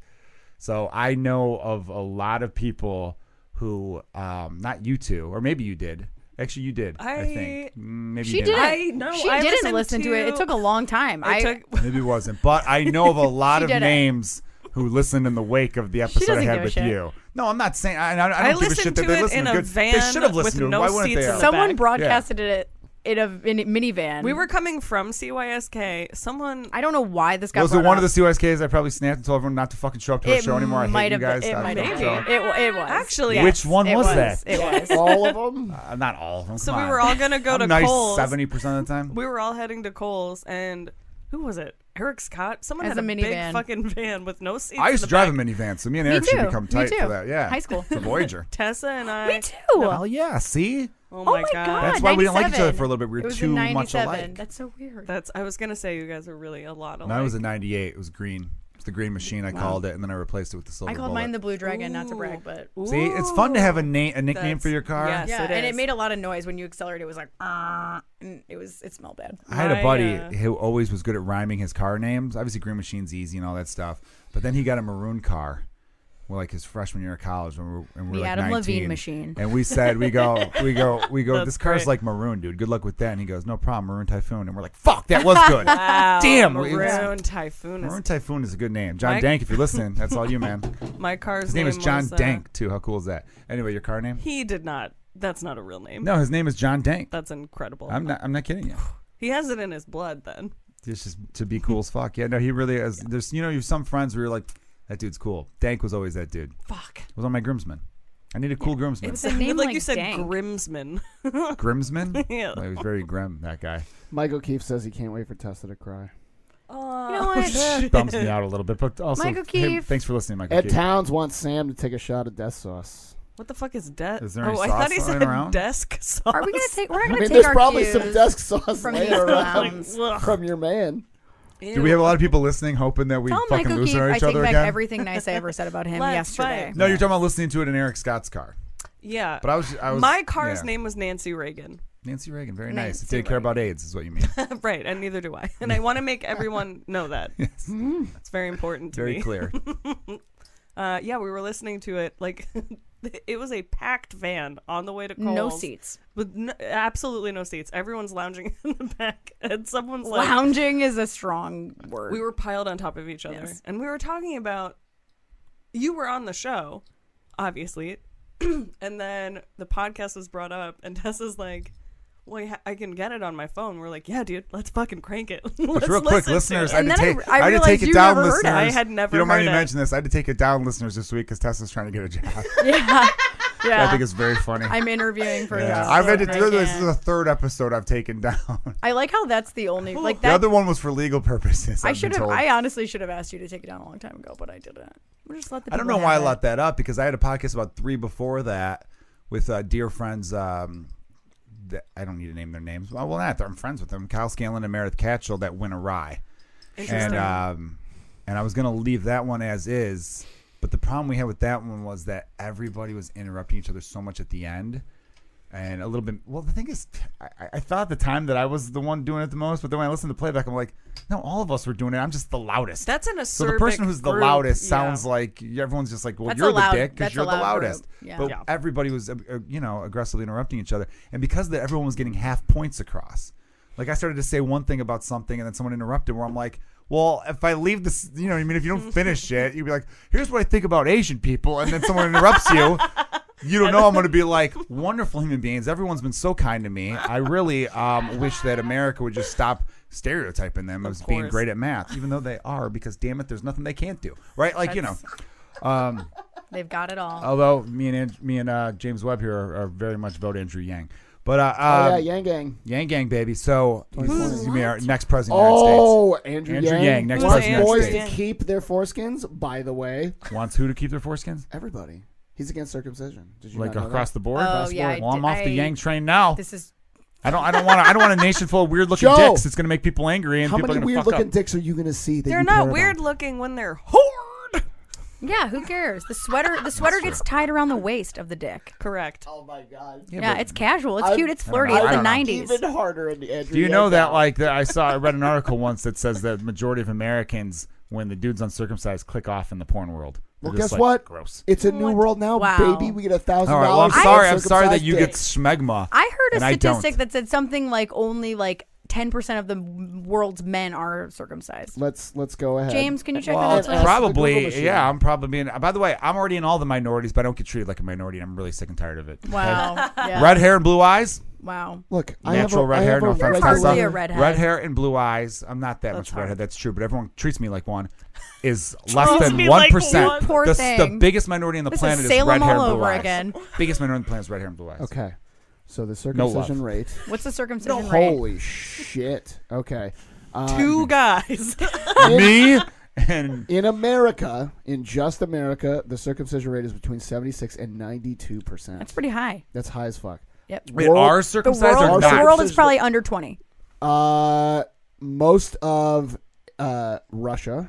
[SPEAKER 1] So I know of a lot of people who, um, not you two, or maybe you did. Actually, you did. I,
[SPEAKER 3] I-
[SPEAKER 1] think Mm, maybe
[SPEAKER 4] She
[SPEAKER 1] you didn't.
[SPEAKER 4] didn't.
[SPEAKER 3] I know,
[SPEAKER 4] She
[SPEAKER 3] I
[SPEAKER 4] didn't
[SPEAKER 3] listened
[SPEAKER 4] listen to, it. It
[SPEAKER 3] to-
[SPEAKER 4] took a long time. I
[SPEAKER 3] I took
[SPEAKER 1] Maybe it wasn't, but I
[SPEAKER 4] [LAUGHS]
[SPEAKER 1] know of a lot
[SPEAKER 4] She
[SPEAKER 1] of
[SPEAKER 4] did it.
[SPEAKER 1] names who listened in the wake of the episode I
[SPEAKER 4] doesn't give
[SPEAKER 1] had
[SPEAKER 4] a
[SPEAKER 1] with
[SPEAKER 4] shit.
[SPEAKER 1] you. No, I'm not saying I, I don't, I
[SPEAKER 3] I
[SPEAKER 1] don't give a shit
[SPEAKER 3] listened
[SPEAKER 1] that
[SPEAKER 3] to
[SPEAKER 1] they
[SPEAKER 3] it
[SPEAKER 1] listened
[SPEAKER 3] in
[SPEAKER 1] to
[SPEAKER 3] a
[SPEAKER 1] good. They
[SPEAKER 3] van
[SPEAKER 1] should have listened
[SPEAKER 3] with
[SPEAKER 1] to it.
[SPEAKER 3] no
[SPEAKER 1] Why wouldn't
[SPEAKER 3] seats
[SPEAKER 1] they?
[SPEAKER 3] in
[SPEAKER 1] have?
[SPEAKER 3] the
[SPEAKER 4] someone
[SPEAKER 3] back.
[SPEAKER 4] broadcasted it in a, in a minivan.
[SPEAKER 3] we were coming from CYSK. Someone
[SPEAKER 4] I don't know why this got
[SPEAKER 1] Those are
[SPEAKER 4] brought
[SPEAKER 1] one
[SPEAKER 4] up.
[SPEAKER 1] of the CYSKs I probably snapped and told everyone not to fucking show up to our
[SPEAKER 4] it
[SPEAKER 1] show anymore. I hate
[SPEAKER 4] might
[SPEAKER 1] you
[SPEAKER 4] have
[SPEAKER 1] guys.
[SPEAKER 4] Been, it
[SPEAKER 1] I
[SPEAKER 4] might
[SPEAKER 1] don't
[SPEAKER 4] have
[SPEAKER 3] Maybe.
[SPEAKER 1] know.
[SPEAKER 4] been. It, wa- it was.
[SPEAKER 3] actually
[SPEAKER 4] Yes,
[SPEAKER 1] Which one
[SPEAKER 4] it
[SPEAKER 1] was
[SPEAKER 4] was
[SPEAKER 1] that?
[SPEAKER 4] It
[SPEAKER 3] [LAUGHS]
[SPEAKER 4] was.
[SPEAKER 2] All of them.
[SPEAKER 1] Uh, not all of them.
[SPEAKER 3] So
[SPEAKER 1] come
[SPEAKER 3] we
[SPEAKER 1] on.
[SPEAKER 3] were all gonna go
[SPEAKER 1] I'm
[SPEAKER 3] to
[SPEAKER 1] nice
[SPEAKER 3] Kohl's.
[SPEAKER 1] seventy percent of
[SPEAKER 4] [LAUGHS]
[SPEAKER 1] the time.
[SPEAKER 3] we were all heading to Cole's, and who was it? Eric Scott. Someone
[SPEAKER 4] Has
[SPEAKER 3] had
[SPEAKER 4] a
[SPEAKER 3] a,
[SPEAKER 4] minivan.
[SPEAKER 3] big fucking van with no seats.
[SPEAKER 1] I
[SPEAKER 3] in
[SPEAKER 1] used
[SPEAKER 3] the
[SPEAKER 1] to drive
[SPEAKER 3] back.
[SPEAKER 1] a minivan, so me and
[SPEAKER 4] Me
[SPEAKER 1] Eric should
[SPEAKER 4] too.
[SPEAKER 1] become
[SPEAKER 4] Me
[SPEAKER 1] tight
[SPEAKER 4] too.
[SPEAKER 1] for that.
[SPEAKER 4] [LAUGHS]
[SPEAKER 1] Yeah,
[SPEAKER 4] High school.
[SPEAKER 1] The Voyager.
[SPEAKER 3] Tessa and I.
[SPEAKER 4] Me too.
[SPEAKER 1] Hell yeah! See,
[SPEAKER 3] Oh
[SPEAKER 4] Oh
[SPEAKER 3] my god.
[SPEAKER 1] That's why we didn't like each other for a little bit. We were
[SPEAKER 4] It was
[SPEAKER 1] too
[SPEAKER 4] in
[SPEAKER 1] much
[SPEAKER 4] 97.
[SPEAKER 1] alike.
[SPEAKER 4] That's so weird.
[SPEAKER 3] That's. I was gonna say you guys are really a lot alike.
[SPEAKER 1] mine was a '98. It was green. It was the green machine. I called it, and then I replaced it with the silver.
[SPEAKER 4] I called
[SPEAKER 1] bullet.
[SPEAKER 4] mine the Blue Dragon, not to brag,
[SPEAKER 3] Ooh.
[SPEAKER 4] but
[SPEAKER 1] See, it's fun to have a name, a nickname
[SPEAKER 3] That's-
[SPEAKER 1] for your car.
[SPEAKER 3] yes.
[SPEAKER 4] yeah,
[SPEAKER 3] it
[SPEAKER 4] and it
[SPEAKER 3] is.
[SPEAKER 4] made a lot of noise when you accelerated. It was like, "Ah," and it was it smelled bad.
[SPEAKER 1] I had a
[SPEAKER 3] My,
[SPEAKER 1] buddy
[SPEAKER 3] uh,
[SPEAKER 1] who always was good at rhyming his car names. Obviously, Green Machine's easy and all that stuff. But then he got a maroon car, well, like his freshman year of college, when we were, when we were
[SPEAKER 4] The
[SPEAKER 1] like
[SPEAKER 4] Adam
[SPEAKER 1] 19.
[SPEAKER 4] Levine machine.
[SPEAKER 1] And we said, we go, we go, we go.
[SPEAKER 3] That's
[SPEAKER 1] this car's
[SPEAKER 3] great.
[SPEAKER 1] like maroon, dude. Good luck with that. And he goes, no problem, maroon typhoon. And we're like, fuck, that was
[SPEAKER 3] [LAUGHS]
[SPEAKER 1] good.
[SPEAKER 3] Wow,
[SPEAKER 1] Damn, we- it's-
[SPEAKER 3] Maroon Typhoon.
[SPEAKER 1] maroon
[SPEAKER 3] Is,
[SPEAKER 1] typhoon is a good name. John
[SPEAKER 3] My-
[SPEAKER 1] Dank, if you're listening, that's all you,
[SPEAKER 3] [LAUGHS]
[SPEAKER 1] man.
[SPEAKER 3] my car's
[SPEAKER 1] His name is John
[SPEAKER 3] was, uh,
[SPEAKER 1] Dank too. How cool is that? Anyway, your car name?
[SPEAKER 3] He did not. That's not a real name.
[SPEAKER 1] No, his name is John Dank.
[SPEAKER 3] That's incredible.
[SPEAKER 1] I'm not. I'm not kidding you.
[SPEAKER 3] He has it in his blood then.
[SPEAKER 1] It's just to be cool as fuck. Yeah, no, he really is. There's, you know, you have some friends where you're like, that dude's cool. Dank was always that dude.
[SPEAKER 3] Fuck.
[SPEAKER 1] It was on my groomsman. I need a cool groomsman.
[SPEAKER 3] [LAUGHS]
[SPEAKER 4] It's a name
[SPEAKER 3] like,
[SPEAKER 4] like
[SPEAKER 3] you said,
[SPEAKER 4] Dank.
[SPEAKER 3] Grimsman.
[SPEAKER 1] [LAUGHS]
[SPEAKER 3] [LAUGHS]
[SPEAKER 1] groomsman?
[SPEAKER 3] Yeah.
[SPEAKER 1] Well, he was very grim, that guy.
[SPEAKER 2] Mike O'Keefe says he can't wait for Tessa to cry.
[SPEAKER 3] Oh,
[SPEAKER 4] You know what?
[SPEAKER 1] [LAUGHS] That bums me out a little bit, but also,
[SPEAKER 4] Mike
[SPEAKER 1] hey,
[SPEAKER 4] O'Keefe.
[SPEAKER 1] thanks for listening, Mike
[SPEAKER 2] Ed
[SPEAKER 1] O'Keefe.
[SPEAKER 2] Towns wants Sam to take a shot of death sauce.
[SPEAKER 3] What the fuck is death?
[SPEAKER 1] Is there any
[SPEAKER 3] oh, I
[SPEAKER 1] sauce
[SPEAKER 3] thought he
[SPEAKER 1] lying
[SPEAKER 3] said
[SPEAKER 1] around?
[SPEAKER 3] desk [LAUGHS] sauce.
[SPEAKER 4] Are we gonna take? We're not
[SPEAKER 2] I
[SPEAKER 4] gonna
[SPEAKER 2] mean,
[SPEAKER 4] take
[SPEAKER 2] there's
[SPEAKER 4] our
[SPEAKER 2] probably
[SPEAKER 4] cues.
[SPEAKER 2] some desk sauce
[SPEAKER 4] from these
[SPEAKER 2] laying around
[SPEAKER 4] clowns.
[SPEAKER 2] [LAUGHS] from your man.
[SPEAKER 1] Do we have a lot of people listening, hoping that we
[SPEAKER 4] Tell Mike
[SPEAKER 1] fucking lose
[SPEAKER 4] O'Keefe
[SPEAKER 1] on
[SPEAKER 4] I
[SPEAKER 1] each
[SPEAKER 4] take
[SPEAKER 1] other
[SPEAKER 4] back
[SPEAKER 1] again?
[SPEAKER 4] everything nice I ever said about [LAUGHS] him
[SPEAKER 3] Let's
[SPEAKER 4] yesterday.
[SPEAKER 3] fight.
[SPEAKER 1] no, you're talking about listening to it in Eric Scott's car.
[SPEAKER 3] Yeah.
[SPEAKER 1] But I was, I was
[SPEAKER 3] My car's
[SPEAKER 1] yeah.
[SPEAKER 3] name was Nancy Reagan. [LAUGHS]
[SPEAKER 1] Nancy Reagan. Very nice. It
[SPEAKER 4] Nancy
[SPEAKER 1] didn't care
[SPEAKER 4] Reagan.
[SPEAKER 1] about AIDS, is what you mean.
[SPEAKER 3] right, and neither do I. And I want to make
[SPEAKER 1] [LAUGHS]
[SPEAKER 3] everyone know that.
[SPEAKER 4] Mm.
[SPEAKER 3] It's very important to
[SPEAKER 1] very
[SPEAKER 3] me.
[SPEAKER 1] clear.
[SPEAKER 3] Uh, yeah, we were listening to it. Like, [LAUGHS] it was a packed van on the way to Cole's.
[SPEAKER 4] No seats.
[SPEAKER 3] With no, absolutely no seats. Everyone's lounging [LAUGHS] in the back, and someone's like,
[SPEAKER 4] Lounging is a strong word.
[SPEAKER 3] we were piled on top of each other
[SPEAKER 4] Yes.
[SPEAKER 3] and we were talking about you were on the show obviously [CLEARS THROAT] and then the podcast was brought up and [LAUGHS] tessa's like well, yeah, I can get it on my phone. We're like, yeah, dude, let's fucking crank it. [LAUGHS] let's
[SPEAKER 1] Which real quick,
[SPEAKER 3] listen to
[SPEAKER 1] listeners,
[SPEAKER 3] it.
[SPEAKER 1] I had,
[SPEAKER 4] And
[SPEAKER 1] to
[SPEAKER 4] then I
[SPEAKER 1] take,
[SPEAKER 4] re-
[SPEAKER 1] I,
[SPEAKER 4] I
[SPEAKER 1] had to
[SPEAKER 4] realized
[SPEAKER 1] take it
[SPEAKER 4] you
[SPEAKER 1] down,
[SPEAKER 4] never heard
[SPEAKER 1] listeners.
[SPEAKER 4] it. I
[SPEAKER 3] had never
[SPEAKER 1] You don't mind
[SPEAKER 3] heard
[SPEAKER 1] me
[SPEAKER 4] [LAUGHS]
[SPEAKER 1] [LAUGHS]
[SPEAKER 3] it.
[SPEAKER 1] mentioning this. I had to take it down, listeners, this week because Tessa's trying to get a job.
[SPEAKER 4] yeah.
[SPEAKER 1] I
[SPEAKER 4] Yeah.
[SPEAKER 1] think it's very funny.
[SPEAKER 4] I'm interviewing for
[SPEAKER 1] Yeah.
[SPEAKER 4] jobs.
[SPEAKER 1] I've had to
[SPEAKER 4] I
[SPEAKER 1] do this. This is
[SPEAKER 4] can't.
[SPEAKER 1] the third episode I've taken [LAUGHS] down.
[SPEAKER 4] I like how that's the only like
[SPEAKER 1] the
[SPEAKER 4] that.
[SPEAKER 1] other one was for legal purposes.
[SPEAKER 4] I
[SPEAKER 1] I've been
[SPEAKER 4] should have.
[SPEAKER 1] told.
[SPEAKER 4] I honestly should have asked you to take it down a long time ago, but I didn't. We'll just let the.
[SPEAKER 1] I don't know
[SPEAKER 4] people
[SPEAKER 1] why I
[SPEAKER 4] have it.
[SPEAKER 1] let that up because I had a podcast about three before that with uh, dear friends. Um, that, I don't need to name their names. Well, well, not. I'm friends with them. Kyle Scanlon and Meredith Catchell that went awry, and
[SPEAKER 3] Interesting.
[SPEAKER 1] um, and I was gonna leave that one as is. But the problem we had with that one was that everybody was interrupting each other so much at the end. And a little bit. Well, the thing is, I, I- I thought at the time that I was the one doing it the most, but then when I listened to the playback, I'm like, no, all of us were doing it. I'm just the loudest.
[SPEAKER 3] That's an acerbic
[SPEAKER 1] So the person who's the
[SPEAKER 3] group,
[SPEAKER 1] loudest
[SPEAKER 3] yeah.
[SPEAKER 1] sounds like everyone's just like, well,
[SPEAKER 4] That's
[SPEAKER 1] you're
[SPEAKER 4] a loud-
[SPEAKER 1] the dick because
[SPEAKER 4] that's a
[SPEAKER 1] you're the
[SPEAKER 4] loud group.
[SPEAKER 1] loudest.
[SPEAKER 4] Yeah.
[SPEAKER 1] But
[SPEAKER 3] Yeah.
[SPEAKER 1] everybody was, uh, uh, you know, aggressively interrupting each other, and because of that, everyone was getting half points across. Like I started to say one thing about something, and then someone interrupted. Where I'm like, well, if I leave this, you know, what I mean, if you
[SPEAKER 4] [LAUGHS]
[SPEAKER 1] don't finish it, you'd be like, here's what I think about Asian people, and then someone
[SPEAKER 4] [LAUGHS]
[SPEAKER 1] interrupts you. You don't know. I'm going to be like, wonderful human beings. Everyone's been so kind to me. I really um, wish that America would just stop stereotyping them as being
[SPEAKER 3] course.
[SPEAKER 1] great at math, even though they are, because damn it, there's nothing they can't do, right? Like you know.
[SPEAKER 3] That's-
[SPEAKER 1] Um,
[SPEAKER 4] They've got it all.
[SPEAKER 1] although me and Ang- me and uh, James Webb here are, are very much vote Andrew Yang, but uh, um,
[SPEAKER 2] oh, yeah, Yang Gang.
[SPEAKER 1] Yang Gang baby. So he's,
[SPEAKER 2] Who's
[SPEAKER 1] he's gonna be our
[SPEAKER 4] what?
[SPEAKER 1] next president of the United States.
[SPEAKER 2] Oh, Andrew,
[SPEAKER 1] Andrew
[SPEAKER 2] Yang.
[SPEAKER 1] Yang, next
[SPEAKER 3] Who's
[SPEAKER 1] president of the
[SPEAKER 2] Boys
[SPEAKER 1] United
[SPEAKER 3] Andrew
[SPEAKER 1] States.
[SPEAKER 2] to
[SPEAKER 3] Yang?
[SPEAKER 2] keep their foreskins, by the way.
[SPEAKER 1] Wants who to keep their foreskins?
[SPEAKER 2] Everybody. He's against circumcision. Did you
[SPEAKER 1] Like
[SPEAKER 2] not know
[SPEAKER 1] across
[SPEAKER 2] that?
[SPEAKER 1] the board.
[SPEAKER 4] Oh,
[SPEAKER 1] across the
[SPEAKER 4] yeah,
[SPEAKER 1] board.
[SPEAKER 4] I
[SPEAKER 1] Well, I'm
[SPEAKER 4] did-
[SPEAKER 1] off the
[SPEAKER 4] I-
[SPEAKER 1] Yang train now.
[SPEAKER 4] This is
[SPEAKER 1] I don't. I don't want. I don't want a nation full of weird
[SPEAKER 2] [LAUGHS]
[SPEAKER 1] looking
[SPEAKER 2] Joe!
[SPEAKER 1] dicks. It's gonna make people angry and
[SPEAKER 2] How
[SPEAKER 1] people
[SPEAKER 2] many
[SPEAKER 1] are gonna
[SPEAKER 2] weird
[SPEAKER 1] fuck
[SPEAKER 2] looking
[SPEAKER 1] up.
[SPEAKER 2] dicks are you going to see? That
[SPEAKER 3] They're
[SPEAKER 2] you care
[SPEAKER 3] not
[SPEAKER 2] about?
[SPEAKER 3] weird looking when they're horde.
[SPEAKER 4] yeah. Who cares? The sweater.
[SPEAKER 1] [LAUGHS]
[SPEAKER 4] The sweater gets tied around the waist of the dick.
[SPEAKER 3] Correct.
[SPEAKER 2] Oh my god.
[SPEAKER 4] Yeah,
[SPEAKER 1] but-
[SPEAKER 4] it's casual. It's
[SPEAKER 2] I-
[SPEAKER 4] cute. It's
[SPEAKER 1] I don't
[SPEAKER 4] flirty.
[SPEAKER 1] know,
[SPEAKER 4] It's
[SPEAKER 1] I
[SPEAKER 4] the
[SPEAKER 1] don't know.
[SPEAKER 4] '90s.
[SPEAKER 2] Even harder in the Andrew.
[SPEAKER 1] Do you
[SPEAKER 2] Yang
[SPEAKER 1] know that?
[SPEAKER 2] Gang.
[SPEAKER 1] Like that, I saw. I read
[SPEAKER 2] [LAUGHS]
[SPEAKER 1] an article once that says that majority of Americans, when the dude's uncircumcised, click off in the porn world. They're
[SPEAKER 2] Well,
[SPEAKER 1] just
[SPEAKER 2] guess
[SPEAKER 1] like,
[SPEAKER 2] what?
[SPEAKER 1] Gross.
[SPEAKER 2] It's a new
[SPEAKER 4] What?
[SPEAKER 2] world now,
[SPEAKER 4] Wow.
[SPEAKER 2] baby. We get a thousand
[SPEAKER 1] All right.
[SPEAKER 2] dollars.
[SPEAKER 1] Well, I'm
[SPEAKER 4] I-
[SPEAKER 1] sorry. I'm sorry that
[SPEAKER 2] uncircumcised
[SPEAKER 1] you get
[SPEAKER 2] dicks.
[SPEAKER 1] smegma.
[SPEAKER 4] I heard a
[SPEAKER 1] and I don't.
[SPEAKER 4] statistic that said something like only like 10% of the world's men are circumcised.
[SPEAKER 2] Let's let's go ahead.
[SPEAKER 4] James, can you check
[SPEAKER 1] Well,
[SPEAKER 4] that
[SPEAKER 1] it's
[SPEAKER 4] out?
[SPEAKER 2] prob- Google
[SPEAKER 1] probably
[SPEAKER 2] machine.
[SPEAKER 1] yeah. I'm probably being. By the way, I'm already in all the minorities, but I don't get treated like a minority, and I'm really sick and tired of it.
[SPEAKER 4] wow. Yeah.
[SPEAKER 1] Red hair and blue eyes.
[SPEAKER 4] Wow.
[SPEAKER 2] Look, I have
[SPEAKER 1] Natural
[SPEAKER 2] a,
[SPEAKER 1] red
[SPEAKER 2] I
[SPEAKER 1] hair,
[SPEAKER 2] have
[SPEAKER 1] no
[SPEAKER 2] a
[SPEAKER 1] offense.
[SPEAKER 4] You're hardly
[SPEAKER 1] myself.
[SPEAKER 4] a
[SPEAKER 2] regular-
[SPEAKER 4] redhead.
[SPEAKER 1] Red hair and blue eyes. I'm not that
[SPEAKER 3] That's
[SPEAKER 1] much redhead.
[SPEAKER 3] hard.
[SPEAKER 1] That's true, but everyone treats me like one. Is less
[SPEAKER 3] Treats
[SPEAKER 1] than
[SPEAKER 3] me
[SPEAKER 1] one
[SPEAKER 3] like one.
[SPEAKER 4] Poor
[SPEAKER 1] the,
[SPEAKER 4] thing.
[SPEAKER 1] the biggest minority on the
[SPEAKER 4] This is
[SPEAKER 1] planet is,
[SPEAKER 4] Salem
[SPEAKER 1] red hair
[SPEAKER 4] all
[SPEAKER 1] and blue
[SPEAKER 4] over
[SPEAKER 1] eyes.
[SPEAKER 4] again.
[SPEAKER 1] Biggest minority on the planet is red hair and blue eyes.
[SPEAKER 2] Okay. So the circumcision rate.
[SPEAKER 4] What's the circumcision rate?
[SPEAKER 2] Holy shit. Okay. Um,
[SPEAKER 1] Uh,
[SPEAKER 4] [LAUGHS]
[SPEAKER 3] Two guys. Oh,
[SPEAKER 1] Me [LAUGHS] and
[SPEAKER 2] in America, in just America, the circumcision rate is between seventy six and ninety two percent.
[SPEAKER 4] That's pretty high.
[SPEAKER 2] That's high as fuck.
[SPEAKER 4] Yep.
[SPEAKER 1] wait,
[SPEAKER 2] World-
[SPEAKER 1] are
[SPEAKER 4] The
[SPEAKER 1] circumcised or
[SPEAKER 4] world, the
[SPEAKER 1] not?
[SPEAKER 4] world is probably under 20.
[SPEAKER 2] Uh, most of uh, Russia.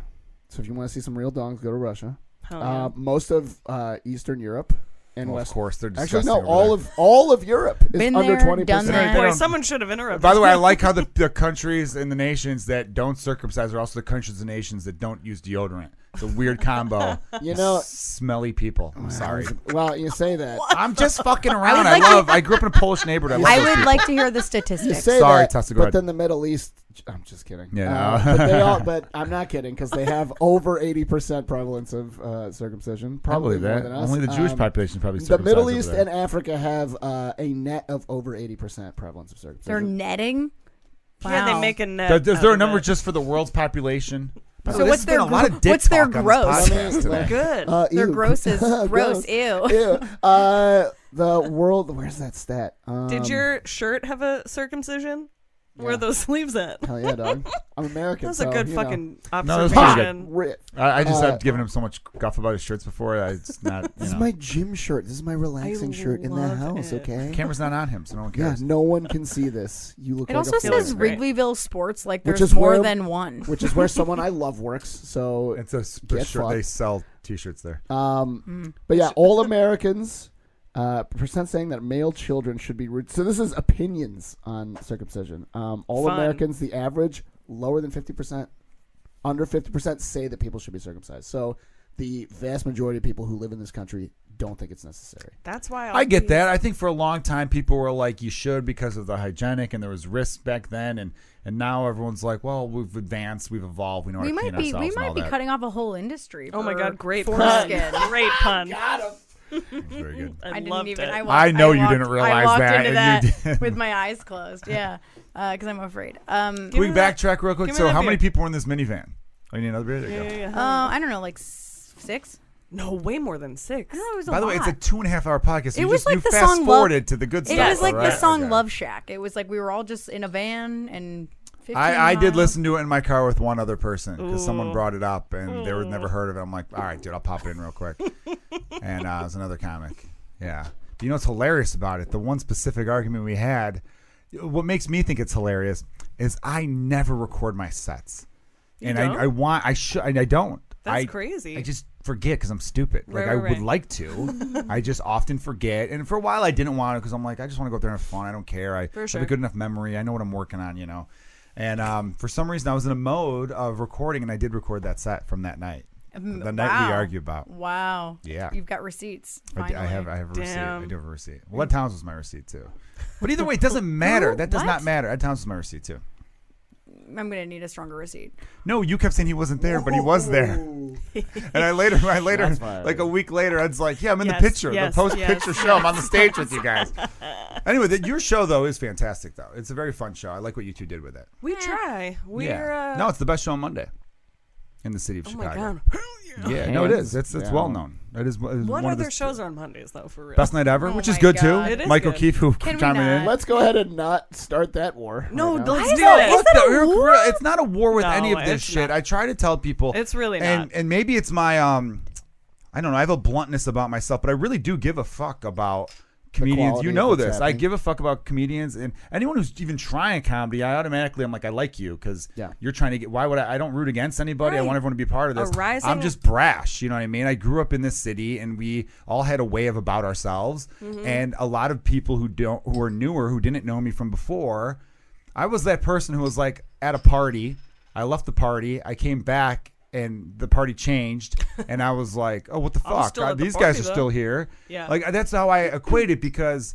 [SPEAKER 2] So if you want to see some real dongs, go to Russia.
[SPEAKER 3] Hell yeah.
[SPEAKER 2] Uh, most of uh, Eastern Europe and
[SPEAKER 1] Well, of
[SPEAKER 2] West.
[SPEAKER 1] course, they're
[SPEAKER 2] Actually,
[SPEAKER 1] disgusting.
[SPEAKER 2] no.
[SPEAKER 1] over
[SPEAKER 2] All
[SPEAKER 1] there.
[SPEAKER 2] of all of Europe is
[SPEAKER 4] Been
[SPEAKER 2] under
[SPEAKER 4] there,
[SPEAKER 2] twenty
[SPEAKER 4] done
[SPEAKER 2] percent.
[SPEAKER 4] that.
[SPEAKER 3] Boy,
[SPEAKER 1] don't-
[SPEAKER 3] someone should have interrupted.
[SPEAKER 1] By the
[SPEAKER 2] [LAUGHS]
[SPEAKER 1] way, I like how the, the countries and the nations that don't circumcise are also the countries and nations that don't use deodorant. It's a weird combo.
[SPEAKER 2] You know-
[SPEAKER 1] smelly people. I'm sorry.
[SPEAKER 2] Well,
[SPEAKER 4] [LAUGHS]
[SPEAKER 2] you say that.
[SPEAKER 1] I'm just fucking around. I,
[SPEAKER 4] like to-
[SPEAKER 1] love. I grew up in a Polish neighborhood. I love
[SPEAKER 4] I
[SPEAKER 1] those
[SPEAKER 4] would
[SPEAKER 1] people.
[SPEAKER 4] like to hear the
[SPEAKER 2] You
[SPEAKER 4] statistics.
[SPEAKER 2] say
[SPEAKER 1] Sorry,
[SPEAKER 2] that,
[SPEAKER 1] Tessa, go
[SPEAKER 2] but
[SPEAKER 1] ahead.
[SPEAKER 2] then the Middle East. I'm just kidding.
[SPEAKER 1] Yeah.
[SPEAKER 2] Uh, but
[SPEAKER 1] [LAUGHS]
[SPEAKER 2] they all, but I'm not kidding because they have over 80 percent prevalence of uh, circumcision. Probably
[SPEAKER 1] Probably
[SPEAKER 2] more
[SPEAKER 1] that.
[SPEAKER 2] than us.
[SPEAKER 1] Only the Jewish
[SPEAKER 2] Um,
[SPEAKER 1] population is probably
[SPEAKER 2] The Middle
[SPEAKER 1] circumcised
[SPEAKER 2] East
[SPEAKER 1] over there.
[SPEAKER 2] and Africa have uh, a net of over 80 percent prevalence of
[SPEAKER 4] They're
[SPEAKER 2] circumcision.
[SPEAKER 4] netting. Wow.
[SPEAKER 3] Yeah, they make a net.
[SPEAKER 1] Th- Is
[SPEAKER 3] out
[SPEAKER 1] there a
[SPEAKER 3] of
[SPEAKER 1] number
[SPEAKER 3] it.
[SPEAKER 1] just for the world's population? By the
[SPEAKER 4] So
[SPEAKER 1] way,
[SPEAKER 4] what's
[SPEAKER 1] this has been
[SPEAKER 4] their
[SPEAKER 1] a lot
[SPEAKER 4] gro-
[SPEAKER 1] of dick
[SPEAKER 4] what's their
[SPEAKER 1] talk on this
[SPEAKER 4] gross?
[SPEAKER 1] podcast today.
[SPEAKER 4] [LAUGHS]
[SPEAKER 3] good?
[SPEAKER 2] Uh,
[SPEAKER 4] They're
[SPEAKER 2] ew. [LAUGHS]
[SPEAKER 4] gross as gross. Ew. [LAUGHS]
[SPEAKER 2] Ew. Uh, the world. Where's that stat? Um,
[SPEAKER 3] Did your shirt have a circumcision? Where
[SPEAKER 2] yeah.
[SPEAKER 3] are those [LAUGHS] sleeves at?
[SPEAKER 2] Hell yeah, dog.
[SPEAKER 4] [LAUGHS]
[SPEAKER 2] I'm American.
[SPEAKER 3] That's
[SPEAKER 2] so,
[SPEAKER 3] a good
[SPEAKER 2] you know.
[SPEAKER 3] fucking
[SPEAKER 1] No, that's pretty good.
[SPEAKER 3] observation.
[SPEAKER 2] Ri-
[SPEAKER 1] I, I just
[SPEAKER 2] Uh,
[SPEAKER 1] have given him so much guff about his shirts before. that [LAUGHS] It's not. You
[SPEAKER 2] This
[SPEAKER 1] know.
[SPEAKER 2] is my gym shirt. This is my relaxing shirt in the
[SPEAKER 3] love
[SPEAKER 2] house.
[SPEAKER 3] it.
[SPEAKER 2] Okay.
[SPEAKER 1] camera's not on him, so no one
[SPEAKER 2] Yeah,
[SPEAKER 1] cares.
[SPEAKER 2] no one can see this. You look.
[SPEAKER 4] It
[SPEAKER 2] like
[SPEAKER 4] also
[SPEAKER 2] a fool.
[SPEAKER 4] says
[SPEAKER 3] feels great.
[SPEAKER 4] Wrigleyville Sports like
[SPEAKER 2] Which
[SPEAKER 4] there's
[SPEAKER 2] is where-
[SPEAKER 4] more than one.
[SPEAKER 2] which is where
[SPEAKER 4] [LAUGHS]
[SPEAKER 2] someone I love works. So,
[SPEAKER 1] It's a s- the
[SPEAKER 2] Get
[SPEAKER 1] shirt. They
[SPEAKER 2] fucked.
[SPEAKER 1] sell T-shirts there.
[SPEAKER 4] Mm.
[SPEAKER 2] um, but yeah, all Americans uh, percent saying that male children should be. Re- so this is opinions on circumcision. Um, all
[SPEAKER 3] Fun.
[SPEAKER 2] Americans, the average lower than fifty percent, under fifty percent say that people should be circumcised. So the vast majority of people who live in this country don't think it's necessary.
[SPEAKER 3] That's why I'll
[SPEAKER 1] I
[SPEAKER 3] be-
[SPEAKER 1] get that. I think for a long time people were like, "You should," because of the hygienic, and there was risk back then, and and now everyone's like, "Well, we've advanced, we've evolved, we know how
[SPEAKER 4] We
[SPEAKER 1] to
[SPEAKER 4] might
[SPEAKER 1] clean
[SPEAKER 4] be
[SPEAKER 1] ourselves
[SPEAKER 4] we
[SPEAKER 1] and all
[SPEAKER 4] might be
[SPEAKER 1] that."
[SPEAKER 4] cutting off a whole industry.
[SPEAKER 3] Oh my
[SPEAKER 4] for
[SPEAKER 3] god, great pun!
[SPEAKER 4] foreskin.
[SPEAKER 1] [LAUGHS]
[SPEAKER 3] Great pun! I,
[SPEAKER 1] It's very good.
[SPEAKER 3] loved it.
[SPEAKER 4] I,
[SPEAKER 1] I know you
[SPEAKER 4] walked-
[SPEAKER 1] didn't realize
[SPEAKER 4] I walked
[SPEAKER 1] that,
[SPEAKER 4] Into
[SPEAKER 1] and you
[SPEAKER 4] that
[SPEAKER 1] did.
[SPEAKER 4] with my eyes
[SPEAKER 1] [LAUGHS]
[SPEAKER 4] closed. Yeah, because I'm afraid. Um,
[SPEAKER 1] Can
[SPEAKER 4] uh,
[SPEAKER 1] we
[SPEAKER 3] me that-
[SPEAKER 1] backtrack real quick?
[SPEAKER 3] give me
[SPEAKER 1] So,
[SPEAKER 3] that
[SPEAKER 1] how
[SPEAKER 3] beer.
[SPEAKER 1] Oh,
[SPEAKER 4] uh,
[SPEAKER 1] many people were in this minivan? I need another beer. There you
[SPEAKER 3] yeah,
[SPEAKER 1] go.
[SPEAKER 3] yeah, yeah.
[SPEAKER 4] I don't know, like s- six.
[SPEAKER 3] No, way more than six.
[SPEAKER 4] I don't know, it was a
[SPEAKER 1] By the way, it's a
[SPEAKER 4] lot.
[SPEAKER 1] two and a half hour podcast. You
[SPEAKER 4] It was
[SPEAKER 1] just
[SPEAKER 4] like
[SPEAKER 1] you
[SPEAKER 4] the
[SPEAKER 1] fast
[SPEAKER 4] song Love-
[SPEAKER 1] forwarded to the good
[SPEAKER 4] It
[SPEAKER 1] stuff.
[SPEAKER 4] was like
[SPEAKER 1] right?
[SPEAKER 4] the song
[SPEAKER 1] Okay.
[SPEAKER 4] Love Shack. It was like we were all just in a van and. 15
[SPEAKER 1] I, I did
[SPEAKER 4] miles.
[SPEAKER 1] listen to it in my car with one other person because someone
[SPEAKER 3] Ooh.
[SPEAKER 1] brought it up and they were never heard of it. I'm like, all right, dude, I'll pop it in real
[SPEAKER 3] [LAUGHS]
[SPEAKER 1] quick. and uh, it was another comic. Yeah. You know what's hilarious about it? The one specific argument we had, what makes me think it's hilarious is I never record my sets. and
[SPEAKER 3] don't?
[SPEAKER 1] I, I want, I should, and I don't.
[SPEAKER 3] That's
[SPEAKER 1] I,
[SPEAKER 3] crazy.
[SPEAKER 1] I just forget because I'm stupid. Like
[SPEAKER 3] Right,
[SPEAKER 1] I
[SPEAKER 3] right,
[SPEAKER 1] would
[SPEAKER 3] right.
[SPEAKER 1] like to. I just often forget. And for a while, I didn't want to because I'm like, I just want to go out there and have fun. I don't care. I
[SPEAKER 3] For
[SPEAKER 1] have a
[SPEAKER 3] sure.
[SPEAKER 1] good enough memory. I know what I'm working on. You know. And um, for some reason, I was in a mode of recording, and I did record that set from that night.
[SPEAKER 4] Mm,
[SPEAKER 1] the night we
[SPEAKER 4] wow.
[SPEAKER 1] argued about.
[SPEAKER 4] Wow.
[SPEAKER 1] Yeah.
[SPEAKER 4] You've got receipts.
[SPEAKER 1] I, d-
[SPEAKER 4] Finally.
[SPEAKER 1] I have I have a receipt. I
[SPEAKER 3] Damn.
[SPEAKER 1] do have a receipt. Well, Ed Towns was my receipt too. But either way, it doesn't matter.
[SPEAKER 4] Who?
[SPEAKER 1] That does
[SPEAKER 4] What?
[SPEAKER 1] not matter. Ed Towns was my receipt too.
[SPEAKER 4] I'm gonna need a stronger receipt.
[SPEAKER 1] No, you kept saying he wasn't there, but he was there.
[SPEAKER 2] Oh.
[SPEAKER 1] And I later, I later,
[SPEAKER 2] Shots fired.
[SPEAKER 1] like a week later, I was like, "Yeah, I'm in
[SPEAKER 3] Yes,
[SPEAKER 1] the picture,
[SPEAKER 3] yes,
[SPEAKER 1] the post
[SPEAKER 3] yes,
[SPEAKER 1] picture show. I'm on the stage with you
[SPEAKER 3] [LAUGHS]
[SPEAKER 1] guys." anyway, the, your show though is fantastic, though. It's a very fun show. I like what you two did with it.
[SPEAKER 3] we try. We're uh,
[SPEAKER 1] no, it's the best show on Monday in the city of
[SPEAKER 3] Oh my
[SPEAKER 1] Chicago.
[SPEAKER 3] god.
[SPEAKER 1] Yeah, no, it is.
[SPEAKER 2] Hands
[SPEAKER 1] It's it's
[SPEAKER 2] down.
[SPEAKER 1] well known. It is, it is
[SPEAKER 3] What
[SPEAKER 1] one of
[SPEAKER 3] other
[SPEAKER 1] the
[SPEAKER 3] shows are on Mondays though? For real.
[SPEAKER 1] Best night ever,
[SPEAKER 4] Oh
[SPEAKER 1] which is
[SPEAKER 4] my
[SPEAKER 1] good
[SPEAKER 4] God.
[SPEAKER 1] too.
[SPEAKER 4] It
[SPEAKER 3] is
[SPEAKER 1] Mike
[SPEAKER 3] good.
[SPEAKER 1] O'Keefe, who
[SPEAKER 4] Can we
[SPEAKER 1] chiming in.
[SPEAKER 4] not?
[SPEAKER 2] Let's go ahead and not start that war.
[SPEAKER 3] No,
[SPEAKER 2] right now.
[SPEAKER 3] let's
[SPEAKER 4] is
[SPEAKER 3] do
[SPEAKER 4] that-
[SPEAKER 3] it.
[SPEAKER 4] is
[SPEAKER 1] What the- Rick, Rick, It's not a war with
[SPEAKER 3] No,
[SPEAKER 1] any of this
[SPEAKER 3] it's
[SPEAKER 1] shit.
[SPEAKER 3] not.
[SPEAKER 1] I try to tell people.
[SPEAKER 3] It's really
[SPEAKER 1] and,
[SPEAKER 3] not.
[SPEAKER 1] And maybe it's my um, I don't know. I have a bluntness about myself, but I really do give a fuck about comedians.
[SPEAKER 2] quality
[SPEAKER 1] You
[SPEAKER 2] of
[SPEAKER 1] know
[SPEAKER 2] what's
[SPEAKER 1] this. I
[SPEAKER 2] happening.
[SPEAKER 1] give a fuck about comedians and anyone who's even trying comedy. I automatically I'm like I like you because
[SPEAKER 2] Yeah.
[SPEAKER 1] you're trying to get. Why would I? I don't root against anybody. I
[SPEAKER 3] Right.
[SPEAKER 1] want everyone to be part of this.
[SPEAKER 3] A rising-
[SPEAKER 1] I'm just brash. You know what I mean? I grew up in this city and we all had a way of about ourselves.
[SPEAKER 3] Mm-hmm.
[SPEAKER 1] And a lot of people who don't who are newer who didn't know me from before, I was that person who was like at a party. I left the party. I came back and the party
[SPEAKER 3] [LAUGHS]
[SPEAKER 1] changed and I was like, "Oh, what the
[SPEAKER 3] I was
[SPEAKER 1] fuck?
[SPEAKER 3] still
[SPEAKER 1] Uh,
[SPEAKER 3] at the
[SPEAKER 1] These guys
[SPEAKER 3] party,
[SPEAKER 1] are
[SPEAKER 3] though."
[SPEAKER 1] still here."
[SPEAKER 3] Yeah.
[SPEAKER 1] Like that's how I equate it because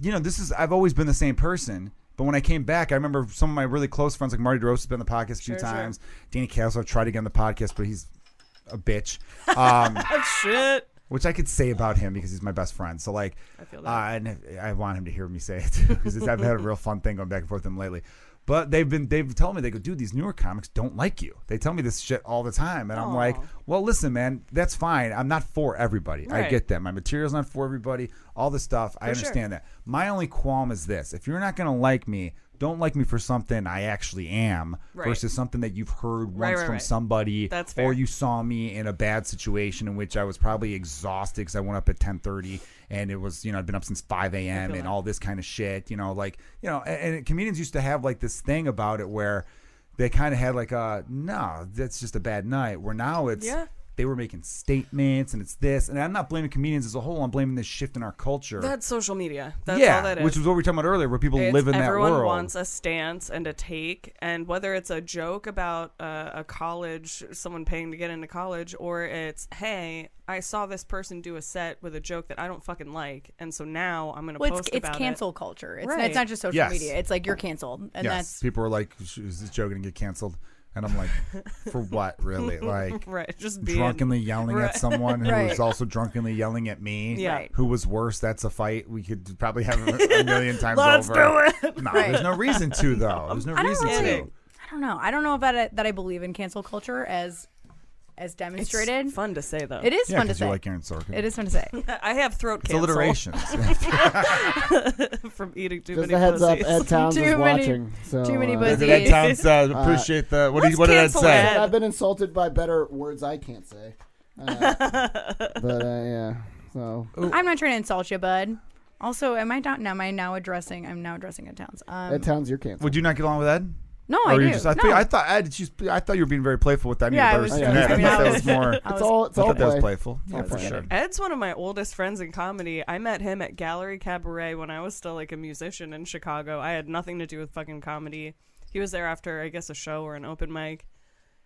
[SPEAKER 1] you know, this is I've always been the same person. But when I came back, I remember some of my really close friends, like Marty DeRosa, has been on the podcast a few
[SPEAKER 3] Sure, sure.
[SPEAKER 1] times. Danny Caslow tried to get on the podcast, but he's a bitch, um,
[SPEAKER 3] Shit.
[SPEAKER 1] which I could say about him because he's my best friend. So like,
[SPEAKER 3] I feel that.
[SPEAKER 1] uh, and I want him to hear me say it because I've had a real fun thing going back and forth with him lately. But they've been they've been telling me they go, dude, these newer comics don't like you. They tell me this shit all the time, and I'm
[SPEAKER 3] Aw.
[SPEAKER 1] like, well, listen, man, that's fine. I'm not for everybody. I
[SPEAKER 3] Right.
[SPEAKER 1] get that. My material's not for everybody. All this stuff, I
[SPEAKER 3] sure.
[SPEAKER 1] understand that. My only qualm is this: if you're not gonna like me. Don't like me for something I actually am
[SPEAKER 3] Right.
[SPEAKER 1] versus something that you've heard once
[SPEAKER 3] Right, right,
[SPEAKER 1] from
[SPEAKER 3] right.
[SPEAKER 1] somebody
[SPEAKER 3] That's
[SPEAKER 1] or
[SPEAKER 3] fair.
[SPEAKER 1] you saw me in a bad situation in which I was probably exhausted because I went up at 10:30 and it was you know I'd been up since 5 a.m. and
[SPEAKER 3] that.
[SPEAKER 1] all this kind of shit. You know, like you know, and, and comedians used to have like this thing about it where they kind of had like a no, that's just a bad night. Where now it's
[SPEAKER 3] Yeah.
[SPEAKER 1] they were making statements and it's this, and I'm not blaming comedians as a whole. I'm blaming this shift in our culture.
[SPEAKER 3] That's social media. That's
[SPEAKER 1] yeah,
[SPEAKER 3] all that is.
[SPEAKER 1] which was what we were talking about earlier, where people
[SPEAKER 3] It's
[SPEAKER 1] live in that
[SPEAKER 3] everyone
[SPEAKER 1] world.
[SPEAKER 3] wants a stance and a take, and whether it's a joke about uh, a college, someone paying to get into college, or it's hey, I saw this person do a set with a joke that I don't fucking like, and so now I'm gonna
[SPEAKER 4] Well, it's
[SPEAKER 3] post
[SPEAKER 4] it's
[SPEAKER 3] about
[SPEAKER 4] cancel culture. It's,
[SPEAKER 3] Right.
[SPEAKER 4] it's not just social
[SPEAKER 1] Yes.
[SPEAKER 4] media. It's like you're canceled, and
[SPEAKER 1] yes, people are like, "Is this joke going to get canceled?" And
[SPEAKER 3] [LAUGHS]
[SPEAKER 1] I'm like, for what, really? Like,
[SPEAKER 3] it. Right, just being
[SPEAKER 1] drunkenly yelling at
[SPEAKER 3] Right.
[SPEAKER 1] someone
[SPEAKER 4] [LAUGHS]
[SPEAKER 1] who
[SPEAKER 4] Right.
[SPEAKER 1] was also drunkenly yelling at me.
[SPEAKER 3] Yeah.
[SPEAKER 4] Right.
[SPEAKER 1] Who was worse? That's a fight we could probably have
[SPEAKER 4] [LAUGHS]
[SPEAKER 1] a, a million times
[SPEAKER 3] Let's
[SPEAKER 1] over.
[SPEAKER 3] do it.
[SPEAKER 1] No,
[SPEAKER 4] Right.
[SPEAKER 1] there's no reason
[SPEAKER 4] [LAUGHS]
[SPEAKER 1] to though. There's no
[SPEAKER 4] I don't
[SPEAKER 1] reason
[SPEAKER 4] really-
[SPEAKER 1] to.
[SPEAKER 4] that's I don't know. I don't know about it, that I believe in cancel culture as as demonstrated.
[SPEAKER 3] It's fun to say though.
[SPEAKER 4] It is
[SPEAKER 1] Yeah,
[SPEAKER 4] fun to
[SPEAKER 1] because
[SPEAKER 4] say.
[SPEAKER 1] you like Aaron Sorkin.
[SPEAKER 4] it is fun to
[SPEAKER 1] [LAUGHS]
[SPEAKER 4] say.
[SPEAKER 3] I have throat
[SPEAKER 1] It's
[SPEAKER 3] cancel
[SPEAKER 1] alliterations.
[SPEAKER 4] [LAUGHS]
[SPEAKER 3] [LAUGHS] from eating too
[SPEAKER 2] Just
[SPEAKER 3] many
[SPEAKER 2] a heads up,
[SPEAKER 3] pussies.
[SPEAKER 2] Ed
[SPEAKER 4] [LAUGHS]
[SPEAKER 2] Towns
[SPEAKER 4] Too
[SPEAKER 2] is
[SPEAKER 4] many-
[SPEAKER 2] watching. So,
[SPEAKER 4] too many
[SPEAKER 2] uh,
[SPEAKER 4] pussies.
[SPEAKER 1] Ed Towns uh, appreciate the what, do you,
[SPEAKER 3] let's
[SPEAKER 1] what did Ed
[SPEAKER 3] cancel
[SPEAKER 1] say?
[SPEAKER 3] Ed.
[SPEAKER 2] I've been insulted by better words I can't say.
[SPEAKER 3] [LAUGHS]
[SPEAKER 2] Uh, but uh, yeah, so
[SPEAKER 4] I'm not trying to insult you, bud. Also, am I not? Am I now addressing? I'm now addressing Ed Towns. Um,
[SPEAKER 2] Ed Towns, you're canceled.
[SPEAKER 1] Would you not get along with Ed?
[SPEAKER 4] no,
[SPEAKER 1] or
[SPEAKER 4] I do.
[SPEAKER 1] you just I,
[SPEAKER 4] no.
[SPEAKER 1] think- I thought Ed, she's, I thought you were being very playful with that. I mean,
[SPEAKER 4] Yeah, I
[SPEAKER 1] better
[SPEAKER 4] was
[SPEAKER 1] than
[SPEAKER 2] just-
[SPEAKER 1] that.
[SPEAKER 2] I mean,
[SPEAKER 1] thought
[SPEAKER 2] I
[SPEAKER 1] that
[SPEAKER 2] was-
[SPEAKER 1] was more.
[SPEAKER 4] I
[SPEAKER 2] it's
[SPEAKER 4] was-
[SPEAKER 2] all it's
[SPEAKER 1] I
[SPEAKER 2] all
[SPEAKER 1] thought that was
[SPEAKER 2] play.
[SPEAKER 1] playful. Yeah,
[SPEAKER 2] all
[SPEAKER 1] for
[SPEAKER 2] play.
[SPEAKER 1] sure.
[SPEAKER 3] Ed's one of my oldest friends in comedy. I met him at Gallery Cabaret when I was still like a musician in Chicago. I had nothing to do with fucking comedy. He was there after, I guess, a show or an open mic.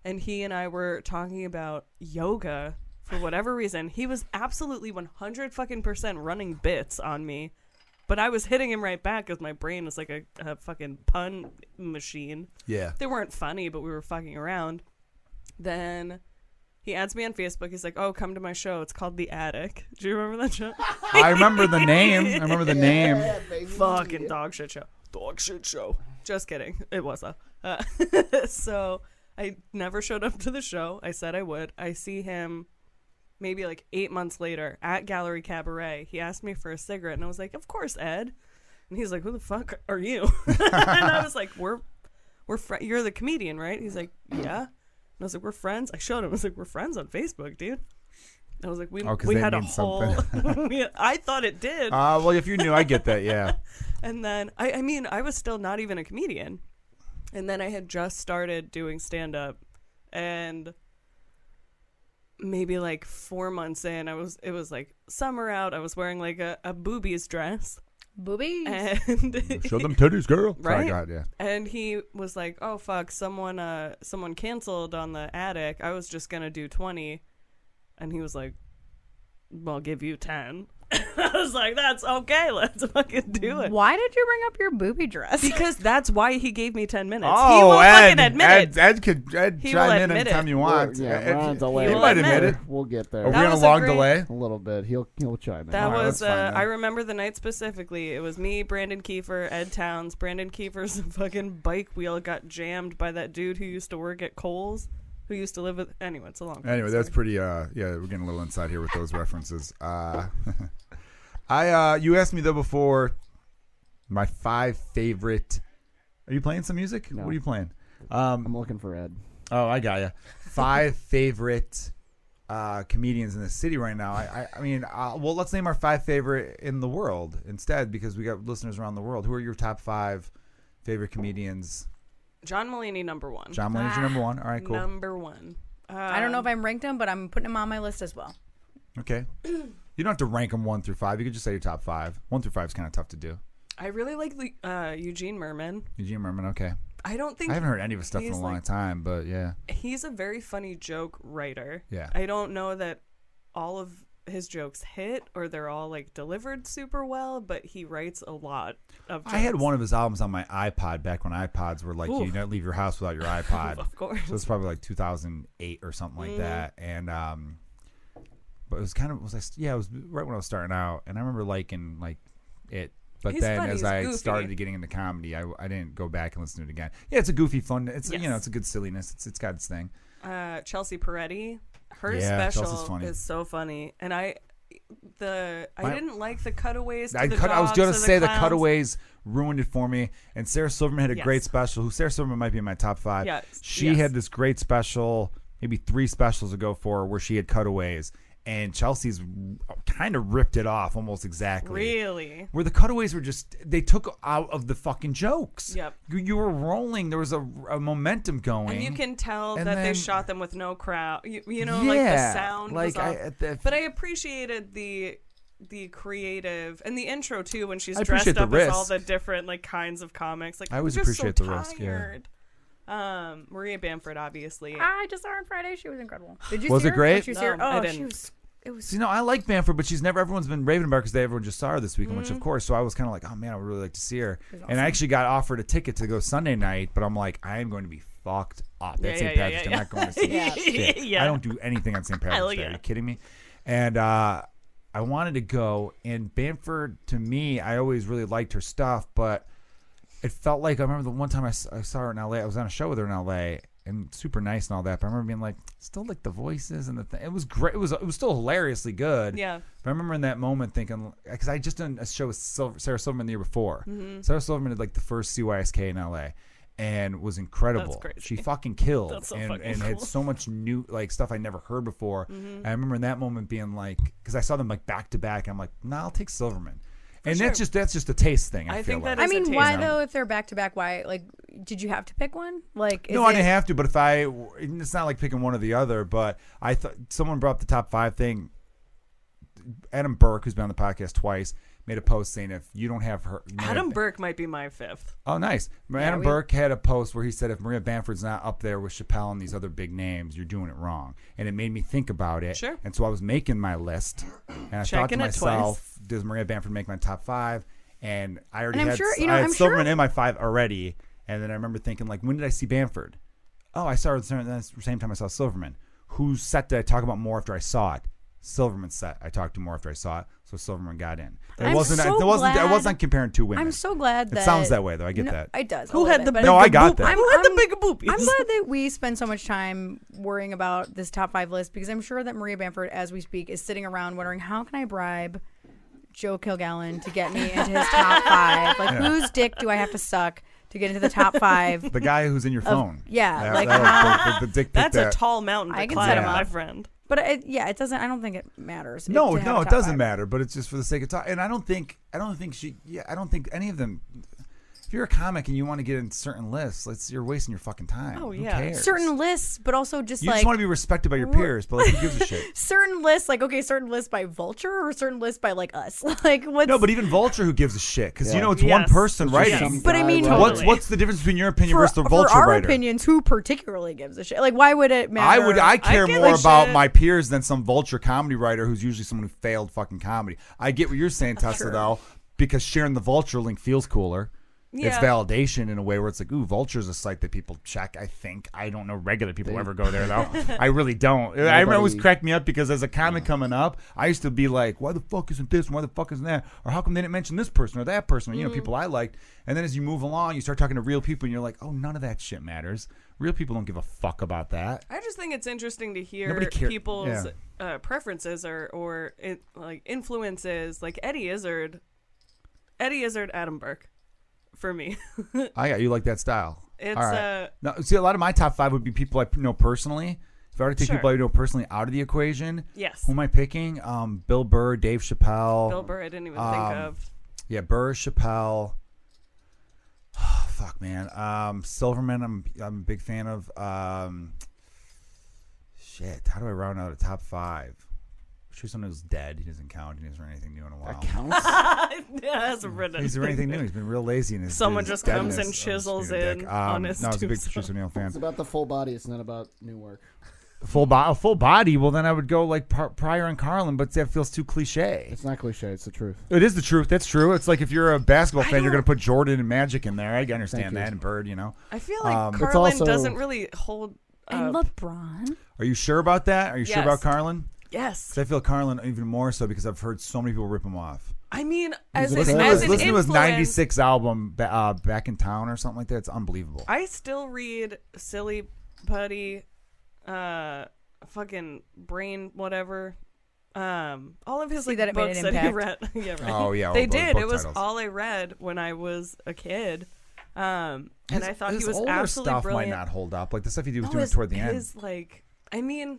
[SPEAKER 3] And he and I were talking about yoga for whatever reason. He was absolutely 100 fucking percent running bits on me. But I was hitting him right back because my brain is like a, a fucking pun machine
[SPEAKER 1] Yeah.
[SPEAKER 3] they weren't funny, but we were fucking around. Then he adds me on Facebook. He's like, "Oh, come to my show. It's called The Attic." [LAUGHS] Do you remember that show?
[SPEAKER 1] I remember the name. I remember the name.
[SPEAKER 2] [LAUGHS]
[SPEAKER 3] fucking dog shit show. Dog shit show. Just kidding. It was a. Uh, [LAUGHS] so I never showed up to the show. I said I would. I see him maybe like eight months later at Gallery Cabaret, he asked me for a cigarette, and I was like, "Of course, Ed." And he's like, "Who the fuck are you?" [LAUGHS] and I was like, "We're, we're fr- you're the comedian, right?" He's like, "Yeah." And I was like, "We're friends." I showed him. I was like, "We're friends on Facebook, dude." I was like, "We
[SPEAKER 1] Oh, 'cause
[SPEAKER 3] we
[SPEAKER 1] that
[SPEAKER 3] had a
[SPEAKER 1] means
[SPEAKER 3] whole." [LAUGHS] we, I thought it did,
[SPEAKER 1] Uh, well, if you knew, I get that. Yeah.
[SPEAKER 3] and then I, I mean, I was still not even a comedian, and then I had just started doing stand up, and maybe like four months in, I was it was like summer out. I was wearing like a, a boobies dress,
[SPEAKER 4] Boobies.
[SPEAKER 3] Eh, and [LAUGHS]
[SPEAKER 1] Show them titties, girl. Sorry,
[SPEAKER 3] Right.
[SPEAKER 1] go ahead, yeah.
[SPEAKER 3] and he was like, "Oh fuck, someone uh someone canceled on the attic. I was just going to do 20." And he was like, "Well, I'll give you 10." [LAUGHS] I was like, "That's okay. Let's fucking do it."
[SPEAKER 4] Why did you bring up your booby dress?
[SPEAKER 3] Because that's why he gave me 10 minutes. he
[SPEAKER 1] Oh,
[SPEAKER 3] will
[SPEAKER 1] Ed,
[SPEAKER 3] fucking admit
[SPEAKER 1] Ed,
[SPEAKER 3] it.
[SPEAKER 1] Ed could Ed
[SPEAKER 3] He will
[SPEAKER 1] chime in
[SPEAKER 3] admit
[SPEAKER 1] anytime
[SPEAKER 3] it.
[SPEAKER 1] you
[SPEAKER 2] We're-
[SPEAKER 1] want.
[SPEAKER 2] yeah,
[SPEAKER 1] Ed,
[SPEAKER 2] we're on a
[SPEAKER 1] he
[SPEAKER 2] delay.
[SPEAKER 3] He
[SPEAKER 2] We'll
[SPEAKER 1] might
[SPEAKER 3] will
[SPEAKER 1] admit
[SPEAKER 3] admit
[SPEAKER 1] it.
[SPEAKER 2] there. We'll get there.
[SPEAKER 1] Are we
[SPEAKER 3] That
[SPEAKER 1] on a
[SPEAKER 3] was a
[SPEAKER 1] long
[SPEAKER 3] great-
[SPEAKER 1] delay?
[SPEAKER 2] a little bit. He'll he'll chime in.
[SPEAKER 3] That
[SPEAKER 1] All right,
[SPEAKER 3] was
[SPEAKER 1] that's fine
[SPEAKER 3] uh,
[SPEAKER 1] then.
[SPEAKER 3] I remember the night specifically. It was me, Brandon Kiefer, Ed Towns. Brandon [LAUGHS] Kiefer's fucking bike wheel got jammed by that dude who used to work at Kohl's, who used to live with anyway, it's a long
[SPEAKER 1] Anyway, that's pretty. Uh, yeah, we're getting a little inside here with those references. Uh, [LAUGHS] I uh, you asked me though before my five favorite. Are you playing some music?
[SPEAKER 2] No.
[SPEAKER 1] What are you playing? Um,
[SPEAKER 2] I'm looking for Ed.
[SPEAKER 1] oh, I got you. Five favorite uh, comedians in the city right now. I I, I mean, uh, well, let's name our five favorite in the world instead because we got listeners around the world. Who are your top five favorite comedians?
[SPEAKER 3] John Mulaney number one.
[SPEAKER 1] John Mulaney's your number one. All right, cool.
[SPEAKER 3] Number one. Uh,
[SPEAKER 4] I don't know if I'm ranked them, but I'm putting them on my list as well.
[SPEAKER 1] Okay. You don't have to rank them one through five. You could just say your top five. One through five is kind of tough to do.
[SPEAKER 3] I really like the uh, Eugene Merman.
[SPEAKER 1] Eugene Merman, okay.
[SPEAKER 3] I don't think
[SPEAKER 1] I haven't heard any of his stuff in a
[SPEAKER 3] he's
[SPEAKER 1] long
[SPEAKER 3] like-
[SPEAKER 1] time, but yeah.
[SPEAKER 3] he's a very funny joke writer.
[SPEAKER 1] Yeah.
[SPEAKER 3] I don't know that all of his jokes hit or they're all like delivered super well, but he writes a lot of jokes.
[SPEAKER 1] I had one of his albums on my iPod back when iPods were like, you
[SPEAKER 3] Oof.
[SPEAKER 1] don't leave your house without your
[SPEAKER 3] [LAUGHS]
[SPEAKER 1] iPod.
[SPEAKER 3] Of course.
[SPEAKER 1] so it's probably like 2008 or something
[SPEAKER 3] Mm-hmm.
[SPEAKER 1] like that. And, um, but it was kind of, was I, yeah, it was right when I was starting out. And I remember liking, like, it. But
[SPEAKER 3] He's
[SPEAKER 1] then
[SPEAKER 3] funny,
[SPEAKER 1] as
[SPEAKER 3] he's
[SPEAKER 1] I
[SPEAKER 3] goofy.
[SPEAKER 1] started getting into comedy, I, I didn't go back and listen to it again. Yeah, it's a goofy fun. It's, you know,
[SPEAKER 3] Yes.
[SPEAKER 1] it's a good silliness. It's, it's got its thing.
[SPEAKER 3] uh, Chelsea Peretti. Her
[SPEAKER 1] Yeah, Chelsea's
[SPEAKER 3] special
[SPEAKER 1] funny.
[SPEAKER 3] is so funny, and I the I
[SPEAKER 1] My-
[SPEAKER 3] didn't like the cutaways. To
[SPEAKER 1] I,
[SPEAKER 3] the
[SPEAKER 1] cut, I was
[SPEAKER 3] going
[SPEAKER 1] gonna
[SPEAKER 3] to
[SPEAKER 1] say the,
[SPEAKER 3] clowns.
[SPEAKER 1] cutaways ruined it for me. And Sarah Silverman had a
[SPEAKER 3] Yes.
[SPEAKER 1] great special. Who Sarah Silverman might be in my top five.
[SPEAKER 3] Yes,
[SPEAKER 1] She
[SPEAKER 3] yes.
[SPEAKER 1] had this great special, maybe three specials ago for her, where she had cutaways, and Chelsea's kind of ripped it off almost exactly.
[SPEAKER 3] Really,
[SPEAKER 1] Where the cutaways were just they took out of the fucking jokes.
[SPEAKER 3] Yep.
[SPEAKER 1] You, you were rolling. There was a, a momentum going.
[SPEAKER 3] and you can tell
[SPEAKER 1] And
[SPEAKER 3] that
[SPEAKER 1] then-
[SPEAKER 3] they shot them with no crowd. You, you know, like the
[SPEAKER 1] Yeah,
[SPEAKER 3] sound.
[SPEAKER 1] like,
[SPEAKER 3] was off.
[SPEAKER 1] I- at the-
[SPEAKER 3] but I appreciated the the creative and the intro too when she's
[SPEAKER 1] I appreciate
[SPEAKER 3] dressed
[SPEAKER 1] the
[SPEAKER 3] up as all
[SPEAKER 1] risk.
[SPEAKER 3] the different like kinds of comics. Like
[SPEAKER 1] I always
[SPEAKER 3] I'm just
[SPEAKER 1] appreciate
[SPEAKER 3] so
[SPEAKER 1] the risk, yeah.
[SPEAKER 3] tired. Um, Maria Bamford, obviously.
[SPEAKER 4] I just saw her on Friday. She was incredible. Did you
[SPEAKER 1] Was
[SPEAKER 4] see
[SPEAKER 1] it
[SPEAKER 4] her?
[SPEAKER 1] great?
[SPEAKER 4] Did you see her?
[SPEAKER 3] No, I
[SPEAKER 4] Oh, she
[SPEAKER 3] didn't.
[SPEAKER 4] was. It was.
[SPEAKER 1] So, you know, I like Bamford, but she's never. Everyone's been raving about her because they everyone just saw her this weekend, which
[SPEAKER 3] Mm-hmm.
[SPEAKER 1] of course. So I was kind of like, oh man, I would really like to see her. And I actually got offered a ticket to go Sunday night, but I'm like, I am going to be fucked up. That's
[SPEAKER 3] Yeah,
[SPEAKER 1] St.
[SPEAKER 3] yeah, yeah,
[SPEAKER 1] Patrick's.
[SPEAKER 3] yeah,
[SPEAKER 1] I'm not going to see
[SPEAKER 4] yeah.
[SPEAKER 1] shit.
[SPEAKER 3] [LAUGHS] Yeah.
[SPEAKER 1] I don't do anything on St. Patrick's
[SPEAKER 3] Hell
[SPEAKER 1] Day. Are
[SPEAKER 3] yeah.
[SPEAKER 1] you kidding me? And uh, I wanted to go, and Bamford to me, I always really liked her stuff, but it felt like I remember the one time I, s- I saw her in LA. I was on a show with her in LA and super nice and all that. But I remember being like, still like the voices and the thing. It was great. It was it was still hilariously good.
[SPEAKER 3] Yeah.
[SPEAKER 1] But I remember in that moment thinking because I just done a show with Silver, Sarah Silverman the year before.
[SPEAKER 3] Mm-hmm.
[SPEAKER 1] Sarah Silverman did like the first CYSK in LA. And was incredible.
[SPEAKER 3] crazy.
[SPEAKER 1] She fucking killed
[SPEAKER 3] That's so
[SPEAKER 1] and,
[SPEAKER 3] fucking
[SPEAKER 1] and had
[SPEAKER 3] cool. Mm-hmm.
[SPEAKER 1] so much new like stuff I never heard before. I remember in that moment being like, because I saw them like back to back. and I'm like, nah, I'll take Silverman, and that's
[SPEAKER 3] sure.
[SPEAKER 1] just that's just a taste thing. I,
[SPEAKER 3] I
[SPEAKER 1] feel
[SPEAKER 3] think
[SPEAKER 1] like.
[SPEAKER 3] that
[SPEAKER 4] I
[SPEAKER 3] is a
[SPEAKER 4] mean,
[SPEAKER 3] taste.
[SPEAKER 4] why
[SPEAKER 1] Yeah.
[SPEAKER 4] though? If they're back to back, why? Like, did you have to pick one? Like, is
[SPEAKER 1] no, I
[SPEAKER 4] it-
[SPEAKER 1] didn't have to, but if I, it's not like picking one or the other. But I thought someone brought up the top five thing. Adam Burke, who's been on the podcast twice, made a post saying if you don't have her, Maria-
[SPEAKER 3] Adam Burke might be my fifth.
[SPEAKER 1] Oh, nice. Adam
[SPEAKER 4] we-
[SPEAKER 1] Burke had a post where he said if Maria Bamford's not up there with Chappelle and these other big names, you're doing it wrong. And it made me think about it.
[SPEAKER 3] Sure.
[SPEAKER 1] And so I was making my list, and I thought to
[SPEAKER 3] Checking it twice.
[SPEAKER 1] myself, does Maria Bamford make my top five? And I already
[SPEAKER 4] And I'm
[SPEAKER 1] had,
[SPEAKER 4] sure- you know,
[SPEAKER 1] I had
[SPEAKER 4] I'm
[SPEAKER 1] Silverman
[SPEAKER 4] sure-
[SPEAKER 1] in my five already. And then I remember thinking, like, when did I see Bamford? Oh, I saw her the same- the same time I saw Silverman. Whose set did I talk about more after I saw it? Silverman's set. I talked to more after I saw it. So Silverman got in. That
[SPEAKER 4] I'm
[SPEAKER 1] wasn't.
[SPEAKER 4] so
[SPEAKER 1] that wasn't. I
[SPEAKER 4] glad-
[SPEAKER 1] wasn't comparing two women.
[SPEAKER 4] I'm so glad
[SPEAKER 1] It
[SPEAKER 4] that
[SPEAKER 1] sounds that way, though. I get
[SPEAKER 4] No,
[SPEAKER 1] that.
[SPEAKER 4] It does. a
[SPEAKER 3] Who
[SPEAKER 4] little
[SPEAKER 3] had
[SPEAKER 4] bit,
[SPEAKER 3] the
[SPEAKER 4] but-
[SPEAKER 3] big
[SPEAKER 1] No, I got that.
[SPEAKER 3] boob- Who had the
[SPEAKER 4] I'm-
[SPEAKER 3] big boobies?
[SPEAKER 4] I'm glad that we spend so much time worrying about this top five list because I'm sure that Maria Bamford, as we speak, is sitting around wondering how can I bribe Joe Kilgallen to get me into his
[SPEAKER 1] [LAUGHS]
[SPEAKER 4] top five? Like,
[SPEAKER 1] Yeah.
[SPEAKER 4] whose dick do I have to suck to get into the top
[SPEAKER 1] [LAUGHS]
[SPEAKER 4] five?
[SPEAKER 1] the guy who's in your phone.
[SPEAKER 4] yeah,
[SPEAKER 1] That-
[SPEAKER 4] like,
[SPEAKER 1] that'll-
[SPEAKER 4] how- [LAUGHS]
[SPEAKER 1] the, the dick pic
[SPEAKER 3] That's
[SPEAKER 1] that-
[SPEAKER 3] a tall mountain to
[SPEAKER 4] I can
[SPEAKER 3] climb,
[SPEAKER 1] set 'em
[SPEAKER 3] my
[SPEAKER 1] up.
[SPEAKER 3] friend.
[SPEAKER 4] But it, yeah, it doesn't. I don't think it matters.
[SPEAKER 1] No,
[SPEAKER 4] to have
[SPEAKER 1] no,
[SPEAKER 4] a
[SPEAKER 1] it
[SPEAKER 4] top
[SPEAKER 1] doesn't
[SPEAKER 4] five.
[SPEAKER 1] matter. But it's just for the sake of time. And I don't think. I don't think she. Yeah, I don't think any of them. If you're a comic and you want to get in certain lists, let's, you're wasting your fucking time.
[SPEAKER 3] Oh,
[SPEAKER 1] Who
[SPEAKER 3] yeah.
[SPEAKER 1] cares?
[SPEAKER 4] Certain lists, but also just
[SPEAKER 1] You
[SPEAKER 4] like
[SPEAKER 1] just want to be respected by your peers, but like, who gives
[SPEAKER 4] [LAUGHS]
[SPEAKER 1] a shit?
[SPEAKER 4] certain lists, like okay, certain lists by Vulture or certain lists by like us. [LAUGHS] like what's
[SPEAKER 1] No, but even Vulture, who gives a shit? Because you
[SPEAKER 2] Yeah.
[SPEAKER 1] know it's one
[SPEAKER 3] Yes.
[SPEAKER 1] person
[SPEAKER 2] It's just
[SPEAKER 1] writing.
[SPEAKER 2] some
[SPEAKER 4] But I
[SPEAKER 2] guy
[SPEAKER 4] mean-
[SPEAKER 2] writing-
[SPEAKER 1] What's
[SPEAKER 3] Totally.
[SPEAKER 1] what's the difference between your opinion
[SPEAKER 4] for,
[SPEAKER 1] versus the
[SPEAKER 4] for
[SPEAKER 1] Vulture
[SPEAKER 4] our
[SPEAKER 1] writer?
[SPEAKER 4] opinions, who particularly gives a shit? Like why would it matter?
[SPEAKER 1] I would. I care
[SPEAKER 3] give
[SPEAKER 1] more
[SPEAKER 3] a
[SPEAKER 1] about
[SPEAKER 3] shit.
[SPEAKER 1] my peers than some vulture comedy writer who's usually someone who failed fucking comedy. I get what you're saying, Tessa,
[SPEAKER 4] Sure.
[SPEAKER 1] though, because sharing the vulture link feels cooler. It's
[SPEAKER 3] Yeah.
[SPEAKER 1] validation in a way where it's like, ooh, Vulture's a site that people check. I think I don't know regular people ever go there though. I really don't. I remember it always
[SPEAKER 2] Nobody-
[SPEAKER 1] cracked me up because as a comic coming up, I used to be like, why the fuck isn't this? Why the fuck isn't that? Or how come they didn't mention this person or that person? Or, you know, people I liked. And then as you move along, you start talking to real people, and you're like, oh, none of that shit matters. Real people don't give a fuck about that.
[SPEAKER 3] I just think it's interesting to hear
[SPEAKER 1] Nobody care-
[SPEAKER 3] people's
[SPEAKER 1] yeah.
[SPEAKER 3] uh, preferences or or in, like influences, like Eddie Izzard, Eddie Izzard, Adam Burke, for me. [LAUGHS]
[SPEAKER 1] I got you like that style.
[SPEAKER 3] It's,
[SPEAKER 1] All
[SPEAKER 3] uh,
[SPEAKER 1] no, see a lot of my top five would be people I p- know personally. If I were to take
[SPEAKER 3] Sure.
[SPEAKER 1] people I know personally out of the equation,
[SPEAKER 3] Yes.
[SPEAKER 1] Who am I picking? Um, Bill Burr, Dave Chappelle.
[SPEAKER 3] Bill Burr, I didn't even
[SPEAKER 1] Um,
[SPEAKER 3] think of. [LAUGHS]
[SPEAKER 1] Yeah, Burr, Chappelle. [SIGHS] Fuck man, um, Silverman. I'm I'm a big fan of. Um, shit, how do I round out a top five? Choose someone who's dead. He doesn't count. He hasn't written anything new in a while.
[SPEAKER 2] That counts.
[SPEAKER 3] [LAUGHS] yeah, that's written.
[SPEAKER 1] He's written anything new. He's been real lazy in his.
[SPEAKER 3] Someone
[SPEAKER 1] his
[SPEAKER 3] just
[SPEAKER 1] deadness.
[SPEAKER 3] comes and
[SPEAKER 1] I'm just being a
[SPEAKER 3] chisels
[SPEAKER 1] dick.
[SPEAKER 3] in
[SPEAKER 1] Um,
[SPEAKER 3] on his
[SPEAKER 1] no, I was a big
[SPEAKER 3] tombstone.
[SPEAKER 1] Patrice O'Neill fan.
[SPEAKER 2] it's about the full body. It's not about new work.
[SPEAKER 1] Full body, full body. Well, then I would go like Par- Pryor and Carlin, but that feels too cliche.
[SPEAKER 2] It's not cliche. It's the truth.
[SPEAKER 1] It is the truth. That's true. It's like if you're a basketball fan, you're
[SPEAKER 3] don't-
[SPEAKER 1] going to put Jordan and Magic in there. I can
[SPEAKER 2] Thank
[SPEAKER 1] understand
[SPEAKER 2] you.
[SPEAKER 1] that and Bird. You know.
[SPEAKER 3] [LAUGHS] I feel like
[SPEAKER 1] um, It's
[SPEAKER 3] Carlin
[SPEAKER 2] also-
[SPEAKER 3] doesn't really hold. Uh,
[SPEAKER 4] And LeBron.
[SPEAKER 1] Are you sure about that? Are you sure
[SPEAKER 3] Yes.
[SPEAKER 1] about Carlin?
[SPEAKER 3] yes,
[SPEAKER 1] 'Cause I feel Carlin even more so because I've heard so many people rip him off.
[SPEAKER 3] I mean,
[SPEAKER 2] He's
[SPEAKER 3] as,
[SPEAKER 2] a
[SPEAKER 3] an,
[SPEAKER 2] player.
[SPEAKER 3] as
[SPEAKER 1] Listen listen
[SPEAKER 3] an
[SPEAKER 1] to his
[SPEAKER 3] influence,
[SPEAKER 1] '96 album, Ba- uh, "Back in Town" or something like that. It's unbelievable.
[SPEAKER 3] I still read silly putty, uh, fucking brain whatever. Um, all of his
[SPEAKER 4] See
[SPEAKER 3] like
[SPEAKER 4] that it made
[SPEAKER 3] books
[SPEAKER 4] an
[SPEAKER 3] that he read. [LAUGHS]
[SPEAKER 4] impact.
[SPEAKER 3] yeah, right.
[SPEAKER 1] Oh, yeah, all
[SPEAKER 3] they
[SPEAKER 1] those
[SPEAKER 3] did.
[SPEAKER 1] book
[SPEAKER 3] It was
[SPEAKER 1] titles.
[SPEAKER 3] all I read when I was a kid, um, and
[SPEAKER 1] His-
[SPEAKER 3] I thought he
[SPEAKER 1] his
[SPEAKER 3] was
[SPEAKER 1] older
[SPEAKER 3] absolutely
[SPEAKER 1] stuff
[SPEAKER 3] brilliant.
[SPEAKER 1] might not hold up, like the stuff he was
[SPEAKER 3] No,
[SPEAKER 1] doing
[SPEAKER 3] his-
[SPEAKER 1] toward the
[SPEAKER 3] his, like, I mean,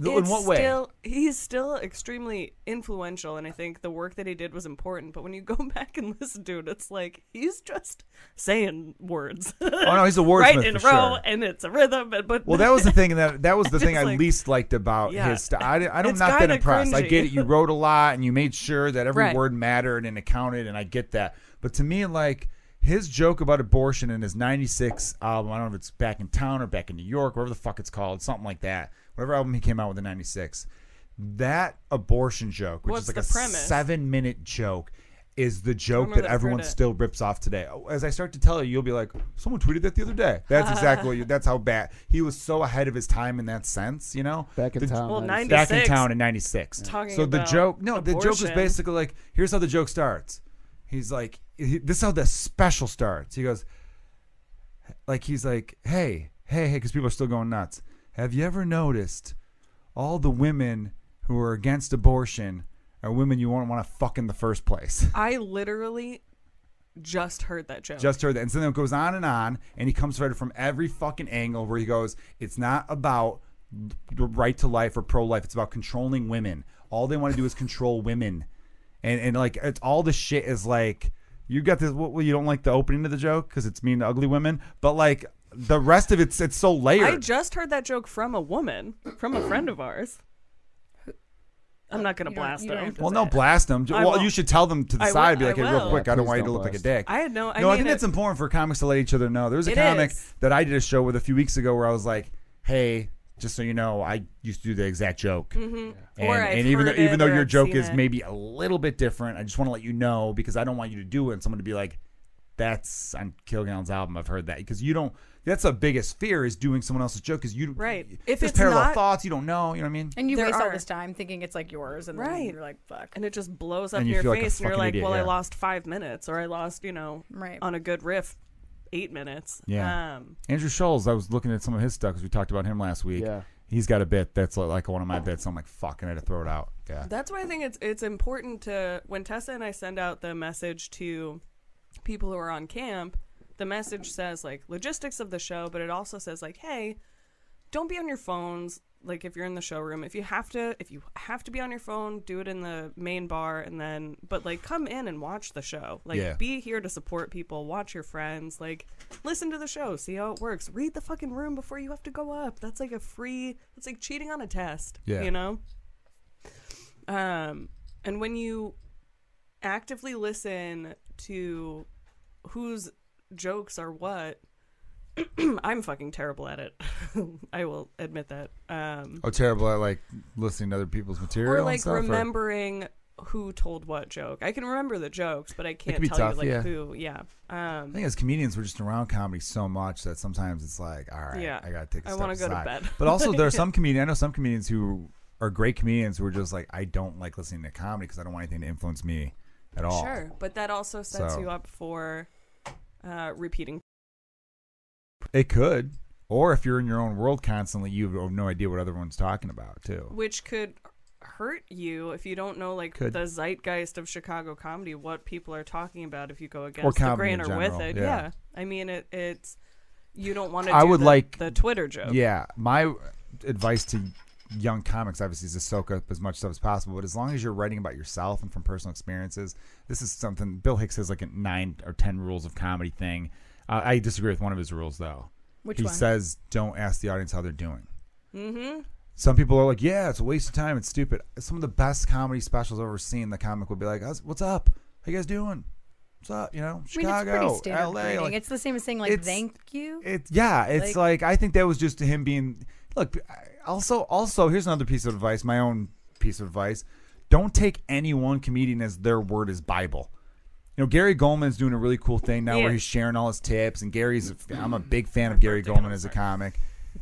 [SPEAKER 1] end. In
[SPEAKER 3] it's
[SPEAKER 1] what way?
[SPEAKER 3] Still, he's still extremely influential, and I think the work that he did was important. But when you go [LAUGHS] back and listen to it, it's like he's just saying words,
[SPEAKER 1] oh no, he's a wordsmith
[SPEAKER 3] right in a
[SPEAKER 1] for
[SPEAKER 3] row,
[SPEAKER 1] sure.
[SPEAKER 3] and it's a rhythm. And,
[SPEAKER 1] [LAUGHS]
[SPEAKER 3] but
[SPEAKER 1] Well, that was the thing that that was the thing
[SPEAKER 3] It's
[SPEAKER 1] I
[SPEAKER 3] like-
[SPEAKER 1] least liked about
[SPEAKER 3] Yeah.
[SPEAKER 1] his. St- I, di- I don't
[SPEAKER 3] It's
[SPEAKER 1] not that
[SPEAKER 3] kinda
[SPEAKER 1] impressed. I
[SPEAKER 3] cringy.
[SPEAKER 1] get it. You wrote a lot and you made sure that every
[SPEAKER 3] Right.
[SPEAKER 1] word mattered and it counted, and I get that. But to me, like his joke about abortion in his '96 album, I don't know if it's back in town or back in New York, whatever the fuck it's called, something like that. Whatever album he came out with in '96, that abortion joke, which
[SPEAKER 3] What's
[SPEAKER 1] is like
[SPEAKER 3] the
[SPEAKER 1] a
[SPEAKER 3] premise?
[SPEAKER 1] seven-minute joke. Is the joke
[SPEAKER 3] remember
[SPEAKER 1] that
[SPEAKER 3] that
[SPEAKER 1] everyone
[SPEAKER 3] heard it.
[SPEAKER 1] still rips off today? As I start to tell you, you'll be like, "Someone tweeted that the other day." That's
[SPEAKER 3] [LAUGHS]
[SPEAKER 1] exactly what you, that's how bad he was. So ahead of his time in that sense, you know.
[SPEAKER 2] Back in
[SPEAKER 1] The-
[SPEAKER 2] town.
[SPEAKER 3] well,
[SPEAKER 2] I
[SPEAKER 3] nine-
[SPEAKER 1] back
[SPEAKER 2] just-
[SPEAKER 1] in
[SPEAKER 3] 96.
[SPEAKER 1] town in '96.
[SPEAKER 3] Talking
[SPEAKER 1] so the
[SPEAKER 3] about
[SPEAKER 1] joke, no, the joke was
[SPEAKER 3] abortion.
[SPEAKER 1] basically like, here's how the joke starts. He's like, he- this is how the special starts. He goes, like, he's like, hey, hey, hey, because people are still going nuts. Have you ever noticed all the women who are against abortion are women you won't want to fuck in the first place?
[SPEAKER 3] I literally just heard that joke.
[SPEAKER 1] Just heard that. And so then it goes on and on, and he comes at it from every fucking angle where he goes, it's not about the right to life or pro life. It's about controlling women. All they want to do is control women. And, and like, it's all the shit is like, you got this. What, what, you don't like the opening of the joke because it's mean to ugly women, but like the rest of it's it's so
[SPEAKER 3] I
[SPEAKER 1] layered.
[SPEAKER 3] just heard that joke from a woman, from a friend of ours. I'm not gonna
[SPEAKER 4] You don't-
[SPEAKER 3] blast
[SPEAKER 4] you don't
[SPEAKER 3] him.
[SPEAKER 4] have to
[SPEAKER 1] well,
[SPEAKER 4] say
[SPEAKER 1] no,
[SPEAKER 4] it.
[SPEAKER 1] blast them.
[SPEAKER 3] I
[SPEAKER 1] Well,
[SPEAKER 3] won't.
[SPEAKER 1] you should tell them to the
[SPEAKER 3] I will-
[SPEAKER 1] side. Be
[SPEAKER 3] I
[SPEAKER 1] like, hey, real
[SPEAKER 3] will.
[SPEAKER 1] quick, I don't
[SPEAKER 2] Please
[SPEAKER 1] want you to
[SPEAKER 2] don't
[SPEAKER 1] look like a
[SPEAKER 2] blast.
[SPEAKER 1] dick.
[SPEAKER 3] I had no. I
[SPEAKER 1] no, I
[SPEAKER 3] mean
[SPEAKER 1] think
[SPEAKER 3] it-
[SPEAKER 1] that's important for comics to let each other know. There's a
[SPEAKER 3] It
[SPEAKER 1] comic
[SPEAKER 3] is.
[SPEAKER 1] that I did a show with a few weeks ago where I was like, "Hey, just so you know, I used to do the exact joke." And,
[SPEAKER 3] Mm-hmm. Or I've
[SPEAKER 1] and even though,
[SPEAKER 3] heard
[SPEAKER 1] even
[SPEAKER 3] it
[SPEAKER 1] though
[SPEAKER 3] or
[SPEAKER 1] your
[SPEAKER 3] I've
[SPEAKER 1] joke
[SPEAKER 3] seen
[SPEAKER 1] is
[SPEAKER 3] it.
[SPEAKER 1] maybe a little bit different, I just want to let you know because I don't want you to do it and someone to be like, that's on Kilgallen's album. I've heard that because you don't. That's the biggest fear is doing someone else's joke because you
[SPEAKER 3] Right.
[SPEAKER 1] If
[SPEAKER 3] If
[SPEAKER 1] there's
[SPEAKER 3] it's
[SPEAKER 1] parallel
[SPEAKER 3] not-
[SPEAKER 1] thoughts, you don't know. You know what I mean?
[SPEAKER 4] And you
[SPEAKER 3] There
[SPEAKER 4] waste all
[SPEAKER 3] are.
[SPEAKER 4] this time thinking it's like yours, and then
[SPEAKER 3] Right.
[SPEAKER 4] you're like, fuck.
[SPEAKER 3] and it just blows up
[SPEAKER 1] And
[SPEAKER 3] in
[SPEAKER 1] you
[SPEAKER 3] your
[SPEAKER 1] feel like a
[SPEAKER 3] face, and you're
[SPEAKER 1] fucking
[SPEAKER 3] like,
[SPEAKER 1] idiot,
[SPEAKER 3] "Well,
[SPEAKER 1] yeah.
[SPEAKER 3] I lost five minutes, or I lost, you know,
[SPEAKER 4] Right.
[SPEAKER 3] on a good riff, eight minutes."
[SPEAKER 1] Yeah.
[SPEAKER 3] Um,
[SPEAKER 1] Andrew Scholes, I was looking at some of his stuff because we talked about him last week.
[SPEAKER 2] Yeah.
[SPEAKER 1] He's got a bit that's li- like one of my bits. I'm like, fucking, I had to throw it out. Yeah.
[SPEAKER 3] That's why I think it's it's important to when Tessa and I send out the message to people who are on camp, the message says like logistics of the show, but it also says like, hey, don't be on your phones. Like if you're in the showroom, if you have to, if you have to be on your phone, do it in the main bar, and then but like come in and watch the show. Like
[SPEAKER 1] Yeah.
[SPEAKER 3] be here to support people, watch your friends, like listen to the show, see how it works, read the fucking room before you have to go up. That's like a free. It's like cheating on a test.
[SPEAKER 1] Yeah.
[SPEAKER 3] you know. Um, and when you actively listen to whose jokes are what, [CLEARS THROAT] I'm fucking terrible at it. [LAUGHS] I will admit that. Um,
[SPEAKER 1] Oh, terrible at like listening to other people's material.
[SPEAKER 3] or
[SPEAKER 1] and
[SPEAKER 3] like
[SPEAKER 1] stuff,
[SPEAKER 3] remembering who told what joke. I can remember the jokes, but I can't
[SPEAKER 1] be
[SPEAKER 3] tell
[SPEAKER 1] tough,
[SPEAKER 3] you like
[SPEAKER 1] yeah.
[SPEAKER 3] who. Yeah.
[SPEAKER 1] I
[SPEAKER 3] Um,
[SPEAKER 1] think as comedians, we're just around comedy so much that sometimes it's like, all right,
[SPEAKER 3] Yeah.
[SPEAKER 1] I gotta take. a
[SPEAKER 3] I
[SPEAKER 1] step
[SPEAKER 3] wanna go to
[SPEAKER 1] aside.
[SPEAKER 3] bed.
[SPEAKER 1] But also,
[SPEAKER 3] [LAUGHS]
[SPEAKER 1] there are some comedians. I know some comedians who are great comedians who are just like, I don't like listening to comedy because I don't want anything to influence me at all.
[SPEAKER 3] sure, but that also sets
[SPEAKER 1] So-
[SPEAKER 3] you up for uh, repeating.
[SPEAKER 1] It could, or if you're in your own world constantly, you have no idea what everyone's talking about too.
[SPEAKER 3] which could hurt you if you don't know like
[SPEAKER 1] Could.
[SPEAKER 3] the zeitgeist of Chicago comedy, what people are talking about if you go
[SPEAKER 1] Or
[SPEAKER 3] against the
[SPEAKER 1] comedy
[SPEAKER 3] grain
[SPEAKER 1] in
[SPEAKER 3] or with
[SPEAKER 1] general,
[SPEAKER 3] it.
[SPEAKER 1] yeah.
[SPEAKER 3] Yeah. I mean it it's you don't want to
[SPEAKER 1] I would
[SPEAKER 3] the,
[SPEAKER 1] like-
[SPEAKER 3] the Twitter joke.
[SPEAKER 1] Yeah, my advice to young comics obviously is to soak up as much stuff as possible. But as long as you're writing about yourself and from personal experiences, this is something Bill Hicks has like a nine or ten rules of comedy thing. Uh, I disagree with one of his rules though.
[SPEAKER 4] Which
[SPEAKER 1] he
[SPEAKER 4] one? Mm-hmm.
[SPEAKER 1] says, "Don't ask the audience how they're doing." Some people are like, "Yeah, it's a waste of time. It's stupid." Some of the best comedy specials I've ever seen, the comic would be like, "How's- "What's up? How you guys doing? What's up? You know,
[SPEAKER 4] I mean, it's
[SPEAKER 1] Chicago,
[SPEAKER 4] pretty standard
[SPEAKER 1] L.A.
[SPEAKER 4] greeting.
[SPEAKER 1] like-
[SPEAKER 4] it's the same as saying like,
[SPEAKER 1] it's-
[SPEAKER 4] thank you.
[SPEAKER 1] it yeah it's like,
[SPEAKER 4] Like-
[SPEAKER 1] i think that was just him being look I- also also here's another piece of advice my own piece of advice don't take any one comedian as their word is bible you know gary goldman's doing a really cool thing now
[SPEAKER 3] Yeah.
[SPEAKER 1] where he's sharing all his tips and gary's a, i'm a big fan of gary goldman as a comic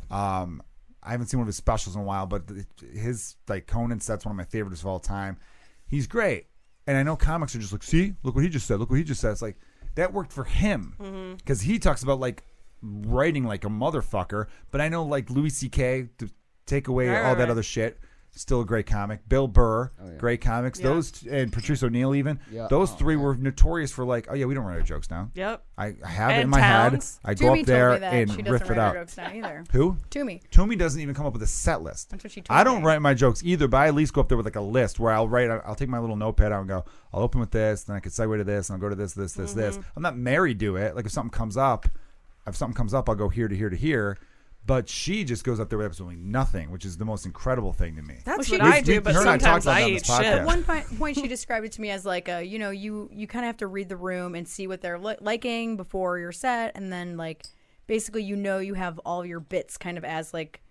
[SPEAKER 1] um i haven't seen one of his specials in a while but th- his like conan sets one of my favorites of all time he's great and i know comics are just like see look what he just said look what he just said it's like that worked for him
[SPEAKER 3] Mm-hmm.
[SPEAKER 1] because he talks about like writing like a motherfucker. But I know like Louis C.K. to take away
[SPEAKER 3] Right,
[SPEAKER 1] all
[SPEAKER 3] right,
[SPEAKER 1] that
[SPEAKER 3] right.
[SPEAKER 1] other shit. Still a great comic. Bill Burr,
[SPEAKER 2] Oh, yeah.
[SPEAKER 1] great comics.
[SPEAKER 3] Yeah.
[SPEAKER 1] Those t- and Patrice O'Neill even.
[SPEAKER 2] Yeah.
[SPEAKER 1] Those
[SPEAKER 2] Oh,
[SPEAKER 1] three were notorious for like, oh yeah, we don't write our jokes now.
[SPEAKER 3] Yep.
[SPEAKER 1] I I have it
[SPEAKER 3] Ed
[SPEAKER 1] in my
[SPEAKER 3] Towns.
[SPEAKER 1] head. I go
[SPEAKER 4] Toomey
[SPEAKER 1] up there
[SPEAKER 4] told me that
[SPEAKER 1] and
[SPEAKER 4] she doesn't
[SPEAKER 1] riff
[SPEAKER 4] write
[SPEAKER 1] it
[SPEAKER 4] her
[SPEAKER 1] out.
[SPEAKER 4] jokes now either.
[SPEAKER 1] Who?
[SPEAKER 4] Toomey.
[SPEAKER 1] Toomey doesn't even come up with a set list.
[SPEAKER 4] That's what she told
[SPEAKER 1] I don't
[SPEAKER 4] me.
[SPEAKER 1] write my jokes either, but I at least go up there with like a list where I'll write. I'll take my little notepad out and go. I'll open with this, then I could segue to this, and I'll go to this, this, this, this.
[SPEAKER 4] Mm-hmm.
[SPEAKER 1] I'm not married to it. Like if something comes up, if something comes up, I'll go here to here to here. But she just goes up there with absolutely nothing, which is the most incredible thing to me.
[SPEAKER 3] That's
[SPEAKER 4] she-
[SPEAKER 3] what I
[SPEAKER 1] We've-
[SPEAKER 3] do,
[SPEAKER 1] we've-
[SPEAKER 3] but
[SPEAKER 1] her and I talked
[SPEAKER 3] sometimes
[SPEAKER 1] about
[SPEAKER 3] I
[SPEAKER 1] that on
[SPEAKER 3] eat
[SPEAKER 1] this podcast.
[SPEAKER 3] shit.
[SPEAKER 1] Yeah.
[SPEAKER 4] At one point, point, she described it to me as like a, you know, you you kind of have to read the room and see what they're li- liking before your set, and then like basically you know you have all your bits kind of as like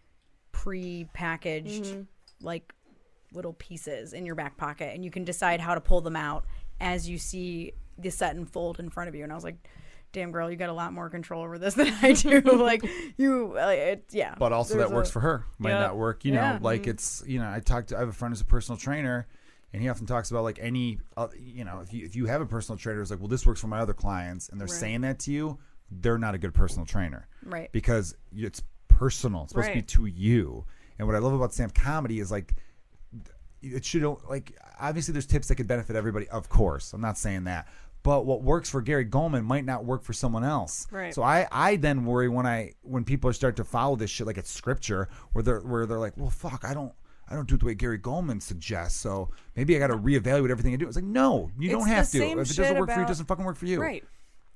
[SPEAKER 4] pre-packaged like little pieces in your back pocket, and you can decide how to pull them out as you see the set unfold in front of you. And I was like. Damn girl, you got a lot more control over this [LAUGHS] than I do. like you, like, it, yeah.
[SPEAKER 1] but also
[SPEAKER 4] There's
[SPEAKER 1] that works
[SPEAKER 4] a-
[SPEAKER 1] for her. Might
[SPEAKER 3] Yeah.
[SPEAKER 1] not work, you know.
[SPEAKER 4] Yeah. Mm-hmm.
[SPEAKER 1] Like it's you know, I talked. To, I have a friend who's a personal trainer, and he often talks about like any, uh, you know, if you if you have a personal trainer, it's like, well, this works for my other clients, and they're saying that to you, they're not a good personal trainer,
[SPEAKER 4] Right.
[SPEAKER 1] Because you- it's personal. It's supposed
[SPEAKER 3] Right.
[SPEAKER 1] to be to you. And what I love about stand comedy is like it should like obviously there's tips that could benefit everybody of course i'm not saying that but what works for gary goldman might not work for someone else
[SPEAKER 3] Right.
[SPEAKER 1] so i i then worry when i when people start to follow this shit like it's scripture where they're where they're like well fuck i don't I don't do it the way Gary Goldman suggests, so maybe I got to reevaluate everything I do. It's like, no, you
[SPEAKER 3] It's
[SPEAKER 1] don't
[SPEAKER 3] the
[SPEAKER 1] have to.
[SPEAKER 3] same
[SPEAKER 1] If it doesn't
[SPEAKER 3] shit
[SPEAKER 1] work for you, it
[SPEAKER 3] about-
[SPEAKER 1] doesn't fucking work for you.
[SPEAKER 3] Right.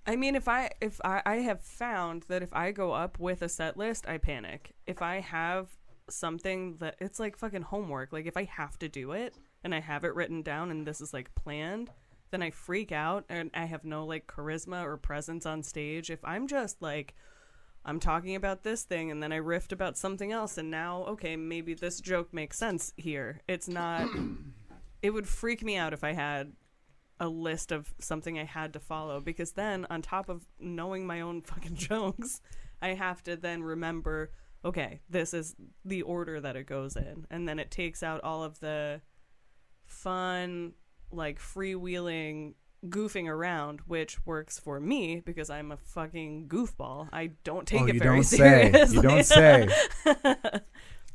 [SPEAKER 3] I mean, if I if I, I have found that if I go up with a set list, I panic. If I have something that it's like fucking homework, like if I have to do it and I have it written down and this is like planned, then I freak out and I have no like charisma or presence on stage. If I'm just like I'm talking about this thing and then I riffed about something else and now okay, maybe this [CLEARS THROAT] joke makes sense here. It's not it would freak me out if I had a a list of something I had to follow because then on top of knowing my own [LAUGHS] fucking jokes, I have to then remember, okay, this is the order that it goes in. And then it takes out all of the fun, like freewheeling goofing around, which works for me because I'm a fucking goofball. I don't take
[SPEAKER 1] oh,
[SPEAKER 3] it
[SPEAKER 1] you
[SPEAKER 3] very
[SPEAKER 1] don't
[SPEAKER 3] seriously.
[SPEAKER 1] say. You
[SPEAKER 3] [LAUGHS]
[SPEAKER 1] don't say.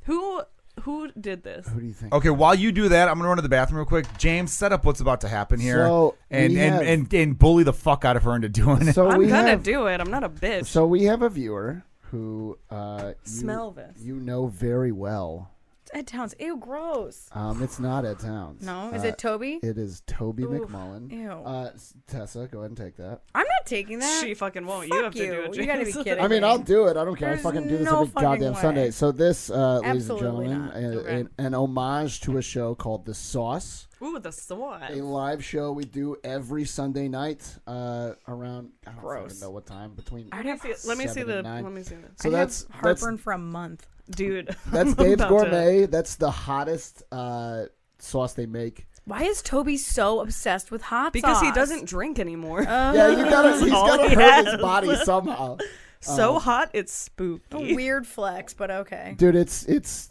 [SPEAKER 3] who who did this?
[SPEAKER 2] Who do you think?
[SPEAKER 1] Okay, while you do that, I'm gonna run to the bathroom real quick. James, set up what's about to happen here,
[SPEAKER 2] So,
[SPEAKER 1] and,
[SPEAKER 2] we
[SPEAKER 1] and,
[SPEAKER 2] have-
[SPEAKER 1] and and bully the fuck out of her into doing [LAUGHS] it.
[SPEAKER 2] So
[SPEAKER 3] I'm
[SPEAKER 2] we
[SPEAKER 3] gonna
[SPEAKER 2] have,
[SPEAKER 3] do it. I'm not a bitch.
[SPEAKER 2] So we have a viewer who uh, you-
[SPEAKER 3] Smell this.
[SPEAKER 2] You know very well.
[SPEAKER 4] Ed Towns. Ew, gross.
[SPEAKER 2] Um, it's not Ed Towns.
[SPEAKER 4] No, is
[SPEAKER 2] Uh,
[SPEAKER 4] it Toby?
[SPEAKER 2] It is Toby
[SPEAKER 4] Oof.
[SPEAKER 2] McMullen.
[SPEAKER 4] Ew.
[SPEAKER 2] Uh, s- Tessa, go ahead and take that.
[SPEAKER 4] I'm not taking that.
[SPEAKER 3] she fucking won't.
[SPEAKER 4] Fuck
[SPEAKER 3] you have to do
[SPEAKER 4] you.
[SPEAKER 3] it.
[SPEAKER 4] You gotta be
[SPEAKER 3] James.
[SPEAKER 4] kidding.
[SPEAKER 2] I mean, I'll do it. I don't care.
[SPEAKER 4] There's
[SPEAKER 2] I fucking do this
[SPEAKER 4] no
[SPEAKER 2] every
[SPEAKER 4] fucking
[SPEAKER 2] goddamn
[SPEAKER 4] way.
[SPEAKER 2] Sunday. So this, uh, ladies and
[SPEAKER 4] Absolutely
[SPEAKER 2] gentlemen,
[SPEAKER 4] not.
[SPEAKER 2] a-
[SPEAKER 3] Okay.
[SPEAKER 2] an, an homage to a show called The Sauce,
[SPEAKER 3] [LAUGHS] Ooh, the swat.
[SPEAKER 2] a live show we do every Sunday night uh, around. I don't
[SPEAKER 4] Gross.
[SPEAKER 2] fucking know what time between.
[SPEAKER 3] Let me see. Let me see
[SPEAKER 2] seven
[SPEAKER 3] the.
[SPEAKER 2] and nine.
[SPEAKER 3] Let me see this,
[SPEAKER 2] So
[SPEAKER 4] I
[SPEAKER 2] that's
[SPEAKER 4] have
[SPEAKER 2] that's
[SPEAKER 4] heartburn for a month.
[SPEAKER 3] dude.
[SPEAKER 2] [LAUGHS]
[SPEAKER 3] [LAUGHS]
[SPEAKER 2] that's
[SPEAKER 3] I'm
[SPEAKER 2] Dave's
[SPEAKER 3] about to-
[SPEAKER 2] Gourmet. That's the hottest uh, sauce they make.
[SPEAKER 4] Why is Toby so obsessed with hot
[SPEAKER 3] Because he
[SPEAKER 4] sauce?
[SPEAKER 3] doesn't drink anymore.
[SPEAKER 4] Uh,
[SPEAKER 2] Yeah, you gotta, he's
[SPEAKER 3] all
[SPEAKER 2] gotta
[SPEAKER 3] he
[SPEAKER 2] hurt his
[SPEAKER 4] [LAUGHS]
[SPEAKER 3] has.
[SPEAKER 2] body somehow.
[SPEAKER 3] [LAUGHS] so
[SPEAKER 2] oh.
[SPEAKER 3] hot, it's spooky.
[SPEAKER 4] a weird flex, but okay.
[SPEAKER 2] Dude, it's it's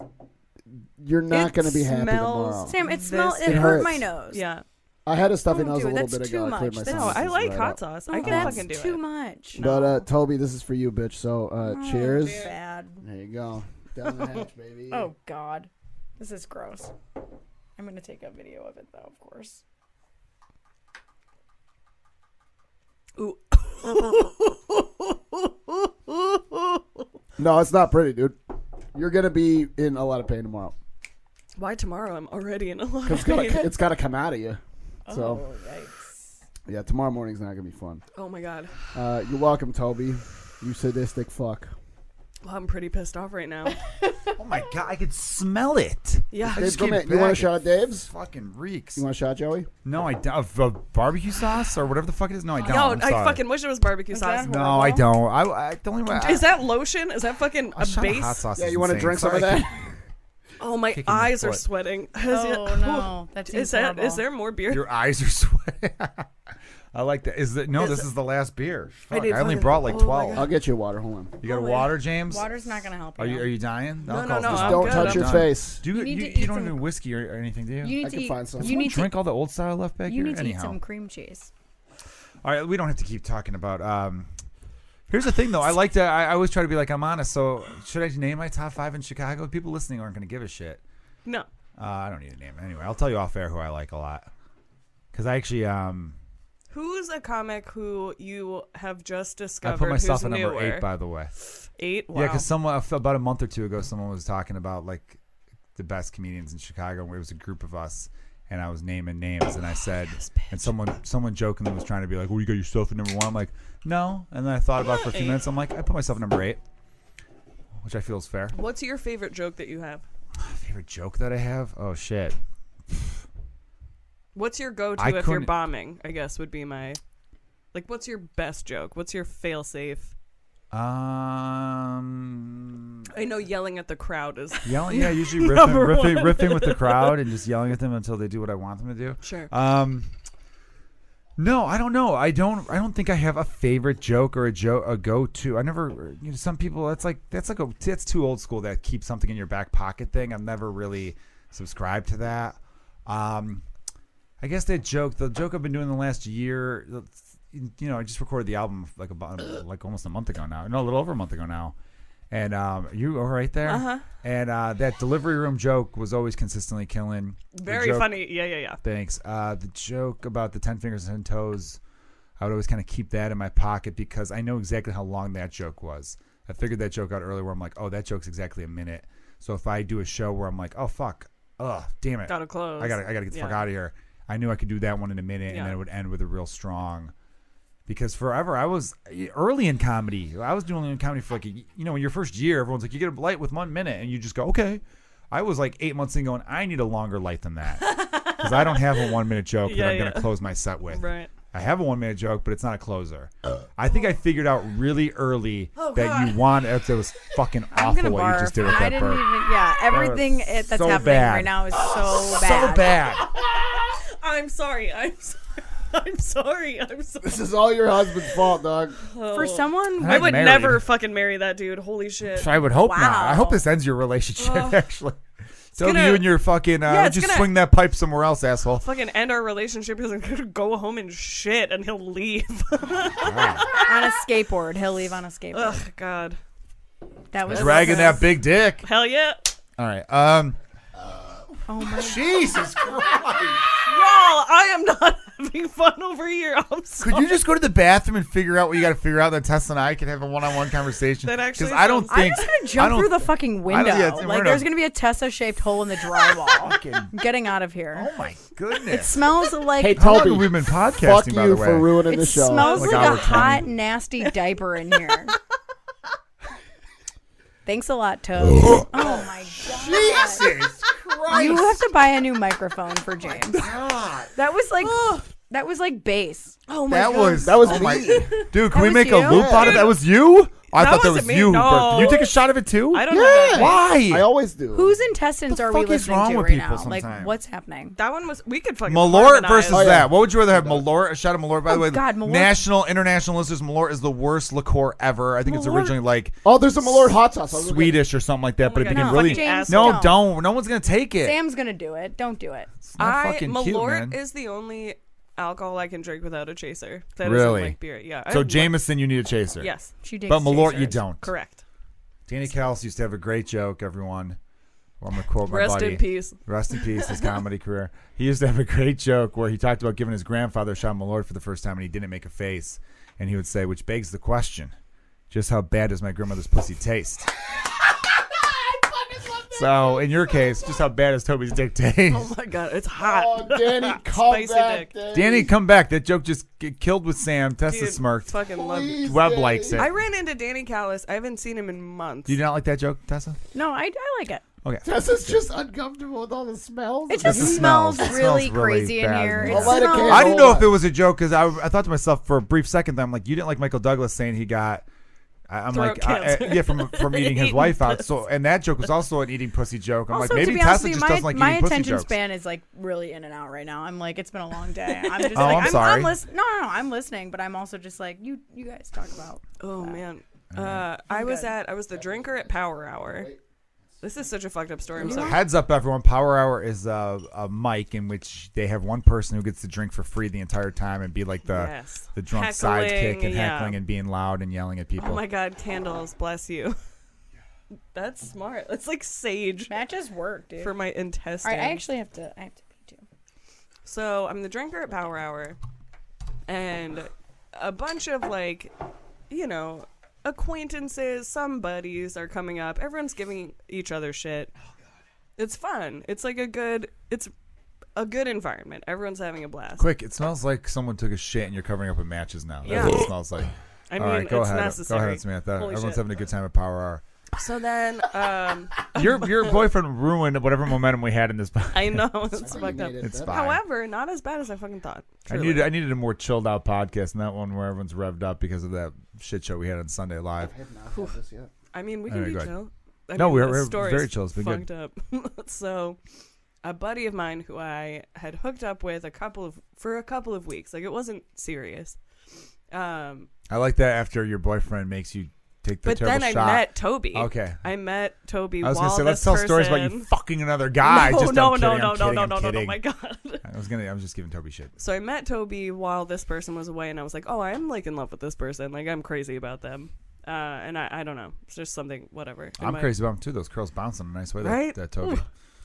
[SPEAKER 2] you're not
[SPEAKER 3] It
[SPEAKER 2] gonna be happy
[SPEAKER 3] smells-
[SPEAKER 2] tomorrow.
[SPEAKER 4] Sam, it
[SPEAKER 3] This
[SPEAKER 4] smelled. It,
[SPEAKER 3] It
[SPEAKER 4] hurt
[SPEAKER 2] hurts.
[SPEAKER 4] my nose.
[SPEAKER 3] [LAUGHS] yeah.
[SPEAKER 2] I had a stuffy
[SPEAKER 4] Oh,
[SPEAKER 2] nose a
[SPEAKER 4] dude,
[SPEAKER 2] little
[SPEAKER 4] that's
[SPEAKER 2] bit
[SPEAKER 4] too
[SPEAKER 2] ago. I cleared
[SPEAKER 4] much.
[SPEAKER 2] my
[SPEAKER 4] That's-
[SPEAKER 3] No,
[SPEAKER 2] sinuses
[SPEAKER 3] I like
[SPEAKER 2] Oh, right
[SPEAKER 3] hot
[SPEAKER 2] up.
[SPEAKER 3] sauce.
[SPEAKER 4] Oh,
[SPEAKER 3] I can
[SPEAKER 4] that's
[SPEAKER 3] fucking do
[SPEAKER 4] too
[SPEAKER 3] it.
[SPEAKER 4] much.
[SPEAKER 2] But uh, Toby, this is for you, bitch. So uh,
[SPEAKER 3] Mm,
[SPEAKER 2] cheers.
[SPEAKER 4] Oh, bad.
[SPEAKER 2] There you go. Down the hatch, baby.
[SPEAKER 4] Oh God, this is gross. I'm gonna take a video of it though, of course.
[SPEAKER 3] Ooh.
[SPEAKER 4] [LAUGHS]
[SPEAKER 2] No, it's not pretty, dude. You're gonna be in a lot of pain tomorrow.
[SPEAKER 3] Why tomorrow? I'm already in a lot
[SPEAKER 2] 'Cause
[SPEAKER 3] of
[SPEAKER 2] It's gotta,
[SPEAKER 3] pain.
[SPEAKER 2] it's gotta come out of you. So
[SPEAKER 4] Oh yikes!
[SPEAKER 2] yeah, tomorrow morning's not gonna be fun.
[SPEAKER 3] [LAUGHS] Oh my god.
[SPEAKER 2] Uh, you're welcome, Toby. You sadistic fuck.
[SPEAKER 3] Well, I'm pretty pissed off right now.
[SPEAKER 1] oh my god, I could smell it.
[SPEAKER 3] Yeah.
[SPEAKER 1] I
[SPEAKER 2] Dave,
[SPEAKER 1] just
[SPEAKER 2] come
[SPEAKER 1] came
[SPEAKER 2] here. You want a
[SPEAKER 1] back.
[SPEAKER 2] shot of Dave's?
[SPEAKER 1] Fucking reeks.
[SPEAKER 2] You want a shot, Joey?
[SPEAKER 1] No, I don't. Of, of barbecue sauce or whatever the fuck it is. No, I don't.
[SPEAKER 3] Yo,
[SPEAKER 1] I'm
[SPEAKER 3] I
[SPEAKER 1] sorry.
[SPEAKER 3] fucking wish it was barbecue
[SPEAKER 4] Is
[SPEAKER 3] sauce.
[SPEAKER 4] that
[SPEAKER 1] No, I don't. I, I the only way.
[SPEAKER 3] Is that lotion? Is that fucking
[SPEAKER 1] I,
[SPEAKER 3] a
[SPEAKER 1] shot of hot
[SPEAKER 3] base?
[SPEAKER 1] sauce?
[SPEAKER 2] Yeah,
[SPEAKER 1] is
[SPEAKER 2] you want to
[SPEAKER 1] insane.
[SPEAKER 2] drink some of
[SPEAKER 1] Sorry, I
[SPEAKER 2] that?
[SPEAKER 1] keep-
[SPEAKER 3] Oh, my
[SPEAKER 1] Kicking your
[SPEAKER 3] eyes are
[SPEAKER 1] foot.
[SPEAKER 3] sweating. [LAUGHS] Is it-
[SPEAKER 4] Oh no, that seems
[SPEAKER 3] Is that?
[SPEAKER 4] horrible.
[SPEAKER 3] Is there more beer?
[SPEAKER 1] Your eyes are [LAUGHS] sweating. I like that. Is that no?
[SPEAKER 3] Is
[SPEAKER 1] this
[SPEAKER 3] it-
[SPEAKER 1] is the last beer.
[SPEAKER 3] I
[SPEAKER 1] Fuck, I,
[SPEAKER 3] did
[SPEAKER 1] only
[SPEAKER 3] fucking-
[SPEAKER 1] brought like
[SPEAKER 3] oh my
[SPEAKER 1] twelve.
[SPEAKER 2] [LAUGHS] I'll get you water. Hold on.
[SPEAKER 1] You got
[SPEAKER 4] Oh, yeah.
[SPEAKER 1] water, James?
[SPEAKER 4] Water's not gonna help you.
[SPEAKER 1] Are you are you dying?
[SPEAKER 3] No, no,
[SPEAKER 1] Alcohol's
[SPEAKER 3] no,
[SPEAKER 1] just-
[SPEAKER 3] I'm
[SPEAKER 2] Don't
[SPEAKER 3] good,
[SPEAKER 2] touch
[SPEAKER 3] I'm
[SPEAKER 2] your
[SPEAKER 3] done.
[SPEAKER 2] face.
[SPEAKER 1] Do you,
[SPEAKER 4] You need
[SPEAKER 1] you,
[SPEAKER 4] to
[SPEAKER 1] you
[SPEAKER 4] eat
[SPEAKER 1] don't
[SPEAKER 4] some-
[SPEAKER 1] do whiskey or, or anything, do you?
[SPEAKER 4] You need
[SPEAKER 2] I
[SPEAKER 4] to
[SPEAKER 2] can
[SPEAKER 4] eat.
[SPEAKER 2] find some.
[SPEAKER 4] You
[SPEAKER 1] Someone
[SPEAKER 4] need
[SPEAKER 1] drink
[SPEAKER 4] to.
[SPEAKER 1] all the old style left back
[SPEAKER 4] You
[SPEAKER 1] here.
[SPEAKER 4] need to eat
[SPEAKER 1] Anyhow,
[SPEAKER 4] some cream cheese.
[SPEAKER 1] all right, we don't have to keep talking about. Um, here's the thing, though. I like to. I, I always try to be like I'm honest. So should I name my top five in Chicago? People listening aren't going to give a shit.
[SPEAKER 3] No.
[SPEAKER 1] Uh, I don't need to name it anyway. I'll tell you off air who I like a lot. Because I actually, um,
[SPEAKER 3] Who's a comic who you have just
[SPEAKER 1] I
[SPEAKER 3] discovered?
[SPEAKER 1] put myself
[SPEAKER 3] who's
[SPEAKER 1] at number
[SPEAKER 3] newer?
[SPEAKER 1] eight. By the way,
[SPEAKER 3] Eight?
[SPEAKER 1] Yeah, 'cause
[SPEAKER 3] Wow.
[SPEAKER 1] yeah, because someone about a month or two ago, someone was talking about like the best comedians in Chicago, and it was a group of us, and I was naming names, and I said, and someone someone jokingly was trying to be like, "Well, you got yourself at number one." I'm like, "No," and then I thought about it for a few
[SPEAKER 3] Why?
[SPEAKER 1] minutes. I'm like, I put myself at number eight, which I feel is fair.
[SPEAKER 3] What's your favorite joke that you have?
[SPEAKER 1] Favorite joke that I have? Oh shit,
[SPEAKER 3] What's your go-to
[SPEAKER 1] I
[SPEAKER 3] if you're
[SPEAKER 1] couldn't-
[SPEAKER 3] bombing? I guess would be my. Like, what's your best joke? What's your fail-safe?
[SPEAKER 1] um,
[SPEAKER 3] I know yelling at the
[SPEAKER 1] [LAUGHS]
[SPEAKER 3] crowd is
[SPEAKER 1] yelling. Yeah, usually riffing,
[SPEAKER 3] Number
[SPEAKER 1] riffing,
[SPEAKER 3] one.
[SPEAKER 1] riffing with the crowd and just yelling at them until they do what I want them to do.
[SPEAKER 3] sure.
[SPEAKER 1] Um, no, I don't know. I don't. I don't think I have a favorite joke or a joke a go to. I never. You know, some people. That's like that's like a that's too old school. That keep something in your back pocket thing. I've never really subscribed to that. Um, I guess that joke. The joke I've been doing the last year. You know, I just recorded the album like about like almost a month ago now. No, a little over a month ago now. And um, you all right there?
[SPEAKER 3] Uh-huh.
[SPEAKER 1] And uh, that delivery room joke was always consistently killing. The
[SPEAKER 3] Very
[SPEAKER 1] joke-
[SPEAKER 3] funny. Yeah, yeah, yeah.
[SPEAKER 1] Thanks. Uh, the joke about the 10 fingers and toes, I would always kind of keep that in my pocket because I know exactly how long that joke was. I figured that joke out earlier where I'm like, oh, that joke's exactly a minute. So if I do a show where I'm like, oh, fuck, ugh, damn it.
[SPEAKER 3] Gotta close.
[SPEAKER 1] I gotta, I gotta get the fuck out of here. I knew I could do that one in a minute,
[SPEAKER 3] Yeah.
[SPEAKER 1] and then it would end with a real strong. Because forever, I was eh, early in comedy. I was doing comedy for like, a, you know, in your first year, everyone's like, you get a light with one minute, and you just go, okay. I was like eight months in, going, I need a longer light than that because I don't have a one minute joke
[SPEAKER 3] Yeah,
[SPEAKER 1] that I'm going
[SPEAKER 3] yeah.
[SPEAKER 1] to close my set with.
[SPEAKER 3] Right.
[SPEAKER 1] I have a one minute joke, but it's not a closer. I think I figured out really early
[SPEAKER 4] Oh,
[SPEAKER 1] that you
[SPEAKER 4] God.
[SPEAKER 1] want. That was fucking
[SPEAKER 4] I'm gonna
[SPEAKER 1] awful what you
[SPEAKER 4] barf.
[SPEAKER 1] just did with
[SPEAKER 4] I
[SPEAKER 1] that
[SPEAKER 4] didn't
[SPEAKER 1] burp.
[SPEAKER 4] even. Yeah, everything it, that's
[SPEAKER 1] so
[SPEAKER 4] happening
[SPEAKER 1] bad.
[SPEAKER 4] right now is so
[SPEAKER 1] so
[SPEAKER 4] bad.
[SPEAKER 1] bad.
[SPEAKER 3] I'm [LAUGHS] sorry. I'm. Sorry. I'm sorry. I'm sorry.
[SPEAKER 2] This is all your husband's fault, dog.
[SPEAKER 4] For someone,
[SPEAKER 1] Huh?
[SPEAKER 3] I
[SPEAKER 4] with-
[SPEAKER 3] would
[SPEAKER 1] married.
[SPEAKER 3] never fucking marry that dude. Holy shit.
[SPEAKER 1] I would hope not. I
[SPEAKER 4] Wow.
[SPEAKER 1] hope this ends your relationship. [LAUGHS] actually, so
[SPEAKER 3] gonna-
[SPEAKER 1] you and your fucking uh,
[SPEAKER 3] Yeah, it's
[SPEAKER 1] just
[SPEAKER 3] gonna-
[SPEAKER 1] swing that pipe somewhere else, asshole.
[SPEAKER 3] Fucking end our relationship because I'm gonna [LAUGHS] go home and shit, and he'll leave. [LAUGHS]
[SPEAKER 4] on a skateboard, he'll leave on a skateboard.
[SPEAKER 3] Ugh, God.
[SPEAKER 4] That was
[SPEAKER 1] Dragging that big dick.
[SPEAKER 3] Hell yeah.
[SPEAKER 1] All right. Um.
[SPEAKER 4] Oh my
[SPEAKER 1] Jesus Christ!
[SPEAKER 3] Y'all, I am not [LAUGHS] having fun over here. I'm sorry.
[SPEAKER 1] Could you just go to the bathroom and figure out what you got to figure out? Then Tess and I can have a
[SPEAKER 3] [LAUGHS]
[SPEAKER 1] one-on-one conversation.
[SPEAKER 3] That actually
[SPEAKER 1] I don't
[SPEAKER 3] sounds-
[SPEAKER 4] I'm
[SPEAKER 1] think
[SPEAKER 4] just gonna
[SPEAKER 1] I
[SPEAKER 4] jump
[SPEAKER 1] don't-
[SPEAKER 4] through the fucking
[SPEAKER 1] I
[SPEAKER 4] window.
[SPEAKER 1] don't- yeah, it's- we're
[SPEAKER 4] like
[SPEAKER 1] gonna-
[SPEAKER 4] there's gonna be a Tessa-shaped hole in the drywall.
[SPEAKER 1] [LAUGHS] Fucking,
[SPEAKER 4] I'm getting out of here.
[SPEAKER 1] [LAUGHS] oh my goodness!
[SPEAKER 4] smells like
[SPEAKER 2] Hey,
[SPEAKER 1] How long have
[SPEAKER 2] Toby,
[SPEAKER 1] we been podcasting?
[SPEAKER 2] fuck
[SPEAKER 1] by the
[SPEAKER 2] you
[SPEAKER 1] way,
[SPEAKER 2] for ruining
[SPEAKER 4] it
[SPEAKER 2] the show.
[SPEAKER 4] smells
[SPEAKER 1] Like
[SPEAKER 4] like,
[SPEAKER 1] hour
[SPEAKER 4] a
[SPEAKER 1] 20.
[SPEAKER 4] hot, nasty diaper in
[SPEAKER 1] [LAUGHS]
[SPEAKER 4] here. Thanks a lot, Toad. oh my god.
[SPEAKER 1] [LAUGHS] Jesus
[SPEAKER 4] You
[SPEAKER 1] Oh Christ! Oh
[SPEAKER 4] have to buy a new microphone for James.
[SPEAKER 1] God.
[SPEAKER 4] That was like that was like bass.
[SPEAKER 3] Oh my
[SPEAKER 1] That
[SPEAKER 3] God.
[SPEAKER 1] was
[SPEAKER 2] That was
[SPEAKER 1] oh
[SPEAKER 2] me.
[SPEAKER 1] my, dude. Can we
[SPEAKER 4] was
[SPEAKER 1] make a
[SPEAKER 4] you?
[SPEAKER 1] loop out of that? Was you? I
[SPEAKER 3] That
[SPEAKER 1] thought that
[SPEAKER 3] wasn't
[SPEAKER 1] was
[SPEAKER 3] me,
[SPEAKER 1] you. who
[SPEAKER 3] no.
[SPEAKER 1] broke- You take a shot of it too?
[SPEAKER 3] I don't know that
[SPEAKER 2] Yeah.
[SPEAKER 3] one.
[SPEAKER 1] Why?
[SPEAKER 2] I always do.
[SPEAKER 4] Whose intestines
[SPEAKER 1] The
[SPEAKER 4] are we
[SPEAKER 1] fuck is
[SPEAKER 4] listening
[SPEAKER 1] wrong
[SPEAKER 4] to
[SPEAKER 1] with
[SPEAKER 4] right now?
[SPEAKER 1] people sometimes?
[SPEAKER 4] Like what's happening?
[SPEAKER 3] That one was. We could fucking.
[SPEAKER 1] Malort
[SPEAKER 3] harmonize.
[SPEAKER 1] versus
[SPEAKER 2] Oh, yeah.
[SPEAKER 1] that. What would you rather have? Malort, a shot of Malort. By the
[SPEAKER 4] Oh,
[SPEAKER 1] way,
[SPEAKER 4] God, Malort.
[SPEAKER 1] national, international listeners, Malort is the worst liqueur ever. I think it's
[SPEAKER 3] Malort- Oh
[SPEAKER 1] originally like
[SPEAKER 2] oh, there's a Malort hot sauce. I'll go get it.
[SPEAKER 1] Swedish or something like that, but
[SPEAKER 3] my
[SPEAKER 1] it
[SPEAKER 3] God,
[SPEAKER 1] became
[SPEAKER 3] no.
[SPEAKER 1] really.
[SPEAKER 3] Fucking
[SPEAKER 4] James,
[SPEAKER 1] no,
[SPEAKER 4] don't.
[SPEAKER 1] don't. No one's gonna take it.
[SPEAKER 4] Sam's gonna do it. Don't do it.
[SPEAKER 1] it's not
[SPEAKER 3] I
[SPEAKER 1] fucking
[SPEAKER 3] Malort
[SPEAKER 1] cute, man.
[SPEAKER 3] is the only alcohol I can drink without a chaser. That
[SPEAKER 1] Really?
[SPEAKER 3] not like beer. Yeah. I
[SPEAKER 1] so
[SPEAKER 3] love-
[SPEAKER 1] Jameson, you need a chaser.
[SPEAKER 3] Yes.
[SPEAKER 4] She digs
[SPEAKER 1] But Malort,
[SPEAKER 4] chasers.
[SPEAKER 1] you don't.
[SPEAKER 3] Correct.
[SPEAKER 1] Danny Cowles used to have a great joke. Everyone, Well, I'm gonna quote my
[SPEAKER 3] Rest
[SPEAKER 1] buddy.
[SPEAKER 3] in peace.
[SPEAKER 1] Rest in peace, his comedy career. He used to have a great joke where he talked about giving his grandfather Sean Malord for the first time and he didn't make a face. And he would say, which begs the question, just how bad does my grandmother's pussy taste?
[SPEAKER 3] [LAUGHS]
[SPEAKER 1] So, in your case, just how bad is Toby's dick taste?
[SPEAKER 3] Oh my God, it's
[SPEAKER 2] Oh,
[SPEAKER 3] hot. [LAUGHS]
[SPEAKER 2] Danny, come
[SPEAKER 3] Spicy
[SPEAKER 2] back,
[SPEAKER 3] dick.
[SPEAKER 2] Danny.
[SPEAKER 1] Danny, come back. That joke just get killed with Sam. Tessa
[SPEAKER 3] Dude,
[SPEAKER 1] smirked.
[SPEAKER 3] Fucking love it.
[SPEAKER 2] Please,
[SPEAKER 1] Web
[SPEAKER 2] Danny.
[SPEAKER 1] likes it.
[SPEAKER 3] I ran into Danny Callis. I haven't seen him in months.
[SPEAKER 1] Do you not like that joke, Tessa?
[SPEAKER 4] No, I, I like it.
[SPEAKER 1] Okay.
[SPEAKER 2] Tessa's just uncomfortable with all the smells.
[SPEAKER 4] It
[SPEAKER 1] This
[SPEAKER 4] [LAUGHS] just
[SPEAKER 1] is
[SPEAKER 4] smells,
[SPEAKER 1] smells. It
[SPEAKER 4] really
[SPEAKER 1] smells really
[SPEAKER 4] crazy in
[SPEAKER 1] bad.
[SPEAKER 4] here.
[SPEAKER 1] I'll
[SPEAKER 4] It
[SPEAKER 2] light a
[SPEAKER 4] smells-
[SPEAKER 2] candle.
[SPEAKER 1] I didn't know if
[SPEAKER 2] on.
[SPEAKER 1] it was a joke because I, I thought to myself for a brief second that I'm like, you didn't like Michael Douglas saying he got. I, I'm
[SPEAKER 3] Throat
[SPEAKER 1] like, I, I,
[SPEAKER 3] cancer.
[SPEAKER 1] yeah, from
[SPEAKER 3] [LAUGHS]
[SPEAKER 1] from eating his
[SPEAKER 3] Eating
[SPEAKER 1] wife out. So, and that joke was also an eating pussy joke. I'm
[SPEAKER 4] also,
[SPEAKER 1] like,
[SPEAKER 4] to
[SPEAKER 1] maybe
[SPEAKER 4] be honest
[SPEAKER 1] Tessa
[SPEAKER 4] with you,
[SPEAKER 1] just
[SPEAKER 4] my,
[SPEAKER 1] doesn't like
[SPEAKER 4] my
[SPEAKER 1] eating pussy
[SPEAKER 4] attention
[SPEAKER 1] jokes.
[SPEAKER 4] span is like really in and out right now. I'm like, it's been a long day. I'm just
[SPEAKER 1] [LAUGHS] Oh,
[SPEAKER 4] like,
[SPEAKER 1] I'm sorry.
[SPEAKER 4] lis- no, no, no, I'm listening, but I'm also just like, you, you guys talk about.
[SPEAKER 3] Oh man, uh, I was at I was the drinker at Power Hour. This is such a fucked up story. I'm sorry.
[SPEAKER 1] Heads up, everyone! Power Hour is a, a mic in which they have one person who gets to drink for free the entire time and be like the
[SPEAKER 3] Yes.
[SPEAKER 1] the drunk
[SPEAKER 3] Heckling,
[SPEAKER 1] sidekick and
[SPEAKER 3] yeah.
[SPEAKER 1] heckling and being loud and yelling at people.
[SPEAKER 3] [LAUGHS] Oh my god, candles, bless you. [LAUGHS] That's smart. It's like sage
[SPEAKER 4] Matches work, dude.
[SPEAKER 3] for my intestines.
[SPEAKER 4] All right, I actually have to. I have to pee too.
[SPEAKER 3] So I'm the drinker at Power Hour, and a bunch of like, you know, acquaintances, some buddies are coming up. Everyone's giving each other shit.
[SPEAKER 4] Oh,
[SPEAKER 3] It's fun. It's like a good. It's a good environment. Everyone's having a blast.
[SPEAKER 1] Quick! It smells like someone took a shit and you're covering up with matches now. That's
[SPEAKER 3] Yeah.
[SPEAKER 1] what it smells like.
[SPEAKER 3] I mean,
[SPEAKER 1] All right, go
[SPEAKER 3] it's
[SPEAKER 1] ahead.
[SPEAKER 3] necessary.
[SPEAKER 1] Go ahead, Samantha.
[SPEAKER 3] Holy
[SPEAKER 1] Everyone's
[SPEAKER 3] shit.
[SPEAKER 1] having a good time at Power Hour.
[SPEAKER 3] So then, um,
[SPEAKER 1] your your boyfriend ruined whatever momentum we had in this.
[SPEAKER 3] [LAUGHS]
[SPEAKER 1] podcast.
[SPEAKER 3] [LAUGHS] I know it's
[SPEAKER 2] That's why you
[SPEAKER 3] fucked up.
[SPEAKER 2] made it
[SPEAKER 1] It's
[SPEAKER 2] that-
[SPEAKER 1] fine.
[SPEAKER 3] However, not as bad as I fucking thought.
[SPEAKER 1] I
[SPEAKER 3] Truly.
[SPEAKER 1] needed I needed a more chilled out podcast, and that one where everyone's revved up because of that shit show we had on Sunday Live.
[SPEAKER 2] I have not had this yet.
[SPEAKER 3] I mean, we can
[SPEAKER 1] Alright,
[SPEAKER 3] be
[SPEAKER 1] go ahead.
[SPEAKER 3] chill. I
[SPEAKER 1] No,
[SPEAKER 3] mean,
[SPEAKER 1] we're-
[SPEAKER 3] the
[SPEAKER 1] we're
[SPEAKER 3] story's
[SPEAKER 1] very chill. It's been good.
[SPEAKER 3] fucked up. [LAUGHS] so, a buddy of mine who I had hooked up with a couple of for a couple of weeks, like it wasn't serious. Um,
[SPEAKER 1] I like that after your boyfriend makes you take the
[SPEAKER 3] but
[SPEAKER 1] terrible
[SPEAKER 3] then I
[SPEAKER 1] shot.
[SPEAKER 3] met Toby.
[SPEAKER 1] [LAUGHS] Okay.
[SPEAKER 3] I met Toby.
[SPEAKER 1] I was
[SPEAKER 3] while
[SPEAKER 1] gonna say let's
[SPEAKER 3] this
[SPEAKER 1] tell
[SPEAKER 3] person...
[SPEAKER 1] stories about you fucking another guy.
[SPEAKER 3] [LAUGHS] No,
[SPEAKER 1] just,
[SPEAKER 3] no,
[SPEAKER 1] I'm
[SPEAKER 3] no,
[SPEAKER 1] kidding,
[SPEAKER 3] no,
[SPEAKER 1] I'm
[SPEAKER 3] no,
[SPEAKER 1] kidding,
[SPEAKER 3] no,
[SPEAKER 1] I'm
[SPEAKER 3] no, no, no,
[SPEAKER 1] kidding.
[SPEAKER 3] my god.
[SPEAKER 1] I was gonna. I was just giving Toby shit.
[SPEAKER 3] So I met Toby while this person was away, and I was like, "Oh, I'm like in love with this person. Like I'm crazy about them." Uh, and I, I don't know. It's just something, whatever. in
[SPEAKER 1] I'm
[SPEAKER 3] my-
[SPEAKER 1] crazy about him too. Those curls bouncing in a nice way. That,
[SPEAKER 3] Right?
[SPEAKER 1] that Toby.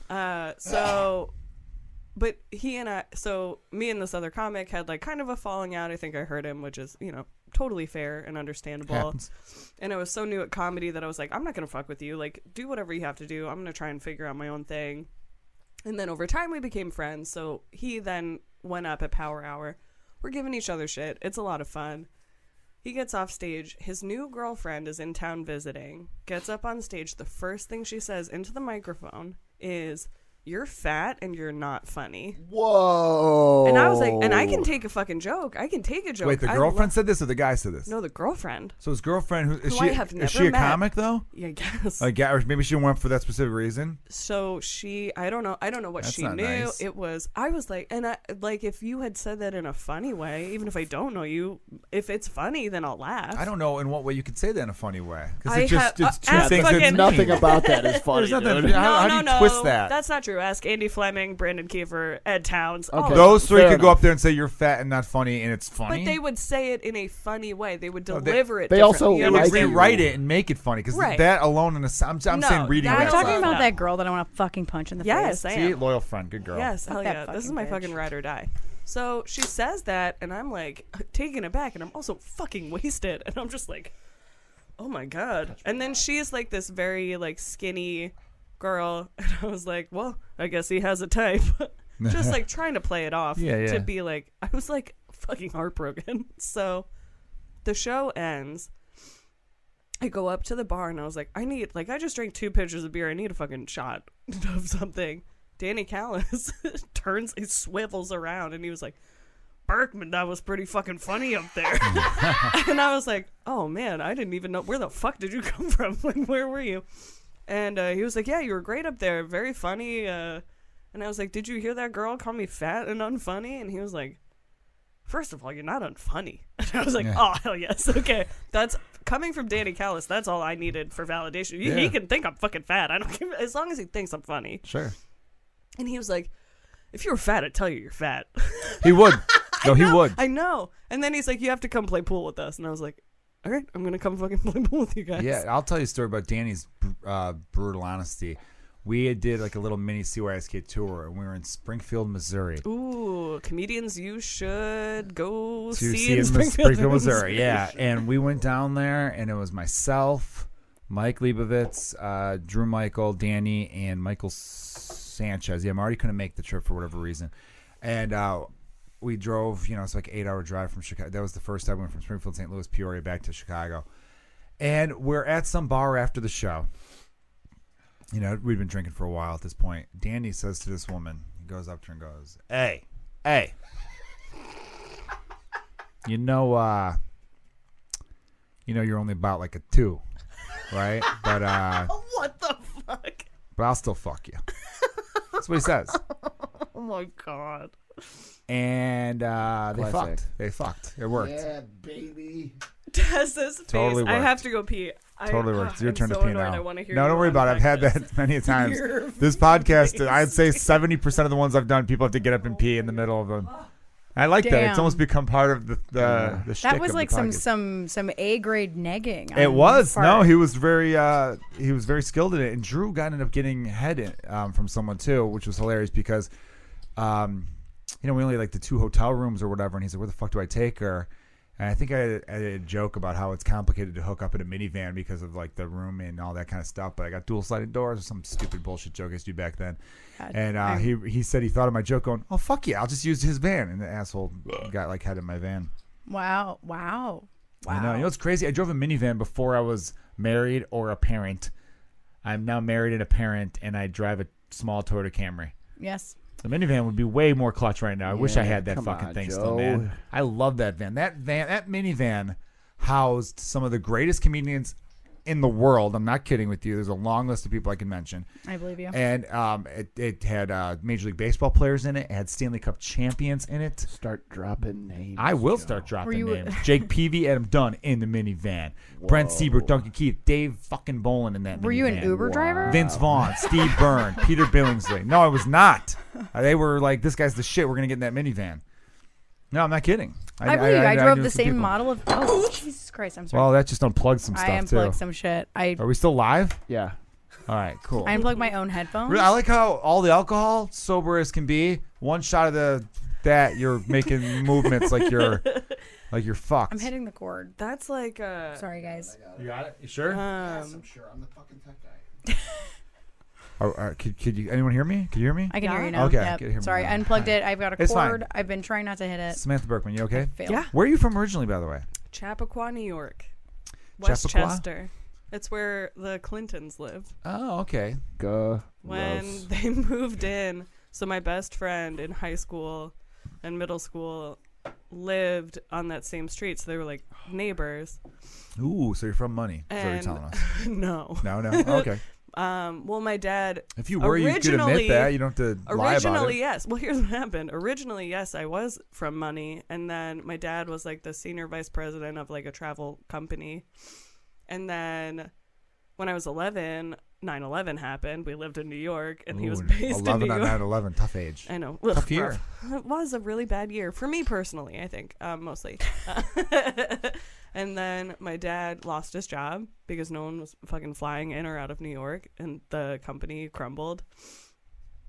[SPEAKER 3] Uh, so, but he and I, so me and this other comic had like kind of a falling out. I think I hurt him, which is, you know, totally fair and understandable.
[SPEAKER 1] Happens.
[SPEAKER 3] And I was so new at comedy that I was like, I'm not going to fuck with you. Like, do whatever you have to do. I'm going to try and figure out my own thing. And then over time, we became friends. So he then went up at Power Hour. We're giving each other shit. It's a lot of fun. He gets off stage. His new girlfriend is in town visiting. Gets up on stage. The first thing she says into the microphone is, you're fat and you're not funny.
[SPEAKER 1] Whoa.
[SPEAKER 3] And I was like, and I can take a fucking joke. I can take a joke.
[SPEAKER 1] Wait, the
[SPEAKER 3] I
[SPEAKER 1] girlfriend
[SPEAKER 3] lo-
[SPEAKER 1] said this or the guy said this?
[SPEAKER 3] no, the girlfriend.
[SPEAKER 1] So his girlfriend, who is
[SPEAKER 3] Who
[SPEAKER 1] she?
[SPEAKER 3] I have
[SPEAKER 1] is she
[SPEAKER 3] never
[SPEAKER 1] a
[SPEAKER 3] met.
[SPEAKER 1] comic though?
[SPEAKER 3] Yeah, I guess.
[SPEAKER 1] Like, yeah, or maybe she went for that specific reason.
[SPEAKER 3] so she, I don't know, I don't know what
[SPEAKER 1] That's
[SPEAKER 3] she
[SPEAKER 1] not
[SPEAKER 3] knew.
[SPEAKER 1] nice.
[SPEAKER 3] It was, I was like, and I like if you had said that in a funny way, even if I don't know you, if it's funny, then I'll laugh.
[SPEAKER 1] I don't know in what way you could say that in a funny way because
[SPEAKER 3] I
[SPEAKER 1] it just
[SPEAKER 3] have-
[SPEAKER 1] it's two
[SPEAKER 3] uh, ask
[SPEAKER 1] things. that
[SPEAKER 3] fucking-
[SPEAKER 1] mean.
[SPEAKER 2] Nothing about that is funny.
[SPEAKER 1] There's nothing.
[SPEAKER 2] dude.
[SPEAKER 1] How,
[SPEAKER 3] no,
[SPEAKER 1] how
[SPEAKER 3] no,
[SPEAKER 1] do you
[SPEAKER 3] no.
[SPEAKER 1] twist that?
[SPEAKER 3] That's not true. Ask Andy Fleming, Brandon Kiefer, Ed Towns. all
[SPEAKER 2] Okay.
[SPEAKER 3] of them.
[SPEAKER 1] Those three
[SPEAKER 2] Fair
[SPEAKER 1] could go
[SPEAKER 2] enough.
[SPEAKER 1] up there and say you're fat and not funny, and it's funny.
[SPEAKER 3] But they would say it in a funny way. They would
[SPEAKER 1] No, they-
[SPEAKER 3] deliver it.
[SPEAKER 2] They also
[SPEAKER 3] differently. You
[SPEAKER 1] They would
[SPEAKER 2] like
[SPEAKER 3] understand?
[SPEAKER 2] you.
[SPEAKER 1] rewrite it and make it funny because
[SPEAKER 3] Right.
[SPEAKER 1] that alone in a. I'm, I'm
[SPEAKER 3] No,
[SPEAKER 1] saying reading. it
[SPEAKER 3] that-
[SPEAKER 4] Are
[SPEAKER 3] We're
[SPEAKER 4] you
[SPEAKER 1] out
[SPEAKER 4] talking
[SPEAKER 1] loud.
[SPEAKER 4] about
[SPEAKER 3] No.
[SPEAKER 4] that girl that I want to fucking punch in the
[SPEAKER 3] Yes,
[SPEAKER 4] face?
[SPEAKER 3] I am.
[SPEAKER 1] See, loyal friend, good girl.
[SPEAKER 3] Yes,
[SPEAKER 4] Fuck
[SPEAKER 3] hell
[SPEAKER 4] that
[SPEAKER 3] yeah. This is
[SPEAKER 4] fucking
[SPEAKER 3] my
[SPEAKER 4] bitch.
[SPEAKER 3] fucking ride or die. So she says that, and I'm like [LAUGHS] taken aback, and I'm also fucking wasted, and I'm just like, oh my god. And then she is like this very like skinny girl, [LAUGHS] and I was like, well, I guess he has a type. [LAUGHS] just
[SPEAKER 1] [LAUGHS]
[SPEAKER 3] like trying to play it off
[SPEAKER 1] Yeah, yeah.
[SPEAKER 3] to be like, I was like fucking heartbroken. [LAUGHS] So the show ends. I go up to the bar and I was like, I need like I just drank two pitchers of beer. I need a fucking shot [LAUGHS] of something. Danny Callis [LAUGHS] turns, he swivels around, and he was like, Berkman, that was pretty fucking funny up there. and I was like, oh man, I didn't even know where the fuck did you [LAUGHS] come from? Like, where were you? And uh, he was like, yeah, you were great up there, very funny. Uh, and I was like, did you hear that girl call me fat and unfunny? And he was like, first of all, you're not unfunny. [LAUGHS] And I was like,
[SPEAKER 1] Yeah.
[SPEAKER 3] oh hell yes, [LAUGHS] okay. That's coming from Danny Callis. That's all I needed for validation. He,
[SPEAKER 1] Yeah.
[SPEAKER 3] he can think I'm fucking fat. I don't [LAUGHS] care as long as he thinks I'm funny.
[SPEAKER 1] Sure,
[SPEAKER 3] And he was like, if you were fat, I'd tell you you're fat. [LAUGHS]
[SPEAKER 1] he would. No, he
[SPEAKER 3] No,
[SPEAKER 1] would.
[SPEAKER 3] [LAUGHS] Oh, I know. And then he's like, you have to come play pool with us. And I was like, all right, I'm going to come fucking [LAUGHS] play pool with you guys.
[SPEAKER 1] Yeah, I'll tell you a story about Danny's uh, brutal honesty. We had did like a little mini CYSK tour, and we were in Springfield, Missouri.
[SPEAKER 3] Ooh, comedians, you should go
[SPEAKER 1] to
[SPEAKER 3] see,
[SPEAKER 1] see
[SPEAKER 3] in
[SPEAKER 1] in Mis-
[SPEAKER 3] Springfield, [LAUGHS]
[SPEAKER 1] Springfield, Missouri. Yeah, and we went down there, and it was myself, Mike Leibovitz, uh, Drew Michael, Danny, and Michael Sanchez. Yeah, Marty couldn't make the trip for whatever reason, and uh, we drove. You know, it's like eight hour drive from Chicago. That was the first time we went from Springfield, St. Louis, Peoria, back to Chicago, and we're at some bar after the show. You know, we'd been drinking for a while at this point. Danny says to this woman, he goes up to her and goes, "Hey, hey." you know uh you know you're only about like a two right but
[SPEAKER 3] [LAUGHS]
[SPEAKER 1] uh
[SPEAKER 3] What the fuck?
[SPEAKER 1] but i'll still fuck you that's what he says
[SPEAKER 3] Oh my God.
[SPEAKER 1] and uh they
[SPEAKER 2] Classic.
[SPEAKER 1] fucked they fucked it worked
[SPEAKER 2] Yeah, baby.
[SPEAKER 3] Tessa's face.
[SPEAKER 1] Totally
[SPEAKER 3] I
[SPEAKER 1] worked.
[SPEAKER 3] have to go pee. I,
[SPEAKER 1] Totally
[SPEAKER 3] ah,
[SPEAKER 1] worked. It's Your
[SPEAKER 3] I'm
[SPEAKER 1] turn
[SPEAKER 3] so
[SPEAKER 1] to pee
[SPEAKER 3] annoyed.
[SPEAKER 1] now.
[SPEAKER 3] I want to hear
[SPEAKER 1] no,
[SPEAKER 3] you
[SPEAKER 1] don't worry
[SPEAKER 3] on
[SPEAKER 1] about it. I've had
[SPEAKER 3] podcast.
[SPEAKER 1] that
[SPEAKER 3] [LAUGHS]
[SPEAKER 1] many times.
[SPEAKER 3] Your
[SPEAKER 1] This podcast,
[SPEAKER 3] face.
[SPEAKER 1] I'd say seventy percent of the ones I've done, people have to get up and pee in the middle of them. I like that. It's
[SPEAKER 4] Damn.
[SPEAKER 1] almost become part of the the, the
[SPEAKER 4] That
[SPEAKER 1] shtick of
[SPEAKER 4] was
[SPEAKER 1] the
[SPEAKER 4] like some
[SPEAKER 1] podcast.
[SPEAKER 4] some some A grade negging. on
[SPEAKER 1] It was
[SPEAKER 4] his part.
[SPEAKER 1] no, he was very uh, he was very skilled at it, and Drew got ended up getting head in, um, from someone too, which was hilarious because, um, you know, we only had, like the two hotel rooms or whatever, and he's like, "Where the fuck do I take her?" And I think I had, I had a joke about how it's complicated to hook up in a minivan because of like the room and all that kind of stuff. But I got dual sliding doors or some stupid bullshit joke I used to do back then. and uh, he he said he thought of my joke going, "Oh fuck yeah, I'll just use his van," and the asshole got like head in my van.
[SPEAKER 4] Wow, wow, wow.
[SPEAKER 1] I know. You know what's crazy? I drove a minivan before I was married or a parent. I'm now married and a parent, and I drive a small Toyota Camry.
[SPEAKER 4] yes,
[SPEAKER 1] The minivan would be way more clutch right now. I wish I
[SPEAKER 2] Yeah,
[SPEAKER 1] had that
[SPEAKER 2] come
[SPEAKER 1] fucking
[SPEAKER 2] on,
[SPEAKER 1] thing still,
[SPEAKER 2] Joe.
[SPEAKER 1] man. I love that van. That van, that minivan, housed some of the greatest comedians in the world. I'm not kidding with you. There's a long list of people I can mention.
[SPEAKER 4] I believe you.
[SPEAKER 1] And um, it, it had uh, Major League Baseball players in it. It had Stanley Cup champions in it.
[SPEAKER 2] Start dropping names.
[SPEAKER 1] I will start
[SPEAKER 4] Were
[SPEAKER 1] dropping
[SPEAKER 4] you- [LAUGHS]
[SPEAKER 1] names. Jake Peavy, Adam Dunn in the minivan. Brent Siebert, Duncan Keith, Dave fucking Bolin in that
[SPEAKER 4] Were you an
[SPEAKER 1] minivan.
[SPEAKER 4] Uber driver?
[SPEAKER 1] Vince Vaughn, Steve Byrne, Peter Billingsley. No, I was not. Uh, They were like, this guy's the shit. We're going to get in that minivan. No, I'm not kidding.
[SPEAKER 4] I believe you. I,
[SPEAKER 1] knew
[SPEAKER 4] drove the
[SPEAKER 1] some
[SPEAKER 4] same
[SPEAKER 1] people.
[SPEAKER 4] model of. Oh Jesus Christ! I'm sorry.
[SPEAKER 1] Well, that just unplugged some
[SPEAKER 4] I
[SPEAKER 1] stuff,
[SPEAKER 4] unplugged
[SPEAKER 1] too.
[SPEAKER 4] some shit. I
[SPEAKER 1] Are we still live?
[SPEAKER 2] Yeah.
[SPEAKER 1] All right, cool.
[SPEAKER 4] I unplugged my own headphones.
[SPEAKER 1] Really, I like how all the alcohol, sober as can be, one shot of the that you're making movements
[SPEAKER 4] [LAUGHS]
[SPEAKER 1] like you're like you're fucked.
[SPEAKER 4] I'm hitting the cord.
[SPEAKER 3] That's like uh,
[SPEAKER 4] Sorry, guys.
[SPEAKER 1] You got it? You
[SPEAKER 4] Uh,
[SPEAKER 1] sure?
[SPEAKER 3] um,
[SPEAKER 2] Sure, I'm the fucking tech guy.
[SPEAKER 1] Oh, all right. could, could you? Anyone hear me? Could you hear me?
[SPEAKER 4] I can hear
[SPEAKER 3] Yeah.
[SPEAKER 4] you now.
[SPEAKER 1] Okay,
[SPEAKER 4] Yep.
[SPEAKER 1] good, hear me
[SPEAKER 4] Sorry,
[SPEAKER 1] now.
[SPEAKER 4] I unplugged it. I've got a
[SPEAKER 1] It's fine.
[SPEAKER 4] cord. I've been trying not to hit it.
[SPEAKER 1] Samantha Berkman, you okay?
[SPEAKER 4] Failed.
[SPEAKER 3] yeah,
[SPEAKER 1] Where are you from originally, by the way?
[SPEAKER 3] Chappaqua, New York,
[SPEAKER 1] Chappaqua?
[SPEAKER 3] Westchester. It's where the Clintons live.
[SPEAKER 1] Oh, okay.
[SPEAKER 2] Gross.
[SPEAKER 3] when [LAUGHS] they moved in. So my best friend in high school and middle school lived on that same street, so they were like
[SPEAKER 1] [GASPS]
[SPEAKER 3] neighbors. [LAUGHS]
[SPEAKER 1] Ooh, so you're from money. So you're
[SPEAKER 3] And-
[SPEAKER 1] telling
[SPEAKER 3] [LAUGHS]
[SPEAKER 1] us.
[SPEAKER 3] no.
[SPEAKER 1] No, no. Okay.
[SPEAKER 3] Um, well, my dad
[SPEAKER 1] If you were, you could admit
[SPEAKER 3] Originally-
[SPEAKER 1] that. You don't have to lie about
[SPEAKER 3] originally
[SPEAKER 1] it.
[SPEAKER 3] yes. [LAUGHS] Well, here's what happened. Originally, yes, I was from money, and then my dad was like the senior vice president of like a travel company, and then when I was 11, 9/11 happened. We lived in New York, and he was
[SPEAKER 1] Ooh,
[SPEAKER 3] based
[SPEAKER 1] 11
[SPEAKER 3] in New
[SPEAKER 1] on
[SPEAKER 3] York.
[SPEAKER 1] 9 11. Tough
[SPEAKER 3] [LAUGHS]
[SPEAKER 1] age.
[SPEAKER 3] I know.
[SPEAKER 1] Tough
[SPEAKER 3] Ugh,
[SPEAKER 1] year.
[SPEAKER 3] rough. It was a really bad year for me personally, I think, um, mostly. [LAUGHS] and then my dad lost his job because no one was fucking flying in or out of New York, and the company crumbled.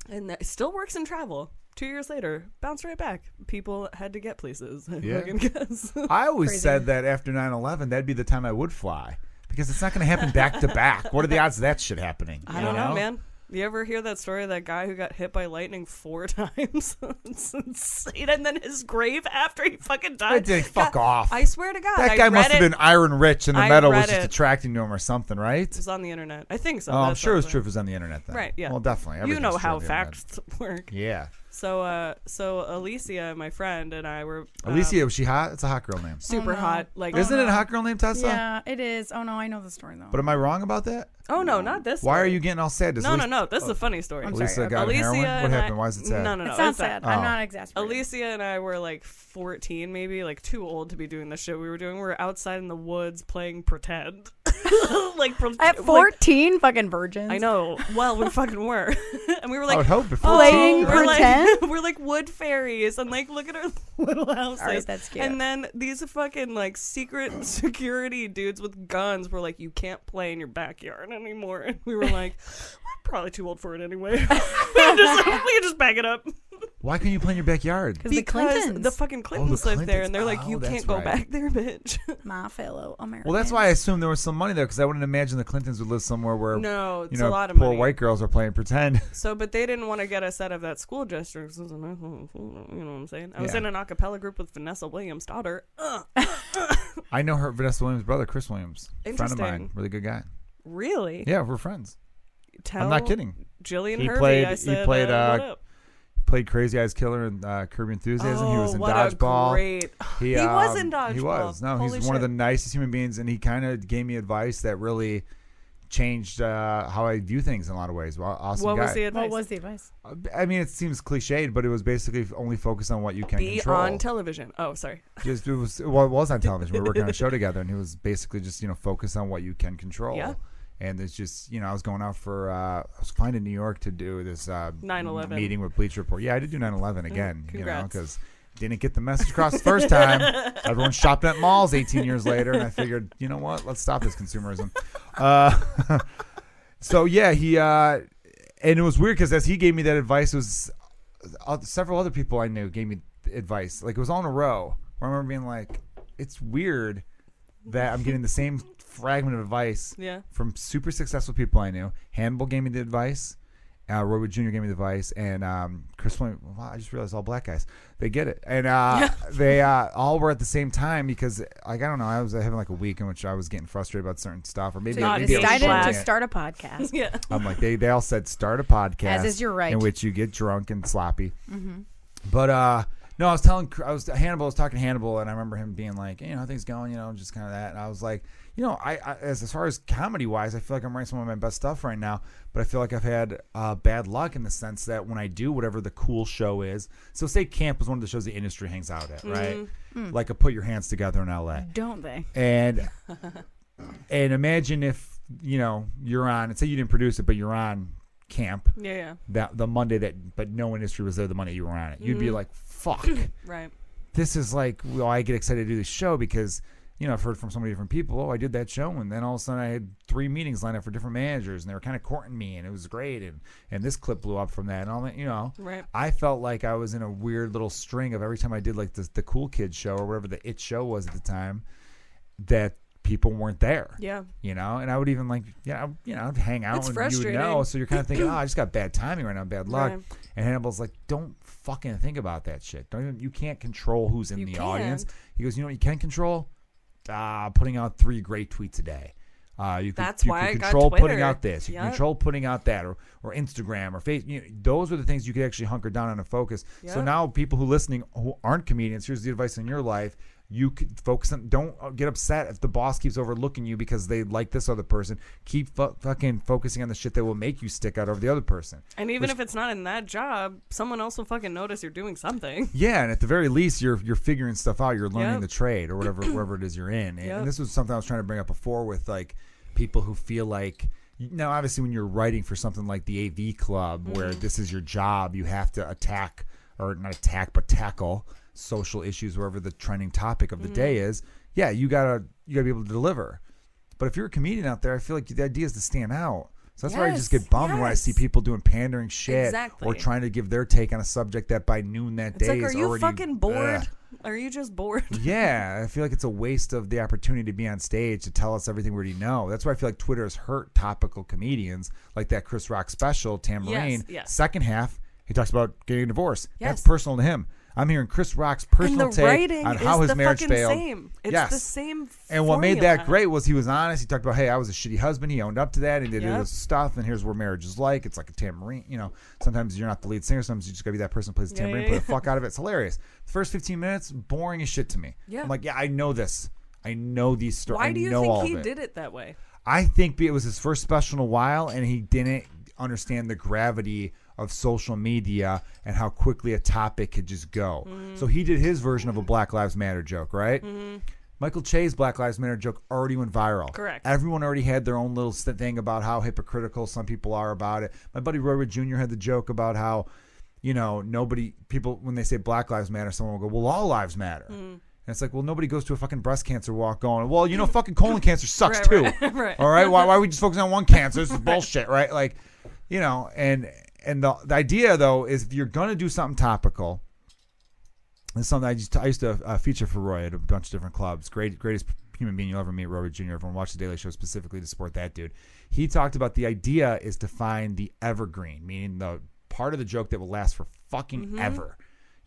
[SPEAKER 3] And that still works in travel. Two years later, bounced right back. People had to get places. [LAUGHS] I
[SPEAKER 1] Yeah.
[SPEAKER 3] fucking guess. [LAUGHS]
[SPEAKER 1] I always
[SPEAKER 4] Crazy.
[SPEAKER 1] said that after 9 11, that'd be the time I would fly because it's not going to happen back to back. What are the odds of that shit happening?
[SPEAKER 3] I don't know, man. You ever hear that story of that guy who got hit by lightning four [LAUGHS] times? it's insane. And then his grave after he fucking died.
[SPEAKER 1] I did. Fuck
[SPEAKER 3] God,
[SPEAKER 1] off.
[SPEAKER 3] I swear to God.
[SPEAKER 1] that
[SPEAKER 3] I
[SPEAKER 1] guy
[SPEAKER 3] read
[SPEAKER 1] must have
[SPEAKER 3] it.
[SPEAKER 1] been iron rich and the
[SPEAKER 3] I
[SPEAKER 1] metal was
[SPEAKER 3] read
[SPEAKER 1] just
[SPEAKER 3] it.
[SPEAKER 1] attracting to him or something, right?
[SPEAKER 3] It was on the internet. I think so.
[SPEAKER 1] Oh, I'm
[SPEAKER 3] That's
[SPEAKER 1] sure it was
[SPEAKER 3] what-
[SPEAKER 1] true if it was on the internet then.
[SPEAKER 3] Right, yeah.
[SPEAKER 1] Well, definitely.
[SPEAKER 3] You know
[SPEAKER 1] everything's
[SPEAKER 3] how
[SPEAKER 1] true on the internet.
[SPEAKER 3] facts [LAUGHS] work.
[SPEAKER 1] Yeah.
[SPEAKER 3] So, uh, so Alicia, my friend, and I were um,
[SPEAKER 1] Alicia, was she hot? It's a hot girl name.
[SPEAKER 3] super
[SPEAKER 4] Oh, no.
[SPEAKER 3] hot. Like,
[SPEAKER 1] Isn't it a hot girl name, Tessa?
[SPEAKER 4] Yeah, it is. Oh no, I know the story though.
[SPEAKER 1] But am I wrong about that?
[SPEAKER 3] oh no, not this.
[SPEAKER 1] Why are
[SPEAKER 3] story.
[SPEAKER 1] you Oh. getting all sad? Does
[SPEAKER 3] No, no,
[SPEAKER 1] Alicia-
[SPEAKER 3] no. This is a funny story.
[SPEAKER 4] I'm sorry.
[SPEAKER 1] Alicia got
[SPEAKER 3] Alicia
[SPEAKER 1] heroin? What
[SPEAKER 3] and
[SPEAKER 1] happened?
[SPEAKER 3] I,
[SPEAKER 1] Why is it sad?
[SPEAKER 3] No, no, no.
[SPEAKER 4] it's not
[SPEAKER 3] not-
[SPEAKER 4] sad.
[SPEAKER 1] Oh.
[SPEAKER 4] I'm not exasperated.
[SPEAKER 3] Alicia and I were like 14, maybe like too old to be doing the shit we were doing. We were outside in the woods playing pretend. [LAUGHS] like pre-
[SPEAKER 4] at
[SPEAKER 3] like,
[SPEAKER 4] 14, fucking virgins.
[SPEAKER 3] I know. Well, we fucking were, [LAUGHS] and we were
[SPEAKER 1] I
[SPEAKER 3] like oh,
[SPEAKER 1] would hope Oh, before.
[SPEAKER 4] Playing
[SPEAKER 1] Right.
[SPEAKER 3] we're
[SPEAKER 4] pretend?
[SPEAKER 3] Like, [LAUGHS] we're like wood fairies, and like look at our [LAUGHS] little houses.
[SPEAKER 4] All right, that's cute.
[SPEAKER 3] And then these fucking like secret [LAUGHS] security dudes with guns were like, "You can't play in your backyard anymore." And we were
[SPEAKER 4] [LAUGHS]
[SPEAKER 3] like, "We're probably too old for it anyway. [LAUGHS] we can just, [LAUGHS] we can just back it up."
[SPEAKER 1] Why can't you play in your backyard?
[SPEAKER 4] because the Clintons,
[SPEAKER 3] the fucking Clintons live there,
[SPEAKER 1] Oh, Clintons.
[SPEAKER 3] and they're like,
[SPEAKER 1] Oh,
[SPEAKER 3] "You
[SPEAKER 1] that's
[SPEAKER 3] can't go
[SPEAKER 1] right.
[SPEAKER 3] back there, bitch."
[SPEAKER 4] my fellow Americans.
[SPEAKER 1] Well, that's why I assumed there was some money there because I wouldn't imagine the Clintons would live somewhere where
[SPEAKER 3] [LAUGHS] no, it's
[SPEAKER 1] you know
[SPEAKER 3] a lot of
[SPEAKER 1] poor
[SPEAKER 3] money.
[SPEAKER 1] white girls are playing
[SPEAKER 3] [LAUGHS]
[SPEAKER 1] pretend.
[SPEAKER 3] So, but they didn't want to get us out of that school district. So it was a nice little- [LAUGHS] you know what I'm saying? I was
[SPEAKER 1] Yeah.
[SPEAKER 3] in an a cappella group with Vanessa Williams' daughter. Ugh.
[SPEAKER 1] I know her Vanessa Williams' brother, Chris Williams, friend of mine,
[SPEAKER 3] Interesting.
[SPEAKER 1] really good guy.
[SPEAKER 3] Really?
[SPEAKER 1] Yeah, we're friends.
[SPEAKER 3] Tell
[SPEAKER 1] I'm not kidding.
[SPEAKER 3] Jillian
[SPEAKER 1] He
[SPEAKER 3] Hervey.
[SPEAKER 1] played-
[SPEAKER 3] I
[SPEAKER 1] he
[SPEAKER 3] said,
[SPEAKER 1] played,
[SPEAKER 3] uh, what
[SPEAKER 1] uh,
[SPEAKER 3] up?
[SPEAKER 1] Played Crazy Eyes Killer in uh, Curb Your Enthusiasm. he was
[SPEAKER 3] Oh,
[SPEAKER 1] in
[SPEAKER 3] what
[SPEAKER 1] Dodgeball.
[SPEAKER 3] A great...
[SPEAKER 1] He,
[SPEAKER 3] He was
[SPEAKER 1] um,
[SPEAKER 3] in
[SPEAKER 1] He
[SPEAKER 3] Dodgeball.
[SPEAKER 1] was. No, he's
[SPEAKER 3] Holy
[SPEAKER 1] one of the
[SPEAKER 3] shit.
[SPEAKER 1] nicest human beings, and he kind of gave me advice that really changed uh, how I view things in a lot of ways. Well, awesome
[SPEAKER 3] What
[SPEAKER 1] guy.
[SPEAKER 3] was the advice?
[SPEAKER 4] What was the advice?
[SPEAKER 1] I mean, it seems cliched, but it was basically only focused on what you can
[SPEAKER 3] Be
[SPEAKER 1] control.
[SPEAKER 3] on television. Oh, sorry.
[SPEAKER 1] just it was well, it was on television. We were
[SPEAKER 3] [LAUGHS]
[SPEAKER 1] working on a show together, and he was basically just you know focused on what you can control.
[SPEAKER 3] Yeah.
[SPEAKER 1] And it's just you know I was going out for uh, I was flying to New York to do this uh,
[SPEAKER 3] 9/11.
[SPEAKER 1] meeting with Bleach Report. Yeah, I did do 9/11 again. you know
[SPEAKER 3] Mm, congrats.
[SPEAKER 1] because didn't get the message across the first
[SPEAKER 3] [LAUGHS]
[SPEAKER 1] time. Everyone shopping at malls 18 years later, and I figured you know what, let's stop this consumerism. Uh, [LAUGHS] so yeah, he uh, and it was weird because as he gave me that advice, it was uh, several other people I knew gave me advice. Like it was all in a row. Where I remember being like, it's weird that I'm getting the same fragment of advice
[SPEAKER 3] Yeah. [LAUGHS]
[SPEAKER 1] from super successful people I knew. Hannibal gave me the advice. Uh, Roy Wood Jr. gave me the advice, and um, Chris Williams. Wow, I just realized all black guys they get it, and uh, [LAUGHS] they uh, all were at the same time because, like, I don't know, I was having like a week in which I was getting frustrated about certain stuff, or maybe,
[SPEAKER 4] So
[SPEAKER 3] Not
[SPEAKER 4] you
[SPEAKER 1] maybe I was
[SPEAKER 4] decided
[SPEAKER 1] pushing
[SPEAKER 4] to
[SPEAKER 1] it.
[SPEAKER 4] start a
[SPEAKER 1] [LAUGHS]
[SPEAKER 4] podcast.
[SPEAKER 3] Yeah.
[SPEAKER 1] I'm like they, they all said start a podcast
[SPEAKER 4] As is your right. Mm-hmm.
[SPEAKER 1] in which you get drunk and sloppy. But uh, no, I was telling I was Hannibal I was talking to Hannibal and I remember him being like, you know, how things going, you know, just kind of that. And I was like, you know, I, I as as far as comedy wise, I feel like I'm writing some of my best stuff right now, but I feel like I've had uh, bad luck in the sense that when I do whatever the cool show is, so say camp is one of the shows the industry hangs out at,
[SPEAKER 4] Mm-hmm.
[SPEAKER 1] right?
[SPEAKER 4] Hmm.
[SPEAKER 1] Like a put your hands together in L.A.
[SPEAKER 4] Don't they?
[SPEAKER 1] And [LAUGHS] and imagine if you know you're on. and Say you didn't produce it, but you're on camp
[SPEAKER 3] Yeah. Yeah.
[SPEAKER 1] that the Monday that, but no industry was there the Monday you were on it. You'd be like, "Fuck,
[SPEAKER 3] Right.
[SPEAKER 1] this is like." Well, I get excited to do this show because you know I've heard from so many different people. Oh, I did that show, and then all of a sudden I had three meetings lined up for different managers, and they were kind of courting me, and it was great. And and this clip blew up from that, and all that. You know,
[SPEAKER 3] Right.
[SPEAKER 1] I felt like I was in a weird little string of every time I did like the the cool kids show or whatever the it show was at the time, that people weren't there.
[SPEAKER 3] Yeah.
[SPEAKER 1] You know, and I would even like, yeah, I- you know, I'd hang out
[SPEAKER 3] It's
[SPEAKER 1] and you would
[SPEAKER 3] frustrating.
[SPEAKER 1] know. So you're kind of
[SPEAKER 3] [CLEARS THROAT]
[SPEAKER 1] thinking, oh, I just got bad timing right now, bad luck.
[SPEAKER 3] Right.
[SPEAKER 1] And Hannibal's like, don't fucking think about that shit. Don't even, you can't control who's in
[SPEAKER 3] You
[SPEAKER 1] the audience. He goes, you know what you can control? Uh, putting out three great tweets a day. Uh, you can,
[SPEAKER 3] That's
[SPEAKER 1] you
[SPEAKER 3] why
[SPEAKER 1] can
[SPEAKER 3] I got
[SPEAKER 1] control putting
[SPEAKER 3] Twitter.
[SPEAKER 1] out this. You can
[SPEAKER 3] Yep.
[SPEAKER 1] control putting out that, or or Instagram, or Facebook. You know, those are the things you could actually hunker down on and focus. So
[SPEAKER 3] Yep.
[SPEAKER 1] now, people who listening who aren't comedians, here's the advice in your life: you could focus on. Don't uh, get upset if the boss keeps overlooking you because they like this other person. Keep fu- fucking focusing on the shit that will make you stick out over the other person.
[SPEAKER 3] And even if it's not in that job, someone else will fucking notice you're doing something. [LAUGHS]
[SPEAKER 1] [LAUGHS] Yeah, and at the very least, you're you're figuring stuff out. You're learning
[SPEAKER 3] Yep.
[SPEAKER 1] the trade or whatever wherever it is you're in. And, and
[SPEAKER 3] Yep.
[SPEAKER 1] this was something I was trying to bring up before with like people who feel like now obviously when you're writing for something like the AV Club
[SPEAKER 3] Mm-hmm.
[SPEAKER 1] where this is your job, you have to attack or not attack but tackle social issues wherever the trending topic of the
[SPEAKER 3] Mm-hmm.
[SPEAKER 1] day is. Yeah, you gotta you gotta be able to deliver. But if you're a comedian out there, I feel like the idea is to stand out. So that's why I just
[SPEAKER 3] Yes,
[SPEAKER 1] get bummed when I see
[SPEAKER 3] yes.
[SPEAKER 1] people doing pandering shit or
[SPEAKER 3] Exactly.
[SPEAKER 1] trying to give their take on a subject that by noon that day
[SPEAKER 3] It's like, are
[SPEAKER 1] is
[SPEAKER 3] you
[SPEAKER 1] already-
[SPEAKER 3] fucking bored?
[SPEAKER 1] Ugh.
[SPEAKER 3] Are you just bored?
[SPEAKER 1] Yeah, I feel like it's a waste of the opportunity to be on stage to tell us everything we already know. That's why I feel like Twitter has hurt topical comedians like that Chris Rock special, Tamarine.
[SPEAKER 3] yes.
[SPEAKER 1] Second half, he talks about getting a divorce. That's
[SPEAKER 3] Yes.
[SPEAKER 1] personal to him. I'm hearing Chris Rock's personal
[SPEAKER 3] [LAUGHS] and the
[SPEAKER 1] take
[SPEAKER 3] writing
[SPEAKER 1] on how
[SPEAKER 3] is
[SPEAKER 1] his
[SPEAKER 3] the
[SPEAKER 1] marriage
[SPEAKER 3] fucking
[SPEAKER 1] failed.
[SPEAKER 3] same. It's
[SPEAKER 1] yes.
[SPEAKER 3] the same.
[SPEAKER 1] And what made
[SPEAKER 3] formula.
[SPEAKER 1] that great was he was honest. He talked about, hey, I was a shitty husband. He owned up to that. He did
[SPEAKER 3] Yep.
[SPEAKER 1] this stuff, and here's where marriage is like. It's like a tambourine. You know, sometimes you're not the lead singer. Sometimes you just gotta be that person who plays the
[SPEAKER 3] Yeah,
[SPEAKER 1] tambourine,
[SPEAKER 3] yeah,
[SPEAKER 1] play the fuck out of it. It's hilarious. The first 15 minutes, boring as shit to me.
[SPEAKER 3] Yeah.
[SPEAKER 1] I'm like, yeah, I know this. I know these stories.
[SPEAKER 3] Why
[SPEAKER 1] I
[SPEAKER 3] do you
[SPEAKER 1] know all
[SPEAKER 3] think he
[SPEAKER 1] of it.
[SPEAKER 3] did it that way?
[SPEAKER 1] I think it was his first special in a while, and he didn't understand the gravity of social media and how quickly a topic could just go. So he did his version of a Black Lives Matter joke, right? Michael Che's Black Lives Matter joke already went viral.
[SPEAKER 3] Correct.
[SPEAKER 1] Everyone already had their own little st- thing about how hypocritical some people are about it. My buddy Roy Wood Jr. had the joke about how, you know, nobody people when they say Black Lives Matter, someone will go, "Well, all lives matter."
[SPEAKER 3] Mm.
[SPEAKER 1] And it's like, well, nobody goes to a fucking breast cancer walk going, well, you know, fucking colon
[SPEAKER 3] [LAUGHS]
[SPEAKER 1] cancer sucks too.
[SPEAKER 3] Right, right, right.
[SPEAKER 1] All right, why why are we just focusing on one cancer?
[SPEAKER 3] [LAUGHS]
[SPEAKER 1] This is bullshit, right? Like, you know, and and the the idea though is if you're gonna do something topical, it's something I used to, I used to uh, feature for Roy at a bunch of different clubs. Great, greatest human being you'll ever meet, Robert Jr. Everyone watch the Daily Show specifically to support that dude. He talked about the idea is to find the evergreen, meaning the part of the joke that will last for fucking ever.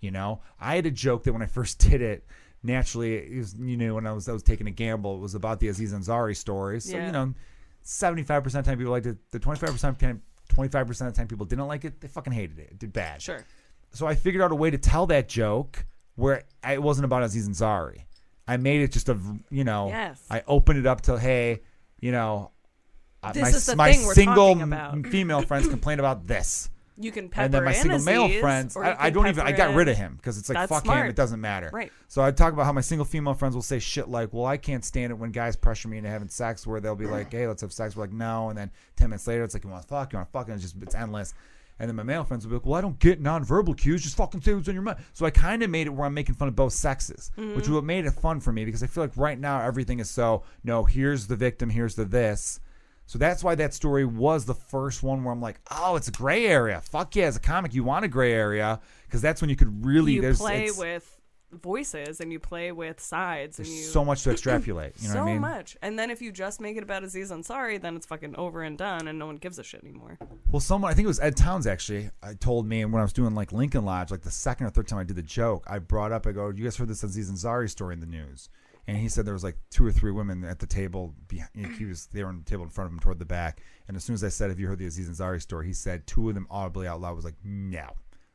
[SPEAKER 1] You know, I had a joke that when I first [LAUGHS] did it, naturally, it was, you know, when I was I was taking a gamble, it was about the Aziz Ansari story. So you
[SPEAKER 3] Yeah.
[SPEAKER 1] know, seventy five percent of the time people liked it. The twenty five percent time, twenty five percent of the time people didn't like it. They fucking hated it. It did bad
[SPEAKER 3] Sure.
[SPEAKER 1] so I figured out a way to tell that joke where I- it wasn't about Aziz Ansari. I made it just a v- you know.
[SPEAKER 3] Yes.
[SPEAKER 1] I opened it up to hey, you know, uh,
[SPEAKER 3] This
[SPEAKER 1] my,
[SPEAKER 3] is the
[SPEAKER 1] my
[SPEAKER 3] thing we're
[SPEAKER 1] single
[SPEAKER 3] talking about.
[SPEAKER 1] m- female friends
[SPEAKER 3] [CLEARS THROAT]
[SPEAKER 1] complain about this,
[SPEAKER 3] You can pepper
[SPEAKER 1] and then my
[SPEAKER 3] in
[SPEAKER 1] single
[SPEAKER 3] Aziz,
[SPEAKER 1] male friends.
[SPEAKER 3] or you
[SPEAKER 1] I, I
[SPEAKER 3] can
[SPEAKER 1] don't even. I
[SPEAKER 3] pepper
[SPEAKER 1] got
[SPEAKER 3] in-
[SPEAKER 1] rid of him because it's like
[SPEAKER 3] That's
[SPEAKER 1] fuck him.
[SPEAKER 3] smart.
[SPEAKER 1] It doesn't matter.
[SPEAKER 3] Right.
[SPEAKER 1] So I talk about how my single female friends will say shit like, "Well, I can't stand it when guys pressure me into having sex." Where they'll be
[SPEAKER 3] Mm.
[SPEAKER 1] like, "Hey, let's have sex." We're like, "No," and then ten minutes later, it's like, "You want to fuck? You want to fuck?" And it's just it's endless. And then my male friends will be like, "Well, I don't get nonverbal cues. Just fucking say what's on your mind." So I kind of made it where I'm making fun of both sexes,
[SPEAKER 3] Mm-hmm.
[SPEAKER 1] which is what made it fun for me because I feel like right now everything is so no. Here's the victim. Here's the this. So that's why that story was the first one where I'm like, oh, it's a gray area. Fuck yeah, as a comic, you want a gray area because that's when you could really
[SPEAKER 3] You
[SPEAKER 1] there's
[SPEAKER 3] play
[SPEAKER 1] it's-
[SPEAKER 3] with voices and you play with sides and you
[SPEAKER 1] so much to extrapolate. You know
[SPEAKER 3] [CLEARS THROAT] so
[SPEAKER 1] what I mean?
[SPEAKER 3] much. And then if you just make it about Aziz Ansari, then it's fucking over and done, and no one gives a shit anymore.
[SPEAKER 1] Well, someone I think it was Ed Towns actually I told me when I was doing like Lincoln Lodge, like the second or third time I did the joke, I brought up I go, you guys heard this Aziz Ansari story in the news, and he said there was like two or three women at the table. Behind, he was they were on the table in front of him toward the back, and as soon as I said, have you heard the Aziz Ansari story? He said two of them audibly out loud was like, no.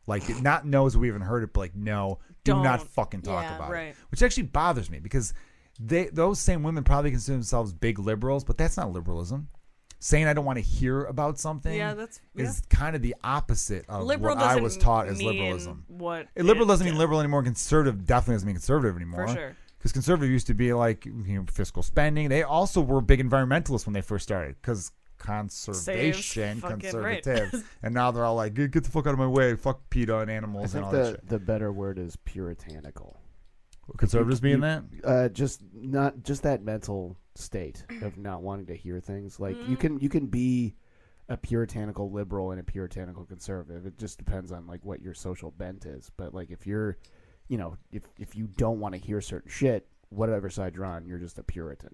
[SPEAKER 1] Like not know as we even heard it, but like no, do not
[SPEAKER 3] Don't.
[SPEAKER 1] fucking talk
[SPEAKER 4] Yeah,
[SPEAKER 1] about it.
[SPEAKER 3] right.
[SPEAKER 1] Which actually bothers me because they those same women probably consider themselves big liberals, but that's not liberalism. Saying I don't want to hear about something
[SPEAKER 3] Yeah, that's-
[SPEAKER 1] is kind of the opposite of
[SPEAKER 3] Liberal
[SPEAKER 1] what I
[SPEAKER 3] doesn't
[SPEAKER 1] was taught as
[SPEAKER 3] mean
[SPEAKER 1] liberalism.
[SPEAKER 3] What
[SPEAKER 1] Eh, Liberal
[SPEAKER 3] it-
[SPEAKER 1] doesn't mean liberal anymore. Conservative definitely doesn't mean conservative anymore.
[SPEAKER 3] sure.
[SPEAKER 1] Because conservative used to be like you know, fiscal spending. They also were big environmentalists when they first started because conservation,
[SPEAKER 3] fucking right.
[SPEAKER 1] conservative. and now they're all like, get get the fuck out of my way. Fuck PETA and
[SPEAKER 2] I
[SPEAKER 1] animals and
[SPEAKER 2] think
[SPEAKER 1] all that
[SPEAKER 2] the,
[SPEAKER 1] shit.
[SPEAKER 2] the better word is puritanical.
[SPEAKER 1] Conservatives being that?
[SPEAKER 2] Uh, just not just that mental state of not wanting to hear things. Like you can you can be a puritanical liberal and a puritanical conservative. It just depends on like what your social bent is. But like if you're, you know, if if you don't want to hear certain shit, whatever side you're on, you're just a puritan.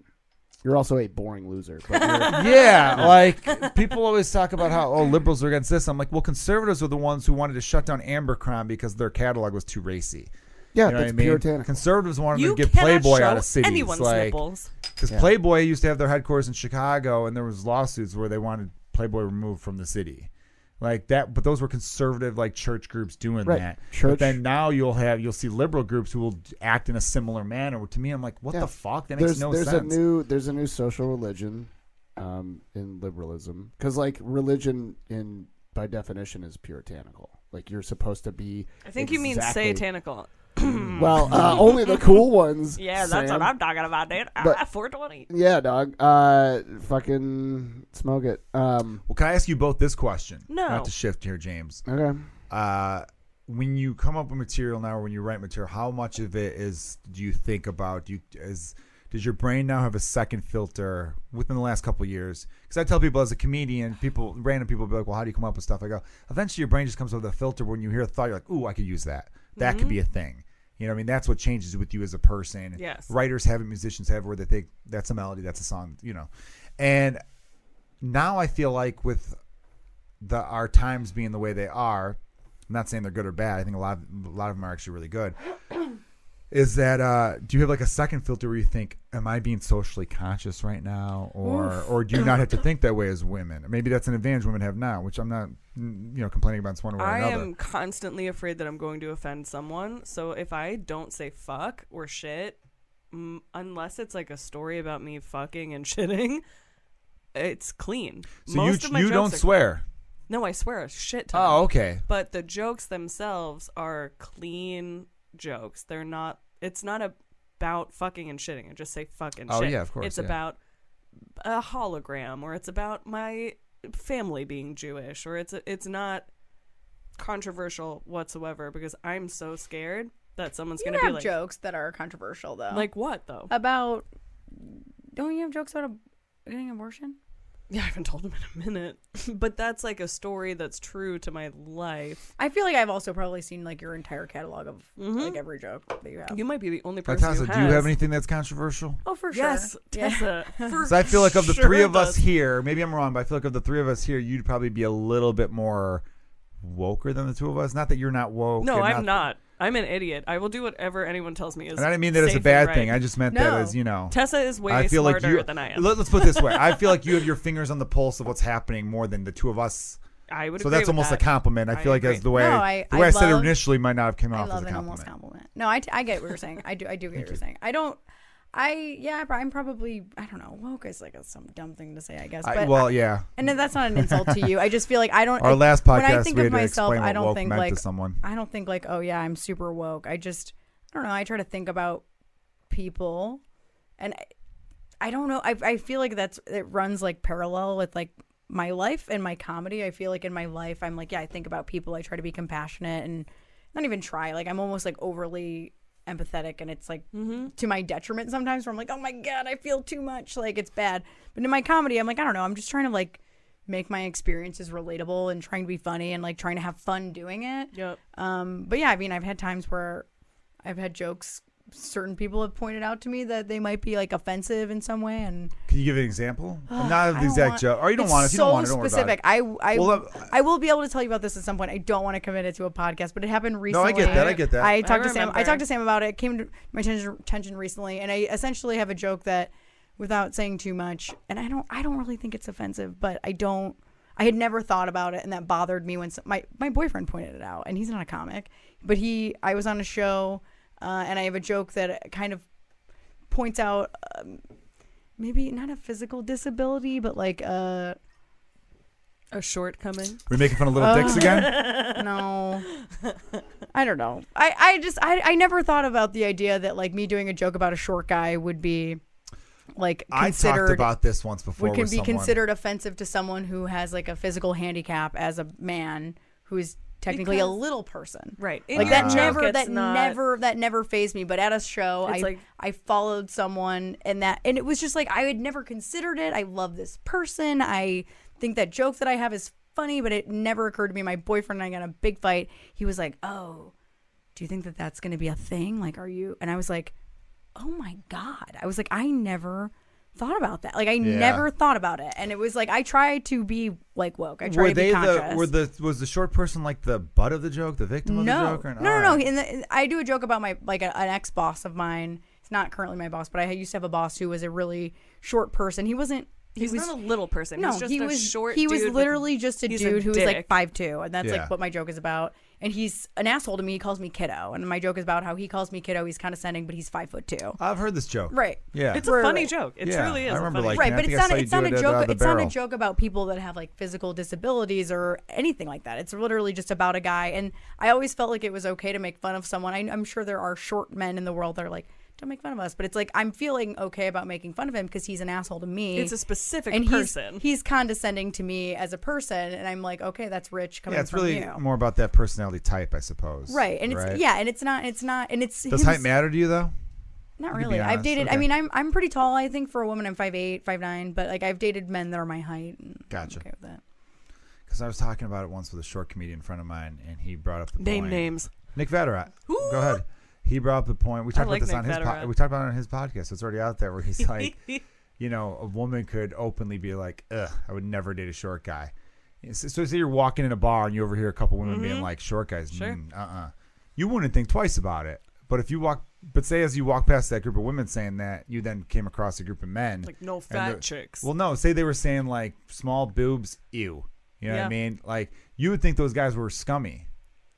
[SPEAKER 2] You're also a boring loser. But you're, [LAUGHS]
[SPEAKER 1] yeah, like people always talk about how oh liberals are against this. I'm like, well, conservatives are the ones who wanted to shut down Abercrombie because their catalog was too racy.
[SPEAKER 2] Yeah,
[SPEAKER 1] You know what
[SPEAKER 2] that's
[SPEAKER 1] I mean?
[SPEAKER 2] puritanical.
[SPEAKER 1] Conservatives wanted
[SPEAKER 3] you
[SPEAKER 1] to get
[SPEAKER 3] cannot
[SPEAKER 1] Playboy
[SPEAKER 3] show
[SPEAKER 1] out of cities.
[SPEAKER 3] anyone's
[SPEAKER 1] like,
[SPEAKER 3] nipples.
[SPEAKER 1] because
[SPEAKER 2] Yeah.
[SPEAKER 1] Playboy used to have their headquarters in Chicago, and there was lawsuits where they wanted Playboy removed from the city, like that. But those were conservative, like church groups doing
[SPEAKER 2] Right.
[SPEAKER 1] that.
[SPEAKER 2] Church-
[SPEAKER 1] But then now you'll have you'll see liberal groups who will d- act in a similar manner. Where To me, I'm like, what
[SPEAKER 2] Yeah.
[SPEAKER 1] the fuck? That makes
[SPEAKER 2] there's
[SPEAKER 1] no
[SPEAKER 2] there's
[SPEAKER 1] sense.
[SPEAKER 2] a new there's a new social religion um, in liberalism because like religion in by definition is puritanical. Like you're supposed to be.
[SPEAKER 3] I think you mean
[SPEAKER 2] exactly-
[SPEAKER 3] satanical.
[SPEAKER 2] Well, uh, only
[SPEAKER 3] [LAUGHS]
[SPEAKER 2] the cool ones.
[SPEAKER 3] Yeah, that's what
[SPEAKER 2] Sam.
[SPEAKER 3] I'm talking about, dude.
[SPEAKER 2] But-
[SPEAKER 3] ah, 420.
[SPEAKER 2] Yeah, dog. Uh, fucking smoke it. Um,
[SPEAKER 1] well, can I ask you both this question?
[SPEAKER 3] No.
[SPEAKER 1] Not to shift here, James.
[SPEAKER 2] okay.
[SPEAKER 1] Uh, when you come up with material now, or when you write material, how much of it is do you think about? Do you is does your brain now have a second filter within the last couple of years? Because I tell people as a comedian, people random people be like, "Well, how do you come up with stuff?" I go, "Eventually, your brain just comes up with a filter. When you hear a thought, you're like, "Ooh, I could use that. That could be a thing." You know, what I mean, that's what changes with you as a person.
[SPEAKER 3] Yes.
[SPEAKER 1] writers have it, musicians have it, where they think that's a melody, that's a song. You know, and now I feel like with the our times being the way they are, I'm not saying they're good or bad. I think a lot of, a lot of them are actually really good. [CLEARS THROAT] Is that uh, do you have like a second filter where you think, am I being socially conscious right now, or or do you not have
[SPEAKER 3] [CLEARS THROAT]
[SPEAKER 1] to think that way as women? Maybe that's an advantage women have now, which I'm not, mm, you know, complaining about this one way or
[SPEAKER 3] I
[SPEAKER 1] another.
[SPEAKER 3] am constantly afraid that I'm going to offend someone. So if I don't say fuck or shit, m- unless it's like a story about me fucking and [LAUGHS] shitting, it's clean.
[SPEAKER 1] so you
[SPEAKER 3] Most of my
[SPEAKER 1] you
[SPEAKER 3] jokes
[SPEAKER 1] don't
[SPEAKER 3] are-
[SPEAKER 1] swear.
[SPEAKER 3] No, I swear a shit ton.
[SPEAKER 1] Oh, okay.
[SPEAKER 3] But the jokes themselves are clean jokes. They're not. It's not about fucking and shitting. I just say fucking.
[SPEAKER 1] Oh,
[SPEAKER 3] shit.
[SPEAKER 1] yeah, of course,
[SPEAKER 3] It's
[SPEAKER 1] yeah.
[SPEAKER 3] about a hologram, or it's about my family being Jewish, or it's it's not controversial whatsoever because I'm so scared that someone's
[SPEAKER 4] You
[SPEAKER 3] gonna be
[SPEAKER 4] have
[SPEAKER 3] like,
[SPEAKER 4] jokes that are controversial though.
[SPEAKER 3] like what though?
[SPEAKER 4] about don't you have jokes about a, getting abortion?
[SPEAKER 3] yeah, I haven't told him in a minute, [LAUGHS] but that's like a story that's true to my life.
[SPEAKER 4] I feel like I've also probably seen like your entire catalog of
[SPEAKER 1] Mm-hmm.
[SPEAKER 4] like every joke that you have.
[SPEAKER 3] You might be the only
[SPEAKER 1] Like
[SPEAKER 3] person
[SPEAKER 1] Tessa,
[SPEAKER 3] who
[SPEAKER 1] do you have
[SPEAKER 3] has-
[SPEAKER 1] anything that's controversial?
[SPEAKER 4] oh, for sure.
[SPEAKER 3] Yes,
[SPEAKER 4] Yeah.
[SPEAKER 3] Tessa. for
[SPEAKER 1] So I feel like of the
[SPEAKER 3] sure
[SPEAKER 1] three of
[SPEAKER 3] does.
[SPEAKER 1] us here, maybe I'm wrong, but I feel like of the three of us here, you'd probably be a little bit more woker than the two of us. Not that you're not woke.
[SPEAKER 3] No,
[SPEAKER 1] and
[SPEAKER 3] I'm not. I'm an idiot. I will do whatever anyone tells me is.
[SPEAKER 1] And I didn't mean that as
[SPEAKER 3] safe
[SPEAKER 1] a
[SPEAKER 3] and
[SPEAKER 1] bad
[SPEAKER 3] right.
[SPEAKER 1] thing. I just meant
[SPEAKER 4] No.
[SPEAKER 1] that as you know.
[SPEAKER 3] Tessa is way
[SPEAKER 1] I feel
[SPEAKER 3] smarter
[SPEAKER 1] like you.
[SPEAKER 3] than I am.
[SPEAKER 1] Let, us put it this way. I feel like
[SPEAKER 3] [LAUGHS]
[SPEAKER 1] you have your fingers on the pulse of what's happening more than the two of us.
[SPEAKER 3] I would.
[SPEAKER 1] So
[SPEAKER 3] agree
[SPEAKER 1] that's
[SPEAKER 3] with
[SPEAKER 1] almost
[SPEAKER 3] that.
[SPEAKER 1] a compliment. I,
[SPEAKER 3] I
[SPEAKER 1] feel like
[SPEAKER 3] agree.
[SPEAKER 1] as the way
[SPEAKER 4] No, I-
[SPEAKER 1] the way I,
[SPEAKER 4] I
[SPEAKER 1] said it
[SPEAKER 4] love-
[SPEAKER 1] initially might not have come
[SPEAKER 4] I
[SPEAKER 1] off as
[SPEAKER 4] love
[SPEAKER 1] a
[SPEAKER 4] an
[SPEAKER 1] compliment.
[SPEAKER 4] almost compliment. No, I, t- I get what you're saying. I do I do get what you're saying. I don't. I yeah. I prob- I'm probably I don't know. Woke is like a, some dumb thing to say. I guess. But
[SPEAKER 1] I, well, yeah.
[SPEAKER 4] and that's not an insult to you. I just feel like I don't.
[SPEAKER 1] Our
[SPEAKER 4] I-
[SPEAKER 1] last
[SPEAKER 4] when I
[SPEAKER 1] podcast,
[SPEAKER 4] think
[SPEAKER 1] we
[SPEAKER 4] of
[SPEAKER 1] had to
[SPEAKER 4] myself,
[SPEAKER 1] explain
[SPEAKER 4] I
[SPEAKER 1] what
[SPEAKER 4] don't
[SPEAKER 1] woke
[SPEAKER 4] think
[SPEAKER 1] meant
[SPEAKER 4] like
[SPEAKER 1] to someone.
[SPEAKER 4] I don't think like, oh yeah, I'm super woke. I just I don't know. I try to think about people, and I, I don't know. I I feel like that's it runs like parallel with like my life and my comedy. I feel like in my life, I'm like, yeah, I think about people. I try to be compassionate and not even try. Like I'm almost like overly empathetic, and it's like to my detriment sometimes. Where I'm like, oh my god, I feel too much. Like it's bad. But in my comedy, I'm like, I don't know. I'm just trying to like make my experiences relatable and trying to be funny and like trying to have fun doing it.
[SPEAKER 3] Yep.
[SPEAKER 4] Um, but yeah, I mean, I've had times where I've had jokes certain people have pointed out to me that they might be like offensive in some way, and
[SPEAKER 1] Can you give
[SPEAKER 4] [SIGHS]
[SPEAKER 1] an example? not
[SPEAKER 4] I
[SPEAKER 1] of the
[SPEAKER 4] don't
[SPEAKER 1] exact
[SPEAKER 4] want-
[SPEAKER 1] joke, or you don't
[SPEAKER 4] it's
[SPEAKER 1] want it. If you
[SPEAKER 4] so
[SPEAKER 1] don't want it, don't worry about
[SPEAKER 4] specific.
[SPEAKER 1] it.
[SPEAKER 4] I I,
[SPEAKER 1] Well, uh,
[SPEAKER 4] I will be able to tell you about this at some point. I don't want to commit it to a podcast, but it happened
[SPEAKER 1] No,
[SPEAKER 4] recently.
[SPEAKER 1] I get that. I get that.
[SPEAKER 4] I talked to Sam. I
[SPEAKER 3] remember.
[SPEAKER 4] talked to Sam about it. It came to my attention, attention recently, and I essentially have a joke that, without saying too much, and I don't, I don't really think it's offensive, but I don't. I had never thought about it, and that bothered me when some, my my boyfriend pointed it out, and he's not a comic, but he. I was on a show, uh, and I have a joke that kind of points out um, maybe not a physical disability, but like uh
[SPEAKER 3] A shortcoming.
[SPEAKER 1] We're making fun of little
[SPEAKER 4] Oh.
[SPEAKER 1] dicks again.
[SPEAKER 4] [LAUGHS] no i don't know i i just I, I never thought about the idea that like me doing a joke about a short guy would be like
[SPEAKER 1] I
[SPEAKER 4] considered
[SPEAKER 1] talked about this once before.
[SPEAKER 4] would can
[SPEAKER 1] with
[SPEAKER 4] be
[SPEAKER 1] someone.
[SPEAKER 4] considered offensive to someone who has like a physical handicap as a man who is technically a
[SPEAKER 3] Because-
[SPEAKER 4] little person
[SPEAKER 3] Right. In
[SPEAKER 4] like
[SPEAKER 3] your
[SPEAKER 4] that
[SPEAKER 3] joke,
[SPEAKER 4] never
[SPEAKER 3] it's
[SPEAKER 4] that
[SPEAKER 3] not-
[SPEAKER 4] never that never phased me but at a show i
[SPEAKER 3] It's like-
[SPEAKER 4] i followed someone and that and it was just like i had never considered it i love this person i think that joke that i have is funny but it never occurred to me my boyfriend and i got in a big fight he was like oh do you think that that's going to be a thing like are you and i was like oh my god i was like i never thought about that. Like I
[SPEAKER 1] Yeah.
[SPEAKER 4] never thought about it, and it was like I tried to be like woke. I tried
[SPEAKER 1] were
[SPEAKER 4] to
[SPEAKER 1] they
[SPEAKER 4] be
[SPEAKER 1] the
[SPEAKER 4] conscious.
[SPEAKER 1] were the was the short person like the butt of the joke, the victim of the
[SPEAKER 4] no.
[SPEAKER 1] joke? Or
[SPEAKER 4] no, no, no,
[SPEAKER 1] All right.
[SPEAKER 4] In the, I do a joke about my like a, an ex boss of mine. It's not currently my boss, but I used to have a boss who was a really short person. He wasn't. He
[SPEAKER 3] He's
[SPEAKER 4] was
[SPEAKER 3] not a little person.
[SPEAKER 4] no.
[SPEAKER 3] he's just
[SPEAKER 4] he
[SPEAKER 3] a
[SPEAKER 4] was
[SPEAKER 3] short.
[SPEAKER 4] He was
[SPEAKER 3] dude with-
[SPEAKER 4] literally just a
[SPEAKER 3] he's a
[SPEAKER 4] dude who was
[SPEAKER 3] dick.
[SPEAKER 4] like five two, and that's
[SPEAKER 1] Yeah.
[SPEAKER 4] like what my joke is about. And he's an asshole to me. He calls me kiddo, and my joke is about how he calls me kiddo. He's condescending, but he's five foot two.
[SPEAKER 1] I've heard this joke.
[SPEAKER 4] Right.
[SPEAKER 1] Yeah.
[SPEAKER 3] It's a
[SPEAKER 4] Right,
[SPEAKER 3] funny
[SPEAKER 4] right.
[SPEAKER 3] joke. It
[SPEAKER 1] Yeah,
[SPEAKER 3] truly
[SPEAKER 1] I
[SPEAKER 3] is. a
[SPEAKER 1] remember,
[SPEAKER 3] funny
[SPEAKER 1] like,
[SPEAKER 3] joke.
[SPEAKER 4] right,
[SPEAKER 1] I
[SPEAKER 4] but
[SPEAKER 1] think
[SPEAKER 4] it's
[SPEAKER 1] I
[SPEAKER 4] not
[SPEAKER 1] saw you
[SPEAKER 4] it's
[SPEAKER 1] do
[SPEAKER 4] not
[SPEAKER 1] it
[SPEAKER 4] a
[SPEAKER 1] at,
[SPEAKER 4] joke.
[SPEAKER 1] uh, the
[SPEAKER 4] it's not a
[SPEAKER 1] barrel.
[SPEAKER 4] joke about people that have like physical disabilities or anything like that. It's literally just about a guy. And I always felt like it was okay to make fun of someone. I, I'm sure there are short men in the world that are like, don't make fun of us. But it's like I'm feeling okay about making fun of him because he's an asshole to me.
[SPEAKER 3] It's a specific
[SPEAKER 4] and he's,
[SPEAKER 3] person.
[SPEAKER 4] he's condescending to me as a person, and I'm like, okay, that's rich coming
[SPEAKER 1] Yeah, it's
[SPEAKER 4] from
[SPEAKER 1] really
[SPEAKER 4] you,
[SPEAKER 1] more about that personality type, I suppose.
[SPEAKER 4] right? And it's yeah, and it's not, it's not, and it's
[SPEAKER 1] Does
[SPEAKER 4] him-
[SPEAKER 1] height matter to you though?
[SPEAKER 4] Not
[SPEAKER 1] You can be
[SPEAKER 4] really. I've
[SPEAKER 1] honest.
[SPEAKER 4] dated.
[SPEAKER 1] Okay.
[SPEAKER 4] I mean, I'm I'm pretty tall. I think for a woman, I'm five eight, five nine. But like, I've dated men that are my height. And I'm
[SPEAKER 1] Gotcha.
[SPEAKER 4] okay with that.
[SPEAKER 1] Because I was talking about it once with a short comedian friend of mine, and he brought up the
[SPEAKER 3] Name
[SPEAKER 1] point.
[SPEAKER 3] names.
[SPEAKER 1] Nick Vatterat.
[SPEAKER 3] Ooh.
[SPEAKER 1] Go ahead. He brought up the point. We talked
[SPEAKER 3] like
[SPEAKER 1] about this
[SPEAKER 3] Nick
[SPEAKER 1] on his po-
[SPEAKER 3] Vatterat.
[SPEAKER 1] we talked about it on his podcast. It's already out there where
[SPEAKER 3] [LAUGHS]
[SPEAKER 1] he's like, you know, a woman could openly be like, "Ugh, I would never date a short guy." So, so say you're walking in a bar and you overhear a couple women being like, "Short guys,
[SPEAKER 3] Mm-hmm. Sure.
[SPEAKER 1] mm, uh-uh." You wouldn't think twice about it. But if you walk, but say as you walk past that group of women saying that, you then came across a group of men
[SPEAKER 3] Like no
[SPEAKER 1] and
[SPEAKER 3] fat
[SPEAKER 1] the-
[SPEAKER 3] chicks.
[SPEAKER 1] Well, no, say they were saying like small boobs, ew. You know what I
[SPEAKER 3] Yeah.
[SPEAKER 1] mean? Like you would think those guys were scummy.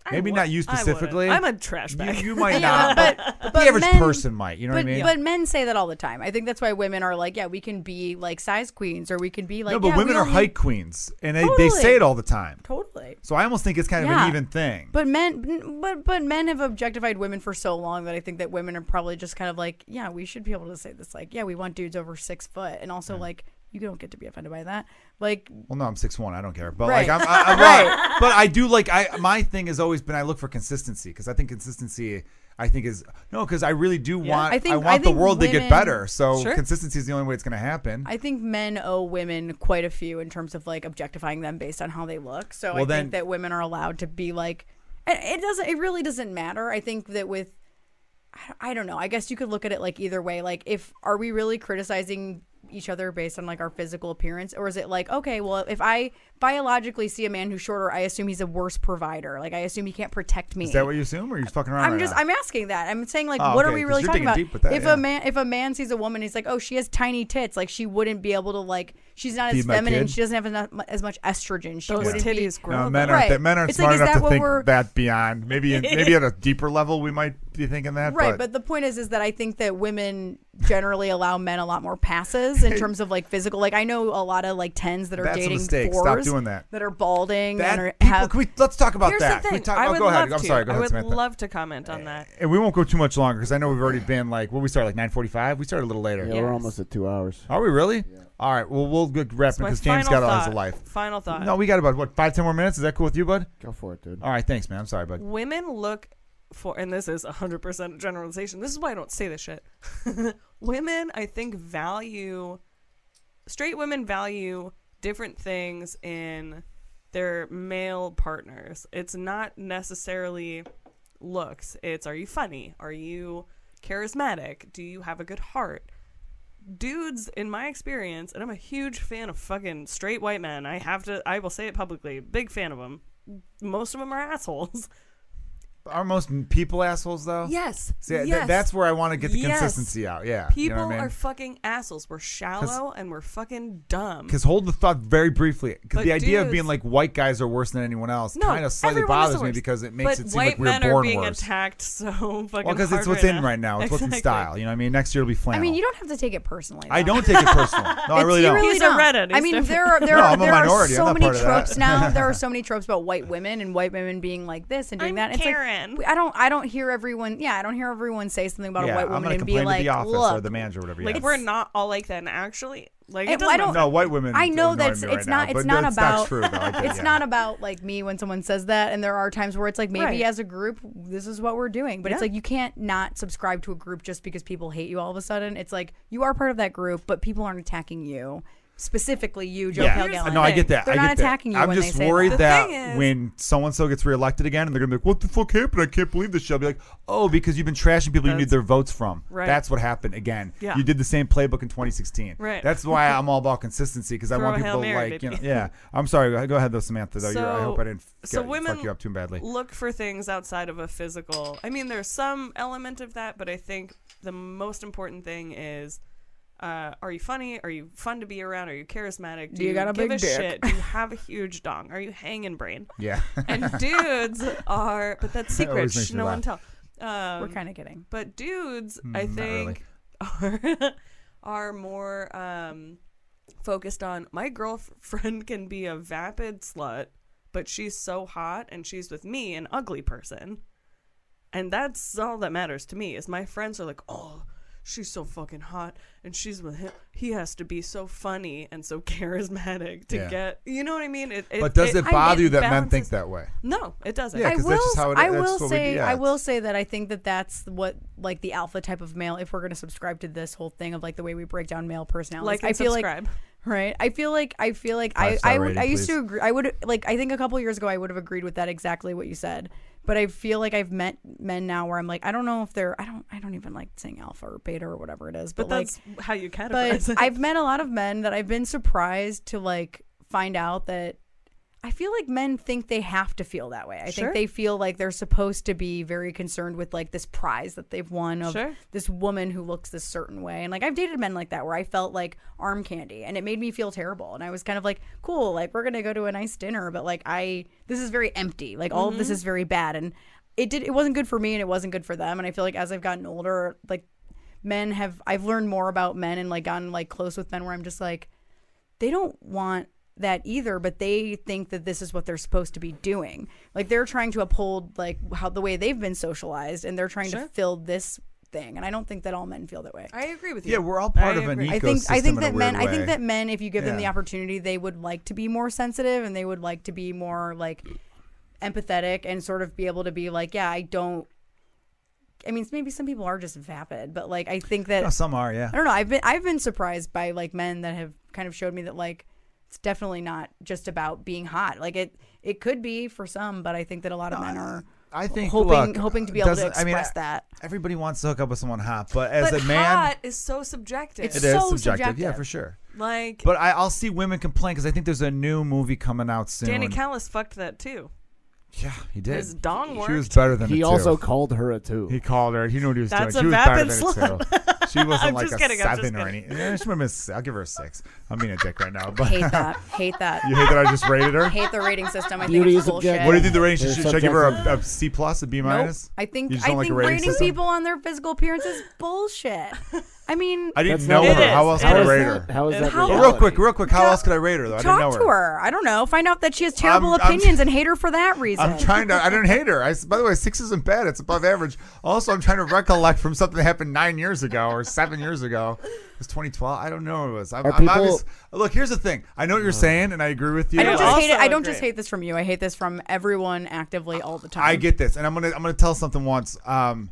[SPEAKER 3] I
[SPEAKER 1] Maybe
[SPEAKER 3] wou-
[SPEAKER 1] not you
[SPEAKER 3] I wouldn't.
[SPEAKER 1] specifically.
[SPEAKER 3] I'm a trash
[SPEAKER 1] You,
[SPEAKER 3] bag.
[SPEAKER 1] you
[SPEAKER 4] [LAUGHS] Yeah,
[SPEAKER 1] might not, but, but the
[SPEAKER 4] but
[SPEAKER 1] average
[SPEAKER 4] men-
[SPEAKER 1] person might. You know
[SPEAKER 4] but
[SPEAKER 1] what I mean?
[SPEAKER 4] but men say that all the time. I think that's why women are like, yeah, we can be like size queens, or we can be like,
[SPEAKER 1] no, but
[SPEAKER 4] yeah,
[SPEAKER 1] women
[SPEAKER 4] we
[SPEAKER 1] are
[SPEAKER 4] only-
[SPEAKER 1] height queens, and they, they
[SPEAKER 4] Totally.
[SPEAKER 1] say it all the time.
[SPEAKER 4] Totally.
[SPEAKER 1] So I almost think it's kind of
[SPEAKER 4] Yeah.
[SPEAKER 1] an even thing.
[SPEAKER 4] But men, but but men have objectified women for so long that I think that women are probably just kind of like, yeah, we should be able to say this, like, yeah, we want dudes over six foot, and
[SPEAKER 1] Mm.
[SPEAKER 4] also like, you don't get to be offended by that, like,
[SPEAKER 1] well, no, I'm six one. I don't care, but
[SPEAKER 4] Right.
[SPEAKER 1] like I'm,
[SPEAKER 4] [LAUGHS]
[SPEAKER 1] I, I'm right. But I do like I. My thing has always been I look for consistency because I think consistency. I think is no because I really do want. I,
[SPEAKER 4] I think-
[SPEAKER 1] want
[SPEAKER 4] I
[SPEAKER 1] the
[SPEAKER 4] think
[SPEAKER 1] world to get
[SPEAKER 4] women-
[SPEAKER 1] better. So
[SPEAKER 3] Sure.
[SPEAKER 1] consistency is the only way it's going to happen.
[SPEAKER 4] I think men owe women quite a few in terms of like objectifying them based on how they look. So
[SPEAKER 1] Well,
[SPEAKER 4] I
[SPEAKER 1] then-
[SPEAKER 4] think that women are allowed to be like, and it doesn't, it really doesn't matter. I think that with, I- I don't know. I guess you could look at it like either way. Like, if are we really criticizing each other based on like our physical appearance, or is it like, okay, well, if I biologically see a man who's shorter, I assume he's a worse provider. Like, I assume he can't protect me.
[SPEAKER 1] Is that what you assume, or you're just fucking around?
[SPEAKER 4] I'm
[SPEAKER 1] right
[SPEAKER 4] just
[SPEAKER 1] now?
[SPEAKER 4] I'm asking that. I'm saying like
[SPEAKER 1] Oh,
[SPEAKER 4] what
[SPEAKER 1] okay,
[SPEAKER 4] are we
[SPEAKER 1] 'cause
[SPEAKER 4] really
[SPEAKER 1] you're
[SPEAKER 4] talking
[SPEAKER 1] digging
[SPEAKER 4] about?
[SPEAKER 1] deep with that,
[SPEAKER 4] if
[SPEAKER 1] yeah.
[SPEAKER 4] a man if a man sees a woman he's like, "Oh, she has tiny tits. Like she wouldn't be able to like she's not as
[SPEAKER 1] Feed my
[SPEAKER 4] feminine.
[SPEAKER 1] kid?
[SPEAKER 4] She doesn't have enough, as much estrogen. She
[SPEAKER 3] Those
[SPEAKER 4] wouldn't
[SPEAKER 3] titties
[SPEAKER 4] be
[SPEAKER 3] grow.
[SPEAKER 1] No,
[SPEAKER 3] though.
[SPEAKER 1] men aren't
[SPEAKER 4] Right.
[SPEAKER 1] that men aren't
[SPEAKER 4] It's like,
[SPEAKER 1] smart
[SPEAKER 4] is
[SPEAKER 1] enough
[SPEAKER 4] that
[SPEAKER 1] to
[SPEAKER 4] what
[SPEAKER 1] think
[SPEAKER 4] we're-
[SPEAKER 1] that
[SPEAKER 4] [LAUGHS]
[SPEAKER 1] beyond. Maybe in, maybe at a deeper level we might be thinking that.
[SPEAKER 4] Right, but the point is, is that I think that women generally allow men a lot more passes
[SPEAKER 1] [LAUGHS]
[SPEAKER 4] in terms of like physical. Like I know a lot of like tens that are
[SPEAKER 1] That's a
[SPEAKER 4] dating
[SPEAKER 1] mistake. Stop
[SPEAKER 4] fours
[SPEAKER 1] doing that.
[SPEAKER 4] that are balding
[SPEAKER 1] that
[SPEAKER 4] and are,
[SPEAKER 1] people,
[SPEAKER 4] have
[SPEAKER 1] can we, let's talk about
[SPEAKER 3] Here's
[SPEAKER 1] that.
[SPEAKER 3] the
[SPEAKER 1] Can we
[SPEAKER 3] thing.
[SPEAKER 1] talk,
[SPEAKER 3] I
[SPEAKER 1] oh,
[SPEAKER 3] would
[SPEAKER 1] go
[SPEAKER 3] love
[SPEAKER 1] ahead.
[SPEAKER 3] to.
[SPEAKER 1] I'm sorry. Go
[SPEAKER 3] I
[SPEAKER 1] ahead,
[SPEAKER 3] would
[SPEAKER 1] Samantha.
[SPEAKER 3] love to comment on that.
[SPEAKER 1] and we won't go too much longer because I know we've already been like what we started like 9:45. We started a little later.
[SPEAKER 2] Yeah,
[SPEAKER 3] Yes.
[SPEAKER 2] we're almost at two hours.
[SPEAKER 1] Are we really? All right. Well, we'll get wrapping
[SPEAKER 3] My
[SPEAKER 1] because James
[SPEAKER 3] final
[SPEAKER 1] got all
[SPEAKER 3] thought-
[SPEAKER 1] his life.
[SPEAKER 3] Final thought.
[SPEAKER 1] No, we got about what five ten more minutes. Is that cool with you, bud?
[SPEAKER 2] Go for it, dude.
[SPEAKER 1] All right. Thanks, man. I'm sorry, bud.
[SPEAKER 3] women look for and this is 100% generalization this is why i don't say this shit [LAUGHS] women i think value straight women value different things in their male partners it's not necessarily looks it's are you funny are you charismatic do you have a good heart dudes in my experience and i'm a huge fan of fucking straight white men i have to i will say it publicly big fan of them most of them are assholes
[SPEAKER 1] Are most people assholes though?
[SPEAKER 3] Yes.
[SPEAKER 1] See, th-
[SPEAKER 3] yes.
[SPEAKER 1] that's where I want to get the
[SPEAKER 3] Yes.
[SPEAKER 1] consistency out. Yeah. you
[SPEAKER 3] people
[SPEAKER 1] know what I mean?
[SPEAKER 3] are fucking assholes. We're shallow and we're fucking dumb.
[SPEAKER 1] Because hold the thought very briefly. Because
[SPEAKER 3] But
[SPEAKER 1] the idea of
[SPEAKER 3] dudes-
[SPEAKER 1] being like white guys are worse than anyone else
[SPEAKER 3] No,
[SPEAKER 1] kind of slightly
[SPEAKER 3] everyone is
[SPEAKER 1] bothers
[SPEAKER 3] the
[SPEAKER 1] me
[SPEAKER 3] worst.
[SPEAKER 1] because it makes
[SPEAKER 3] but
[SPEAKER 1] it seem
[SPEAKER 3] white
[SPEAKER 1] like we were
[SPEAKER 3] men
[SPEAKER 1] born
[SPEAKER 3] are being
[SPEAKER 1] worse.
[SPEAKER 3] attacked [LAUGHS] so fucking.
[SPEAKER 1] well,
[SPEAKER 3] because
[SPEAKER 1] it's what's in right now. It's what's in [LAUGHS]
[SPEAKER 3] Exactly.
[SPEAKER 1] style. You know what I mean? Next year it'll be flannel.
[SPEAKER 4] I mean, you don't have to take it personally.
[SPEAKER 1] I
[SPEAKER 4] though.
[SPEAKER 1] don't take
[SPEAKER 4] [LAUGHS]
[SPEAKER 1] it personal. No, I
[SPEAKER 4] It's-
[SPEAKER 1] really
[SPEAKER 4] you
[SPEAKER 1] don't.
[SPEAKER 3] He's a
[SPEAKER 4] don't.
[SPEAKER 3] redhead.
[SPEAKER 4] I
[SPEAKER 3] He's
[SPEAKER 4] mean,
[SPEAKER 3] different. [LAUGHS]
[SPEAKER 4] there are there
[SPEAKER 1] No,
[SPEAKER 4] are
[SPEAKER 1] I'm a
[SPEAKER 4] there are
[SPEAKER 1] minority. I'm
[SPEAKER 4] so
[SPEAKER 1] not
[SPEAKER 4] many
[SPEAKER 1] part of that.
[SPEAKER 4] tropes
[SPEAKER 1] [LAUGHS]
[SPEAKER 4] now. There are so many tropes about white women and white women being like this and doing
[SPEAKER 3] I'm
[SPEAKER 4] that. It's
[SPEAKER 3] Karen.
[SPEAKER 4] like I don't I don't hear everyone. Yeah, I don't hear everyone say something about
[SPEAKER 1] yeah,
[SPEAKER 4] a white
[SPEAKER 1] I'm
[SPEAKER 4] woman
[SPEAKER 1] gonna
[SPEAKER 4] and be
[SPEAKER 1] complain
[SPEAKER 4] like,
[SPEAKER 1] to the office
[SPEAKER 4] look,
[SPEAKER 1] or the manager, or whatever.
[SPEAKER 3] Like
[SPEAKER 1] yeah.
[SPEAKER 3] we're not all like that. And actually, like it
[SPEAKER 4] And
[SPEAKER 3] doesn't
[SPEAKER 4] I don't-
[SPEAKER 1] no
[SPEAKER 4] [LAUGHS]
[SPEAKER 1] white women.
[SPEAKER 4] I know
[SPEAKER 1] annoy
[SPEAKER 4] that's
[SPEAKER 1] me
[SPEAKER 4] it's
[SPEAKER 1] right
[SPEAKER 4] not
[SPEAKER 1] now,
[SPEAKER 4] it's
[SPEAKER 1] but
[SPEAKER 4] not
[SPEAKER 1] that's
[SPEAKER 4] about
[SPEAKER 1] true, though. I
[SPEAKER 4] [LAUGHS]
[SPEAKER 1] get-
[SPEAKER 4] it's
[SPEAKER 1] yeah.
[SPEAKER 4] not about like me when someone says that and there are times where it's like maybe
[SPEAKER 3] Right.
[SPEAKER 4] as a group this is what we're doing but it's
[SPEAKER 3] Yeah.
[SPEAKER 4] like you can't not subscribe to a group just because people hate you all of a sudden it's like you are part of that group but people aren't attacking you specifically you, Joe
[SPEAKER 1] yeah. Uh,
[SPEAKER 4] Kilgallen.
[SPEAKER 1] No, I get that.
[SPEAKER 4] They're
[SPEAKER 1] I
[SPEAKER 4] not
[SPEAKER 1] get that.
[SPEAKER 4] attacking you
[SPEAKER 1] I'm
[SPEAKER 4] when
[SPEAKER 1] just
[SPEAKER 4] they say
[SPEAKER 1] worried
[SPEAKER 4] that.
[SPEAKER 3] The
[SPEAKER 1] that,
[SPEAKER 3] thing is-
[SPEAKER 1] when so and so gets reelected again, and they're gonna be like, "What the fuck happened? I can't believe this." shit." I'll be like, "Oh, because you've been trashing people you need
[SPEAKER 3] That's-
[SPEAKER 1] their votes from.
[SPEAKER 3] Right.
[SPEAKER 1] That's what happened again.
[SPEAKER 3] Yeah.
[SPEAKER 1] You did the same playbook in 2016.
[SPEAKER 3] Right.
[SPEAKER 4] [LAUGHS]
[SPEAKER 1] That's why I'm all about consistency because I
[SPEAKER 3] Throw
[SPEAKER 1] want
[SPEAKER 3] a Hail
[SPEAKER 1] people
[SPEAKER 3] Mary,
[SPEAKER 1] like, you know,
[SPEAKER 3] baby.
[SPEAKER 1] yeah. I'm sorry. Go ahead though, Samantha. Though You're, I
[SPEAKER 3] So-
[SPEAKER 1] hope I didn't f-
[SPEAKER 3] so
[SPEAKER 1] get-
[SPEAKER 3] women-
[SPEAKER 1] fuck you up too badly.
[SPEAKER 3] Look for things outside of a physical. I mean, there's some element of that, but I think the most important thing is. Uh, are you funny? Are you fun to be around? Are you charismatic?
[SPEAKER 4] Do you got a
[SPEAKER 3] give
[SPEAKER 4] big
[SPEAKER 3] a
[SPEAKER 4] dick?
[SPEAKER 3] shit? Do you have a huge dong? Are you hanging brain?
[SPEAKER 4] [LAUGHS]
[SPEAKER 1] Yeah. [LAUGHS]
[SPEAKER 3] And dudes are, but that's
[SPEAKER 1] That always
[SPEAKER 3] secret.
[SPEAKER 1] makes
[SPEAKER 3] Shh,
[SPEAKER 1] me
[SPEAKER 3] No one
[SPEAKER 1] laugh. Hmm,
[SPEAKER 3] tell. Um,
[SPEAKER 4] We're kind of kidding.
[SPEAKER 3] but dudes i
[SPEAKER 1] not really.
[SPEAKER 3] think [LAUGHS] are are more um focused on my girlfriend [LAUGHS] can be a vapid slut but she's so hot and she's with me an ugly person and that's all that matters to me is my friends are like oh she's so fucking hot and she's with him he has to be so funny and so [LAUGHS] charismatic to
[SPEAKER 1] Yeah.
[SPEAKER 3] get you know what i mean it,
[SPEAKER 1] But does it
[SPEAKER 4] I
[SPEAKER 1] bother
[SPEAKER 4] mean,
[SPEAKER 1] you that men think
[SPEAKER 3] balances-
[SPEAKER 1] that way?
[SPEAKER 3] no it doesn't
[SPEAKER 1] Yeah,
[SPEAKER 4] I
[SPEAKER 1] 'cause
[SPEAKER 4] will.
[SPEAKER 1] that's just how it-
[SPEAKER 4] I
[SPEAKER 1] that's
[SPEAKER 4] will
[SPEAKER 1] what we do,
[SPEAKER 4] say.
[SPEAKER 1] yeah,
[SPEAKER 4] I will
[SPEAKER 1] it's-
[SPEAKER 4] say that I think that that's what like the alpha type of male. If we're going to subscribe to this whole thing of like the way we break down male personalities,
[SPEAKER 3] like
[SPEAKER 4] I
[SPEAKER 3] and
[SPEAKER 4] feel like
[SPEAKER 3] subscribe
[SPEAKER 4] Right. I feel like I feel like I
[SPEAKER 1] Five-star
[SPEAKER 4] I, would,
[SPEAKER 1] rating,
[SPEAKER 4] I used
[SPEAKER 1] please.
[SPEAKER 4] to agree. I would like I think a couple years ago I would have agreed with that exactly what you said. But I feel like I've met men now where I'm like I don't know if they're I don't I don't even like saying alpha or beta or whatever it is. But,
[SPEAKER 3] but
[SPEAKER 4] like
[SPEAKER 3] that's how you categorize
[SPEAKER 4] but
[SPEAKER 3] it
[SPEAKER 4] I've met a lot of men that I've been surprised to like find out that I feel like men think they have to feel that way. I
[SPEAKER 3] Sure.
[SPEAKER 4] think they feel like they're supposed to be very concerned with like this prize that they've won of
[SPEAKER 3] Sure.
[SPEAKER 4] this woman who looks this certain way. And like I've dated men like that where I felt like arm candy and it made me feel terrible. And I was kind of like, cool, like we're going to go to a nice dinner, but like I this is very empty. Like all of
[SPEAKER 3] Mm-hmm.
[SPEAKER 4] this is very bad and it did it wasn't good for me and it wasn't good for them and I feel like as I've gotten older like men have I've learned more about men and like gotten like close with men where I'm just like they don't want that either but they think that this is what they're supposed to be doing like they're trying to uphold like how the way they've been socialized and they're trying to
[SPEAKER 3] Sure.
[SPEAKER 4] fill this thing and I don't think that all men feel that way
[SPEAKER 3] [LAUGHS] i agree with you
[SPEAKER 1] Yeah, we're all part
[SPEAKER 3] I
[SPEAKER 1] of an
[SPEAKER 3] agree.
[SPEAKER 1] ecosystem.
[SPEAKER 4] I think I
[SPEAKER 1] in
[SPEAKER 4] think
[SPEAKER 1] a
[SPEAKER 4] that men
[SPEAKER 1] weird
[SPEAKER 4] I think
[SPEAKER 1] way.
[SPEAKER 4] that men if you give them the
[SPEAKER 1] Yeah.
[SPEAKER 4] opportunity they would like to be more sensitive and they would like to be more like empathetic and sort of be able to be like yeah I don't I mean maybe some people are just vapid but like I think that
[SPEAKER 1] [LAUGHS] No, some are. Yeah.
[SPEAKER 4] I don't know. I've been I've been surprised by like men that have kind of showed me that like it's definitely not just about being hot. Like it it could be for some, but I think that a lot of men are
[SPEAKER 1] I think
[SPEAKER 4] hoping
[SPEAKER 1] look,
[SPEAKER 4] hoping to be able to
[SPEAKER 1] doesn't-
[SPEAKER 4] express
[SPEAKER 1] I mean,
[SPEAKER 4] that.
[SPEAKER 1] Everybody wants to hook up with someone hot, but as
[SPEAKER 3] but
[SPEAKER 1] a man,
[SPEAKER 3] hot is so subjective.
[SPEAKER 4] It's
[SPEAKER 1] it is
[SPEAKER 4] so
[SPEAKER 1] subjective. Yeah,
[SPEAKER 4] subjective.
[SPEAKER 1] for sure.
[SPEAKER 3] like
[SPEAKER 1] But I, I'll see women complain because I think there's a new movie coming out soon.
[SPEAKER 3] Danny Callis fucked that too.
[SPEAKER 1] yeah, he did.
[SPEAKER 3] His dong worked.
[SPEAKER 1] She was better than
[SPEAKER 2] He
[SPEAKER 1] a
[SPEAKER 2] also
[SPEAKER 1] two.
[SPEAKER 2] called her a two.
[SPEAKER 1] he called her. He knew what he was
[SPEAKER 3] That's
[SPEAKER 1] doing.
[SPEAKER 3] a
[SPEAKER 1] she was better than
[SPEAKER 3] vapid [LAUGHS]
[SPEAKER 1] a two. She wasn't
[SPEAKER 3] I'm
[SPEAKER 1] like
[SPEAKER 3] just
[SPEAKER 1] a
[SPEAKER 3] kidding, I'm just
[SPEAKER 1] seven or
[SPEAKER 3] kidding.
[SPEAKER 1] anything. She might have been. a s- I'll give her a six. I'm being a dick right
[SPEAKER 3] [LAUGHS]
[SPEAKER 1] now, but
[SPEAKER 4] Hate that. Hate that.
[SPEAKER 1] [LAUGHS] you hate that I just rated her.
[SPEAKER 4] Hate the rating system. I
[SPEAKER 2] Beauty
[SPEAKER 4] think it's
[SPEAKER 2] is
[SPEAKER 4] bullshit.
[SPEAKER 2] objective.
[SPEAKER 1] What do you think the rating
[SPEAKER 2] They're
[SPEAKER 1] should, should I give her? A,
[SPEAKER 2] subjective.
[SPEAKER 1] a C plus, a B
[SPEAKER 4] Nope.
[SPEAKER 1] minus?
[SPEAKER 4] I think
[SPEAKER 1] You just
[SPEAKER 4] I
[SPEAKER 1] don't like
[SPEAKER 4] think
[SPEAKER 1] a rating
[SPEAKER 4] rating
[SPEAKER 1] system?
[SPEAKER 4] people on their physical appearance is
[SPEAKER 1] [LAUGHS]
[SPEAKER 4] bullshit. I mean,
[SPEAKER 1] I didn't
[SPEAKER 2] That's
[SPEAKER 1] know
[SPEAKER 2] not
[SPEAKER 1] her.
[SPEAKER 3] reality.
[SPEAKER 1] How else
[SPEAKER 3] It
[SPEAKER 1] could I
[SPEAKER 3] is.
[SPEAKER 1] rate
[SPEAKER 2] How is
[SPEAKER 1] her?
[SPEAKER 2] that- How is
[SPEAKER 3] And
[SPEAKER 2] that?
[SPEAKER 3] how-
[SPEAKER 1] But real
[SPEAKER 2] reality?
[SPEAKER 1] quick, real quick. How
[SPEAKER 4] Talk-
[SPEAKER 1] else could I rate her though? I didn't know
[SPEAKER 4] talk
[SPEAKER 1] her.
[SPEAKER 4] to her. I don't know. Find out that she has terrible
[SPEAKER 1] I'm- I'm-
[SPEAKER 4] opinions and hate her for that reason.
[SPEAKER 1] I'm trying to. I don't hate her. I, s- by the way, six isn't bad. It's above average. Also, I'm trying to recollect from something that happened nine years ago or seven years ago. It was 2012. I don't know. What it was. I'm,
[SPEAKER 2] Are
[SPEAKER 1] I'm
[SPEAKER 2] people- Uh.
[SPEAKER 1] obvious. Look, here's the thing. I know what you're saying, and I agree with you.
[SPEAKER 4] I don't just hate it.
[SPEAKER 3] also
[SPEAKER 4] I don't just
[SPEAKER 3] agree.
[SPEAKER 4] hate this from you. I hate this from everyone actively all the time.
[SPEAKER 1] I get this, and I'm gonna I'm gonna tell something once. Um,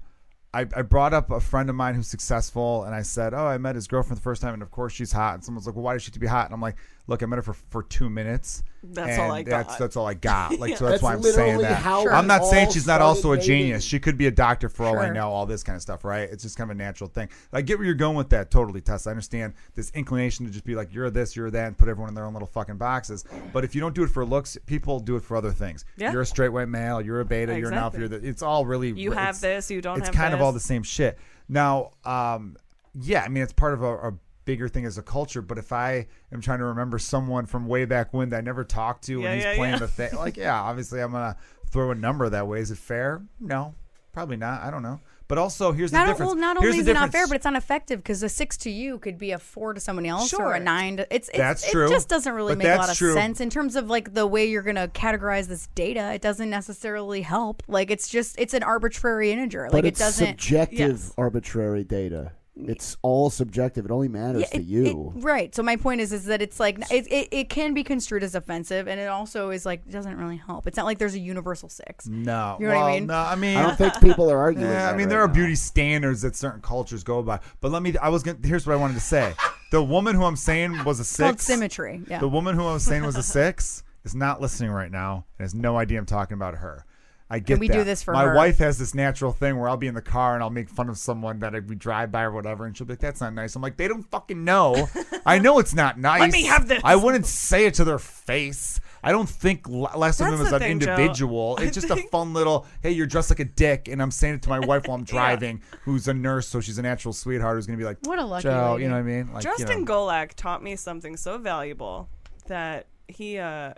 [SPEAKER 1] I, I brought up a friend of mine who's successful, and I said, "Oh, I met his girlfriend the first time, and of course she's hot." And someone's like, "Well, why does she have to be hot?" And I'm like, "Look, I met her for, for two minutes.
[SPEAKER 3] That's
[SPEAKER 1] and
[SPEAKER 3] all I
[SPEAKER 1] That's
[SPEAKER 3] got."
[SPEAKER 1] that's all I got.
[SPEAKER 3] [LAUGHS]
[SPEAKER 1] Like, so that's,
[SPEAKER 2] That's
[SPEAKER 1] why I'm
[SPEAKER 2] literally
[SPEAKER 1] saying that.
[SPEAKER 2] how Sure.
[SPEAKER 1] I'm not
[SPEAKER 2] we
[SPEAKER 1] saying
[SPEAKER 2] all
[SPEAKER 1] she's not
[SPEAKER 2] started
[SPEAKER 1] also a
[SPEAKER 2] dating.
[SPEAKER 1] genius. She could be a doctor for all I
[SPEAKER 4] Sure.
[SPEAKER 1] know. All this kind of stuff, right? It's just kind of a natural thing. I get where you're going with that. Totally, Tess. I understand this inclination to just be like, "You're this, you're that," and put everyone in their own little fucking boxes. But if you don't do it for looks, people do it for other things.
[SPEAKER 3] Yeah.
[SPEAKER 1] You're a straight white male. You're a beta. You're an alpha.
[SPEAKER 3] Exactly.
[SPEAKER 1] You're the, it's all really
[SPEAKER 3] You
[SPEAKER 1] it's-
[SPEAKER 3] have this, you don't
[SPEAKER 1] It's
[SPEAKER 3] have
[SPEAKER 1] kind of all the
[SPEAKER 3] this.
[SPEAKER 1] same shit. Now, um, yeah, I mean, it's part of a, a bigger thing as a culture. But if I am trying to remember someone from way back when that I never talked to,
[SPEAKER 3] Yeah,
[SPEAKER 1] and he's
[SPEAKER 3] yeah,
[SPEAKER 1] playing
[SPEAKER 3] yeah.
[SPEAKER 1] the thing, like, yeah, obviously, I'm gonna throw a number that way. Is it fair? No, probably not. I don't know. But also, here's
[SPEAKER 4] not,
[SPEAKER 1] the difference.
[SPEAKER 4] well, not
[SPEAKER 1] Here's
[SPEAKER 4] only is
[SPEAKER 1] the
[SPEAKER 4] it not
[SPEAKER 1] difference.
[SPEAKER 4] fair, but it's uneffective because a six to you could be a four to someone else or
[SPEAKER 3] Sure.
[SPEAKER 4] a nine to it's, it's
[SPEAKER 1] That's true.
[SPEAKER 4] It just doesn't really
[SPEAKER 1] But
[SPEAKER 4] make a
[SPEAKER 1] that's
[SPEAKER 4] lot of
[SPEAKER 1] true.
[SPEAKER 4] sense in terms of like the way you're gonna categorize this data. It doesn't necessarily help. Like it's just it's an arbitrary integer. Like
[SPEAKER 2] But
[SPEAKER 4] it
[SPEAKER 2] it's
[SPEAKER 4] doesn't.
[SPEAKER 2] subjective,
[SPEAKER 3] yes.
[SPEAKER 2] arbitrary data. It's all subjective. It only matters
[SPEAKER 4] Yeah,
[SPEAKER 2] to
[SPEAKER 4] it-
[SPEAKER 2] you.
[SPEAKER 4] it- right. So my point is, is that it's like it, it, it can be construed as offensive, and it also is like doesn't really help. It's not like there's a universal six.
[SPEAKER 1] no.
[SPEAKER 4] You know what I
[SPEAKER 1] well,
[SPEAKER 4] mean?
[SPEAKER 1] No, I mean,
[SPEAKER 2] I don't think people are arguing.
[SPEAKER 1] Yeah, I
[SPEAKER 2] that
[SPEAKER 1] mean, there
[SPEAKER 2] right
[SPEAKER 1] are
[SPEAKER 2] now.
[SPEAKER 1] beauty standards that certain cultures go by. But let me, I was going to, here's what I wanted to say. The woman who I'm saying was a
[SPEAKER 4] It's called
[SPEAKER 1] six.
[SPEAKER 4] symmetry. Yeah.
[SPEAKER 1] The woman who I was saying was a six is not listening right now and has no idea I'm talking about her. I get
[SPEAKER 4] we
[SPEAKER 1] that.
[SPEAKER 4] do this for
[SPEAKER 1] My
[SPEAKER 4] her.
[SPEAKER 1] wife has this natural thing where I'll be in the car and I'll make fun of someone that we drive by or whatever, and she'll be like, "That's not nice." I'm like, "They don't fucking
[SPEAKER 4] [LAUGHS]
[SPEAKER 1] know. I know it's not nice.
[SPEAKER 3] me have this.
[SPEAKER 1] I wouldn't say it to their face. I don't think le- less of
[SPEAKER 3] That's
[SPEAKER 1] them as
[SPEAKER 3] the
[SPEAKER 1] an
[SPEAKER 3] thing, Joe.
[SPEAKER 4] [LAUGHS]
[SPEAKER 1] individual.
[SPEAKER 3] I
[SPEAKER 1] It's just a
[SPEAKER 3] think-
[SPEAKER 1] fun little, "Hey, you're dressed like a dick," and I'm saying it to my
[SPEAKER 4] [LAUGHS]
[SPEAKER 1] wife while I'm driving, who's a nurse, so she's a natural sweetheart who's gonna be like,
[SPEAKER 4] What a lucky
[SPEAKER 1] Joe,"
[SPEAKER 4] lady.
[SPEAKER 1] you know what I mean? Like, you
[SPEAKER 3] Justin
[SPEAKER 1] know.
[SPEAKER 3] Golak taught me something so valuable that he uh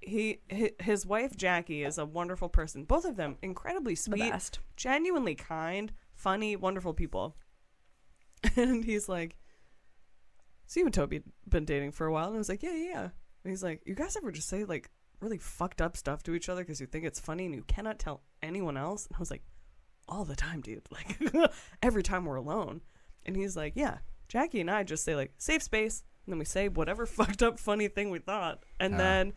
[SPEAKER 3] he hi- his wife Jackie is a wonderful person. Both of them incredibly sweet,
[SPEAKER 4] best.
[SPEAKER 3] genuinely kind, funny, wonderful people. [LAUGHS] And he's like, "So you and Toby been dating for a while?" And I was like, "Yeah, yeah." yeah." And he's like, "You guys ever just say like really fucked up stuff to each other because you think it's funny and you cannot tell anyone else?" And I was like, all the time, dude. Like [LAUGHS] every time we're alone. And he's like, Yeah, Jackie and I just say like safe space and then we say whatever [LAUGHS] fucked up funny thing we thought
[SPEAKER 4] Ah.
[SPEAKER 3] and then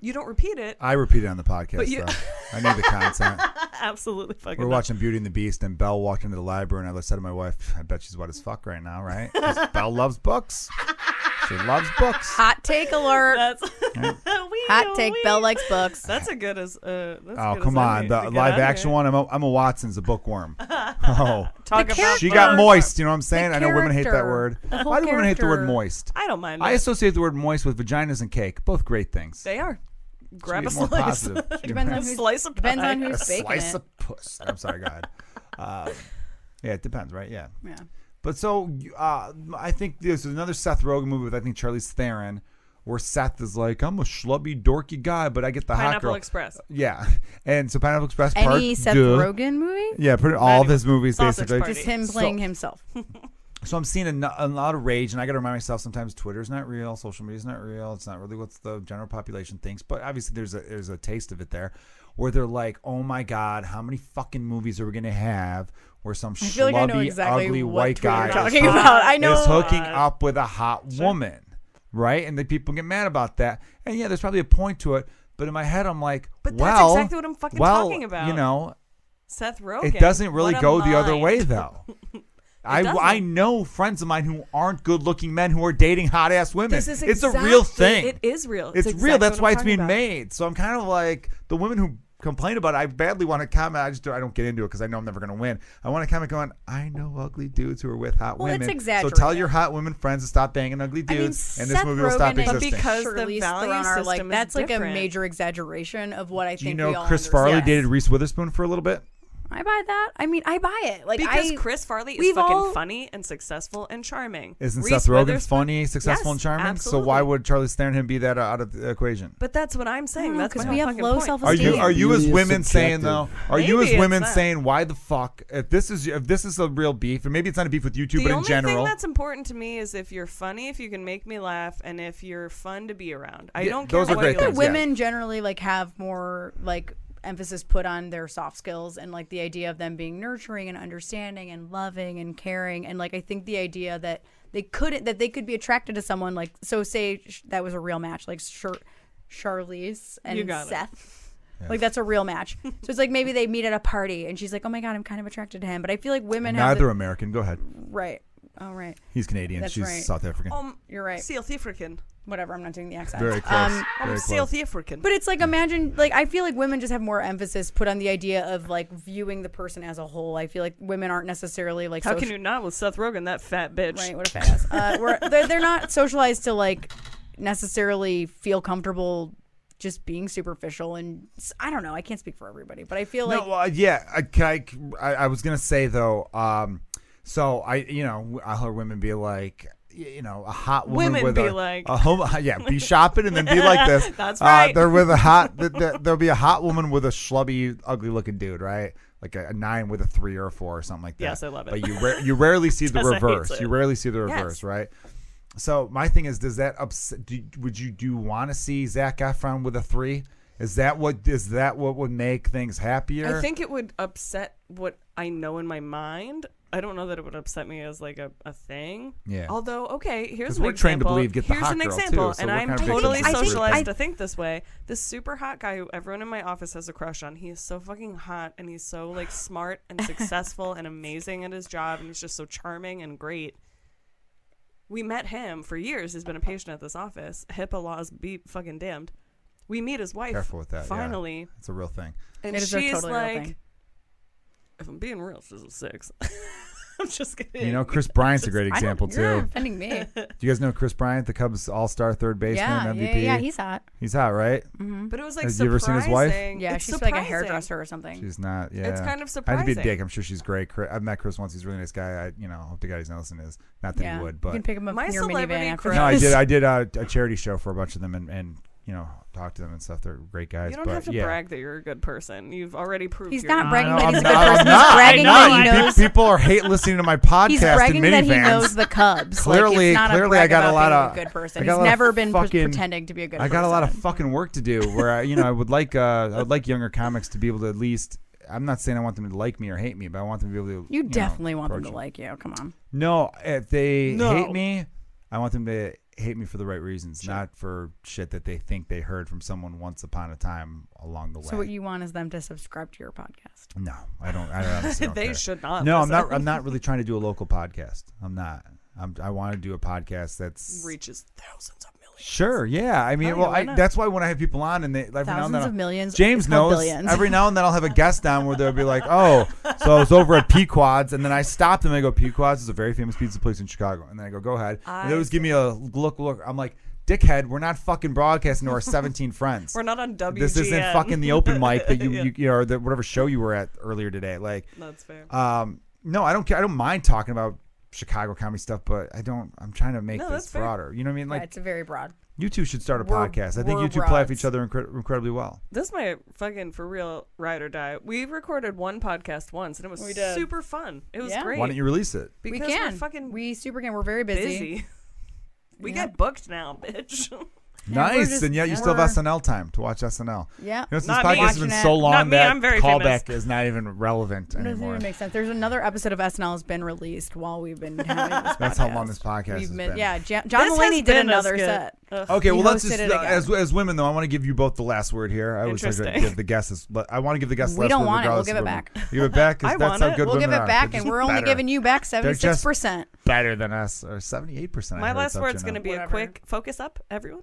[SPEAKER 3] you don't repeat it. [LAUGHS]
[SPEAKER 1] I repeat it on the podcast.
[SPEAKER 3] But you- [LAUGHS]
[SPEAKER 1] though. I need the content.
[SPEAKER 3] Absolutely fucking
[SPEAKER 1] We're
[SPEAKER 3] not.
[SPEAKER 1] watching Beauty and the Beast, and Belle walked into the library, and I said to my wife, "I bet she's wet as fuck right now, right?
[SPEAKER 3] [LAUGHS]
[SPEAKER 1] 'Cause Belle loves books. She loves books.
[SPEAKER 4] Hot take
[SPEAKER 1] [LAUGHS]
[SPEAKER 4] alert.
[SPEAKER 3] [LAUGHS] That's [LAUGHS] Wee,
[SPEAKER 4] Hot take.
[SPEAKER 3] wee.
[SPEAKER 4] Bell likes books.
[SPEAKER 3] That's a good as uh [LAUGHS] that's
[SPEAKER 1] Oh
[SPEAKER 3] good
[SPEAKER 1] come
[SPEAKER 3] as I
[SPEAKER 1] on,
[SPEAKER 3] need
[SPEAKER 1] the
[SPEAKER 3] to get
[SPEAKER 1] live
[SPEAKER 3] outta here.
[SPEAKER 1] action one. I'm a, I'm a Watson's a
[SPEAKER 3] [LAUGHS]
[SPEAKER 1] bookworm. Oh,
[SPEAKER 3] Talk
[SPEAKER 4] The
[SPEAKER 3] about
[SPEAKER 1] she got
[SPEAKER 3] birds.
[SPEAKER 1] moist. You know what I'm saying?
[SPEAKER 4] The
[SPEAKER 1] I know women hate that
[SPEAKER 4] character.
[SPEAKER 1] word.
[SPEAKER 4] The whole
[SPEAKER 1] Why do women hate the word
[SPEAKER 4] character.
[SPEAKER 1] moist?
[SPEAKER 3] I don't mind.
[SPEAKER 1] I
[SPEAKER 3] it.
[SPEAKER 1] associate the word moist with vaginas and cake. Both great things.
[SPEAKER 3] they are. Grab
[SPEAKER 1] Should
[SPEAKER 3] a
[SPEAKER 1] be more
[SPEAKER 3] slice. [LAUGHS]
[SPEAKER 1] positive. Should be
[SPEAKER 4] Depends
[SPEAKER 1] more-
[SPEAKER 4] on
[SPEAKER 3] a
[SPEAKER 4] who's-
[SPEAKER 3] slice of
[SPEAKER 4] depends
[SPEAKER 3] pie.
[SPEAKER 4] on who's
[SPEAKER 1] a
[SPEAKER 4] baking it.
[SPEAKER 1] slice of puss. I'm sorry, God. Um, yeah, it depends, right? [LAUGHS] Yeah.
[SPEAKER 4] Yeah.
[SPEAKER 1] But so uh, I think there's another Seth Rogen movie with I think Charlize Theron, where Seth is like, I'm a schlubby dorky guy, but I get the hot
[SPEAKER 3] Pineapple
[SPEAKER 1] girl.
[SPEAKER 3] Express.
[SPEAKER 1] yeah, and so Pineapple Express Park.
[SPEAKER 4] Any Seth
[SPEAKER 1] duh.
[SPEAKER 4] Rogen movie?
[SPEAKER 1] Yeah, pretty all of his movies
[SPEAKER 3] Sausage
[SPEAKER 1] basically.
[SPEAKER 3] Party.
[SPEAKER 4] Just him
[SPEAKER 1] So-
[SPEAKER 4] playing himself.
[SPEAKER 1] So I'm seeing a, no- a lot of rage, and I got to remind myself sometimes Twitter's not real, social media's not real. It's not really what the general population thinks, but obviously there's a there's a taste of it there, where they're like, oh my god, how many fucking movies are we gonna have where some
[SPEAKER 4] I feel
[SPEAKER 1] schlubby,
[SPEAKER 4] like I know exactly
[SPEAKER 1] ugly
[SPEAKER 4] what
[SPEAKER 1] white
[SPEAKER 4] tweet
[SPEAKER 1] guy
[SPEAKER 4] you're
[SPEAKER 1] is
[SPEAKER 4] talking
[SPEAKER 1] hooking-
[SPEAKER 4] about. I know.
[SPEAKER 1] is hooking
[SPEAKER 3] Uh,
[SPEAKER 1] up with a hot woman, right? And the people get mad about that, and yeah, there's probably a point to it, but in my head I'm like,
[SPEAKER 3] But that's
[SPEAKER 1] well,
[SPEAKER 3] exactly what I'm fucking
[SPEAKER 1] well,
[SPEAKER 3] talking about.
[SPEAKER 1] You know,
[SPEAKER 3] Seth Rogen.
[SPEAKER 1] it doesn't really
[SPEAKER 3] What a
[SPEAKER 1] go the other
[SPEAKER 3] mind. [LAUGHS]
[SPEAKER 1] way though. I,
[SPEAKER 3] doesn't.
[SPEAKER 1] I know friends of mine who aren't good looking men who are dating hot ass women.
[SPEAKER 3] This is
[SPEAKER 1] it's a
[SPEAKER 3] exactly-
[SPEAKER 1] real thing.
[SPEAKER 3] It is real.
[SPEAKER 1] It's,
[SPEAKER 3] exactly
[SPEAKER 1] real. That's
[SPEAKER 3] what
[SPEAKER 1] why
[SPEAKER 3] I'm
[SPEAKER 1] it's
[SPEAKER 3] talking
[SPEAKER 1] being
[SPEAKER 3] about.
[SPEAKER 1] made. So I'm kind of like the women who complain about it. I badly want to comment. I just don't- I don't get into it because I know I'm never going to win. I want to comment going. I know ugly dudes who are with hot
[SPEAKER 4] Well, it's
[SPEAKER 1] women.
[SPEAKER 4] exaggerated.
[SPEAKER 1] So tell your hot women friends to stop banging ugly
[SPEAKER 4] I mean,
[SPEAKER 1] dudes, and this
[SPEAKER 4] Seth
[SPEAKER 1] movie will stop
[SPEAKER 4] Rogen and
[SPEAKER 1] existing.
[SPEAKER 3] Because the
[SPEAKER 4] Charlize
[SPEAKER 3] value
[SPEAKER 4] Theron are like
[SPEAKER 3] system is
[SPEAKER 4] that's like a
[SPEAKER 3] different.
[SPEAKER 4] major exaggeration of what I
[SPEAKER 1] Do you
[SPEAKER 4] think we
[SPEAKER 1] know
[SPEAKER 4] all
[SPEAKER 1] Chris
[SPEAKER 4] understand.
[SPEAKER 1] Farley
[SPEAKER 4] Yes.
[SPEAKER 1] dated Reese Witherspoon for a little bit?
[SPEAKER 4] I buy that. I mean, I buy it. Like
[SPEAKER 3] Because
[SPEAKER 4] I,
[SPEAKER 3] Chris Farley is
[SPEAKER 4] we've
[SPEAKER 3] fucking
[SPEAKER 4] all-
[SPEAKER 3] funny and successful and charming.
[SPEAKER 1] Isn't
[SPEAKER 3] Reese
[SPEAKER 1] Seth Rogen
[SPEAKER 3] Witherspoon-
[SPEAKER 1] funny, successful,
[SPEAKER 3] Yes,
[SPEAKER 1] and charming?
[SPEAKER 3] Absolutely.
[SPEAKER 1] So why would Charlie Theron him be that uh, out of the equation?
[SPEAKER 3] But that's what I'm saying.
[SPEAKER 4] No,
[SPEAKER 3] That's
[SPEAKER 4] 'cause
[SPEAKER 3] my
[SPEAKER 4] we
[SPEAKER 3] whole
[SPEAKER 4] have
[SPEAKER 3] fucking
[SPEAKER 4] low
[SPEAKER 3] point.
[SPEAKER 4] self-esteem.
[SPEAKER 1] Are you
[SPEAKER 4] Steve.
[SPEAKER 1] are you as
[SPEAKER 2] Beauty is
[SPEAKER 1] women saying
[SPEAKER 2] subjective.
[SPEAKER 1] though? Are you
[SPEAKER 3] Maybe
[SPEAKER 1] as
[SPEAKER 3] it's
[SPEAKER 1] women
[SPEAKER 3] that.
[SPEAKER 1] saying why the fuck if this is if this is a real beef and maybe it's not a beef with you two,
[SPEAKER 3] The
[SPEAKER 1] but in
[SPEAKER 3] only thing
[SPEAKER 1] general,
[SPEAKER 3] that's important to me is if you're funny, if you can make me laugh, and if you're fun to be around. I
[SPEAKER 1] Yeah,
[SPEAKER 3] don't care
[SPEAKER 1] those are
[SPEAKER 3] what
[SPEAKER 1] great
[SPEAKER 3] you
[SPEAKER 1] things,
[SPEAKER 3] look
[SPEAKER 1] yeah.
[SPEAKER 4] women generally like have more like emphasis put on their soft skills and like the idea of them being nurturing and understanding and loving and caring and like I think the idea that they couldn't that they could be attracted to someone like so say sh- that was a real match like Char- Charlize and
[SPEAKER 3] You got it.
[SPEAKER 4] Seth. Like that's a real
[SPEAKER 3] [LAUGHS]
[SPEAKER 4] match. So it's like maybe they meet at a party and she's like, "Oh my god, I'm kind of attracted to him." But I feel like women have
[SPEAKER 1] neither
[SPEAKER 4] the,
[SPEAKER 1] American. Go ahead.
[SPEAKER 4] right. All right.
[SPEAKER 1] He's Canadian.
[SPEAKER 4] That's
[SPEAKER 1] She's
[SPEAKER 4] right.
[SPEAKER 1] South African.
[SPEAKER 3] Um,
[SPEAKER 4] You're right.
[SPEAKER 3] South African.
[SPEAKER 4] Whatever. I'm not doing the accent.
[SPEAKER 1] Very close.
[SPEAKER 4] Um,
[SPEAKER 1] Very
[SPEAKER 3] I'm
[SPEAKER 1] close.
[SPEAKER 3] South African.
[SPEAKER 4] But it's like imagine like I feel like women just have more emphasis put on the idea of like viewing the person as a whole. I feel like women aren't necessarily like
[SPEAKER 3] how
[SPEAKER 4] soci-
[SPEAKER 3] can you not with Seth Rogen, that fat bitch?
[SPEAKER 4] right what a fat ass. Uh,
[SPEAKER 3] [LAUGHS]
[SPEAKER 4] we're, they're, they're not socialized to like necessarily feel comfortable just being superficial and s- I don't know. I can't speak for everybody, but I feel like
[SPEAKER 1] no, uh, yeah. I, can I, I, I was gonna say though. Um, so I, you know, I heard women be like, y- you know, a hot woman
[SPEAKER 3] Women
[SPEAKER 1] with
[SPEAKER 3] be
[SPEAKER 1] a,
[SPEAKER 3] like-
[SPEAKER 1] a home, [LAUGHS] yeah, be shopping and then be like this.
[SPEAKER 3] [LAUGHS] That's
[SPEAKER 1] Uh,
[SPEAKER 3] right.
[SPEAKER 1] they're with a
[SPEAKER 3] [LAUGHS]
[SPEAKER 1] hot. th- th- There'll be a hot woman with a schlubby, ugly looking dude, right? Like a, a nine with a three or a four or something like that.
[SPEAKER 3] Yes, I love it.
[SPEAKER 1] But you ra- you rarely
[SPEAKER 3] [LAUGHS]
[SPEAKER 1] see the
[SPEAKER 3] 'Cause I hate
[SPEAKER 1] reverse.
[SPEAKER 3] it.
[SPEAKER 1] You rarely see the
[SPEAKER 3] Yes.
[SPEAKER 1] reverse, right? So my thing is, does that upset? Do, would you do want to see Zach Efron with a three? Is that what is that what would make things happier?
[SPEAKER 3] I think it would upset what I know in my mind. I don't know that it would upset me as like a, a thing.
[SPEAKER 1] Yeah.
[SPEAKER 3] Although, okay, here's
[SPEAKER 1] 'Cause
[SPEAKER 3] an
[SPEAKER 1] we're trained to
[SPEAKER 3] example.
[SPEAKER 1] believe get the
[SPEAKER 3] here's
[SPEAKER 1] hot
[SPEAKER 3] an
[SPEAKER 1] girl, too,
[SPEAKER 3] example,
[SPEAKER 1] so
[SPEAKER 3] and
[SPEAKER 1] we're
[SPEAKER 3] I'm
[SPEAKER 1] kind of
[SPEAKER 3] totally
[SPEAKER 4] victimized by
[SPEAKER 3] socialized
[SPEAKER 4] that.
[SPEAKER 3] to think this way. This super hot guy who everyone in my office has a crush on. He is so fucking hot, and he's so
[SPEAKER 1] [LAUGHS]
[SPEAKER 3] like smart and successful and amazing at his job, and he's just so charming and great. We met him for years. He's been a patient at this office. HIPAA laws be fucking damned. We meet his wife.
[SPEAKER 1] Careful with that, yeah.
[SPEAKER 3] Finally,
[SPEAKER 1] It's a real thing.
[SPEAKER 3] and
[SPEAKER 4] It is a
[SPEAKER 3] she's
[SPEAKER 4] totally real
[SPEAKER 3] like,
[SPEAKER 4] thing.
[SPEAKER 3] if I'm being real, she's a six. [LAUGHS] I'm just kidding.
[SPEAKER 1] You know, Chris Bryant's a great
[SPEAKER 4] I don't-
[SPEAKER 1] example
[SPEAKER 4] You're
[SPEAKER 1] too.
[SPEAKER 4] offending
[SPEAKER 3] [LAUGHS]
[SPEAKER 4] me. yeah,
[SPEAKER 1] Do you guys know Chris Bryant, the Cubs all-star third baseman,
[SPEAKER 4] yeah,
[SPEAKER 1] MVP?
[SPEAKER 4] yeah, yeah. He's Mm-hmm. hot.
[SPEAKER 1] he's hot, right?
[SPEAKER 3] but it was like
[SPEAKER 1] Have you
[SPEAKER 3] surprising.
[SPEAKER 1] ever seen his wife?
[SPEAKER 4] Yeah,
[SPEAKER 3] It's
[SPEAKER 4] she's like a
[SPEAKER 3] surprising.
[SPEAKER 4] hairdresser or something.
[SPEAKER 1] She's not. Yeah,
[SPEAKER 3] It's kind of
[SPEAKER 1] I had to be a
[SPEAKER 3] surprising.
[SPEAKER 1] dick. I'm sure she's great. Chri- I've met Chris once. He's a really nice guy. I, you know, hope the guy he's not listening is not that
[SPEAKER 4] yeah,
[SPEAKER 1] he would, but
[SPEAKER 4] you can pick him up
[SPEAKER 3] My
[SPEAKER 4] in your
[SPEAKER 3] celebrity
[SPEAKER 4] minivan after
[SPEAKER 3] crush-
[SPEAKER 1] no, I
[SPEAKER 4] this.
[SPEAKER 1] did. I did uh, a, a charity show for a bunch of them, and, and you know, talked to them and stuff. They're great guys.
[SPEAKER 3] You don't
[SPEAKER 1] but,
[SPEAKER 3] have to
[SPEAKER 1] yeah.
[SPEAKER 3] brag that you're a good person. You've already proved
[SPEAKER 4] He's
[SPEAKER 3] you're
[SPEAKER 4] not bragging
[SPEAKER 1] No,
[SPEAKER 4] that
[SPEAKER 1] I'm
[SPEAKER 4] he's a good
[SPEAKER 1] not- I'm
[SPEAKER 4] person.
[SPEAKER 1] not.
[SPEAKER 4] He's bragging
[SPEAKER 1] I'm
[SPEAKER 4] that he
[SPEAKER 1] not. Pe-
[SPEAKER 4] knows.
[SPEAKER 1] People are hate listening to my podcast
[SPEAKER 4] He's
[SPEAKER 1] in
[SPEAKER 4] bragging that
[SPEAKER 1] minivans.
[SPEAKER 4] he knows the Cubs. like,
[SPEAKER 1] Clearly-
[SPEAKER 4] it's not a
[SPEAKER 1] clearly I
[SPEAKER 4] brag
[SPEAKER 1] got a
[SPEAKER 4] about
[SPEAKER 1] lot
[SPEAKER 4] being
[SPEAKER 1] of-
[SPEAKER 4] a good person.
[SPEAKER 1] I got a
[SPEAKER 4] He's
[SPEAKER 1] lot of
[SPEAKER 4] never been pres-
[SPEAKER 1] fucking-
[SPEAKER 4] pretending to be a good.
[SPEAKER 1] I got a lot of
[SPEAKER 4] person.
[SPEAKER 1] fucking work to do. Where I, you know, I would like, uh, I would like younger comics to be able to at least. I'm not saying I want them to like me or hate me, but I want them to be able to.
[SPEAKER 4] You
[SPEAKER 1] know,
[SPEAKER 4] definitely want them
[SPEAKER 1] approach
[SPEAKER 4] to
[SPEAKER 1] it.
[SPEAKER 4] like you. Come on.
[SPEAKER 1] No, if they
[SPEAKER 3] No.
[SPEAKER 1] hate me, I want them to hate me for the right reasons, not for shit that they think they heard from someone once upon a time along the way.
[SPEAKER 4] So what you want is them to subscribe to your podcast.
[SPEAKER 1] no, I don't. I don't.
[SPEAKER 3] [LAUGHS]
[SPEAKER 1] honestly don't
[SPEAKER 3] They
[SPEAKER 1] care.
[SPEAKER 3] should not
[SPEAKER 1] No, I'm
[SPEAKER 3] listen.
[SPEAKER 1] not. I'm not really trying to do a local podcast. I'm not. I'm, I want to do a podcast that's
[SPEAKER 3] reaches thousands of millions.
[SPEAKER 1] Sure. Yeah. I mean,
[SPEAKER 3] Hell Oh, yeah,
[SPEAKER 1] well,
[SPEAKER 3] why
[SPEAKER 1] I,
[SPEAKER 3] not?
[SPEAKER 1] that's why when I have people on and they every now and
[SPEAKER 4] Thousands
[SPEAKER 1] then
[SPEAKER 4] of millions.
[SPEAKER 1] James
[SPEAKER 4] it's called
[SPEAKER 1] knows.
[SPEAKER 4] Billions.
[SPEAKER 1] Every now and then
[SPEAKER 3] [LAUGHS]
[SPEAKER 1] I'll have a guest on where they'll be like, "Oh, so I was over at Pequod's," and then I stopped and I go, "Pequod's is a very famous pizza place in Chicago," and then I go, "Go ahead." And they
[SPEAKER 3] I
[SPEAKER 1] always give me a look, look. I'm like, "Dickhead, we're not fucking broadcasting
[SPEAKER 3] [LAUGHS]
[SPEAKER 1] to our 17 friends.
[SPEAKER 3] We're not on WGN.
[SPEAKER 1] this isn't fucking the open mic that you
[SPEAKER 3] [LAUGHS] Yeah.
[SPEAKER 1] you, you know, or the, whatever show you were at earlier today. Like,
[SPEAKER 3] That's fair.
[SPEAKER 1] um, no, I don't care. I don't mind talking about." Chicago comedy stuff, but I don't. I'm trying to make
[SPEAKER 3] No,
[SPEAKER 1] this
[SPEAKER 3] that's fair.
[SPEAKER 1] broader. You know what I mean?
[SPEAKER 4] Yeah,
[SPEAKER 1] Like,
[SPEAKER 4] it's very broad.
[SPEAKER 1] you two should start a
[SPEAKER 4] We're-
[SPEAKER 1] podcast. I think
[SPEAKER 4] we're
[SPEAKER 1] you two play off
[SPEAKER 4] broads.
[SPEAKER 1] each other incre- incredibly well.
[SPEAKER 3] This is my fucking for real ride or die. We recorded one podcast once and it was
[SPEAKER 4] We did.
[SPEAKER 3] super fun. It was
[SPEAKER 4] Yeah.
[SPEAKER 3] great.
[SPEAKER 1] Why don't you release it?
[SPEAKER 3] Because
[SPEAKER 4] we can.
[SPEAKER 3] are fucking
[SPEAKER 4] we super can. We're very busy.
[SPEAKER 3] busy. [LAUGHS] we
[SPEAKER 4] Yeah.
[SPEAKER 3] get booked now,
[SPEAKER 4] [LAUGHS]
[SPEAKER 3] bitch.
[SPEAKER 4] Yeah, we're
[SPEAKER 1] nice,
[SPEAKER 4] just-
[SPEAKER 1] and yet you
[SPEAKER 4] yeah.
[SPEAKER 1] still have
[SPEAKER 4] We're-
[SPEAKER 1] SNL time to watch SNL. You
[SPEAKER 4] Yeah.
[SPEAKER 1] know, since this
[SPEAKER 3] Not
[SPEAKER 1] podcast
[SPEAKER 3] me.
[SPEAKER 1] has been
[SPEAKER 4] Watching
[SPEAKER 1] so
[SPEAKER 4] it.
[SPEAKER 1] long
[SPEAKER 3] Not me,
[SPEAKER 1] that
[SPEAKER 3] I'm very
[SPEAKER 1] callback is not even relevant
[SPEAKER 4] It doesn't
[SPEAKER 1] anymore.
[SPEAKER 4] even make sense. There's another episode of SNL has been released while we've been having this.
[SPEAKER 1] That's how long this podcast
[SPEAKER 4] We've
[SPEAKER 1] has
[SPEAKER 4] been,
[SPEAKER 1] been.
[SPEAKER 4] yeah, Ja- John
[SPEAKER 3] [LAUGHS] This has
[SPEAKER 4] Mulaney did
[SPEAKER 3] been as
[SPEAKER 4] another
[SPEAKER 3] good.
[SPEAKER 4] set.
[SPEAKER 3] Ugh.
[SPEAKER 1] Okay,
[SPEAKER 4] He
[SPEAKER 1] well, let's
[SPEAKER 4] hosted
[SPEAKER 1] just
[SPEAKER 4] it
[SPEAKER 1] uh,
[SPEAKER 4] again.
[SPEAKER 1] as as women though, I want to give you both the last word here. I always like to
[SPEAKER 3] Interesting.
[SPEAKER 1] give the guesses, but I want to give the guests.
[SPEAKER 4] We
[SPEAKER 1] last
[SPEAKER 4] don't
[SPEAKER 1] word
[SPEAKER 4] want it. We'll
[SPEAKER 1] regardless
[SPEAKER 4] give
[SPEAKER 1] of
[SPEAKER 4] it
[SPEAKER 1] women.
[SPEAKER 4] back.
[SPEAKER 1] You give
[SPEAKER 4] [LAUGHS]
[SPEAKER 1] it back because
[SPEAKER 3] I
[SPEAKER 1] that's
[SPEAKER 3] want
[SPEAKER 1] how
[SPEAKER 3] it.
[SPEAKER 1] good
[SPEAKER 4] We'll
[SPEAKER 1] women
[SPEAKER 4] give it
[SPEAKER 1] are.
[SPEAKER 4] back,
[SPEAKER 1] They're
[SPEAKER 4] and
[SPEAKER 1] just
[SPEAKER 4] we're only
[SPEAKER 1] better.
[SPEAKER 4] giving you back
[SPEAKER 1] They're just
[SPEAKER 4] 76%.
[SPEAKER 1] better than us or seventy eight percent.
[SPEAKER 3] My last word's going to be a
[SPEAKER 4] Whatever.
[SPEAKER 3] quick focus up, everyone.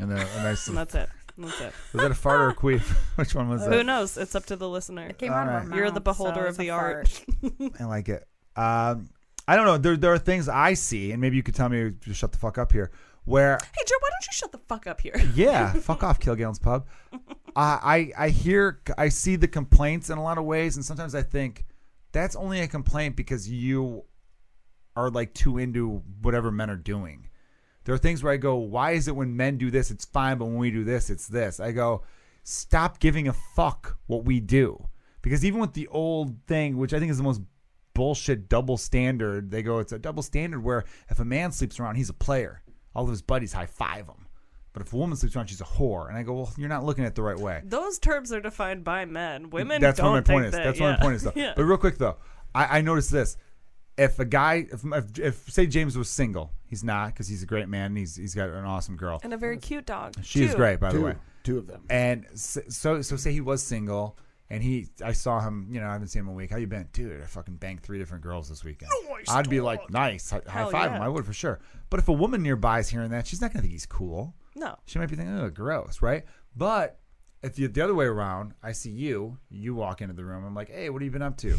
[SPEAKER 1] And then a nice.
[SPEAKER 3] And
[SPEAKER 1] was
[SPEAKER 3] [LAUGHS] that's it. That's it.
[SPEAKER 1] that a fart or a queef? [LAUGHS] Which one was
[SPEAKER 3] Who
[SPEAKER 1] that?
[SPEAKER 3] knows? It's up to the listener.
[SPEAKER 4] It came out of our
[SPEAKER 1] Alright.
[SPEAKER 4] mouth,
[SPEAKER 3] You're the beholder
[SPEAKER 4] so
[SPEAKER 3] of
[SPEAKER 4] it's a
[SPEAKER 3] the art.
[SPEAKER 4] fart.
[SPEAKER 1] I like it. Um, I don't know. There, there are things I see, and maybe you could tell me to shut the fuck up here. Where,
[SPEAKER 3] Hey, Joe, why don't you shut the fuck up here? [LAUGHS]
[SPEAKER 1] yeah, fuck off, Kilgallen's Pub. I, I, I hear, I see the complaints in a lot of ways, and sometimes I think that's only a complaint because you are like too into whatever men are doing. There are things where I go, why is it when men do this, it's fine, but when we do this, it's this. I go, stop giving a fuck what we do. Because even with the old thing, which I think is the most bullshit double standard, they go, it's a double standard where if a man sleeps around, he's a player. All of his buddies high five him. But if a woman sleeps around, she's a whore. And I go, well, you're not looking at it the right way.
[SPEAKER 3] Those terms are defined by men. Women
[SPEAKER 1] That's
[SPEAKER 3] don't
[SPEAKER 1] what my
[SPEAKER 3] think
[SPEAKER 1] point is.
[SPEAKER 3] that,
[SPEAKER 1] That's
[SPEAKER 3] yeah.
[SPEAKER 1] what my point is, though.
[SPEAKER 3] [LAUGHS] yeah.
[SPEAKER 1] But real quick though, I, I noticed this: if a guy, if, if, if say James was single, he's not because he's a great man. And he's he's got an awesome girl.
[SPEAKER 3] And a very cute dog.
[SPEAKER 1] She is
[SPEAKER 3] too.
[SPEAKER 1] great, by the
[SPEAKER 2] Two,
[SPEAKER 1] way.
[SPEAKER 2] two of them.
[SPEAKER 1] And s- so so say he was single, and he I saw him. You know, I haven't seen him in a week. How you been, dude? I fucking banged three different girls this weekend. I'd be like, nice, hi- high
[SPEAKER 3] Hell
[SPEAKER 1] five
[SPEAKER 3] yeah.
[SPEAKER 1] him. I would for sure. But if a woman nearby is hearing that, she's not gonna think he's cool.
[SPEAKER 3] No.
[SPEAKER 1] She might be thinking, oh, gross, right? But if you the other way around, I see you, you walk into the room, I'm like, hey, what have you been up
[SPEAKER 3] [LAUGHS]
[SPEAKER 1] to?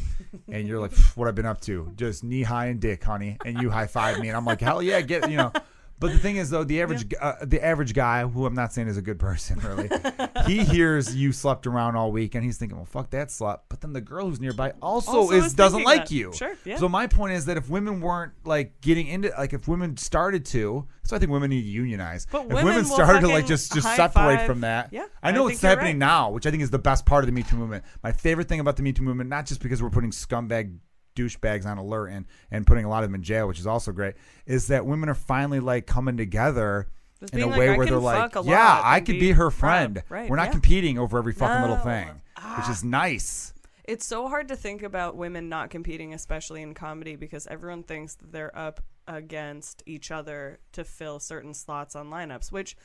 [SPEAKER 1] And you're like, "Pff, what I've been up to, just knee high and dick, honey. And you high five me, and I'm like, hell yeah, get you know. But the thing is, though, the average uh, the average guy, who I'm not saying is a good person, really,
[SPEAKER 3] [LAUGHS]
[SPEAKER 1] he hears you slept around all week, and he's thinking, well, fuck that slut. But then the girl who's nearby also,
[SPEAKER 3] Also
[SPEAKER 1] is,
[SPEAKER 3] is
[SPEAKER 1] doesn't
[SPEAKER 3] thinking
[SPEAKER 1] like
[SPEAKER 3] that.
[SPEAKER 1] you.
[SPEAKER 3] Sure, yeah.
[SPEAKER 1] So so my point is that if women weren't like getting into like if women started to, so I think women need to unionize.
[SPEAKER 3] But
[SPEAKER 1] if
[SPEAKER 3] women will
[SPEAKER 1] started to like
[SPEAKER 3] fucking
[SPEAKER 1] just just
[SPEAKER 3] high
[SPEAKER 1] separate
[SPEAKER 3] five.
[SPEAKER 1] from that,
[SPEAKER 3] Yeah,
[SPEAKER 1] I
[SPEAKER 3] I
[SPEAKER 1] know
[SPEAKER 3] think
[SPEAKER 1] it's
[SPEAKER 3] you're
[SPEAKER 1] happening
[SPEAKER 3] right.
[SPEAKER 1] now, which I think is the best part of the Me Too movement. My favorite thing about the Me Too movement, not just because we're putting scumbag douchebags on alert and and putting a lot of them in jail, which is also great, is that women are finally like coming together.
[SPEAKER 3] Just
[SPEAKER 1] In a
[SPEAKER 3] being like,
[SPEAKER 1] way
[SPEAKER 3] "I
[SPEAKER 1] where
[SPEAKER 3] can
[SPEAKER 1] they're like,
[SPEAKER 3] fuck a lot
[SPEAKER 1] yeah, I
[SPEAKER 3] and
[SPEAKER 1] could
[SPEAKER 3] be
[SPEAKER 1] be her
[SPEAKER 3] proud."
[SPEAKER 1] friend.
[SPEAKER 3] Right,
[SPEAKER 1] We're not
[SPEAKER 3] yeah.
[SPEAKER 1] competing over every fucking little
[SPEAKER 3] No. Ah.
[SPEAKER 1] thing, which is nice.
[SPEAKER 3] It's so hard to think about women not competing, especially in comedy, because everyone thinks that they're up against each other to fill certain slots on lineups, which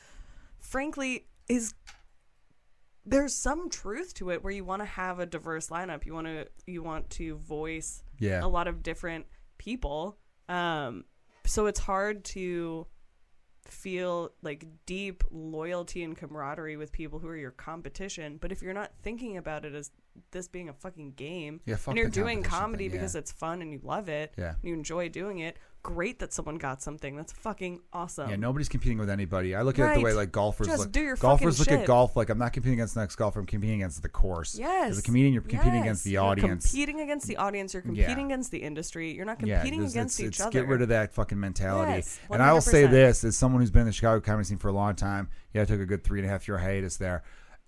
[SPEAKER 3] frankly is there's some truth to it where you want to have a diverse lineup. You want to you want to voice
[SPEAKER 1] Yeah.
[SPEAKER 3] a lot of different people. Um so it's hard to feel like deep loyalty and camaraderie with people who are your competition. But if you're not thinking about it as this being a fucking game,
[SPEAKER 1] Yeah, fuck
[SPEAKER 3] and you're
[SPEAKER 1] the
[SPEAKER 3] doing
[SPEAKER 1] competition
[SPEAKER 3] comedy
[SPEAKER 1] thing, yeah.
[SPEAKER 3] because it's fun and you love it,
[SPEAKER 1] Yeah.
[SPEAKER 3] and you enjoy doing it, great that someone got something. That's fucking awesome.
[SPEAKER 1] Yeah, nobody's competing with anybody. I look at it the way
[SPEAKER 3] Right.
[SPEAKER 1] like golfers
[SPEAKER 3] Just
[SPEAKER 1] look.
[SPEAKER 3] do your
[SPEAKER 1] golfers look
[SPEAKER 3] fucking
[SPEAKER 1] at
[SPEAKER 3] shit.
[SPEAKER 1] golf like I'm not competing against the next golfer. I'm competing against the course.
[SPEAKER 3] Yes.
[SPEAKER 1] As a comedian, you're competing
[SPEAKER 3] Yes.
[SPEAKER 1] against the
[SPEAKER 3] You're
[SPEAKER 1] audience.
[SPEAKER 3] competing against the audience. You're
[SPEAKER 1] Yeah.
[SPEAKER 3] competing against the industry. You're not
[SPEAKER 1] yeah,
[SPEAKER 3] competing
[SPEAKER 1] there's- it's,
[SPEAKER 3] against each
[SPEAKER 1] it's
[SPEAKER 3] other.
[SPEAKER 1] Get rid of that fucking mentality.
[SPEAKER 3] Yes,
[SPEAKER 1] and I will say
[SPEAKER 3] 100%.
[SPEAKER 1] this: as someone who's been in the Chicago comedy scene for a long time, yeah, I took a good three and a half year hiatus there.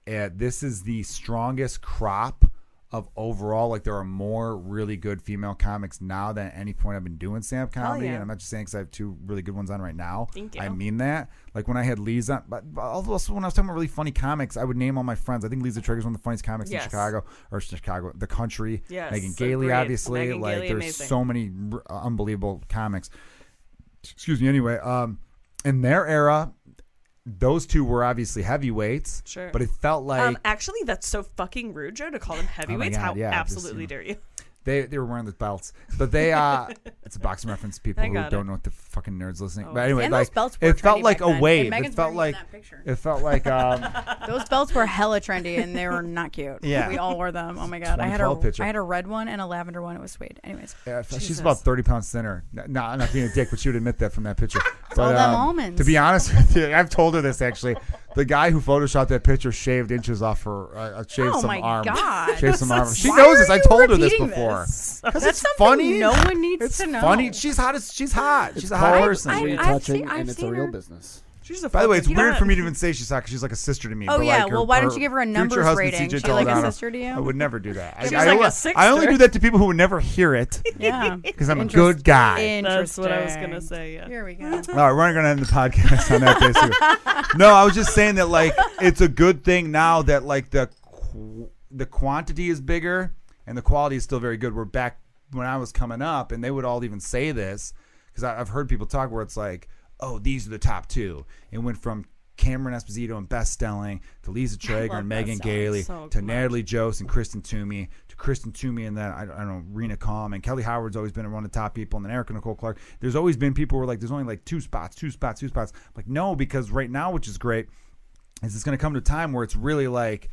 [SPEAKER 1] Uh, this is the strongest crop of overall. Like there are more really good female comics now than at any point I've been doing stand up comedy.
[SPEAKER 3] yeah.
[SPEAKER 1] And I'm not just saying because I have two really good ones on right now.
[SPEAKER 3] Thank
[SPEAKER 1] I
[SPEAKER 3] you.
[SPEAKER 1] mean that. Like when I had Lisa, but, but also when I was talking about really funny comics, I would name all my friends. I think Lisa Trigger's one of the funniest comics in
[SPEAKER 3] Yes.
[SPEAKER 1] Chicago or Chicago, the country.
[SPEAKER 3] Yes,
[SPEAKER 1] Megan Gailey,
[SPEAKER 3] agreed.
[SPEAKER 1] obviously.
[SPEAKER 3] Megan
[SPEAKER 1] like
[SPEAKER 3] Gailey,
[SPEAKER 1] there's
[SPEAKER 3] amazing.
[SPEAKER 1] so many r- unbelievable comics. Excuse me. Anyway, um, in their era, those two were obviously heavyweights.
[SPEAKER 3] Sure.
[SPEAKER 1] But it felt like Oh
[SPEAKER 3] um, actually, that's so fucking rude, Joe, to call them heavyweights.
[SPEAKER 1] God,
[SPEAKER 3] How
[SPEAKER 1] yeah, just, you
[SPEAKER 3] absolutely
[SPEAKER 1] know.
[SPEAKER 3] dare you? [LAUGHS]
[SPEAKER 1] they they were wearing the belts, but they uh, it's a boxing reference. to People
[SPEAKER 3] I
[SPEAKER 1] who
[SPEAKER 3] got
[SPEAKER 1] don't
[SPEAKER 3] it. Oh.
[SPEAKER 1] know what the fucking nerds listening. But anyway,
[SPEAKER 4] And those
[SPEAKER 1] like
[SPEAKER 4] belts were
[SPEAKER 1] it felt
[SPEAKER 4] trendy
[SPEAKER 1] like
[SPEAKER 4] back
[SPEAKER 1] a
[SPEAKER 4] then.
[SPEAKER 1] wave.
[SPEAKER 4] And
[SPEAKER 1] It
[SPEAKER 4] Megan's
[SPEAKER 1] felt
[SPEAKER 4] wearing
[SPEAKER 1] like
[SPEAKER 4] it in that picture.
[SPEAKER 1] it felt
[SPEAKER 4] [LAUGHS]
[SPEAKER 1] like um.
[SPEAKER 4] Those belts were hella trendy and they were not cute.
[SPEAKER 1] Yeah.
[SPEAKER 4] We all wore them. Oh my god. I had a
[SPEAKER 1] 2012 picture.
[SPEAKER 4] I had a red one and a lavender one. It was sweet. Anyways.
[SPEAKER 1] Yeah, if- she's
[SPEAKER 3] Jesus.
[SPEAKER 1] about thirty pounds thinner. N- No, I'm not being a dick, but she would admit that from
[SPEAKER 4] [LAUGHS]
[SPEAKER 1] that picture. But, um,
[SPEAKER 4] all them almonds.
[SPEAKER 1] To be honest [LAUGHS] with you, I've told her this actually. The guy who photoshopped that picture shaved inches off her. Uh, uh, shaved
[SPEAKER 4] Oh
[SPEAKER 1] some
[SPEAKER 4] my
[SPEAKER 1] arm.
[SPEAKER 4] God.
[SPEAKER 1] Shaved some
[SPEAKER 4] [LAUGHS]
[SPEAKER 3] That's
[SPEAKER 1] arm. She
[SPEAKER 4] Why
[SPEAKER 1] knows
[SPEAKER 4] are
[SPEAKER 1] this. I
[SPEAKER 4] you
[SPEAKER 1] told her this
[SPEAKER 4] repeating
[SPEAKER 1] before.
[SPEAKER 4] this?
[SPEAKER 1] Because
[SPEAKER 4] That's
[SPEAKER 1] it's
[SPEAKER 4] something
[SPEAKER 1] funny.
[SPEAKER 4] no one needs
[SPEAKER 1] it's
[SPEAKER 4] to know.
[SPEAKER 1] funny. She's hot. As, she's hot. she's a hot
[SPEAKER 2] called
[SPEAKER 1] person.
[SPEAKER 4] I-
[SPEAKER 2] retouching,
[SPEAKER 4] I've seen- I've
[SPEAKER 2] and it's a
[SPEAKER 4] seen
[SPEAKER 2] real
[SPEAKER 4] her-
[SPEAKER 2] business.
[SPEAKER 3] She's a
[SPEAKER 1] by the way, it's
[SPEAKER 3] fucking
[SPEAKER 1] weird
[SPEAKER 3] cunt. [LAUGHS]
[SPEAKER 1] for me to even say she's hot because she's like a sister to me.
[SPEAKER 4] Oh,
[SPEAKER 1] but,
[SPEAKER 4] yeah,
[SPEAKER 1] like, her-
[SPEAKER 4] well, why don't
[SPEAKER 1] her
[SPEAKER 4] you give her a
[SPEAKER 1] future
[SPEAKER 4] numbers
[SPEAKER 1] husband,
[SPEAKER 4] rating?
[SPEAKER 1] CJ
[SPEAKER 4] She's like a
[SPEAKER 1] Toledano.
[SPEAKER 4] sister to you?
[SPEAKER 1] I would never
[SPEAKER 4] [LAUGHS]
[SPEAKER 1] do that.
[SPEAKER 3] She's
[SPEAKER 1] I, I
[SPEAKER 3] like a
[SPEAKER 1] only- I only
[SPEAKER 3] sister.
[SPEAKER 1] do that to people who would never hear it [LAUGHS]
[SPEAKER 4] Yeah.
[SPEAKER 1] because I'm a
[SPEAKER 4] Interest-
[SPEAKER 1] good guy.
[SPEAKER 3] That's what I was
[SPEAKER 4] Interesting.
[SPEAKER 3] gonna say. Yeah.
[SPEAKER 4] Here we go.
[SPEAKER 1] All right, we're not gonna end the podcast on that. Basically, no, I was just saying that like it's a good thing now that like the qu- the quantity is bigger and the quality is still very good. We're back when I was coming up, and they would all even say this because I've heard people talk where it's like, oh, these are the top two. It went from Cameron Esposito and Best Stelling to Lisa Traeger and Megan Gailey
[SPEAKER 3] so
[SPEAKER 1] to
[SPEAKER 3] much.
[SPEAKER 1] Natalie Jost and Kristen Toomey to Kristen Toomey and then I, I don't know Rena Calm and Kelly Howard's always been one of the top people and then Erica Nicole Clark. There's always been people who are like there's only like two spots, two spots, two spots. Like no, because right now, which is great, is it's going to come to a time where it's really like,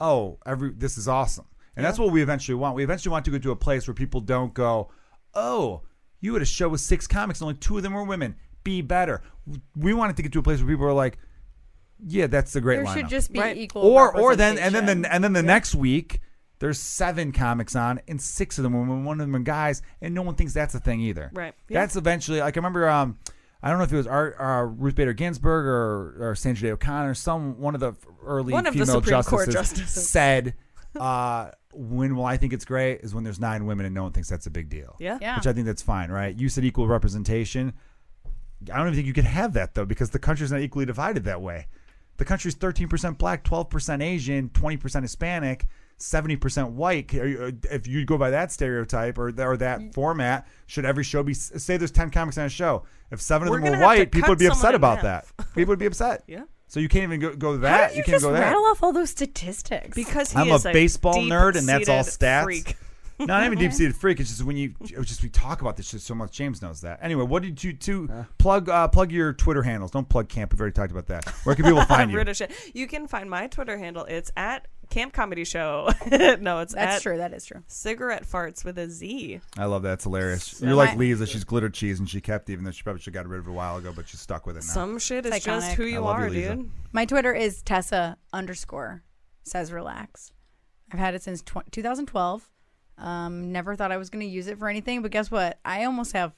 [SPEAKER 1] oh, every this is awesome, and that's what we eventually want. We eventually want to go to a place where people don't go, oh, you had a show with six comics, and only two of them were women. Be better. We wanted to get to a place where people are like, yeah, that's the great
[SPEAKER 4] There
[SPEAKER 1] lineup
[SPEAKER 4] should just be
[SPEAKER 3] Right.
[SPEAKER 4] equal
[SPEAKER 1] or or then and then the
[SPEAKER 4] representation.
[SPEAKER 1] and then the next week there's seven comics on and six of them women one of them are guys and no one thinks that's a thing either
[SPEAKER 3] Right. Yeah.
[SPEAKER 1] that's eventually like i remember um i don't know if it was Art, uh, ruth bader ginsburg or or sandra day o'connor some one of the early
[SPEAKER 3] One of the
[SPEAKER 1] female
[SPEAKER 3] Supreme
[SPEAKER 1] justices,
[SPEAKER 3] Court justices.
[SPEAKER 1] said
[SPEAKER 3] [LAUGHS]
[SPEAKER 1] uh when will i think it's great is when there's nine women and no one thinks that's a big deal
[SPEAKER 3] Yeah.
[SPEAKER 4] Yeah.
[SPEAKER 1] which i think that's fine right you said equal representation I don't even think you could have that though, because the country's not equally divided that way. The country's 13% black, 12% Asian, 20% Hispanic, 70% white. Are you- uh, If you go by that stereotype or, or
[SPEAKER 3] Mm.
[SPEAKER 1] that format, should every show be say there's 10 comics on a show? If seven of
[SPEAKER 3] We're
[SPEAKER 1] them were
[SPEAKER 3] gonna have to
[SPEAKER 1] white, people
[SPEAKER 3] cut
[SPEAKER 1] would be upset
[SPEAKER 3] someone in
[SPEAKER 1] about that.
[SPEAKER 3] half.
[SPEAKER 1] People would be
[SPEAKER 3] [LAUGHS]
[SPEAKER 1] upset.
[SPEAKER 3] Yeah.
[SPEAKER 1] So you can't even go, go that.
[SPEAKER 4] How did you,
[SPEAKER 1] can't
[SPEAKER 4] just
[SPEAKER 1] go that.
[SPEAKER 4] rattle off all those statistics?
[SPEAKER 3] Because he
[SPEAKER 1] I'm
[SPEAKER 3] is
[SPEAKER 1] a baseball nerd, and that's all
[SPEAKER 3] deep-seated
[SPEAKER 1] stats.
[SPEAKER 3] Freak.
[SPEAKER 1] No,
[SPEAKER 4] [LAUGHS]
[SPEAKER 1] not even deep seated freak. It's just when you it's just we talk about this shit so much. James knows that. Anyway, what did you two plug? Uh, plug your Twitter handles. Don't plug camp. We've already talked about that. Where can people
[SPEAKER 4] [LAUGHS]
[SPEAKER 1] find you?
[SPEAKER 3] Rude as shit. You can find my Twitter handle. It's at Camp Comedy Show. [LAUGHS] no, it's
[SPEAKER 4] That's
[SPEAKER 3] at
[SPEAKER 4] true. That is true.
[SPEAKER 3] Cigarette Farts with a Z.
[SPEAKER 1] I love that. It's hilarious. You're like
[SPEAKER 4] my-
[SPEAKER 1] Lisa. She's glitter cheese, and she kept even though she probably should have got rid of it a while ago, but she's stuck with it now.
[SPEAKER 3] Some shit is
[SPEAKER 4] It's
[SPEAKER 3] just
[SPEAKER 4] iconic.
[SPEAKER 3] who
[SPEAKER 1] I
[SPEAKER 3] you
[SPEAKER 1] love you,
[SPEAKER 3] are,
[SPEAKER 1] Lisa.
[SPEAKER 3] dude. [LAUGHS]
[SPEAKER 4] My Twitter is Tessa underscore says relax. I've had it since tw- 2012. Um, never thought I was going to use it for anything, but guess what? I almost have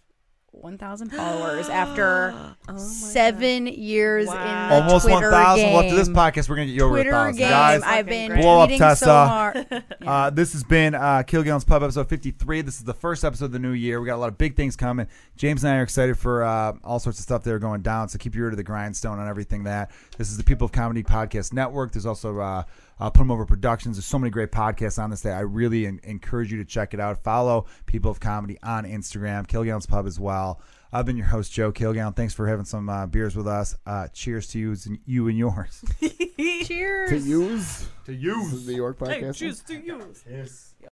[SPEAKER 4] 1,000 followers after seven years in
[SPEAKER 3] Wow.
[SPEAKER 4] the
[SPEAKER 1] Almost
[SPEAKER 4] uh, Twitter
[SPEAKER 1] 1,000. Well, after this
[SPEAKER 4] game.
[SPEAKER 1] podcast, we're gonna get you over a
[SPEAKER 4] Twitter
[SPEAKER 1] 1,000.
[SPEAKER 4] game.
[SPEAKER 1] Guys,
[SPEAKER 4] I've been
[SPEAKER 3] Fucking
[SPEAKER 1] Blow up,
[SPEAKER 4] tweeting
[SPEAKER 1] Tessa.
[SPEAKER 4] so hard.
[SPEAKER 1] Uh, this has been uh, Kilgallen's Pub episode 53. This is the first episode of the new year. We got a lot of big things coming. James and I are excited for uh, all sorts of stuff that are going down. So keep your ear to the grindstone on everything that. This is the People of Comedy Podcast Network. There's also uh, uh, Put 'Em Over Productions. There's so many great podcasts on this that I really en- encourage you to check it out. Follow People of Comedy on Instagram, Kilgallen's Pub as well. I've been your host, Joe Kilgallen. Thanks for having some uh, beers with us. Uh, cheers to you and you and yours.
[SPEAKER 2] To use
[SPEAKER 1] to
[SPEAKER 2] this is
[SPEAKER 1] you.
[SPEAKER 2] the New York podcast.
[SPEAKER 3] Hey, choose to use.